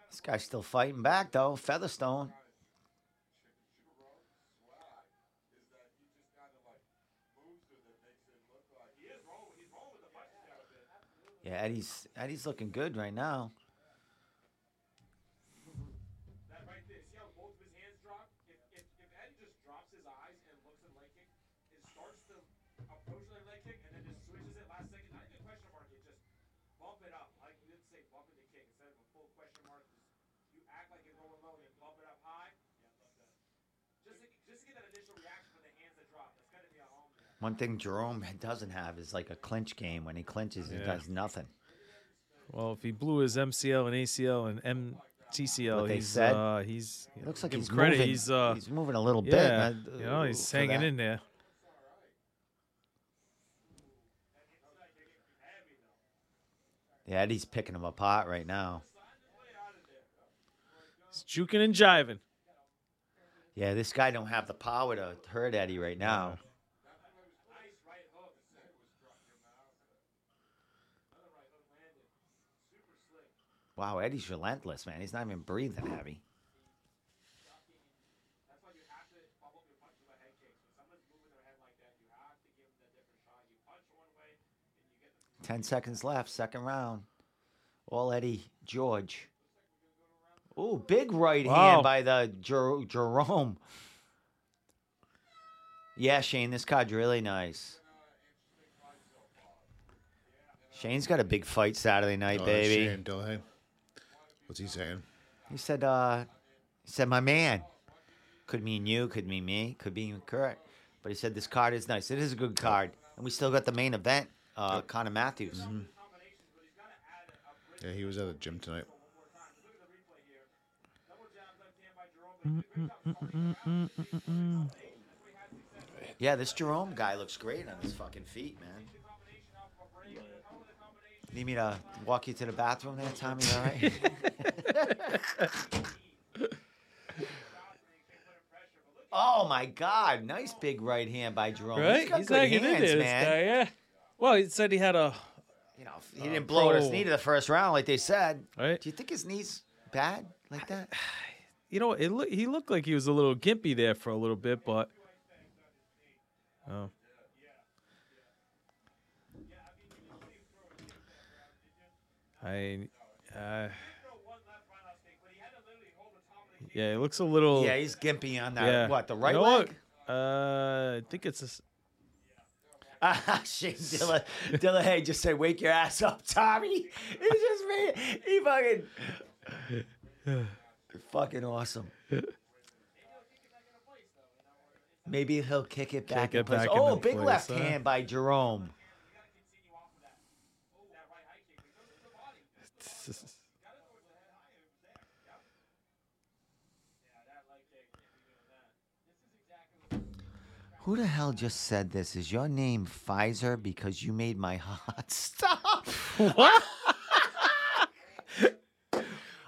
Speaker 1: This guy's still fighting back though. Featherstone. Yeah, Eddie's Eddie's looking good right now.
Speaker 6: That right there. See how both of his hands drop? If, if, if Eddie just drops his eyes and looks at leg kick, it starts to approach the leg kick and then just switches it last second. Not even a question mark. It just bump it up. Like you didn't say bump it to kick. Instead of a full question mark, just you act like you're rolling low and then bump it up high. Yeah, I love that. Just to, just to get that initial reaction when the hands that drop. That's got to be a home.
Speaker 1: One thing Jerome doesn't have is like a clinch game. When he clinches, he
Speaker 3: Yeah.
Speaker 1: does nothing.
Speaker 3: Well, if he blew his MCL and ACL and MTCL,
Speaker 1: What they
Speaker 3: he's
Speaker 1: said?
Speaker 3: uh, he's you know,
Speaker 1: Looks like
Speaker 3: give
Speaker 1: he's
Speaker 3: him credit.
Speaker 1: moving.
Speaker 3: He's uh,
Speaker 1: he's moving a little
Speaker 3: yeah,
Speaker 1: bit.
Speaker 3: you know, he's hanging in there.
Speaker 1: Yeah, Eddie's picking him apart right now.
Speaker 3: He's juking and jiving.
Speaker 1: Yeah, this guy don't have the power to hurt Eddie right now. Wow, Eddie's relentless, man. He's not even breathing heavy. Ten seconds left, second round. All Eddie George. Ooh, big right
Speaker 3: Wow.
Speaker 1: hand by the Jer- Jerome. Yeah, Shane, this card's really nice. Shane's got a big fight Saturday night,
Speaker 2: Oh, that's
Speaker 1: baby.
Speaker 2: Shane Delahaye. What's he saying?
Speaker 1: He said, uh, he said, my man. Could mean you, could mean me, could be correct. But he said this card is nice. It is a good card, and we still got the main event, uh, Connor Matthews.
Speaker 2: Yeah, he was at the gym tonight.
Speaker 1: Yeah, this Jerome guy looks great on his fucking feet, man. Need me to walk you to the bathroom there, Tommy? All right. oh my God! Nice big right hand by Jerome.
Speaker 3: Right?
Speaker 1: Oh, He's got good
Speaker 3: hanging in
Speaker 1: hands,
Speaker 3: there, this
Speaker 1: man.
Speaker 3: guy, yeah. Well, he said he had a
Speaker 1: you know, he didn't blow out his
Speaker 3: pro.
Speaker 1: knee to the first round like they said.
Speaker 3: Oh, Right.
Speaker 1: Do you think his knee's bad like that?
Speaker 3: you know, it look, he looked like he was a little gimpy there for a little bit, but oh, I, uh, yeah, it looks a little.
Speaker 1: Yeah, he's gimpy on that.
Speaker 3: Oh. yeah.
Speaker 1: What, the
Speaker 3: You
Speaker 1: right
Speaker 3: know what?
Speaker 1: leg?
Speaker 3: Uh, I think it's a, s-
Speaker 1: Ah, Shane Dilla, Dillahay just said, "Wake your ass up, Tommy." He just made it. He fucking, fucking awesome. Maybe he'll kick it back.
Speaker 3: Kick
Speaker 1: in
Speaker 3: it
Speaker 1: place.
Speaker 3: back
Speaker 1: oh,
Speaker 3: into
Speaker 1: big
Speaker 3: place,
Speaker 1: left
Speaker 3: huh?
Speaker 1: hand by Jerome. Who the hell just said this? Is your name Pfizer because you made my heart stop?
Speaker 3: What?
Speaker 1: on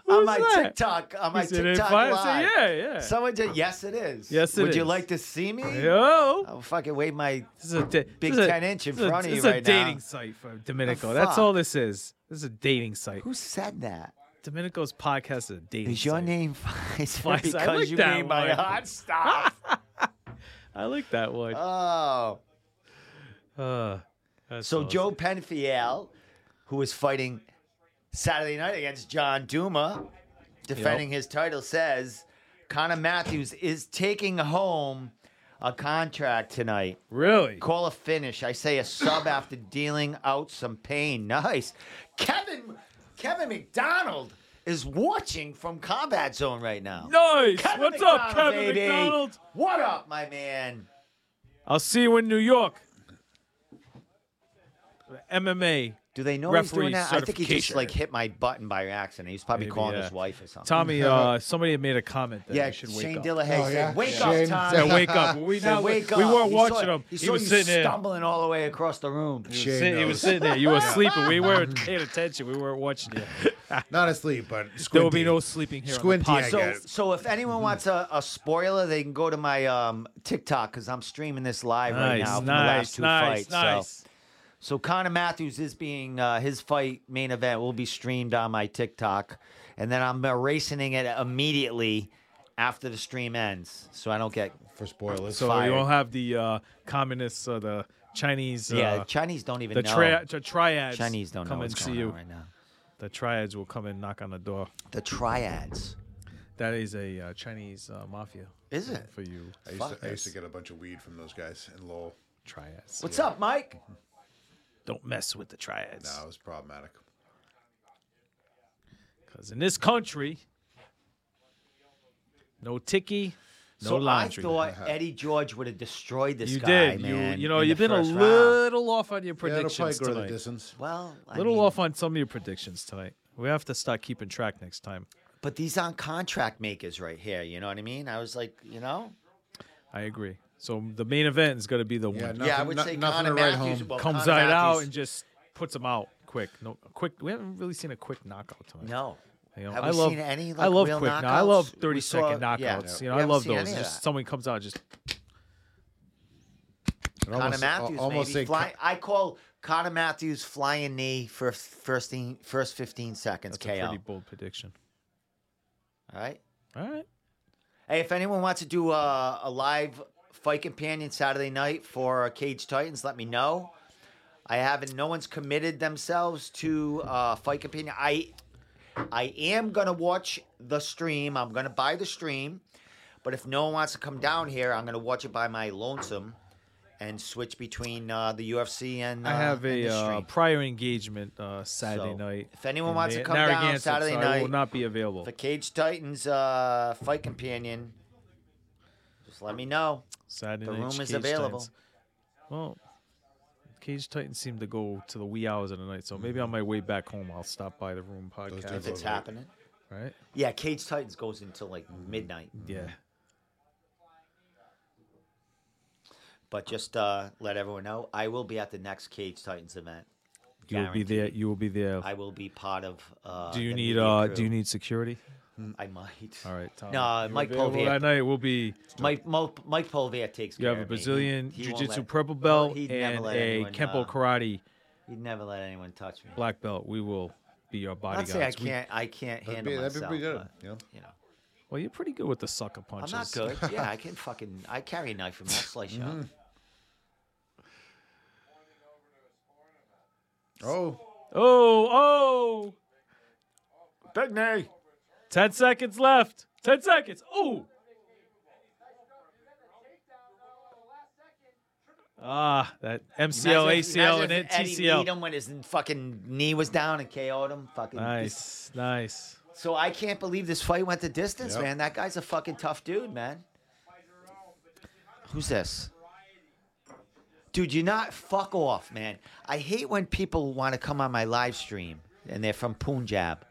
Speaker 3: was
Speaker 1: my
Speaker 3: that?
Speaker 1: TikTok, on my
Speaker 3: Is it a
Speaker 1: TikTok
Speaker 3: fire- so
Speaker 1: live.
Speaker 3: yeah, yeah.
Speaker 1: Someone just yes, it is.
Speaker 3: Yes, it
Speaker 1: Would you
Speaker 3: is.
Speaker 1: like to see me?
Speaker 3: Yo.
Speaker 1: I'll fucking wave my.
Speaker 3: This is a da-
Speaker 1: Big
Speaker 3: this is a-
Speaker 1: 10 inch in
Speaker 3: this is a-
Speaker 1: front of you
Speaker 3: This is a
Speaker 1: right now. Oh,
Speaker 3: dating site for Domenico. That's
Speaker 1: fuck?
Speaker 3: all this is. This is a dating site.
Speaker 1: Who said that?
Speaker 3: Domenico's podcast is a dating
Speaker 1: Is your
Speaker 3: site.
Speaker 1: name Pfizer
Speaker 3: Pfizer, I
Speaker 1: because
Speaker 3: like
Speaker 1: you
Speaker 3: that
Speaker 1: made my
Speaker 3: one.
Speaker 1: heart stop?
Speaker 3: I like that one.
Speaker 1: Oh.
Speaker 3: Uh, that's
Speaker 1: So
Speaker 3: awesome.
Speaker 1: Joe Penfiel, who is fighting Saturday night against John Duma, defending his title, says Connor Matthews is taking home a contract tonight.
Speaker 3: really?
Speaker 1: Call a finish. I say a sub after dealing out some pain. Nice. Kevin Kevin McDonald is watching from Combat Zone right now.
Speaker 3: Nice.
Speaker 1: Kevin
Speaker 3: What's up,
Speaker 1: McDonald,
Speaker 3: Kevin
Speaker 1: baby.
Speaker 3: McDonald?
Speaker 1: What up, my man?
Speaker 3: I'll see you in New York. MMA.
Speaker 1: Do they know he's doing
Speaker 3: Referee
Speaker 1: that? I think he just
Speaker 3: certification.
Speaker 1: like hit my button by accident. He's probably
Speaker 3: Maybe,
Speaker 1: calling
Speaker 3: yeah.
Speaker 1: his wife or something.
Speaker 3: Tommy, uh, somebody had made a comment that
Speaker 1: yeah,
Speaker 3: I should wake
Speaker 1: Shane
Speaker 3: up.
Speaker 1: Dillahay
Speaker 2: Oh,
Speaker 1: said,
Speaker 2: yeah?
Speaker 1: "Wake
Speaker 2: Shane
Speaker 1: up, Tommy."
Speaker 3: Said, wake up. We,
Speaker 1: Said,
Speaker 3: now,
Speaker 1: wake
Speaker 3: we
Speaker 1: up.
Speaker 3: weren't
Speaker 1: He
Speaker 3: watching
Speaker 1: saw,
Speaker 3: him.
Speaker 1: He,
Speaker 3: He,
Speaker 1: saw
Speaker 3: was
Speaker 1: you
Speaker 3: sitting there.
Speaker 1: stumbling all the way across the room.
Speaker 2: Shane
Speaker 3: Sit- he was
Speaker 2: knows.
Speaker 3: sitting there. You were sleeping. We weren't paying attention. We weren't watching you.
Speaker 2: Not asleep, but
Speaker 3: There will be
Speaker 2: squinty.
Speaker 3: no sleeping here.
Speaker 2: Squinty,
Speaker 3: On the
Speaker 2: I
Speaker 3: pod.
Speaker 1: So,
Speaker 2: guess. get it.
Speaker 1: so if
Speaker 3: Mm-hmm.
Speaker 1: anyone wants a, a spoiler, they can go to my um, TikTok because I'm streaming this live right
Speaker 3: nice,
Speaker 1: now from the last
Speaker 3: nice,
Speaker 1: two
Speaker 3: nice,
Speaker 1: fights. so-
Speaker 3: nice.
Speaker 1: So Conor Matthews is being uh, his fight main event will be streamed on my TikTok, and then I'm erasing it immediately after the stream ends, so I don't get.
Speaker 2: for spoilers.
Speaker 3: So
Speaker 1: fired.
Speaker 3: you won't have the uh, communists or the Chinese. Uh,
Speaker 1: yeah, Chinese don't even
Speaker 3: the,
Speaker 1: know.
Speaker 3: tri- the triads.
Speaker 1: Chinese don't
Speaker 3: come
Speaker 1: know
Speaker 3: and
Speaker 1: what's
Speaker 3: see
Speaker 1: going
Speaker 3: you.
Speaker 1: on right now.
Speaker 3: The triads will come and knock on the door.
Speaker 1: The triads.
Speaker 3: That is a uh, Chinese uh, mafia
Speaker 1: Is it?
Speaker 3: for you.
Speaker 2: I used, to,
Speaker 1: Fuck
Speaker 2: I
Speaker 1: yes.
Speaker 2: used to get a bunch of weed from those guys in Lowell.
Speaker 3: Triads.
Speaker 1: What's up, Mike?
Speaker 3: Don't mess with the triads.
Speaker 2: That was problematic.
Speaker 3: Because in this country, no ticky, no
Speaker 1: so
Speaker 3: laundry.
Speaker 1: I thought Eddie George would have destroyed this
Speaker 3: you
Speaker 1: guy,
Speaker 3: did.
Speaker 1: man.
Speaker 3: you you know
Speaker 1: in the
Speaker 3: you've been a
Speaker 1: first round.
Speaker 3: little off on your
Speaker 2: Yeah, it'll probably
Speaker 3: predictions
Speaker 2: go to the
Speaker 3: tonight.
Speaker 2: distance.
Speaker 1: Well, I
Speaker 3: little
Speaker 1: mean,
Speaker 3: off on some of your predictions tonight. We have to start keeping track next time.
Speaker 1: But these aren't contract makers right here. You know what I mean? I was like, you know.
Speaker 3: I agree. So the main event is going to be the
Speaker 2: Yeah,
Speaker 3: one
Speaker 2: nothing,
Speaker 1: yeah, I would
Speaker 2: no-
Speaker 1: say
Speaker 2: nothing
Speaker 1: Connor
Speaker 2: to write
Speaker 1: Matthews.
Speaker 2: home.
Speaker 1: well,
Speaker 3: comes
Speaker 1: Conor
Speaker 3: right out
Speaker 1: Matthews-
Speaker 3: and just puts them out quick. No quick. We haven't really seen a quick knockout tonight.
Speaker 1: No.
Speaker 3: You know,
Speaker 1: Have
Speaker 3: I
Speaker 1: we
Speaker 3: love,
Speaker 1: seen any,
Speaker 3: I
Speaker 1: like,
Speaker 3: love
Speaker 1: real
Speaker 3: quick.
Speaker 1: knockouts?
Speaker 3: No, I love
Speaker 1: We
Speaker 3: 30
Speaker 1: saw-
Speaker 3: second knockouts.
Speaker 1: yeah.
Speaker 3: You
Speaker 1: We
Speaker 3: know, I
Speaker 1: haven't
Speaker 3: love
Speaker 1: seen
Speaker 3: those.
Speaker 1: any of
Speaker 3: Just
Speaker 1: that.
Speaker 3: someone comes out, just
Speaker 2: I'd
Speaker 1: Connor
Speaker 2: almost-
Speaker 1: Matthews,
Speaker 2: I'll almost
Speaker 1: maybe.
Speaker 2: say
Speaker 1: Fly, I call Connor Matthews flying knee for first, thing, first 15 seconds
Speaker 3: that's a
Speaker 1: KO.
Speaker 3: pretty bold prediction.
Speaker 1: All right.
Speaker 3: All right.
Speaker 1: Hey, if anyone wants to do a, a live fight companion Saturday night for Cage Titans, let me know. I haven't. No one's committed themselves to uh, fight companion. I I am gonna watch the stream. I'm gonna buy the stream, but if no one wants to come down here, I'm gonna watch it by my lonesome and switch between uh, the UFC and uh,
Speaker 3: I have
Speaker 1: and
Speaker 3: a
Speaker 1: the
Speaker 3: uh,
Speaker 1: stream.
Speaker 3: prior engagement uh, Saturday
Speaker 1: So,
Speaker 3: night.
Speaker 1: if anyone
Speaker 3: in
Speaker 1: wants to
Speaker 3: Na-
Speaker 1: come down
Speaker 3: Narragansett,
Speaker 1: Saturday
Speaker 3: so I will
Speaker 1: night,
Speaker 3: not be available.
Speaker 1: for Cage Titans uh, fight companion. Just let me know.
Speaker 3: Saturday
Speaker 1: the
Speaker 3: night.
Speaker 1: room is
Speaker 3: Cage
Speaker 1: available.
Speaker 3: Titans. Well, Cage Titans seem to go to the wee hours of the night, so maybe on my way back home, I'll stop by the room
Speaker 1: If
Speaker 2: dudes
Speaker 3: podcast.
Speaker 1: it's happening.
Speaker 3: Right?
Speaker 1: Yeah, Cage Titans goes until like
Speaker 3: Mm-hmm.
Speaker 1: midnight.
Speaker 3: Yeah.
Speaker 1: But just uh, let everyone know, I will be at the next Cage Titans event.
Speaker 3: You will be there. You will be there.
Speaker 1: I will be part of. Uh,
Speaker 3: do you
Speaker 1: the
Speaker 3: need
Speaker 1: media
Speaker 3: uh?
Speaker 1: crew.
Speaker 3: Do you need security?
Speaker 1: I might.
Speaker 3: All right, Tom.
Speaker 1: No,
Speaker 3: You're
Speaker 1: Mike
Speaker 3: available
Speaker 1: Povier.
Speaker 3: That night will be.
Speaker 1: Mike Mo, Mike Polvier takes.
Speaker 3: You
Speaker 1: care
Speaker 3: have a
Speaker 1: of me. He-
Speaker 3: Brazilian
Speaker 1: he won't
Speaker 3: jiu-jitsu
Speaker 1: let-
Speaker 3: purple belt
Speaker 1: he'd never
Speaker 3: and
Speaker 1: let
Speaker 3: a
Speaker 1: anyone,
Speaker 3: kempo
Speaker 1: uh,
Speaker 3: karate
Speaker 1: He'd never let anyone touch me.
Speaker 3: black belt. We will be your
Speaker 1: Not
Speaker 3: bodyguards.
Speaker 1: say I
Speaker 3: We-
Speaker 1: can't. I can't
Speaker 2: That'd
Speaker 1: handle
Speaker 2: be, that'd be
Speaker 1: myself.
Speaker 2: pretty good.
Speaker 1: but,
Speaker 2: You know?
Speaker 1: you know,
Speaker 3: well, you're pretty good with the sucker
Speaker 1: I'm
Speaker 3: punches. Mm-hmm.
Speaker 1: not good. Yeah, I can fucking. I carry a knife in my slice up.
Speaker 2: Oh,
Speaker 3: Oh, oh!
Speaker 1: Big knee.
Speaker 3: Ten seconds left. Ten seconds. Oh. Ah, that MCL,
Speaker 1: Imagine-
Speaker 3: ACL, and
Speaker 1: imagine
Speaker 3: then
Speaker 1: if Eddie beat
Speaker 3: TCL.
Speaker 1: him when his fucking knee was down and KO'd him. Fucking
Speaker 3: Nice, nice.
Speaker 1: So I can't believe this fight went the distance,
Speaker 2: Yep.
Speaker 1: man. That guy's a fucking tough dude, man. Who's this? Dude, you're not fuck off, man. I hate when people want to come on my live stream and they're from Punjab.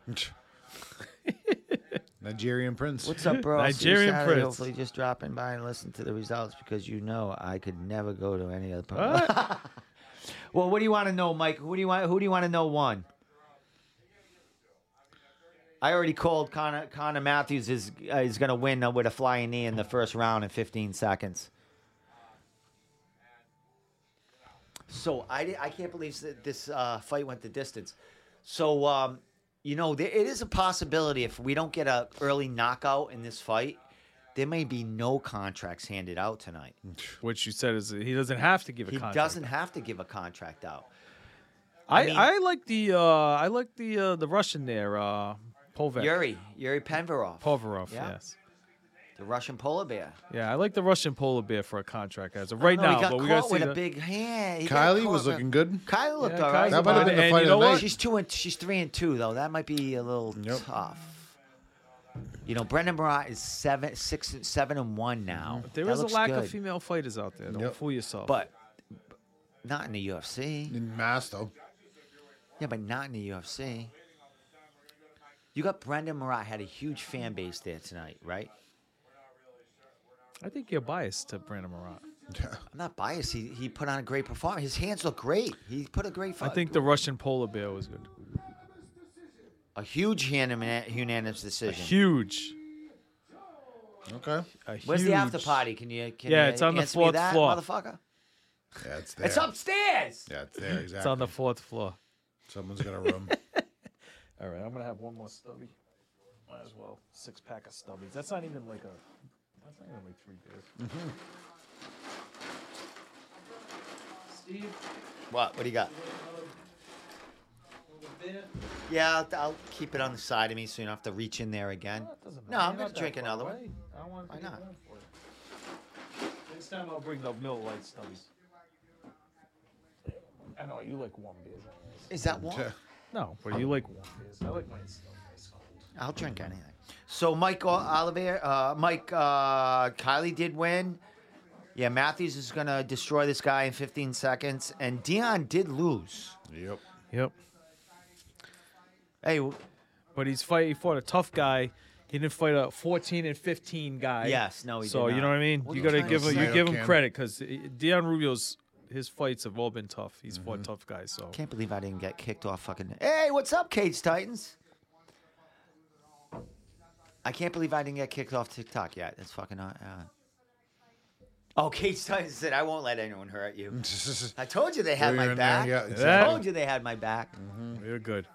Speaker 2: Nigerian prince.
Speaker 1: What's up, bro? I'll see you
Speaker 3: Nigerian
Speaker 1: Saturday.
Speaker 3: prince.
Speaker 1: Hopefully, just drop in by and listen to the results because you know I could never go to any other part.
Speaker 3: What?
Speaker 1: well, what do you want to know, Mike? Who do you want? Who do you want to know? One. I already called Connor. Connor Matthews is uh, is going to win uh, with a flying knee in the first round in 15 seconds. So I di- I can't believe that this uh, fight went the distance. So um, you know there, it is a possibility if we don't get a early knockout in this fight There may be no contracts handed out tonight.
Speaker 3: Which you said is he doesn't have to give a
Speaker 1: He
Speaker 3: contract.
Speaker 1: doesn't have to give a contract out.
Speaker 3: I, I,
Speaker 1: mean-
Speaker 3: like the uh, I like the uh, the Russian there, uh, Povek.
Speaker 1: Yuri, Yuri Penvarov,
Speaker 3: Povarov,
Speaker 1: Yeah.
Speaker 3: yes.
Speaker 1: the Russian polar bear.
Speaker 3: Yeah, I like the Russian polar bear for a contract as of right
Speaker 1: No,
Speaker 3: now,
Speaker 1: he got
Speaker 3: but we
Speaker 1: caught
Speaker 3: gotta see
Speaker 1: with
Speaker 3: the,
Speaker 1: a big hand. He got
Speaker 2: Kylie
Speaker 1: caught
Speaker 2: was
Speaker 1: with-
Speaker 2: looking good.
Speaker 1: Kylie looked
Speaker 3: Yeah,
Speaker 1: all
Speaker 3: Kylie's
Speaker 1: right.
Speaker 2: That might have
Speaker 3: fine.
Speaker 2: been the
Speaker 3: And
Speaker 2: fight
Speaker 3: you
Speaker 2: of
Speaker 3: know
Speaker 2: the
Speaker 3: what?
Speaker 2: night.
Speaker 1: She's two and she's three and two though. That might be a little
Speaker 2: Yep.
Speaker 1: tough. You know, Brendan Marat is seven, six, seven and one now.
Speaker 3: There
Speaker 1: That
Speaker 3: is a
Speaker 1: looks
Speaker 3: lack
Speaker 1: good,
Speaker 3: of female fighters out there. Don't
Speaker 2: Yep.
Speaker 3: fool yourself.
Speaker 1: but not in the UFC.
Speaker 2: In mass though.
Speaker 1: Yeah, but not in the UFC. You got Brendan Marat had a huge fan base there tonight, right?
Speaker 3: I think you're biased to Brandon Marat.
Speaker 1: I'm not biased. He he put on a great performance. His hands look great. He put a great
Speaker 3: I
Speaker 1: fight.
Speaker 3: think the Russian polar bear was good.
Speaker 1: a huge hand unanimous decision.
Speaker 3: Huge.
Speaker 2: Okay.
Speaker 3: a
Speaker 1: Where's the
Speaker 3: huge-
Speaker 1: after party? Can you? Can
Speaker 3: Yeah,
Speaker 1: you
Speaker 3: it's on the
Speaker 1: answer me
Speaker 3: fourth
Speaker 1: that,
Speaker 3: floor.
Speaker 1: motherfucker.
Speaker 2: Yeah, it's there.
Speaker 1: It's upstairs.
Speaker 2: Yeah, it's there. Exactly.
Speaker 3: It's on the fourth floor.
Speaker 2: Someone's got a room.
Speaker 7: All right, I'm gonna have one more stubby. Might as well six pack of stubbies. That's not even like a. That's not even like three beers.
Speaker 1: Mm-hmm.
Speaker 4: Steve,
Speaker 1: What? What do you got?
Speaker 4: over there.
Speaker 1: Yeah, I'll, I'll keep it on the side of me so you don't have to reach in there again.
Speaker 7: That doesn't
Speaker 1: No,
Speaker 7: matter.
Speaker 1: I'm
Speaker 7: You're
Speaker 1: gonna
Speaker 7: not that
Speaker 1: drink
Speaker 7: far
Speaker 1: another
Speaker 7: away. I don't want to
Speaker 1: Why
Speaker 7: be
Speaker 1: not?
Speaker 7: around for it. Next time I'll bring the Miller Lite stubbies. I know you like warm beers. anyways.
Speaker 1: Is that one?
Speaker 3: No, but you like
Speaker 7: Warm beers. I like mine still nice cold.
Speaker 1: I'll drink anything. So Mike O- Oliver, uh, Mike uh, Kylie did win. Yeah, Matthews is gonna destroy this guy in 15 seconds, and Dion did lose.
Speaker 2: yep.
Speaker 3: Yep.
Speaker 1: Hey, w-
Speaker 3: But he's fight he fought a tough guy. He didn't fight a 14 and 15 guy.
Speaker 1: Yes, no, he did
Speaker 3: So you
Speaker 1: not.
Speaker 3: know what I mean?
Speaker 1: Well,
Speaker 3: you
Speaker 1: those
Speaker 3: gotta
Speaker 1: guys-
Speaker 3: give him, you
Speaker 2: Snyder
Speaker 3: give him
Speaker 2: can.
Speaker 3: credit because Dion Rubio's his fights have all been tough. He's
Speaker 1: Mm-hmm.
Speaker 3: fought tough guys. So
Speaker 1: can't believe I didn't get kicked off fucking. Hey, what's up, Cage Titans? I can't believe I didn't get kicked off TikTok yet. That's fucking. Uh, uh. Oh, Cage Titans said I won't let anyone hurt you. I told you they had
Speaker 2: We're
Speaker 1: my
Speaker 2: in there,
Speaker 1: back.
Speaker 2: yeah,
Speaker 1: I
Speaker 3: exactly.
Speaker 1: told you they had my back.
Speaker 3: we're good.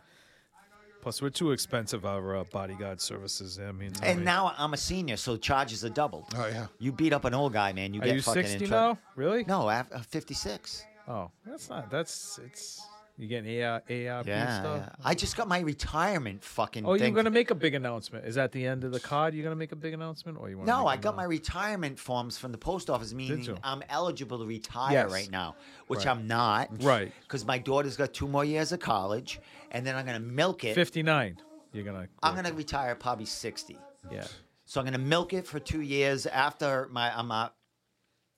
Speaker 3: Plus, we're too expensive our uh, bodyguard services. I mean, I
Speaker 1: And
Speaker 3: mean-
Speaker 1: now I'm a senior, so charges are doubled.
Speaker 2: oh yeah.
Speaker 1: You beat up an old guy, man. You
Speaker 3: are
Speaker 1: get
Speaker 3: you
Speaker 1: fucking
Speaker 3: 60
Speaker 1: in trouble.
Speaker 3: now? Really?
Speaker 1: No, af- uh, 56.
Speaker 3: Oh, that's not. That's it's. You getting AR, ARP
Speaker 1: Yeah,
Speaker 3: stuff?
Speaker 1: yeah. I just got my retirement fucking.
Speaker 3: Oh, you're
Speaker 1: thing.
Speaker 3: gonna make a big announcement. Is that the end of the card? You're gonna make a big announcement, or you want?
Speaker 1: No, I got my retirement forms from the post office, meaning
Speaker 3: you?
Speaker 1: I'm eligible to retire
Speaker 3: Yes.
Speaker 1: right now, which
Speaker 3: Right.
Speaker 1: I'm not.
Speaker 3: Right.
Speaker 1: Because my daughter's got two more years of college, and then I'm gonna milk it.
Speaker 3: fifty-nine. You're gonna.
Speaker 1: I'm gonna retire probably 60.
Speaker 3: Yeah,
Speaker 1: So I'm gonna milk it for two years after my I'm uh,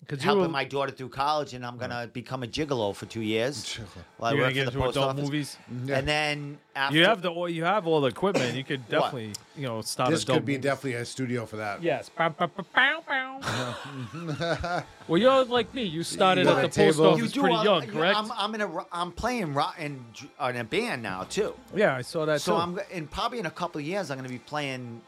Speaker 3: because you
Speaker 1: helping
Speaker 3: were,
Speaker 1: my daughter through college, and I'm gonna become a gigolo for two years. While
Speaker 3: you're
Speaker 1: I
Speaker 3: gonna
Speaker 1: work
Speaker 3: get
Speaker 1: for the
Speaker 3: into
Speaker 1: post
Speaker 3: adult
Speaker 1: office.
Speaker 3: movies.
Speaker 2: Mm-hmm.
Speaker 1: And then after
Speaker 3: You have the all- you have all the equipment. You could definitely you know start
Speaker 2: This
Speaker 3: adult
Speaker 2: could be
Speaker 3: movies.
Speaker 2: definitely a studio for that.
Speaker 7: Yes. Bow, bow, bow, bow, bow.
Speaker 3: well, you're like me. You started
Speaker 2: You
Speaker 3: at the
Speaker 2: got a
Speaker 3: post
Speaker 2: table.
Speaker 3: office
Speaker 1: you do
Speaker 3: pretty
Speaker 1: all-
Speaker 3: young,
Speaker 1: you know,
Speaker 3: correct?
Speaker 1: I'm, I'm in a ro- I'm playing rock in, j- in a band now too.
Speaker 3: yeah, I saw that.
Speaker 1: So
Speaker 3: too.
Speaker 1: I'm in probably in a couple of years I'm gonna be playing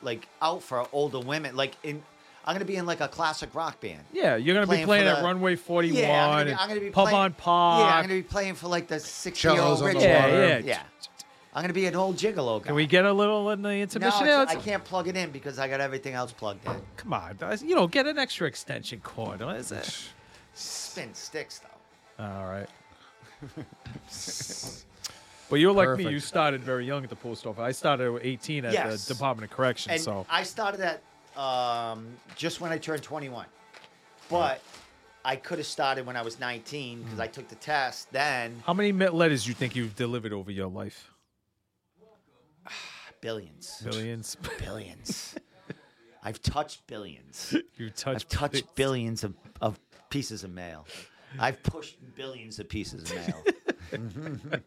Speaker 1: like out for older women. Like in I'm gonna be in like a classic rock band.
Speaker 3: Yeah, you're gonna
Speaker 1: playing
Speaker 3: be
Speaker 1: for
Speaker 3: playing at
Speaker 1: the-
Speaker 3: Runway 41
Speaker 1: Yeah, I'm gonna be,
Speaker 3: and
Speaker 1: I'm gonna be
Speaker 3: Pub
Speaker 1: playing,
Speaker 3: on Park.
Speaker 1: Yeah, I'm gonna be playing for like the sixty year
Speaker 2: Cellos
Speaker 1: old
Speaker 2: on the
Speaker 1: rich.
Speaker 3: yeah,
Speaker 1: guy.
Speaker 2: water.
Speaker 3: yeah.
Speaker 1: yeah. I'm gonna be an old gigolo guy.
Speaker 3: Can we get a little in the
Speaker 1: no,
Speaker 3: intermission? Yeah,
Speaker 1: it's- I
Speaker 3: let's-
Speaker 1: can't plug it in because I got everything else plugged in.
Speaker 3: Come on, guys, you know, get an extra extension cord. What is it?
Speaker 1: Spin sticks though.
Speaker 3: All right. but you're like me. You
Speaker 2: Perfect.
Speaker 3: started very young at the post office. I started at 18 at
Speaker 1: Yes.
Speaker 3: the Department of Corrections.
Speaker 1: And
Speaker 3: so
Speaker 1: I started at um, just when I turned 21, but I could have started when I was 19
Speaker 3: Hmm.
Speaker 1: because I took the test then.
Speaker 3: how many met letters you think you've delivered over your life?
Speaker 1: Billions.
Speaker 3: Billions.
Speaker 1: Billions. I've touched billions.
Speaker 3: you
Speaker 1: I've
Speaker 3: touched.
Speaker 1: touched billions of, of pieces of mail. I've pushed billions of pieces of mail.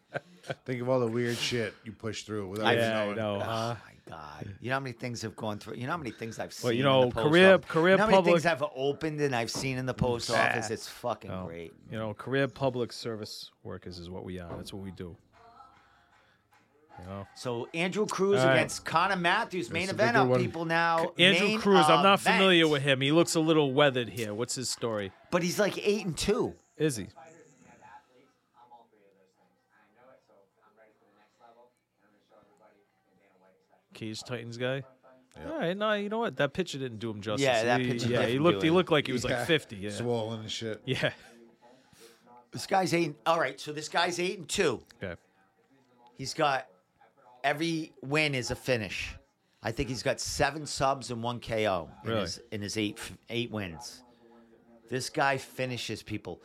Speaker 2: Think of all the weird shit you push through without even
Speaker 3: Yeah, I
Speaker 2: knowing.
Speaker 3: know.
Speaker 1: oh
Speaker 3: huh?
Speaker 1: my God. You know how many things have gone through? You know how many things I've seen?
Speaker 3: Well, you
Speaker 1: in
Speaker 3: know,
Speaker 1: the post
Speaker 3: career-
Speaker 1: office?
Speaker 3: career
Speaker 1: You know how many things I've
Speaker 3: public-
Speaker 1: opened and I've seen in the post office? It's fucking
Speaker 3: No.
Speaker 1: great.
Speaker 3: You know, career public service workers is what we are. That's what we do. You know,
Speaker 1: So Andrew Cruz
Speaker 3: All right.
Speaker 1: against Connor Matthews, main
Speaker 2: That's a
Speaker 1: event
Speaker 2: bigger
Speaker 1: up
Speaker 2: one.
Speaker 1: people now.
Speaker 3: Andrew
Speaker 1: main
Speaker 3: Cruz. I'm not
Speaker 1: event.
Speaker 3: familiar with him. He looks a little weathered here. What's his story?
Speaker 1: but he's like eight and two.
Speaker 3: Is he? Cage Titans guy. All right, no, you know what? That picture didn't do him justice.
Speaker 1: Yeah, that
Speaker 3: He-
Speaker 1: picture
Speaker 3: Yeah, he
Speaker 1: didn't
Speaker 3: looked.
Speaker 1: do
Speaker 3: He
Speaker 1: it.
Speaker 3: looked like he was
Speaker 2: Yeah.
Speaker 3: like fifty. Yeah.
Speaker 2: swollen and shit.
Speaker 3: yeah.
Speaker 1: This guy's eight. and- All right, so this guy's eight and two.
Speaker 3: Okay.
Speaker 1: He's got every win is a finish. I think he's got seven subs and one KO in
Speaker 3: Really?
Speaker 1: his in his eight f- eight wins. This guy finishes people.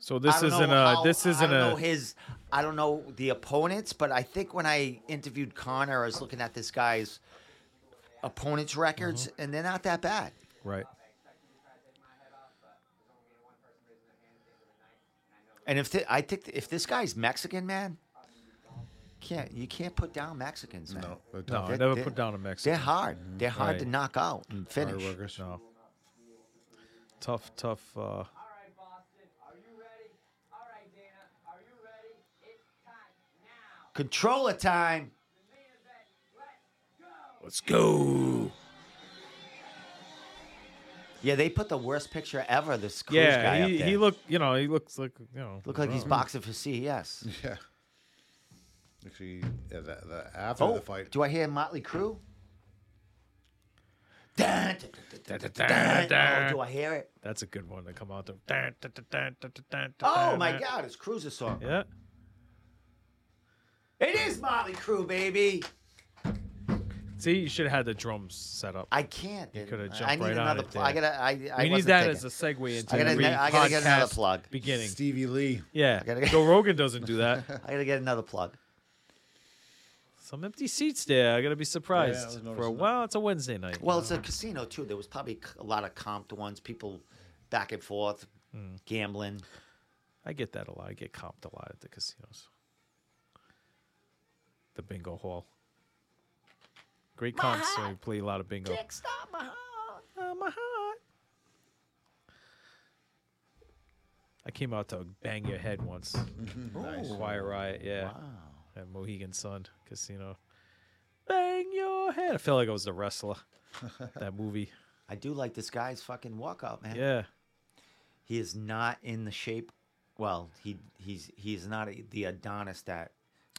Speaker 3: So
Speaker 1: I
Speaker 3: this
Speaker 1: don't know
Speaker 3: isn't a.
Speaker 1: how-
Speaker 3: This
Speaker 1: I
Speaker 3: isn't
Speaker 1: don't know
Speaker 3: a.
Speaker 1: his. I don't know the opponents, but I think when I interviewed Connor, I was looking at this guy's opponents' records,
Speaker 3: Uh-huh.
Speaker 1: and they're not that bad.
Speaker 3: Right.
Speaker 1: And if thi- I think if this guy's Mexican, man, can't you can't put down Mexicans, man.
Speaker 2: No, they're
Speaker 3: No,
Speaker 2: tough.
Speaker 3: I
Speaker 1: That-
Speaker 3: never
Speaker 1: that-
Speaker 3: put down a
Speaker 1: They're
Speaker 3: Mexican.
Speaker 1: hard. They're hard to
Speaker 3: Right.
Speaker 1: knock out and
Speaker 2: Hard
Speaker 1: finish.
Speaker 2: workers.
Speaker 3: No. Tough, tough. Uh,
Speaker 8: All right, Boston, are you ready? All right, Dana, are you ready? It's time now.
Speaker 1: Controller time.
Speaker 8: Main event,
Speaker 3: Let's
Speaker 8: let's go.
Speaker 3: go.
Speaker 1: Yeah, they put the worst picture ever. This cruise guy
Speaker 3: Yeah,
Speaker 1: up
Speaker 3: he,
Speaker 1: there.
Speaker 3: he looked. Mm-hmm. You know, he looks like you know.
Speaker 1: Look like he's boxing for E CES.
Speaker 2: Yeah. Actually, yeah, the, the after
Speaker 1: Oh,
Speaker 2: the fight.
Speaker 1: do I hear Motley Crue? Dun, dun, dun, dun, dun, dun, dun. Oh, do I hear it?
Speaker 3: That's a good one to come out to.
Speaker 1: Oh my God, it's Cruise's song.
Speaker 3: Yeah.
Speaker 1: It is Motley Crue, baby.
Speaker 3: See, you should have had the drums set up.
Speaker 1: I can't. You
Speaker 3: coulda jumped
Speaker 1: I need
Speaker 3: right on
Speaker 1: another.
Speaker 3: it
Speaker 1: pl- I
Speaker 3: there.
Speaker 1: gotta. I. I
Speaker 3: we need
Speaker 1: wasn't
Speaker 3: that
Speaker 1: thinking.
Speaker 3: as a segue into
Speaker 1: I gotta-
Speaker 3: the
Speaker 1: I gotta get another
Speaker 3: podcast
Speaker 1: plug.
Speaker 3: Beginning.
Speaker 2: Stevie Lee.
Speaker 3: Yeah.
Speaker 1: gotta get-
Speaker 3: Joe Rogan doesn't do that.
Speaker 1: I gotta get another plug.
Speaker 3: Some empty seats there. I gotta be
Speaker 2: Yeah, I was
Speaker 3: surprised for a
Speaker 2: noticing that.
Speaker 3: while. It's a Wednesday night.
Speaker 1: Well, it's a casino too. There was probably c- a lot of comped ones. People back and forth,
Speaker 3: Hmm.
Speaker 1: gambling.
Speaker 3: I get that a lot. I get comped a lot at the casinos. The bingo hall. Great comps. So we play a lot of bingo.
Speaker 8: Stop my heart.
Speaker 3: Oh, my heart. I came out to bang your head once.
Speaker 1: Mm-hmm.
Speaker 3: nice. Choir riot, yeah. At Mohegan Sun Casino. Bang your head. I felt like I was the wrestler. that movie.
Speaker 1: I do like this guy's fucking walkout, man.
Speaker 3: Yeah.
Speaker 1: He is not in the shape. Well, he he's he's not a, the Adonis that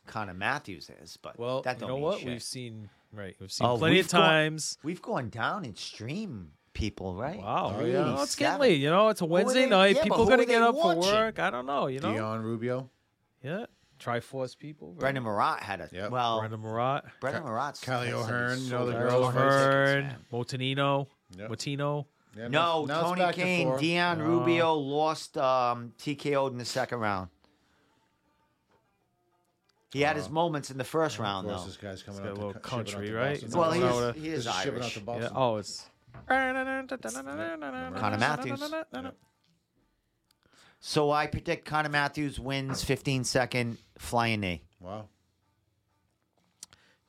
Speaker 1: Connor Matthews is, but
Speaker 3: Well,
Speaker 1: that
Speaker 3: you
Speaker 1: don't
Speaker 3: know
Speaker 1: mean
Speaker 3: what?
Speaker 1: shit.
Speaker 3: We've seen right. We've seen
Speaker 1: Oh,
Speaker 3: plenty
Speaker 1: we've
Speaker 3: of
Speaker 1: gone-
Speaker 3: times.
Speaker 1: We've gone down in stream people, right?
Speaker 3: Wow.
Speaker 2: Oh, yeah.
Speaker 3: Well, it's
Speaker 1: Seven.
Speaker 3: getting late. You know, it's a Wednesday
Speaker 1: they-
Speaker 3: night.
Speaker 1: yeah, but
Speaker 3: people
Speaker 1: who
Speaker 3: going
Speaker 1: are
Speaker 3: to get
Speaker 1: they
Speaker 3: up for
Speaker 1: watching?
Speaker 3: work. I don't know, you know?
Speaker 2: Dion Rubio.
Speaker 3: Yeah. Triforce people. right?
Speaker 1: Brendan Marat had a
Speaker 2: Yep.
Speaker 1: well.
Speaker 3: Brendan Marat.
Speaker 1: Brendan Marat's
Speaker 2: Callie
Speaker 1: had some
Speaker 2: O'Hearn, you know, the
Speaker 1: soul
Speaker 2: girl
Speaker 1: tickets,
Speaker 2: from-
Speaker 3: O'Hearn,
Speaker 1: man.
Speaker 3: Motinino,
Speaker 2: Yep.
Speaker 3: Motino.
Speaker 2: Yeah,
Speaker 1: No,
Speaker 2: now it's
Speaker 1: Tony
Speaker 2: back to
Speaker 1: Kane,
Speaker 2: four.
Speaker 1: Dion
Speaker 3: No.
Speaker 1: Rubio lost um, TKO'd in the second round. He had his moments in the first
Speaker 2: Of
Speaker 1: round,
Speaker 2: course,
Speaker 1: though.
Speaker 2: this guy's coming
Speaker 3: got
Speaker 2: out
Speaker 3: a little
Speaker 2: to, shipping out
Speaker 3: country,
Speaker 2: to
Speaker 3: right?
Speaker 2: Boston.
Speaker 3: Well, he
Speaker 1: is-
Speaker 2: Minnesota.
Speaker 1: he is
Speaker 2: This shipping out
Speaker 1: Irish.
Speaker 2: to
Speaker 1: Yeah,
Speaker 3: Yeah.
Speaker 2: Boston.
Speaker 3: Oh, it's
Speaker 1: Connor
Speaker 3: Connor
Speaker 1: Matthews. So I predict Connor Matthews wins 15 second flying knee.
Speaker 2: Wow.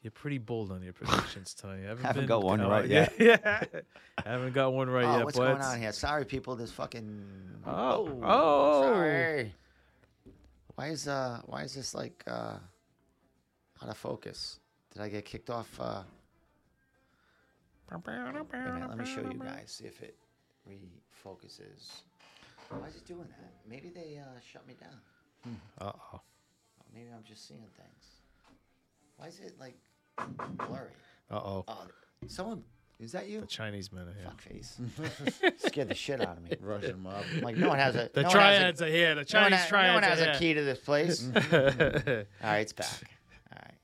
Speaker 3: You're pretty bold on your predictions tonight. You haven't,
Speaker 1: Haven't
Speaker 3: been-
Speaker 1: got one
Speaker 3: oh,
Speaker 1: right
Speaker 3: yeah, yet. Yeah. haven't got one right
Speaker 1: Oh,
Speaker 3: yet.
Speaker 1: what's
Speaker 3: but
Speaker 1: going on here? Sorry, people. This fucking.
Speaker 3: Oh, oh.
Speaker 1: Sorry. Why is uh Why is this like uh out of focus? Did I get kicked off? Uh, wait a minute, let me show you guys. See if it refocuses. Why is it doing that? Maybe they uh, shut me down.
Speaker 3: Uh-oh.
Speaker 1: Maybe I'm just seeing things. Why is it like blurry?
Speaker 3: Uh-oh.
Speaker 1: Oh, someone. Is that you?
Speaker 3: The Chinese men are here.
Speaker 1: Fuckface. Scared the shit out of me.
Speaker 2: Russian mob.
Speaker 1: I'm like, no one has a.
Speaker 3: The
Speaker 1: no one has a-
Speaker 3: triads are here. The
Speaker 1: No one,
Speaker 3: Chinese
Speaker 1: ha- no one
Speaker 3: triads
Speaker 1: has
Speaker 3: are
Speaker 1: a key to this place. All
Speaker 3: here.
Speaker 1: right, it's back. All right.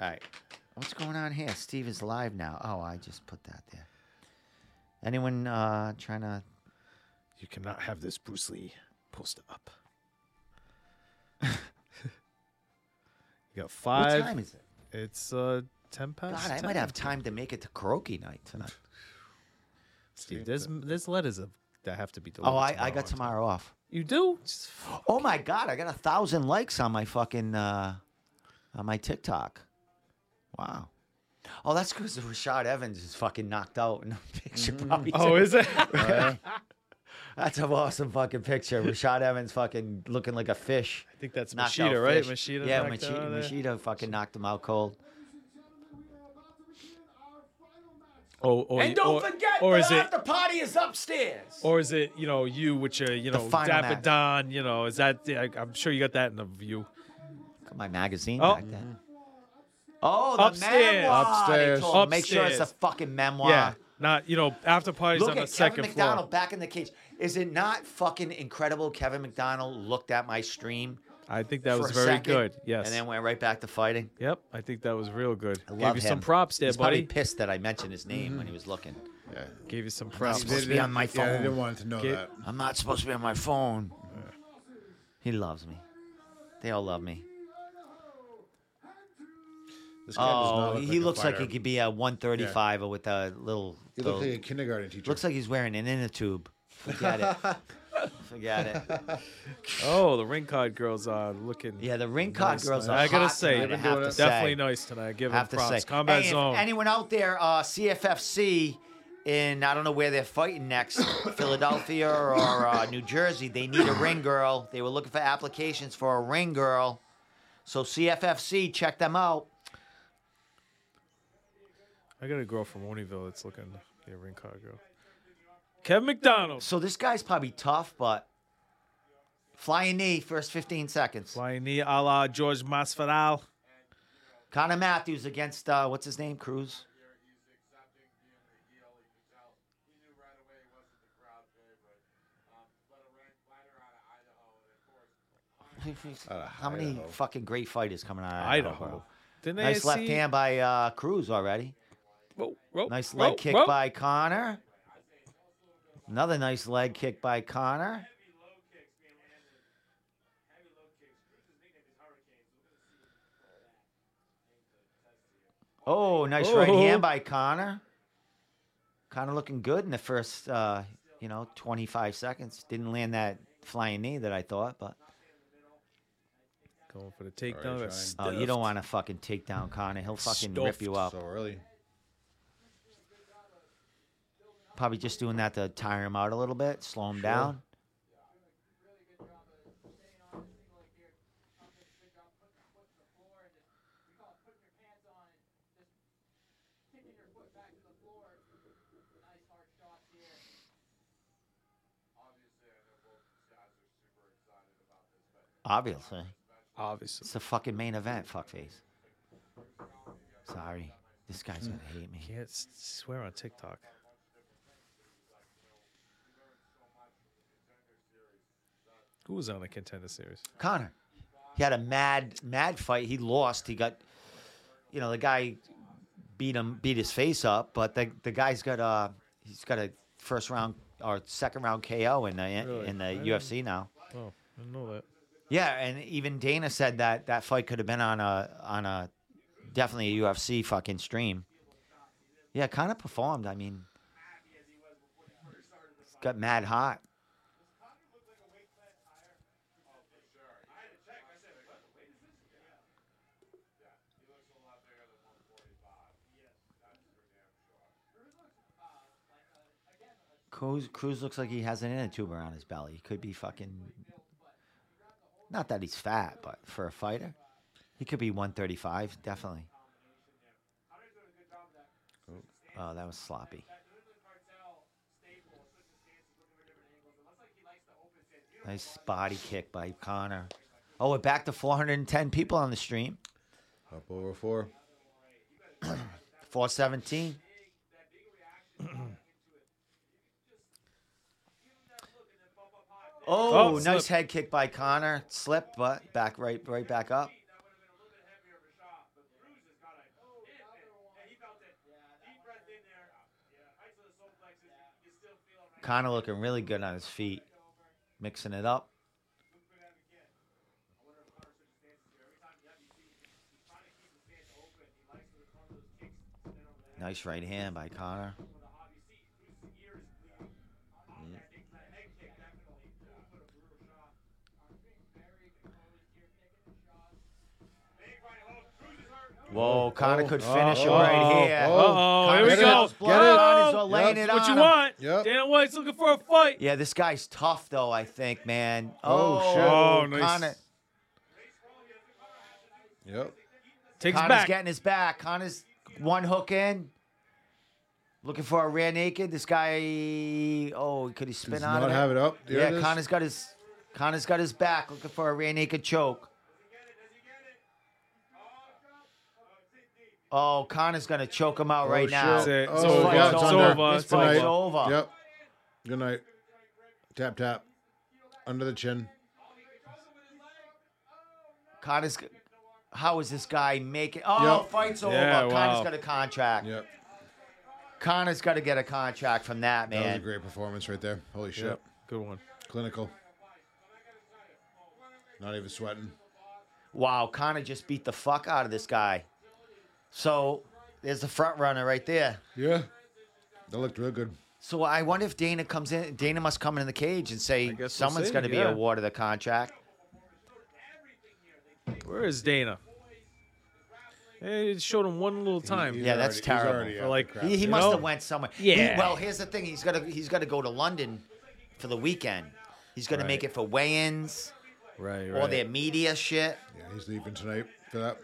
Speaker 1: All right. What's going on here? Steve is live now. Oh, I just put that there. Anyone uh, trying to.
Speaker 3: you cannot have this Bruce Lee poster up. you got
Speaker 1: What
Speaker 3: five.
Speaker 1: time is it?
Speaker 3: It's uh, 10 past
Speaker 1: God, I
Speaker 3: 10.
Speaker 1: might have time to make it to karaoke night tonight.
Speaker 3: Dude, there's there's letters of, that have to be delivered.
Speaker 1: Oh, I, I
Speaker 3: tomorrow.
Speaker 1: got tomorrow off.
Speaker 3: You do?
Speaker 1: Oh my God, I got a thousand likes on my fucking uh, on my TikTok. Wow. Oh, that's because Rashad Evans is fucking knocked out in the picture. probably, too.
Speaker 3: Oh, is it?
Speaker 2: Yeah.
Speaker 1: That's an awesome fucking picture. Rashad Evans fucking looking like a fish.
Speaker 3: I think that's
Speaker 1: Knocked
Speaker 3: Machida,
Speaker 1: out
Speaker 3: right?
Speaker 1: fish.
Speaker 3: Machida.
Speaker 1: Yeah,
Speaker 3: knocked
Speaker 1: Machi-
Speaker 3: out there.
Speaker 1: Machida fucking knocked him out cold.
Speaker 5: gentlemen, we are about to begin our final match.
Speaker 3: Oh, or,
Speaker 1: And don't
Speaker 3: or,
Speaker 1: forget,
Speaker 3: or
Speaker 1: the
Speaker 3: is it,
Speaker 1: after party is upstairs.
Speaker 3: or is it, you know, you with your, you know,
Speaker 1: final
Speaker 3: Dapper
Speaker 1: match.
Speaker 3: Don, you know, is that? yeah, I- I'm sure you got that in the view.
Speaker 1: Got my magazine
Speaker 3: Oh.
Speaker 1: back there. Oh, the
Speaker 3: Upstairs.
Speaker 1: memoir. they
Speaker 2: Upstairs.
Speaker 1: told him. Make sure it's a
Speaker 3: Upstairs.
Speaker 1: fucking memoir.
Speaker 3: Yeah, not you know after parties
Speaker 1: Look
Speaker 3: on the
Speaker 1: at
Speaker 3: second
Speaker 1: Kevin McDonald
Speaker 3: floor.
Speaker 1: back in the cage. Is it not fucking incredible? Kevin McDonald looked at my stream.
Speaker 3: I think that
Speaker 1: for
Speaker 3: was
Speaker 1: a
Speaker 3: very
Speaker 1: second,
Speaker 3: good. Yes.
Speaker 1: And then went right back to fighting.
Speaker 3: yep. I think that was real good.
Speaker 1: I
Speaker 3: Gave
Speaker 1: love
Speaker 3: you
Speaker 1: him.
Speaker 3: some props there,
Speaker 1: He's
Speaker 3: buddy.
Speaker 1: Probably pissed that I mentioned his name when he was looking.
Speaker 3: Gave you some
Speaker 1: I'm
Speaker 3: props.
Speaker 1: supposed to be on my
Speaker 2: Yeah, I
Speaker 1: phone.
Speaker 2: didn't want it to know
Speaker 3: Get-
Speaker 2: that.
Speaker 1: I'm not supposed to be on my phone. He loves me. They all love me.
Speaker 2: This guy does not
Speaker 1: Oh,
Speaker 2: look
Speaker 1: he
Speaker 2: a
Speaker 1: looks like he
Speaker 2: fighter.
Speaker 1: could be a 135 or with a little.
Speaker 2: He
Speaker 1: little-
Speaker 2: looks like a kindergarten teacher.
Speaker 1: looks like he's wearing an inner tube. Forget it. Forget it.
Speaker 3: Oh, the ring card girls are looking.
Speaker 1: Yeah, the ring cod
Speaker 3: nice
Speaker 1: girls
Speaker 3: tonight.
Speaker 1: are
Speaker 3: I gotta
Speaker 1: hot
Speaker 3: say,
Speaker 1: tonight, I have to say.
Speaker 3: definitely nice tonight. I give
Speaker 1: I
Speaker 3: them
Speaker 1: have to
Speaker 3: props.
Speaker 1: say.
Speaker 3: Combat
Speaker 1: Hey, if
Speaker 3: zone.
Speaker 1: anyone out there, uh, CFFC, in I don't know where they're fighting next, Philadelphia or uh, New Jersey, they need a ring girl. They were looking for applications for a ring girl. So CFFC, check them out.
Speaker 3: I got a girl from Warneyville that's looking yeah, ring card girl. Kevin McDonald.
Speaker 1: So this guy's probably tough, but flying knee first 15 seconds.
Speaker 3: Flying knee a la George Masvidal.
Speaker 1: Connor Matthews against uh, what's his name, Cruz. How many
Speaker 2: Idaho.
Speaker 1: fucking great fighters coming out of Idaho?
Speaker 3: Idaho.
Speaker 1: bro?
Speaker 3: Didn't they
Speaker 1: Nice left
Speaker 3: see-
Speaker 1: hand by uh, Cruz already.
Speaker 3: Whoa, whoa,
Speaker 1: Nice
Speaker 3: whoa,
Speaker 1: leg kick
Speaker 3: whoa.
Speaker 1: by Connor. Another nice leg kick by Connor. Oh, nice right
Speaker 3: Oh.
Speaker 1: hand by Connor. Kind of looking good in the first, uh, you know, 25 seconds. Didn't land that flying knee that I thought, but
Speaker 3: Going for the
Speaker 2: Alright,
Speaker 3: takedown. That's
Speaker 1: oh, you don't
Speaker 3: stiffed.
Speaker 1: want to fucking take down Connor. He'll fucking rip
Speaker 3: Stuffed.
Speaker 1: you up.
Speaker 2: so early.
Speaker 1: Probably just doing that to tire him out a little bit, slow him down. Obviously.
Speaker 3: Obviously.
Speaker 1: It's the fucking main event, fuckface. Sorry. This guy's gonna hate me.
Speaker 3: Can't s- swear on TikTok. Who was on the contender series?
Speaker 1: Connor. He had a mad, mad fight. He lost. He got, you know, the guy beat him, beat his face up. But the the guy's got a he's got a first round or second round KO in the in the UFC now.
Speaker 3: Oh, I didn't know that.
Speaker 1: Yeah, and even Dana said that that fight could have been on a on a definitely a UFC fucking stream. Yeah, kind of performed. I mean, got mad hot. Cruz, Cruz looks like he has an inner tube around his belly. He could be fucking. Not that he's fat, but for a fighter, he could be 135, definitely. Oh, that was sloppy. Nice body kick by Connor. Oh, we're back to 410 people on the stream.
Speaker 2: Up over four.
Speaker 1: 417. oh,
Speaker 3: Oh,
Speaker 1: nice
Speaker 3: slip.
Speaker 1: head kick by Connor. Slip, but back right, right back up. Connor looking really good on his feet, mixing it up. Nice right hand by Connor. Whoa, Connor could finish it
Speaker 2: oh,
Speaker 1: right
Speaker 2: oh,
Speaker 1: here.
Speaker 2: oh.
Speaker 3: Oh, here we
Speaker 2: Get it,
Speaker 3: go.
Speaker 2: get
Speaker 1: Blood
Speaker 2: it.
Speaker 1: on his- laying
Speaker 2: Yep.
Speaker 1: it
Speaker 3: What
Speaker 1: on
Speaker 3: you
Speaker 1: him.
Speaker 3: want?
Speaker 2: Yep.
Speaker 3: Dana White's looking for a fight.
Speaker 1: Yeah, this guy's tough though. I think, man.
Speaker 2: Oh,
Speaker 1: Oh,
Speaker 2: shit.
Speaker 3: Oh, nice.
Speaker 1: Connor,
Speaker 2: Yep.
Speaker 3: Takes
Speaker 1: Connor's
Speaker 3: back.
Speaker 1: getting his back. Connor's one hook in, looking for a rear naked. This guy, oh, could he spin
Speaker 2: Does
Speaker 1: out
Speaker 2: not
Speaker 1: of it?
Speaker 2: have it up. There it
Speaker 1: yeah,
Speaker 2: is.
Speaker 1: Connor's got his, Connor's got his back, looking for a rear naked choke. Oh, Connor's gonna choke him out right
Speaker 2: Oh,
Speaker 1: now.
Speaker 2: shit.
Speaker 3: It's
Speaker 2: Oh,
Speaker 1: over.
Speaker 2: yeah,
Speaker 1: It's
Speaker 2: it's
Speaker 1: over.
Speaker 2: under.
Speaker 1: This
Speaker 2: Good
Speaker 1: fight's
Speaker 2: night.
Speaker 1: over.
Speaker 2: Yep. Good night. Tap tap. Under the chin.
Speaker 1: Connor's. g- How is this guy making? Oh,
Speaker 2: Yep.
Speaker 1: fight's over.
Speaker 3: Yeah,
Speaker 1: Connor's
Speaker 3: wow.
Speaker 1: got a contract.
Speaker 2: Yep.
Speaker 1: Connor's got to get a contract from that
Speaker 2: That was a
Speaker 1: man.
Speaker 2: great performance right there. Holy shit.
Speaker 3: Yep. Good one.
Speaker 2: Clinical. Not even sweating.
Speaker 1: Wow, Connor just beat the fuck out of this guy. So there's the front runner right there.
Speaker 2: Yeah. That looked real good.
Speaker 1: So I wonder if Dana comes in. Dana must come in the cage and say
Speaker 3: guess we'll
Speaker 1: someone's
Speaker 3: see,
Speaker 1: going to be
Speaker 3: yeah.
Speaker 1: awarded a contract.
Speaker 3: Where is Dana? Hey, it showed him one little time.
Speaker 2: He's
Speaker 1: Yeah, that's
Speaker 2: already- he's
Speaker 1: terrible.
Speaker 2: already
Speaker 3: For
Speaker 2: out the
Speaker 3: like-
Speaker 2: crap.
Speaker 1: He, he
Speaker 3: You
Speaker 1: must
Speaker 3: know?
Speaker 1: have went somewhere.
Speaker 3: Yeah.
Speaker 1: He- well, here's the thing. He's got to he's got to go to London for the weekend. He's going to make
Speaker 3: Right.
Speaker 1: it for weigh-ins
Speaker 3: Right,
Speaker 1: or their media shit.
Speaker 2: Yeah, he's leaving tonight for that.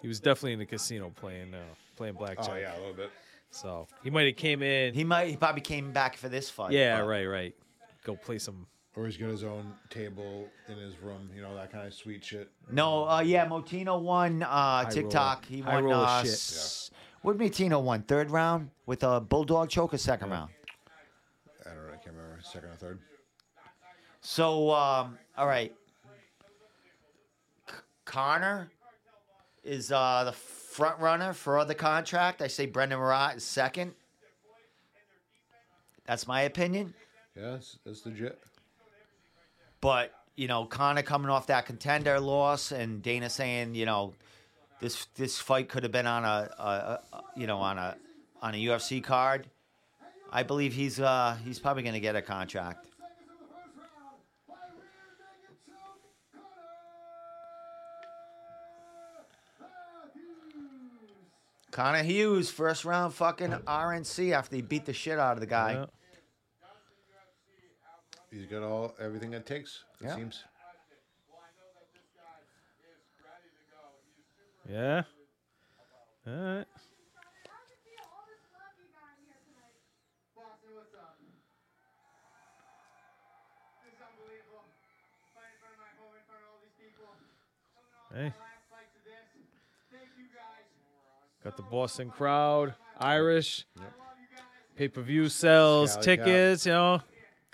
Speaker 3: He was definitely in the casino playing uh, playing blackjack.
Speaker 2: Oh yeah, a little bit.
Speaker 3: So he might have came in.
Speaker 1: He might he probably came back for this fight.
Speaker 3: yeah,
Speaker 1: but-
Speaker 3: right, right. Go play some.
Speaker 2: Or he's got his own table in his room, you know, that kind of sweet shit.
Speaker 1: No, uh, yeah, Motino won uh, TikTok.
Speaker 3: roller.
Speaker 1: He
Speaker 3: High
Speaker 1: won.
Speaker 3: roller
Speaker 1: Uh,
Speaker 3: shit.
Speaker 1: s- What did Motino won? Third round with a bulldog choke or second round?
Speaker 2: I don't know, I can't remember. Second or third.
Speaker 1: So, um, all right. C- Connor is uh, the front runner for the contract. I say Brendan Marat is second. That's my opinion.
Speaker 2: Yeah, that's, that's legit.
Speaker 1: But, you know, Connor coming off that contender loss and Dana saying, you know, this this fight could have been on a, a, a you know, on a on a UFC card. I believe he's uh he's probably going to get a contract.
Speaker 5: Seconds of the first round by rear naked choke, Connor
Speaker 1: Connor
Speaker 5: Matthews.
Speaker 1: Hughes, first round fucking RNC after he beat the shit out of the guy.
Speaker 3: Yeah.
Speaker 2: He's got all everything it takes, it
Speaker 1: Yeah.
Speaker 2: seems.
Speaker 3: Yeah. All right.
Speaker 5: How's it feel? All this love you got in here tonight. Boston, what's up? This is unbelievable. Fight in front of my home, in front of all these people. Coming off
Speaker 3: Hey.
Speaker 5: my last fight to this. Thank you guys.
Speaker 3: Got the Boston crowd, Irish,
Speaker 5: Love you guys.
Speaker 3: pay per view sells,
Speaker 2: Yeah, like that.
Speaker 3: tickets, you know. I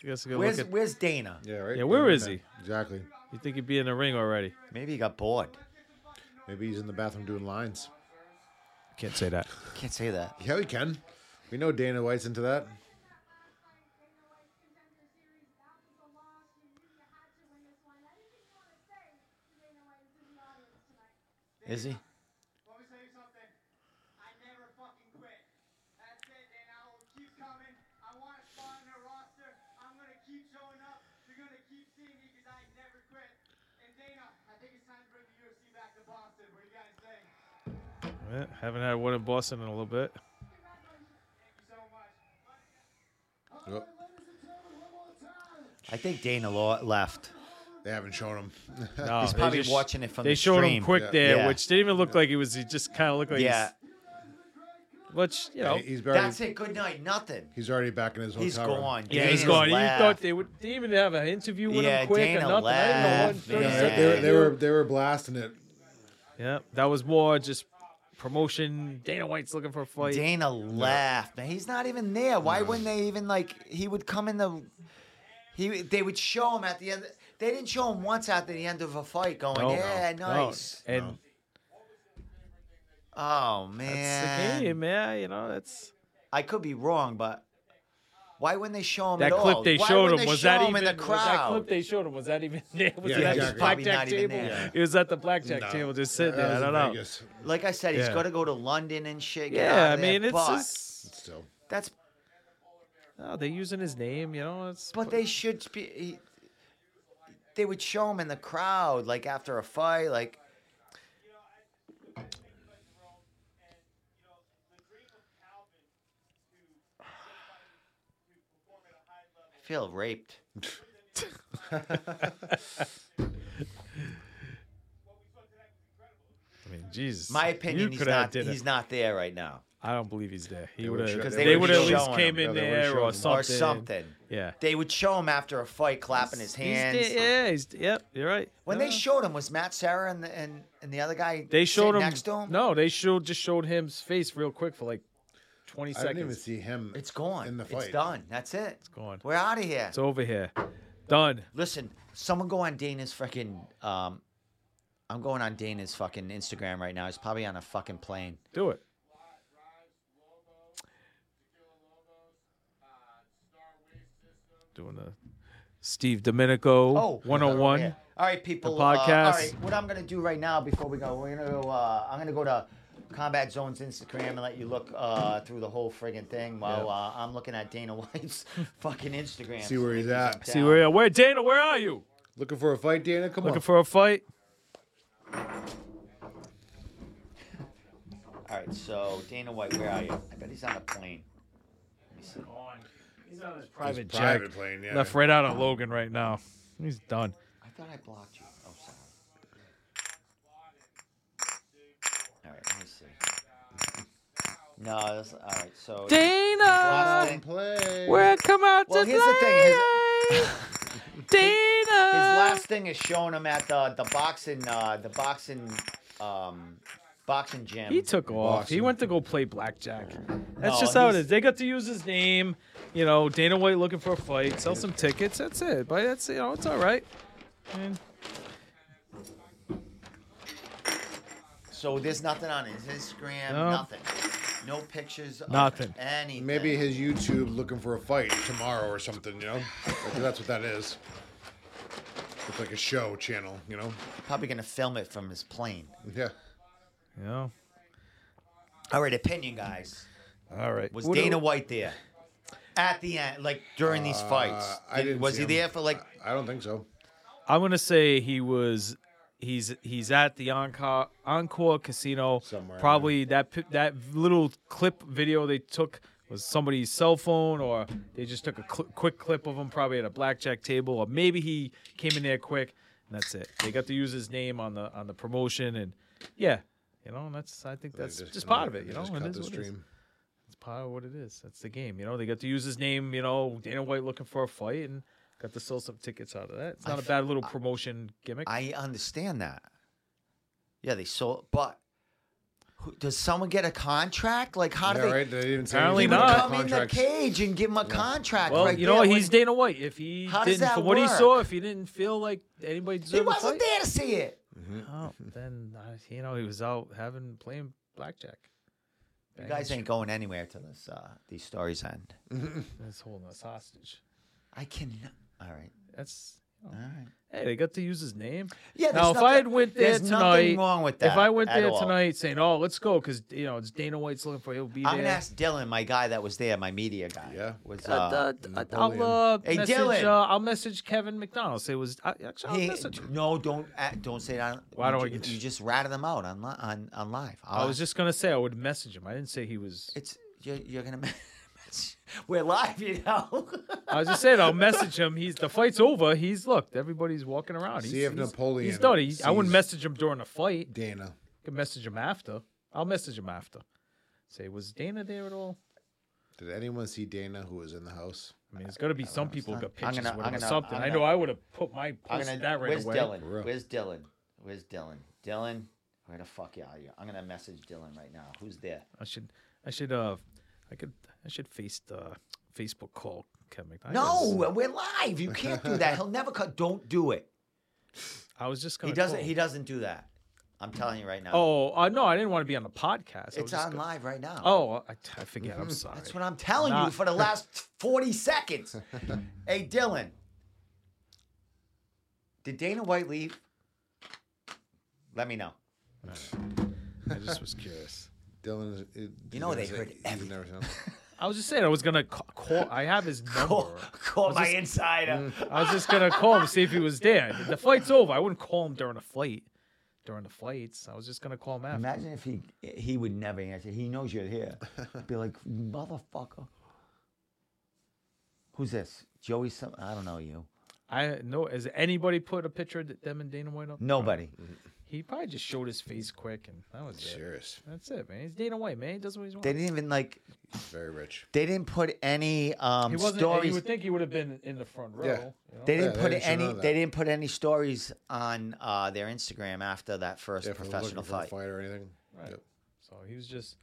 Speaker 3: guess a good
Speaker 1: Where's
Speaker 3: look at.
Speaker 1: Where's Dana?
Speaker 2: Yeah, right.
Speaker 3: Yeah, where
Speaker 2: Right
Speaker 3: is
Speaker 2: there.
Speaker 3: he?
Speaker 2: Exactly.
Speaker 3: You think he'd be in the ring already?
Speaker 1: Maybe he got bored.
Speaker 2: Maybe he's in the bathroom doing lines.
Speaker 3: Can't say that.
Speaker 1: Can't say that.
Speaker 2: Yeah, we can. We know Dana White's into that.
Speaker 1: Is he?
Speaker 5: Let me tell you something. I never fucking quit. That's it, and I will keep coming. I want to spawn on their roster. I'm gonna keep showing up. You're gonna keep seeing me because I never quit. And Dana, I think it's time to bring the UFC back to Boston. What do you guys
Speaker 3: Yeah,
Speaker 5: think?
Speaker 3: haven't had one in Boston in a little bit.
Speaker 5: Thank you so
Speaker 2: Oh,
Speaker 5: much.
Speaker 1: I think Dana lo- left.
Speaker 2: they haven't shown him.
Speaker 3: No,
Speaker 1: He's
Speaker 3: they
Speaker 1: probably
Speaker 3: just-
Speaker 1: watching it from
Speaker 3: They
Speaker 1: the
Speaker 3: showed
Speaker 1: stream.
Speaker 3: him quick
Speaker 2: Oh, Yeah.
Speaker 3: there,
Speaker 1: Yeah.
Speaker 3: which didn't even look like he was. He just kind of looked like
Speaker 1: Yeah,
Speaker 3: He's, which you know,
Speaker 2: He- he's already,
Speaker 1: that's it. Good night. Nothing.
Speaker 2: he's already back in his hotel
Speaker 1: He's
Speaker 2: room.
Speaker 1: gone.
Speaker 3: yeah,
Speaker 1: Dana
Speaker 3: he's gone. You
Speaker 1: left.
Speaker 3: thought they would they didn't even have an interview with
Speaker 1: Yeah,
Speaker 3: him quick
Speaker 1: Dana
Speaker 3: or nothing. I
Speaker 1: left,
Speaker 3: didn't know what-
Speaker 2: Yeah,
Speaker 1: man.
Speaker 2: they, they were, they were they were blasting it.
Speaker 3: Yeah, that was more just promotion. Dana White's looking for a fight.
Speaker 1: Dana left. Man, he's not even there. Why wouldn't they even like? He would come in the. He they would show him at the end. They didn't show him once after the end of a fight. Going,
Speaker 3: No,
Speaker 1: yeah,
Speaker 3: no, no.
Speaker 1: nice.
Speaker 3: And
Speaker 1: Oh
Speaker 3: that's
Speaker 1: man,
Speaker 3: the game, man. You know, that's
Speaker 1: I could be wrong, but why wouldn't they show him
Speaker 3: that
Speaker 1: at
Speaker 3: clip
Speaker 1: all?
Speaker 3: they
Speaker 1: Why
Speaker 3: showed
Speaker 1: wouldn't
Speaker 3: him.
Speaker 1: they
Speaker 3: was
Speaker 1: show
Speaker 3: that
Speaker 1: him
Speaker 3: even
Speaker 1: in the
Speaker 3: Was that
Speaker 1: crowd?
Speaker 3: clip they showed him. Was that even there? Was
Speaker 2: Yeah,
Speaker 3: he at the
Speaker 2: exactly.
Speaker 1: Probably not
Speaker 3: blackjack
Speaker 1: even
Speaker 3: table?
Speaker 1: there.
Speaker 3: He was at the blackjack table, just sitting
Speaker 2: That
Speaker 3: there. I
Speaker 2: was
Speaker 3: don't
Speaker 2: in
Speaker 3: know.
Speaker 2: Vegas.
Speaker 1: like I said, he's
Speaker 3: Yeah.
Speaker 1: got to go to London and shit. get
Speaker 3: Yeah,
Speaker 1: out
Speaker 3: I
Speaker 1: of there,
Speaker 3: mean, it's
Speaker 1: but
Speaker 3: just
Speaker 2: Still,
Speaker 1: that's.
Speaker 3: oh, they're using his name. You know, it's
Speaker 1: But they should be. He, they would show him in the crowd, like after a fight, like. I feel raped.
Speaker 3: I mean, Jesus.
Speaker 1: My opinion,
Speaker 3: you
Speaker 1: he's
Speaker 3: could
Speaker 1: not.
Speaker 3: Did it.
Speaker 1: He's not there right now.
Speaker 3: I don't believe he's there. He
Speaker 2: They
Speaker 3: would
Speaker 2: would've
Speaker 3: have.
Speaker 2: showed-
Speaker 3: They,
Speaker 2: they
Speaker 3: would
Speaker 2: would've
Speaker 3: have at least
Speaker 1: shown
Speaker 3: came
Speaker 1: him.
Speaker 3: in
Speaker 2: Yeah, they would've
Speaker 3: there or
Speaker 2: shown
Speaker 3: something.
Speaker 1: or something.
Speaker 3: Yeah.
Speaker 1: They would show him after a fight, clapping his hands.
Speaker 3: He's there, yeah. He's, yep. You're right.
Speaker 1: When they
Speaker 3: No.
Speaker 1: showed him, was Matt Sarah and the, and, and the other guy
Speaker 3: They showed
Speaker 1: sitting
Speaker 3: him,
Speaker 1: next to him?
Speaker 3: No, they showed just showed him's face real quick for like 20
Speaker 2: I
Speaker 3: seconds.
Speaker 2: didn't even see him.
Speaker 1: It's gone.
Speaker 2: in the fight.
Speaker 1: It's done. That's it. It's
Speaker 3: gone.
Speaker 1: We're out of here.
Speaker 3: It's over here. Done.
Speaker 1: Listen, someone go on Dana's freaking. Um, I'm going on Dana's fucking Instagram right now. He's probably on a fucking plane.
Speaker 3: Do it. Doing the Steve Domenico
Speaker 1: Oh,
Speaker 3: 101.
Speaker 1: yeah. All right, people.
Speaker 3: The
Speaker 1: uh, all
Speaker 3: podcast.
Speaker 1: right, what I'm gonna do right now before we go, we're gonna go. Uh, I'm gonna go to Combat Zone's Instagram and let you look uh, through the whole friggin' thing while
Speaker 3: Yeah.
Speaker 1: uh, I'm looking at Dana White's fucking Instagram.
Speaker 2: See where he's at.
Speaker 3: See where where Dana, where are you?
Speaker 2: Looking for a fight, Dana? Come
Speaker 3: Looking
Speaker 2: on.
Speaker 3: for a fight?
Speaker 1: All right, so Dana White, where are you? I bet he's on a plane. Let me see.
Speaker 3: Private
Speaker 2: His
Speaker 3: jet.
Speaker 2: private plane. Yeah.
Speaker 3: Left right out of Logan right now. He's done.
Speaker 1: I thought I blocked you. Oh, sorry. All right, let me see. No, that's all right. So
Speaker 3: Dana,
Speaker 1: Last thing-
Speaker 2: Play.
Speaker 3: where come out
Speaker 1: Well,
Speaker 3: to
Speaker 1: here's the thing,
Speaker 3: play? Dana.
Speaker 1: his last thing is showing him at the the boxing uh, the boxing um, boxing gym.
Speaker 3: He took off. He
Speaker 2: Boston.
Speaker 3: went to go play blackjack. That's
Speaker 1: No,
Speaker 3: just how it
Speaker 1: he's-
Speaker 3: is. They got to use his name. You know, Dana White looking for a fight, sell some tickets. That's it. But that's you know, it's all right. And
Speaker 1: so there's nothing on his Instagram.
Speaker 3: No.
Speaker 1: Nothing. No pictures. Of
Speaker 3: Nothing.
Speaker 1: Anything.
Speaker 2: Maybe his YouTube looking for a fight tomorrow or something, you know? Like, that's what that is. It's like a show channel, you know?
Speaker 1: probably gonna film it from his plane.
Speaker 2: Yeah.
Speaker 3: you know,
Speaker 1: All right, opinion, guys.
Speaker 3: all right.
Speaker 1: Was
Speaker 3: What do-
Speaker 1: Dana White there at the end, like during these fights?
Speaker 2: Uh, I
Speaker 1: Did-
Speaker 2: didn't
Speaker 1: was
Speaker 2: see
Speaker 1: he
Speaker 2: him.
Speaker 1: there for like?
Speaker 2: I don't think so.
Speaker 3: I'm gonna say he was. He's he's at the Encore Encore Casino.
Speaker 2: Somewhere,
Speaker 3: Probably that pi- that little clip video they took was somebody's cell phone, or they just took a cl- quick clip of him, probably at a blackjack table, or maybe he came in there quick. And that's it. They got to use his name on the on the promotion, and yeah, you know, and that's I think
Speaker 2: They
Speaker 3: that's just,
Speaker 2: kinda-
Speaker 3: part of it.
Speaker 2: they
Speaker 3: You know,
Speaker 2: just
Speaker 3: It
Speaker 2: cut
Speaker 3: is
Speaker 2: the
Speaker 3: what it is.
Speaker 2: stream.
Speaker 3: It's part of what it is. That's the game. You know, they got to use his name. You know, Dana White looking for a fight and got to sell some tickets out of that. It's not a bad little promotion gimmick.
Speaker 1: I understand that. Yeah, they sold, but who, does someone get a contract? Like, how
Speaker 2: yeah,
Speaker 1: do they?
Speaker 2: right? They didn't say
Speaker 3: Apparently
Speaker 2: anything about
Speaker 3: not.
Speaker 1: Come in the
Speaker 2: contracts.
Speaker 1: cage and give him a contract.
Speaker 3: well,
Speaker 1: right
Speaker 3: you know, what?
Speaker 1: there
Speaker 3: he's
Speaker 1: when-
Speaker 3: Dana White. If he
Speaker 1: How does
Speaker 3: didn't,
Speaker 1: that
Speaker 3: from what he saw,
Speaker 1: work?
Speaker 3: if he didn't feel like anybody deserved
Speaker 1: He
Speaker 3: a
Speaker 1: wasn't
Speaker 3: fight,
Speaker 1: there to see it.
Speaker 3: oh, then uh, you know he was out having playing blackjack.
Speaker 1: You guys ain't going anywhere till this uh, these stories end.
Speaker 3: That's holding us hostage.
Speaker 1: I can. All right.
Speaker 3: That's
Speaker 1: All right.
Speaker 3: hey, they got to use his name.
Speaker 1: Yeah.
Speaker 3: Now,
Speaker 1: there's
Speaker 3: if I had
Speaker 1: nothing-
Speaker 3: went there
Speaker 1: there's
Speaker 3: tonight,
Speaker 1: nothing wrong with that.
Speaker 3: if I went
Speaker 1: at
Speaker 3: there
Speaker 1: all.
Speaker 3: tonight saying, "Oh, let's go," because you know it's Dana White's looking for, he'll be
Speaker 1: I'm
Speaker 3: there.
Speaker 1: gonna ask Dylan, my guy that was there, my media guy.
Speaker 2: Yeah.
Speaker 1: Was
Speaker 3: Uh,
Speaker 1: uh,
Speaker 3: d- d- I'll uh,
Speaker 1: Hey,
Speaker 3: message.
Speaker 1: Dylan.
Speaker 3: Uh, I'll message Kevin McDonald. Say it was I, actually I'll
Speaker 1: he-
Speaker 3: message. him.
Speaker 1: no, don't uh, don't say that.
Speaker 3: Why
Speaker 1: you
Speaker 3: don't
Speaker 1: ju-
Speaker 3: we-
Speaker 1: You just ratted them out on li- on on live.
Speaker 3: I was just gonna say I would message him. I didn't say he was.
Speaker 1: It's you're, you're gonna. mess- We're live, you know.
Speaker 3: I was just saying I'll message him. He's the fight's over. He's looked. Everybody's walking around. He's,
Speaker 2: See if
Speaker 3: he's-
Speaker 2: Napoleon
Speaker 3: He's done. He, I wouldn't
Speaker 2: sees-
Speaker 3: message him during the fight. I
Speaker 2: Dana.
Speaker 3: could message him after. I'll message him after. Say was Dana there at all?
Speaker 2: Did anyone see Dana who was in the house?
Speaker 3: I mean, there's gotta be some people who got
Speaker 1: I'm
Speaker 3: pictures
Speaker 1: gonna-
Speaker 3: with
Speaker 1: I'm
Speaker 3: him or
Speaker 1: gonna-
Speaker 3: something.
Speaker 1: I'm
Speaker 3: I know
Speaker 1: gonna-
Speaker 3: I would have put my
Speaker 1: I'm
Speaker 3: post
Speaker 1: gonna.
Speaker 3: that right
Speaker 1: where's
Speaker 3: away.
Speaker 1: Dylan?
Speaker 2: For real.
Speaker 1: Where's Dylan? Where's Dylan? Dylan, where the fuck are you? I'm gonna message Dylan right now. Who's there?
Speaker 3: I should. I should. Uh, I could. I should face the Facebook call Kevin McDonald.
Speaker 1: No, we're live. You can't do that. He'll never cut. Don't do it.
Speaker 3: I was just gonna.
Speaker 1: He doesn't.
Speaker 3: call.
Speaker 1: He doesn't do that. I'm telling you right now.
Speaker 3: Oh uh, no, I didn't want to be on the podcast. I was
Speaker 1: it's
Speaker 3: just
Speaker 1: on
Speaker 3: go-
Speaker 1: live right now.
Speaker 3: Oh, I, I forget. I'm sorry.
Speaker 1: That's what I'm telling you
Speaker 3: Not-
Speaker 1: for the last 40 seconds. hey, Dylan. Did Dana White leave? Let me know.
Speaker 3: I just was curious.
Speaker 2: Dylan is. it-
Speaker 1: You know they
Speaker 2: he's-
Speaker 1: heard
Speaker 2: he's
Speaker 1: everything.
Speaker 2: never seen him.
Speaker 3: I was just saying I was gonna ca- call. I have his
Speaker 1: Call,
Speaker 3: number.
Speaker 1: call my
Speaker 2: Mm.
Speaker 1: insider.
Speaker 3: I was just gonna call him see if he was there. The flight's over. I wouldn't call him during a flight. During the flights, I was just gonna call him after.
Speaker 1: Imagine if he he would never answer. He knows you're here. Be like, motherfucker. Who's this? Joey? Some I don't know you.
Speaker 3: I know. Has anybody put a picture of them and Dana White up?
Speaker 1: Nobody.
Speaker 3: He probably just showed his face quick, and that was it.
Speaker 2: Serious.
Speaker 3: That's it, man. He's Dana White, man. He does what he's
Speaker 1: They
Speaker 3: wants.
Speaker 1: didn't even like.
Speaker 2: Very rich.
Speaker 1: They didn't put any um,
Speaker 3: He wasn't. You
Speaker 1: stories.
Speaker 3: would think he would have been in the front row.
Speaker 2: Yeah.
Speaker 3: you know?
Speaker 1: They didn't
Speaker 2: Yeah,
Speaker 1: put
Speaker 2: they should know
Speaker 1: any.
Speaker 2: that.
Speaker 1: They didn't put any stories on uh, their Instagram after that first
Speaker 2: Yeah, if we're
Speaker 1: professional
Speaker 2: looking for a
Speaker 1: fight.
Speaker 2: fight or anything.
Speaker 3: Right.
Speaker 2: Yep.
Speaker 3: So he was just,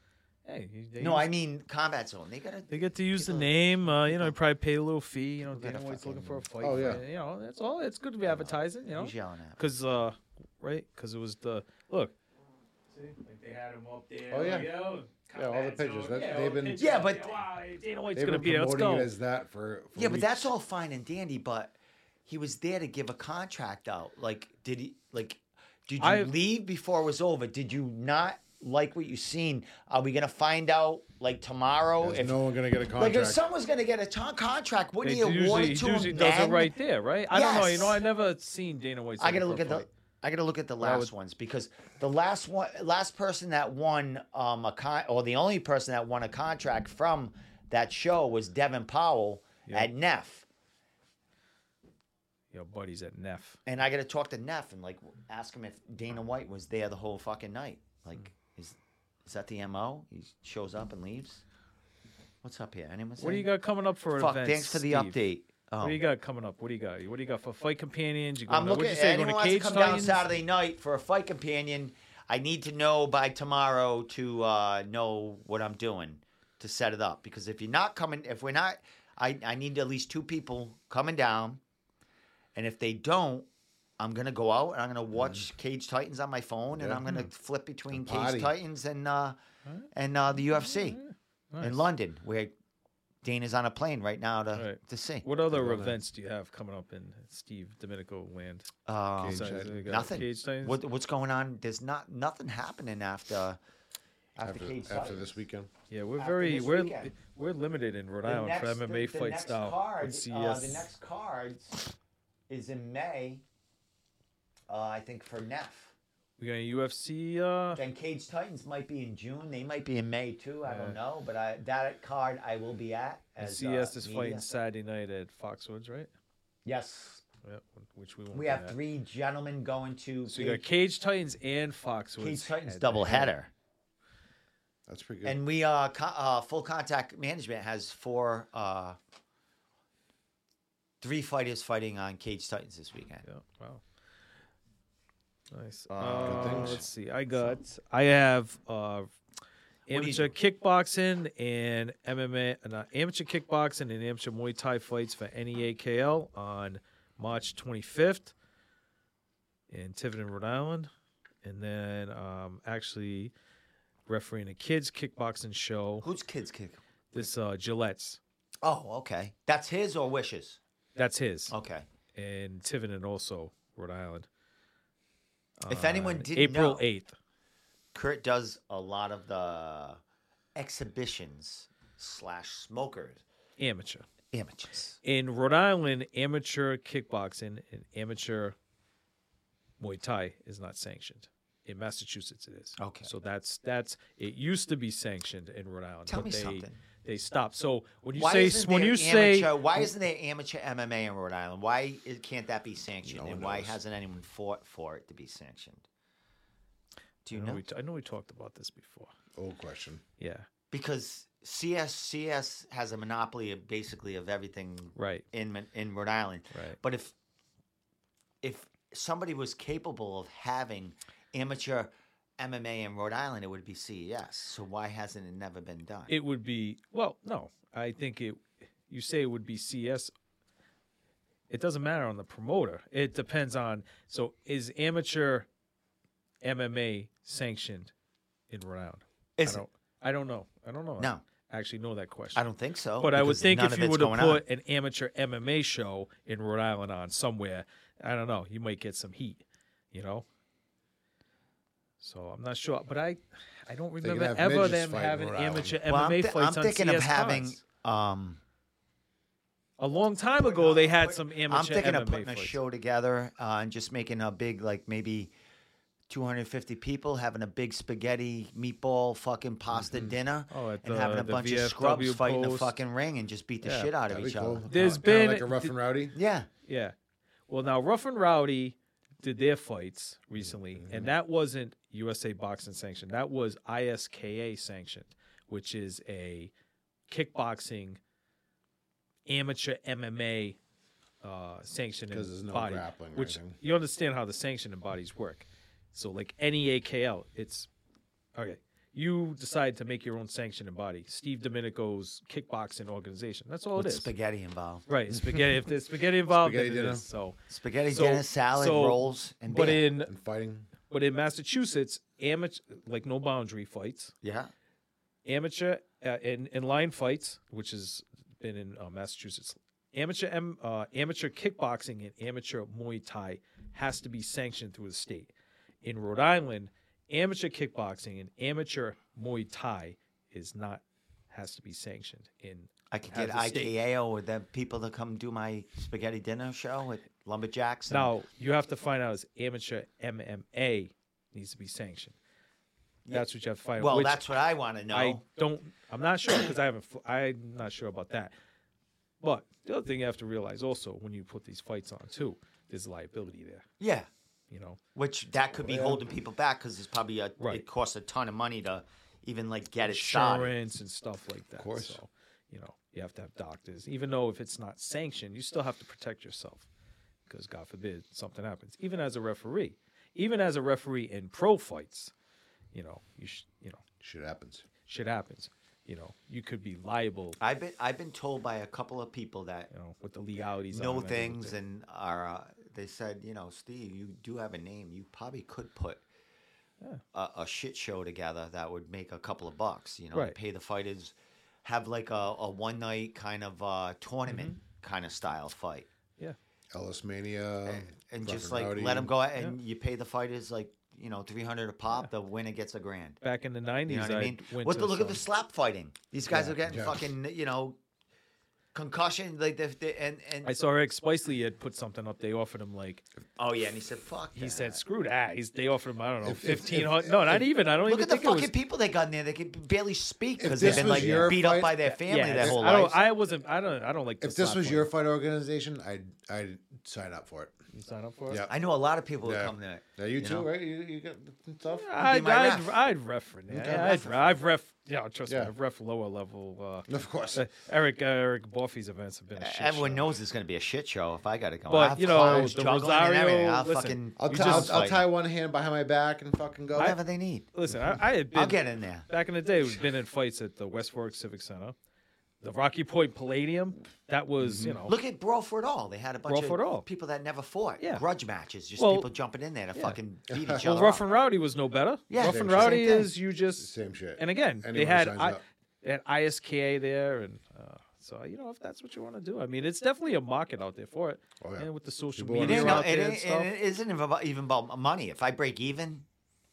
Speaker 3: hey. He, they
Speaker 1: No, I
Speaker 3: used-
Speaker 1: mean combat zone. They gotta.
Speaker 3: They get to use the name. Uh, you know, probably pay a little fee. You know,
Speaker 1: gotta
Speaker 3: Dana White's looking for a fight.
Speaker 2: Oh,
Speaker 3: for
Speaker 2: yeah.
Speaker 3: it, You know, that's all. It's good to be advertising. You know,
Speaker 1: He's yelling at. me.
Speaker 3: because uh, right? Because it was the look. See, like they had him up there.
Speaker 2: Oh, yeah.
Speaker 3: like, yo,
Speaker 2: Yeah, all the pictures. That, they've been
Speaker 1: Yeah, but-
Speaker 3: wow, Dana White's
Speaker 2: they've
Speaker 3: gonna
Speaker 2: been
Speaker 3: be there. Let's
Speaker 2: promoting
Speaker 3: go.
Speaker 2: it as that for, for
Speaker 1: Yeah, but that's
Speaker 2: weeks.
Speaker 1: all fine and dandy. But he was there to give a contract out. Like, did he? Like, did you
Speaker 3: I-
Speaker 1: leave before it was over? Did you not like what you seen? Are we gonna find out like tomorrow
Speaker 2: There's
Speaker 1: Oh, if
Speaker 2: no one gonna get a
Speaker 1: like
Speaker 2: contract.
Speaker 1: if someone's gonna get a ton contract?
Speaker 3: They
Speaker 1: Wouldn't he award
Speaker 3: usually,
Speaker 1: it to
Speaker 3: he usually
Speaker 1: him
Speaker 3: does
Speaker 1: then?
Speaker 3: it right there, right? I don't know. You know,
Speaker 1: Yes.
Speaker 3: I never seen Dana White.
Speaker 1: I gotta look at the. I gotta look at the last ones because the last one, last person that won um, a con, or the only person that won a contract from that show was Devin Powell at Neff,
Speaker 3: Your buddies at Neff.
Speaker 1: and I gotta talk to Neff and like ask him if Dana White was there the whole fucking night. Like, is is that the mo? He shows up and leaves. What's up here? Anyone?
Speaker 3: What do
Speaker 1: saying-
Speaker 3: you got coming up for
Speaker 1: Fuck!
Speaker 3: events?
Speaker 1: Thanks for the
Speaker 3: Steve?
Speaker 1: update. Oh.
Speaker 3: What do you got coming up? What do you got? What do you got for fight companions? You going
Speaker 1: I'm
Speaker 3: to,
Speaker 1: looking.
Speaker 3: what'd you say,
Speaker 1: anyone
Speaker 3: going
Speaker 1: wants
Speaker 3: to
Speaker 1: to
Speaker 3: cage
Speaker 1: come down
Speaker 3: Titans?
Speaker 1: Saturday night for a fight companion? I need to know by tomorrow to uh, know what I'm doing to set it up. Because if you're not coming, if we're not, I, I need at least two people coming down. And if they don't, I'm gonna go out and I'm gonna watch
Speaker 3: Mm.
Speaker 1: Cage Titans on my phone, and I'm gonna flip between
Speaker 2: party.
Speaker 1: Cage Titans and uh, and uh, the UFC
Speaker 3: Nice.
Speaker 1: in London, where Dana's on a plane right now to
Speaker 3: Right.
Speaker 1: to see.
Speaker 3: What other events do you have coming up in Steve Domenico land?
Speaker 1: Um,
Speaker 3: Cage Titans, we got
Speaker 1: nothing.
Speaker 3: Cage Titans?
Speaker 1: What, what's going on? There's not nothing happening after after,
Speaker 2: after,
Speaker 1: Cage
Speaker 2: after
Speaker 1: Titans.
Speaker 2: this weekend.
Speaker 3: Yeah, we're
Speaker 1: After
Speaker 3: very
Speaker 1: this
Speaker 3: we're
Speaker 1: weekend.
Speaker 3: we're limited in Rhode
Speaker 1: The
Speaker 3: Island
Speaker 1: next-
Speaker 3: for MMA
Speaker 1: the, the
Speaker 3: fight
Speaker 1: next
Speaker 3: style.
Speaker 1: Card,
Speaker 3: in CES.
Speaker 1: uh, the next card is in May. Uh, I think for Neff.
Speaker 3: we got a UFC. Uh,
Speaker 1: Then Cage Titans might be in June. They might be in May too. I
Speaker 3: Yeah.
Speaker 1: don't know, but I, that card I will be at.
Speaker 3: and
Speaker 1: As,
Speaker 3: CES
Speaker 1: uh,
Speaker 3: is
Speaker 1: media.
Speaker 3: fighting Saturday night at Foxwoods, right?
Speaker 1: Yes,
Speaker 3: Yep, which we won't.
Speaker 1: we
Speaker 3: be
Speaker 1: have
Speaker 3: at.
Speaker 1: three gentlemen going to
Speaker 3: So you got Cage Titans and Foxwoods.
Speaker 1: Cage Titans
Speaker 3: head-
Speaker 1: double header.
Speaker 2: That's pretty good.
Speaker 1: And we uh, co- uh full contact management has four uh three fighters fighting on Cage Titans this weekend.
Speaker 3: Yeah. Wow. Nice.
Speaker 1: Uh,
Speaker 2: Good
Speaker 3: Uh,
Speaker 2: things.
Speaker 3: let's see. I got. I have uh,
Speaker 1: you
Speaker 3: amateur kickboxing and MMA, uh, not amateur kickboxing and amateur Muay Thai fights for E NEAKL on March 25th in Tiverton, Rhode Island, and then um, actually refereeing a kids kickboxing show.
Speaker 1: Who's kids kick?
Speaker 3: This uh, Gillette's.
Speaker 1: Oh, okay. That's his or wishes.
Speaker 3: That's his.
Speaker 1: Okay.
Speaker 3: And Tiverton also, Rhode Island.
Speaker 1: If anyone
Speaker 3: on
Speaker 1: didn't
Speaker 3: April
Speaker 1: know,
Speaker 3: 8th.
Speaker 1: Kurt does a lot of the exhibitions slash smokers
Speaker 3: Amateur.
Speaker 1: images.
Speaker 3: in Rhode Island, amateur kickboxing and amateur Muay Thai is not sanctioned. In Massachusetts, it is.
Speaker 1: Okay.
Speaker 3: So that's that's it. Used to be sanctioned in Rhode Island.
Speaker 1: Tell
Speaker 3: but
Speaker 1: me
Speaker 3: they,
Speaker 1: something.
Speaker 3: They stopped. So when you
Speaker 1: why
Speaker 3: say
Speaker 1: isn't
Speaker 3: when
Speaker 1: there
Speaker 3: you
Speaker 1: amateur,
Speaker 3: say
Speaker 1: why isn't there amateur MMA in Rhode Island? Why i- can't that be sanctioned? and why hasn't anyone fought for it to be sanctioned? Do you
Speaker 3: I know,
Speaker 1: know?
Speaker 3: we, I know we talked about this before.
Speaker 2: Old question.
Speaker 3: Yeah.
Speaker 1: because CS CS has a monopoly of basically of everything
Speaker 3: Right.
Speaker 1: in Mon- in Rhode Island.
Speaker 3: Right.
Speaker 1: But if if somebody was capable of having amateur MMA in Rhode Island, it would be CES. So why hasn't it never been done?
Speaker 3: It would be well, no. I think it. You say it would be CS. It doesn't matter on the promoter. It depends on. So is amateur MMA sanctioned in Rhode Island?
Speaker 1: Is
Speaker 3: I
Speaker 1: it?
Speaker 3: don't. I don't know. I don't know.
Speaker 1: No.
Speaker 3: I actually know that question.
Speaker 1: I don't think so.
Speaker 3: But I would
Speaker 1: Oh, because
Speaker 3: think
Speaker 1: none
Speaker 3: if
Speaker 1: of
Speaker 3: you
Speaker 1: it's
Speaker 3: were to
Speaker 1: going
Speaker 3: put
Speaker 1: on.
Speaker 3: an amateur MMA show in Rhode Island on somewhere, I don't know, you might get some heat, you know. So I'm not sure, but I, I don't
Speaker 2: can
Speaker 3: remember
Speaker 2: have
Speaker 3: ever
Speaker 2: midgets
Speaker 3: them
Speaker 2: fight in
Speaker 3: having
Speaker 2: Rhode Island.
Speaker 3: amateur
Speaker 1: Well,
Speaker 3: MMA
Speaker 1: I'm, thi-
Speaker 3: fights
Speaker 1: I'm
Speaker 3: on
Speaker 1: thinking
Speaker 3: CS
Speaker 1: of having.
Speaker 3: cards.
Speaker 1: Um,
Speaker 3: A long time ago, they had some amateur
Speaker 1: I'm thinking
Speaker 3: MMA
Speaker 1: of putting
Speaker 3: fights.
Speaker 1: a show together uh, and just making a big, like maybe 250 people having a big spaghetti meatball fucking pasta dinner,
Speaker 3: Oh, at
Speaker 1: and
Speaker 3: the-
Speaker 1: having a
Speaker 3: the
Speaker 1: bunch of
Speaker 3: VFW
Speaker 1: scrubs fighting the
Speaker 3: post.
Speaker 1: fucking ring and just beat the
Speaker 3: Yeah,
Speaker 1: shit out of
Speaker 2: That'd be
Speaker 1: each
Speaker 2: cool.
Speaker 1: other.
Speaker 3: There's
Speaker 2: Kinda
Speaker 3: been-
Speaker 2: like a rough and rowdy.
Speaker 1: Yeah,
Speaker 3: Yeah, Well, now Rough and Rowdy did their fights recently,
Speaker 2: Mm-hmm.
Speaker 3: and that wasn't USA Boxing sanctioned. That was ISKA sanctioned, which is a kickboxing amateur MMA uh, sanctioning
Speaker 2: 'Cause there's no
Speaker 3: body,
Speaker 2: grappling or
Speaker 3: which
Speaker 2: anything.
Speaker 3: you understand how the sanctioning bodies work. So, like any AKL, it's okay. You decide to make your own sanctioning body. Steve Domenico's kickboxing organization. That's all
Speaker 1: With
Speaker 3: it is.
Speaker 1: spaghetti involved.
Speaker 3: Right, spaghetti. if there's spaghetti involved,
Speaker 2: Spaghetti
Speaker 3: then it
Speaker 2: dinner.
Speaker 3: is. So,
Speaker 1: Spaghetti
Speaker 3: So-
Speaker 1: dinner, salad,
Speaker 3: so-
Speaker 1: rolls, and
Speaker 3: but
Speaker 1: beer.
Speaker 3: in
Speaker 2: and fighting.
Speaker 3: but in Massachusetts, amateur like no boundary fights,
Speaker 1: yeah,
Speaker 3: amateur uh, in in line fights, which has been in uh, Massachusetts, amateur M, uh, amateur kickboxing and amateur Muay Thai has to be sanctioned through the state. In Rhode Island, amateur kickboxing and amateur Muay Thai is not has to be sanctioned in
Speaker 1: I could
Speaker 3: has
Speaker 1: get
Speaker 3: the state.
Speaker 1: IKAO with the people to come do my spaghetti dinner show at Lumberjacks. and-
Speaker 3: Now you have to find out is amateur MMA needs to be sanctioned. That's what you have to find. out,
Speaker 1: well,
Speaker 3: which
Speaker 1: that's what I want to know.
Speaker 3: I don't. I'm not sure because I haven't. fo- I'm not sure about that. But the other thing you have to realize also when you put these fights on too, there's liability there.
Speaker 1: yeah,
Speaker 3: You know,
Speaker 1: which that could be holding people back because it's probably a
Speaker 3: Right.
Speaker 1: it costs a ton of money to even like get it started.
Speaker 3: insurance and stuff like that. Of
Speaker 2: course.
Speaker 3: So, you know, you have to have doctors. Even though if it's not sanctioned, you still have to protect yourself because God forbid something happens. Even as a referee, even as a referee in pro fights, you know, you sh- you know,
Speaker 2: Shit happens.
Speaker 3: shit happens. You know, you could be liable.
Speaker 1: I've been I've been told by a couple of people that
Speaker 3: You know, with the legalities.
Speaker 1: know
Speaker 3: on it everything.
Speaker 1: things and are uh, they said you know Steve, you do have a name. You probably could put. A, a shit show together that would make a couple of bucks, you know,
Speaker 3: Right.
Speaker 1: pay the fighters, have like a, a one night kind of uh, tournament
Speaker 3: Mm-hmm.
Speaker 1: kind of style fight.
Speaker 3: Yeah.
Speaker 2: Ellis Mania.
Speaker 1: and
Speaker 2: Rough
Speaker 1: just like let 'em
Speaker 2: Rowdy.
Speaker 1: let them go out and you pay the fighters like you know 300 a pop the winner gets a grand
Speaker 3: Back in the nineties,
Speaker 1: you know what i
Speaker 3: I
Speaker 1: mean
Speaker 3: went
Speaker 1: what
Speaker 3: to
Speaker 1: the look at the
Speaker 3: some-
Speaker 1: slap fighting these guys
Speaker 3: Yeah,
Speaker 1: are getting
Speaker 2: yeah.
Speaker 1: fucking you know concussion like they, they, and and
Speaker 3: I saw Eric Spicely had put something up. They offered him like
Speaker 1: oh yeah and he said fuck
Speaker 3: he
Speaker 1: that.
Speaker 3: said, "Screw that." He's they offered him I don't know
Speaker 2: If- if-
Speaker 3: fifteen
Speaker 2: if-
Speaker 3: hundred. No, not even. I don't
Speaker 1: look
Speaker 3: even
Speaker 1: at the
Speaker 3: think it
Speaker 1: fucking
Speaker 3: was.
Speaker 1: people they got in there they can barely speak
Speaker 2: If
Speaker 1: because they've
Speaker 2: this
Speaker 1: been
Speaker 2: was
Speaker 1: like
Speaker 2: your
Speaker 1: beat up
Speaker 2: fight-
Speaker 1: by their family
Speaker 3: yeah,
Speaker 1: their
Speaker 3: it's-
Speaker 1: whole
Speaker 3: I
Speaker 1: life
Speaker 3: don't. I wasn't. I don't. I don't like. the
Speaker 2: If this
Speaker 3: slap
Speaker 2: was
Speaker 3: one.
Speaker 2: your fight organization, I'd I'd sign up for it.
Speaker 3: You sign up for it.
Speaker 2: Yeah.
Speaker 1: I know a lot of people
Speaker 2: Yeah.
Speaker 1: who come there
Speaker 2: Now you, too,
Speaker 1: know?
Speaker 2: right? You you got stuff.
Speaker 3: I'd,
Speaker 1: my
Speaker 3: I'd,
Speaker 1: ref.
Speaker 3: I'd ref for that.
Speaker 2: Okay.
Speaker 3: I'd,
Speaker 1: Ref.
Speaker 3: I've ref. Yeah, trust me.
Speaker 2: Yeah.
Speaker 3: I've ref lower level. Uh,
Speaker 2: Of course.
Speaker 3: uh, Eric uh, Eric Boffy's events have been a Oh, shit
Speaker 1: Everyone
Speaker 3: show.
Speaker 1: knows it's going to be a shit show if I got to go.
Speaker 3: But,
Speaker 1: I have
Speaker 3: you know,
Speaker 1: clowns
Speaker 3: the
Speaker 1: juggling and
Speaker 3: Rosario-
Speaker 1: everything. I'll
Speaker 3: listen,
Speaker 1: fucking
Speaker 2: I'll,
Speaker 1: you
Speaker 2: t-
Speaker 1: just
Speaker 2: I'll, I'll
Speaker 1: fight
Speaker 2: tie one hand behind my back and fucking go.
Speaker 1: whatever they need.
Speaker 3: Listen, I, I had been.
Speaker 1: I'll get in there.
Speaker 3: back in the day, we've been in fights at the West Fork Civic Center, the Rocky Point Palladium. That was,
Speaker 2: Mm-hmm.
Speaker 3: you know,
Speaker 1: Look at Brawl for It All. They had a bunch
Speaker 3: Brawl
Speaker 1: of
Speaker 3: for It All.
Speaker 1: people that never fought.
Speaker 3: Yeah.
Speaker 1: Grudge matches, just
Speaker 3: Well,
Speaker 1: people jumping in there to fucking beat each
Speaker 3: well,
Speaker 1: other.
Speaker 3: Rough
Speaker 1: up.
Speaker 3: and Rowdy was no better.
Speaker 1: Yeah,
Speaker 3: Rough
Speaker 1: same
Speaker 3: and
Speaker 1: shit.
Speaker 3: Rowdy
Speaker 1: Same thing.
Speaker 3: is you just
Speaker 2: Same shit.
Speaker 3: And again,
Speaker 2: Anyone
Speaker 3: they
Speaker 2: who
Speaker 3: had
Speaker 2: signs
Speaker 3: I,
Speaker 2: up.
Speaker 3: they had ISKA there, and uh, so you know if that's what you want to do, I mean, it's definitely a market out there for it.
Speaker 2: Oh, yeah.
Speaker 3: And with the social
Speaker 2: People wanna
Speaker 1: it,
Speaker 3: media
Speaker 1: ain't,
Speaker 2: go
Speaker 3: out
Speaker 1: no-
Speaker 3: there
Speaker 1: it,
Speaker 3: and
Speaker 1: ain't,
Speaker 3: stuff,
Speaker 1: it isn't about, even about money. If I break even,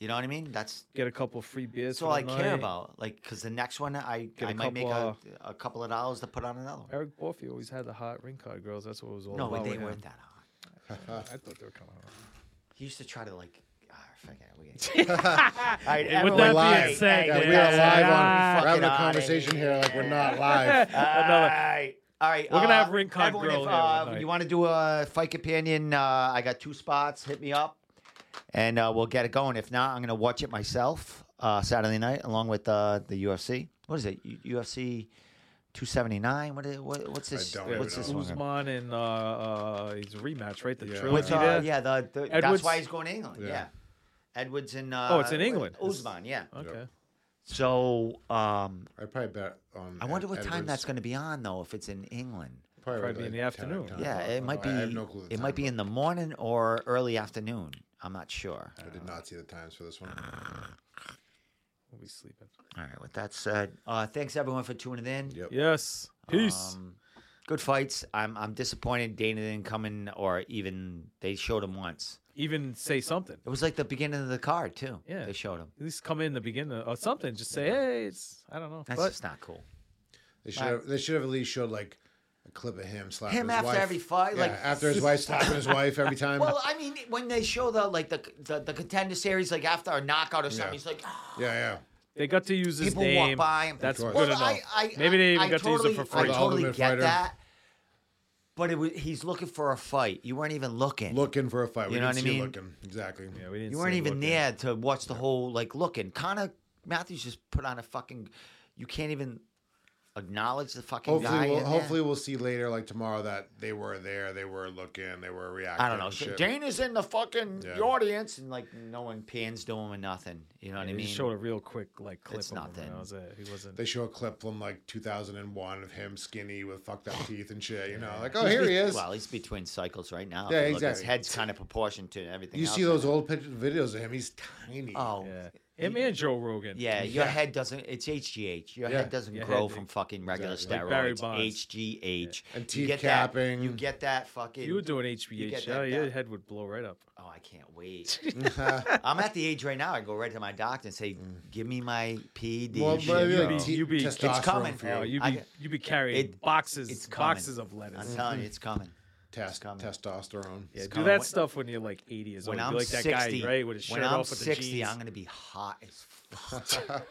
Speaker 1: you know what I mean? That's
Speaker 3: get a couple free beers.
Speaker 1: that's
Speaker 3: for
Speaker 1: all
Speaker 3: the
Speaker 1: I care
Speaker 3: night.
Speaker 1: about. Like, because the next one, I,
Speaker 3: Get a
Speaker 1: I might make a,
Speaker 3: couple, uh,
Speaker 1: a couple of dollars to put on another one.
Speaker 3: Eric Borfi always had the hot ring card girls. That's what it was all
Speaker 1: No,
Speaker 3: about.
Speaker 1: but they
Speaker 3: with
Speaker 1: weren't
Speaker 3: him.
Speaker 1: that hard.
Speaker 3: I thought they were kind of.
Speaker 1: He used to try to, like, ah, forget it. We all right, everyone,
Speaker 3: that being
Speaker 2: live.
Speaker 3: said,
Speaker 2: yeah, we are
Speaker 3: yeah,
Speaker 2: live on.
Speaker 1: fucking
Speaker 2: We're having a
Speaker 1: outta
Speaker 2: conversation
Speaker 1: here.
Speaker 2: here like we're not live.
Speaker 3: Another.
Speaker 1: Alright. All right,
Speaker 3: We're gonna
Speaker 1: uh,
Speaker 3: have Ring Con
Speaker 1: everyone,
Speaker 3: Grill
Speaker 1: if,
Speaker 3: here one
Speaker 1: uh,
Speaker 3: night.
Speaker 1: you want to do a fight companion? Uh, I got two spots. Hit me up, and uh, we'll get it going. If not, I'm gonna watch it myself uh, Saturday night along with uh, the UFC. What is it? U- UFC 279. What is what, what's this?
Speaker 2: don't even
Speaker 1: what's this
Speaker 2: know.
Speaker 1: one?
Speaker 3: Usman and uh, uh, it's a rematch, right? The
Speaker 2: Yeah.
Speaker 3: trilogy
Speaker 1: With, uh,
Speaker 3: there.
Speaker 1: yeah, the, the that's
Speaker 3: Edwards?
Speaker 1: why he's going to England. Yeah.
Speaker 2: Yeah.
Speaker 1: Edwards and uh,
Speaker 3: Oh, it's in England.
Speaker 1: Usman, yeah.
Speaker 3: Okay.
Speaker 1: So um,
Speaker 2: I'd probably bet on.
Speaker 1: I wonder what time
Speaker 2: Edwards.
Speaker 1: that's going to be on though. If it's in England.
Speaker 2: Probably,
Speaker 3: Probably in the
Speaker 2: 10
Speaker 3: afternoon.
Speaker 2: o'clock.
Speaker 1: Yeah, it might be.
Speaker 2: I have no clue the
Speaker 1: it
Speaker 2: time,
Speaker 1: might be
Speaker 2: but
Speaker 1: in the morning or early afternoon. I'm not sure.
Speaker 2: I did not see the times for this one.
Speaker 3: We'll be sleeping.
Speaker 1: All right. With that said, uh, thanks everyone for tuning in.
Speaker 2: Yep.
Speaker 3: Yes. Peace.
Speaker 1: Um, good fights. I'm I'm disappointed Dana didn't come in, or even they showed him once.
Speaker 3: Even say something.
Speaker 1: It was like the beginning of the card too.
Speaker 3: Yeah.
Speaker 1: they showed him.
Speaker 3: At least come in the beginning or something. Just say, hey, it's I don't know.
Speaker 1: That's
Speaker 3: but
Speaker 1: just not cool.
Speaker 2: They should have. They should have at least showed like a clip of him slapping
Speaker 1: Him
Speaker 2: his
Speaker 1: after
Speaker 2: wife.
Speaker 1: every fight,
Speaker 2: Yeah,
Speaker 1: like-
Speaker 2: after his wife slapping his wife every time.
Speaker 1: Well, uh, I mean, when they show the like the the, the contender series, like after a knockout or something,
Speaker 2: Yeah.
Speaker 1: he's like, "Ah,
Speaker 2: yeah, yeah.
Speaker 3: they got to use his
Speaker 1: people
Speaker 3: name.
Speaker 1: walk by him.
Speaker 3: That's
Speaker 2: Well,
Speaker 3: good
Speaker 1: well,
Speaker 3: enough.
Speaker 1: I, I,
Speaker 3: Maybe they even
Speaker 1: I
Speaker 3: got to use
Speaker 1: totally,
Speaker 3: it for
Speaker 1: I
Speaker 3: free.
Speaker 2: Like
Speaker 1: totally
Speaker 2: Ultimate
Speaker 1: get
Speaker 2: Fighter.
Speaker 1: that. But it was, he's looking for a fight. You weren't even looking.
Speaker 2: Looking for a fight. We
Speaker 1: You know what
Speaker 2: didn't
Speaker 1: I
Speaker 2: see
Speaker 1: mean?
Speaker 2: Looking exactly.
Speaker 3: Yeah, we didn't.
Speaker 1: you
Speaker 3: see
Speaker 1: weren't
Speaker 3: him
Speaker 1: even
Speaker 3: looking.
Speaker 1: there to watch the whole like looking. Connor Matthews just put on a fucking. You can't even acknowledge the fucking guy.
Speaker 2: Hopefully,
Speaker 1: in
Speaker 2: we'll,
Speaker 1: there.
Speaker 2: hopefully we'll see later, like tomorrow, that they were there, they were looking, they were reacting.
Speaker 1: I don't know.
Speaker 2: and shit.
Speaker 1: Dana's in the fucking
Speaker 2: Yeah.
Speaker 1: the audience, and like no one pans to him or nothing. You know what
Speaker 3: Yeah,
Speaker 1: I
Speaker 3: he
Speaker 1: mean?
Speaker 3: showed a real quick like clip
Speaker 1: It's
Speaker 3: of him.
Speaker 1: nothing.
Speaker 3: and That was it. He wasn't.
Speaker 2: They show a clip from like 2001 of him skinny with fucked up teeth and shit. You know, like oh here he is.
Speaker 1: Well, he's between cycles right now.
Speaker 2: Yeah,
Speaker 1: If you look, His
Speaker 2: exactly.
Speaker 1: head's kind of proportioned to everything.
Speaker 2: you
Speaker 1: else
Speaker 2: see
Speaker 1: in
Speaker 2: those
Speaker 1: it.
Speaker 2: old pictures, videos of him. He's tiny.
Speaker 1: Oh,
Speaker 3: yeah. Him and Joe Rogan.
Speaker 1: Yeah, your
Speaker 2: Yeah.
Speaker 1: head doesn't. It's HGH. Your
Speaker 2: Yeah,
Speaker 1: head doesn't
Speaker 3: your
Speaker 1: grow
Speaker 3: head-
Speaker 1: from fucking regular
Speaker 2: exactly.
Speaker 3: Like Barry
Speaker 1: steroids.
Speaker 3: Bonds.
Speaker 1: HGH
Speaker 2: And
Speaker 1: You
Speaker 2: teeth
Speaker 1: get that-
Speaker 2: capping.
Speaker 1: you get that fucking.
Speaker 3: If You were doing HBH.
Speaker 1: get
Speaker 3: Yeah,
Speaker 1: that
Speaker 3: Oh, your
Speaker 1: down.
Speaker 3: head would blow right up.
Speaker 1: oh, I can't wait. I'm at the age right now. I go right to my doctor and say, "Give me my PD."
Speaker 2: well,
Speaker 1: shit,
Speaker 2: but
Speaker 1: bro."
Speaker 2: like,
Speaker 3: be-
Speaker 2: te-
Speaker 3: you be- it's
Speaker 2: testosterone
Speaker 1: coming.
Speaker 2: for
Speaker 1: Yeah.
Speaker 3: Oh,
Speaker 2: you.
Speaker 3: you'd
Speaker 1: I
Speaker 3: be
Speaker 1: got-
Speaker 3: you'd be carrying
Speaker 1: it-
Speaker 3: boxes,
Speaker 1: it's coming.
Speaker 3: boxes of
Speaker 1: I'm
Speaker 3: lettuce.
Speaker 1: telling you, it's coming.
Speaker 2: Test,
Speaker 1: coming.
Speaker 2: testosterone.
Speaker 3: Yeah, do
Speaker 1: coming.
Speaker 3: that
Speaker 1: When-
Speaker 3: stuff when you're like 80 years old.
Speaker 1: When
Speaker 3: You're
Speaker 1: I'm
Speaker 3: like that
Speaker 1: sixty,
Speaker 3: guy, right, with his shirt
Speaker 1: when I'm
Speaker 3: off with the
Speaker 1: sixty,
Speaker 3: jeans,
Speaker 1: I'm gonna be hot as fuck.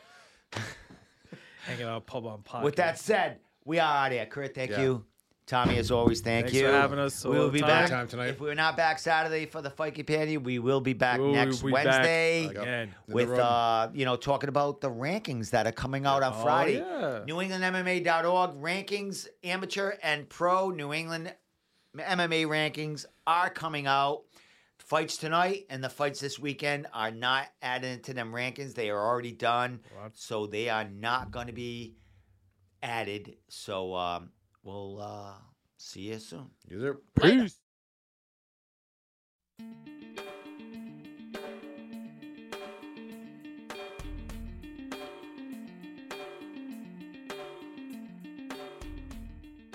Speaker 3: hanging out pub on pot.
Speaker 1: With that said, we are out of here. Kurt, thank
Speaker 2: Yeah.
Speaker 1: you. Tommy, as always, thank
Speaker 3: Thanks
Speaker 1: you
Speaker 3: for having us all
Speaker 1: We'll
Speaker 3: the
Speaker 1: be
Speaker 3: time.
Speaker 1: back
Speaker 2: Time tonight.
Speaker 1: If we're not back Saturday for the Fight Companion, we will be back
Speaker 3: We'll
Speaker 1: next
Speaker 3: be back
Speaker 1: Wednesday
Speaker 3: again.
Speaker 2: In the
Speaker 1: with
Speaker 2: room.
Speaker 1: uh, you know talking about the rankings that are coming out on
Speaker 3: Oh,
Speaker 1: Friday.
Speaker 3: yeah.
Speaker 1: New England MMA.org rankings, amateur and pro. New England MMA rankings are coming out. Fights tonight and the fights this weekend are not added into them rankings. They are already done,
Speaker 3: Wow.
Speaker 1: so they are not going to be added. So um, we'll uh, see you soon.
Speaker 2: Use it.
Speaker 3: Peace.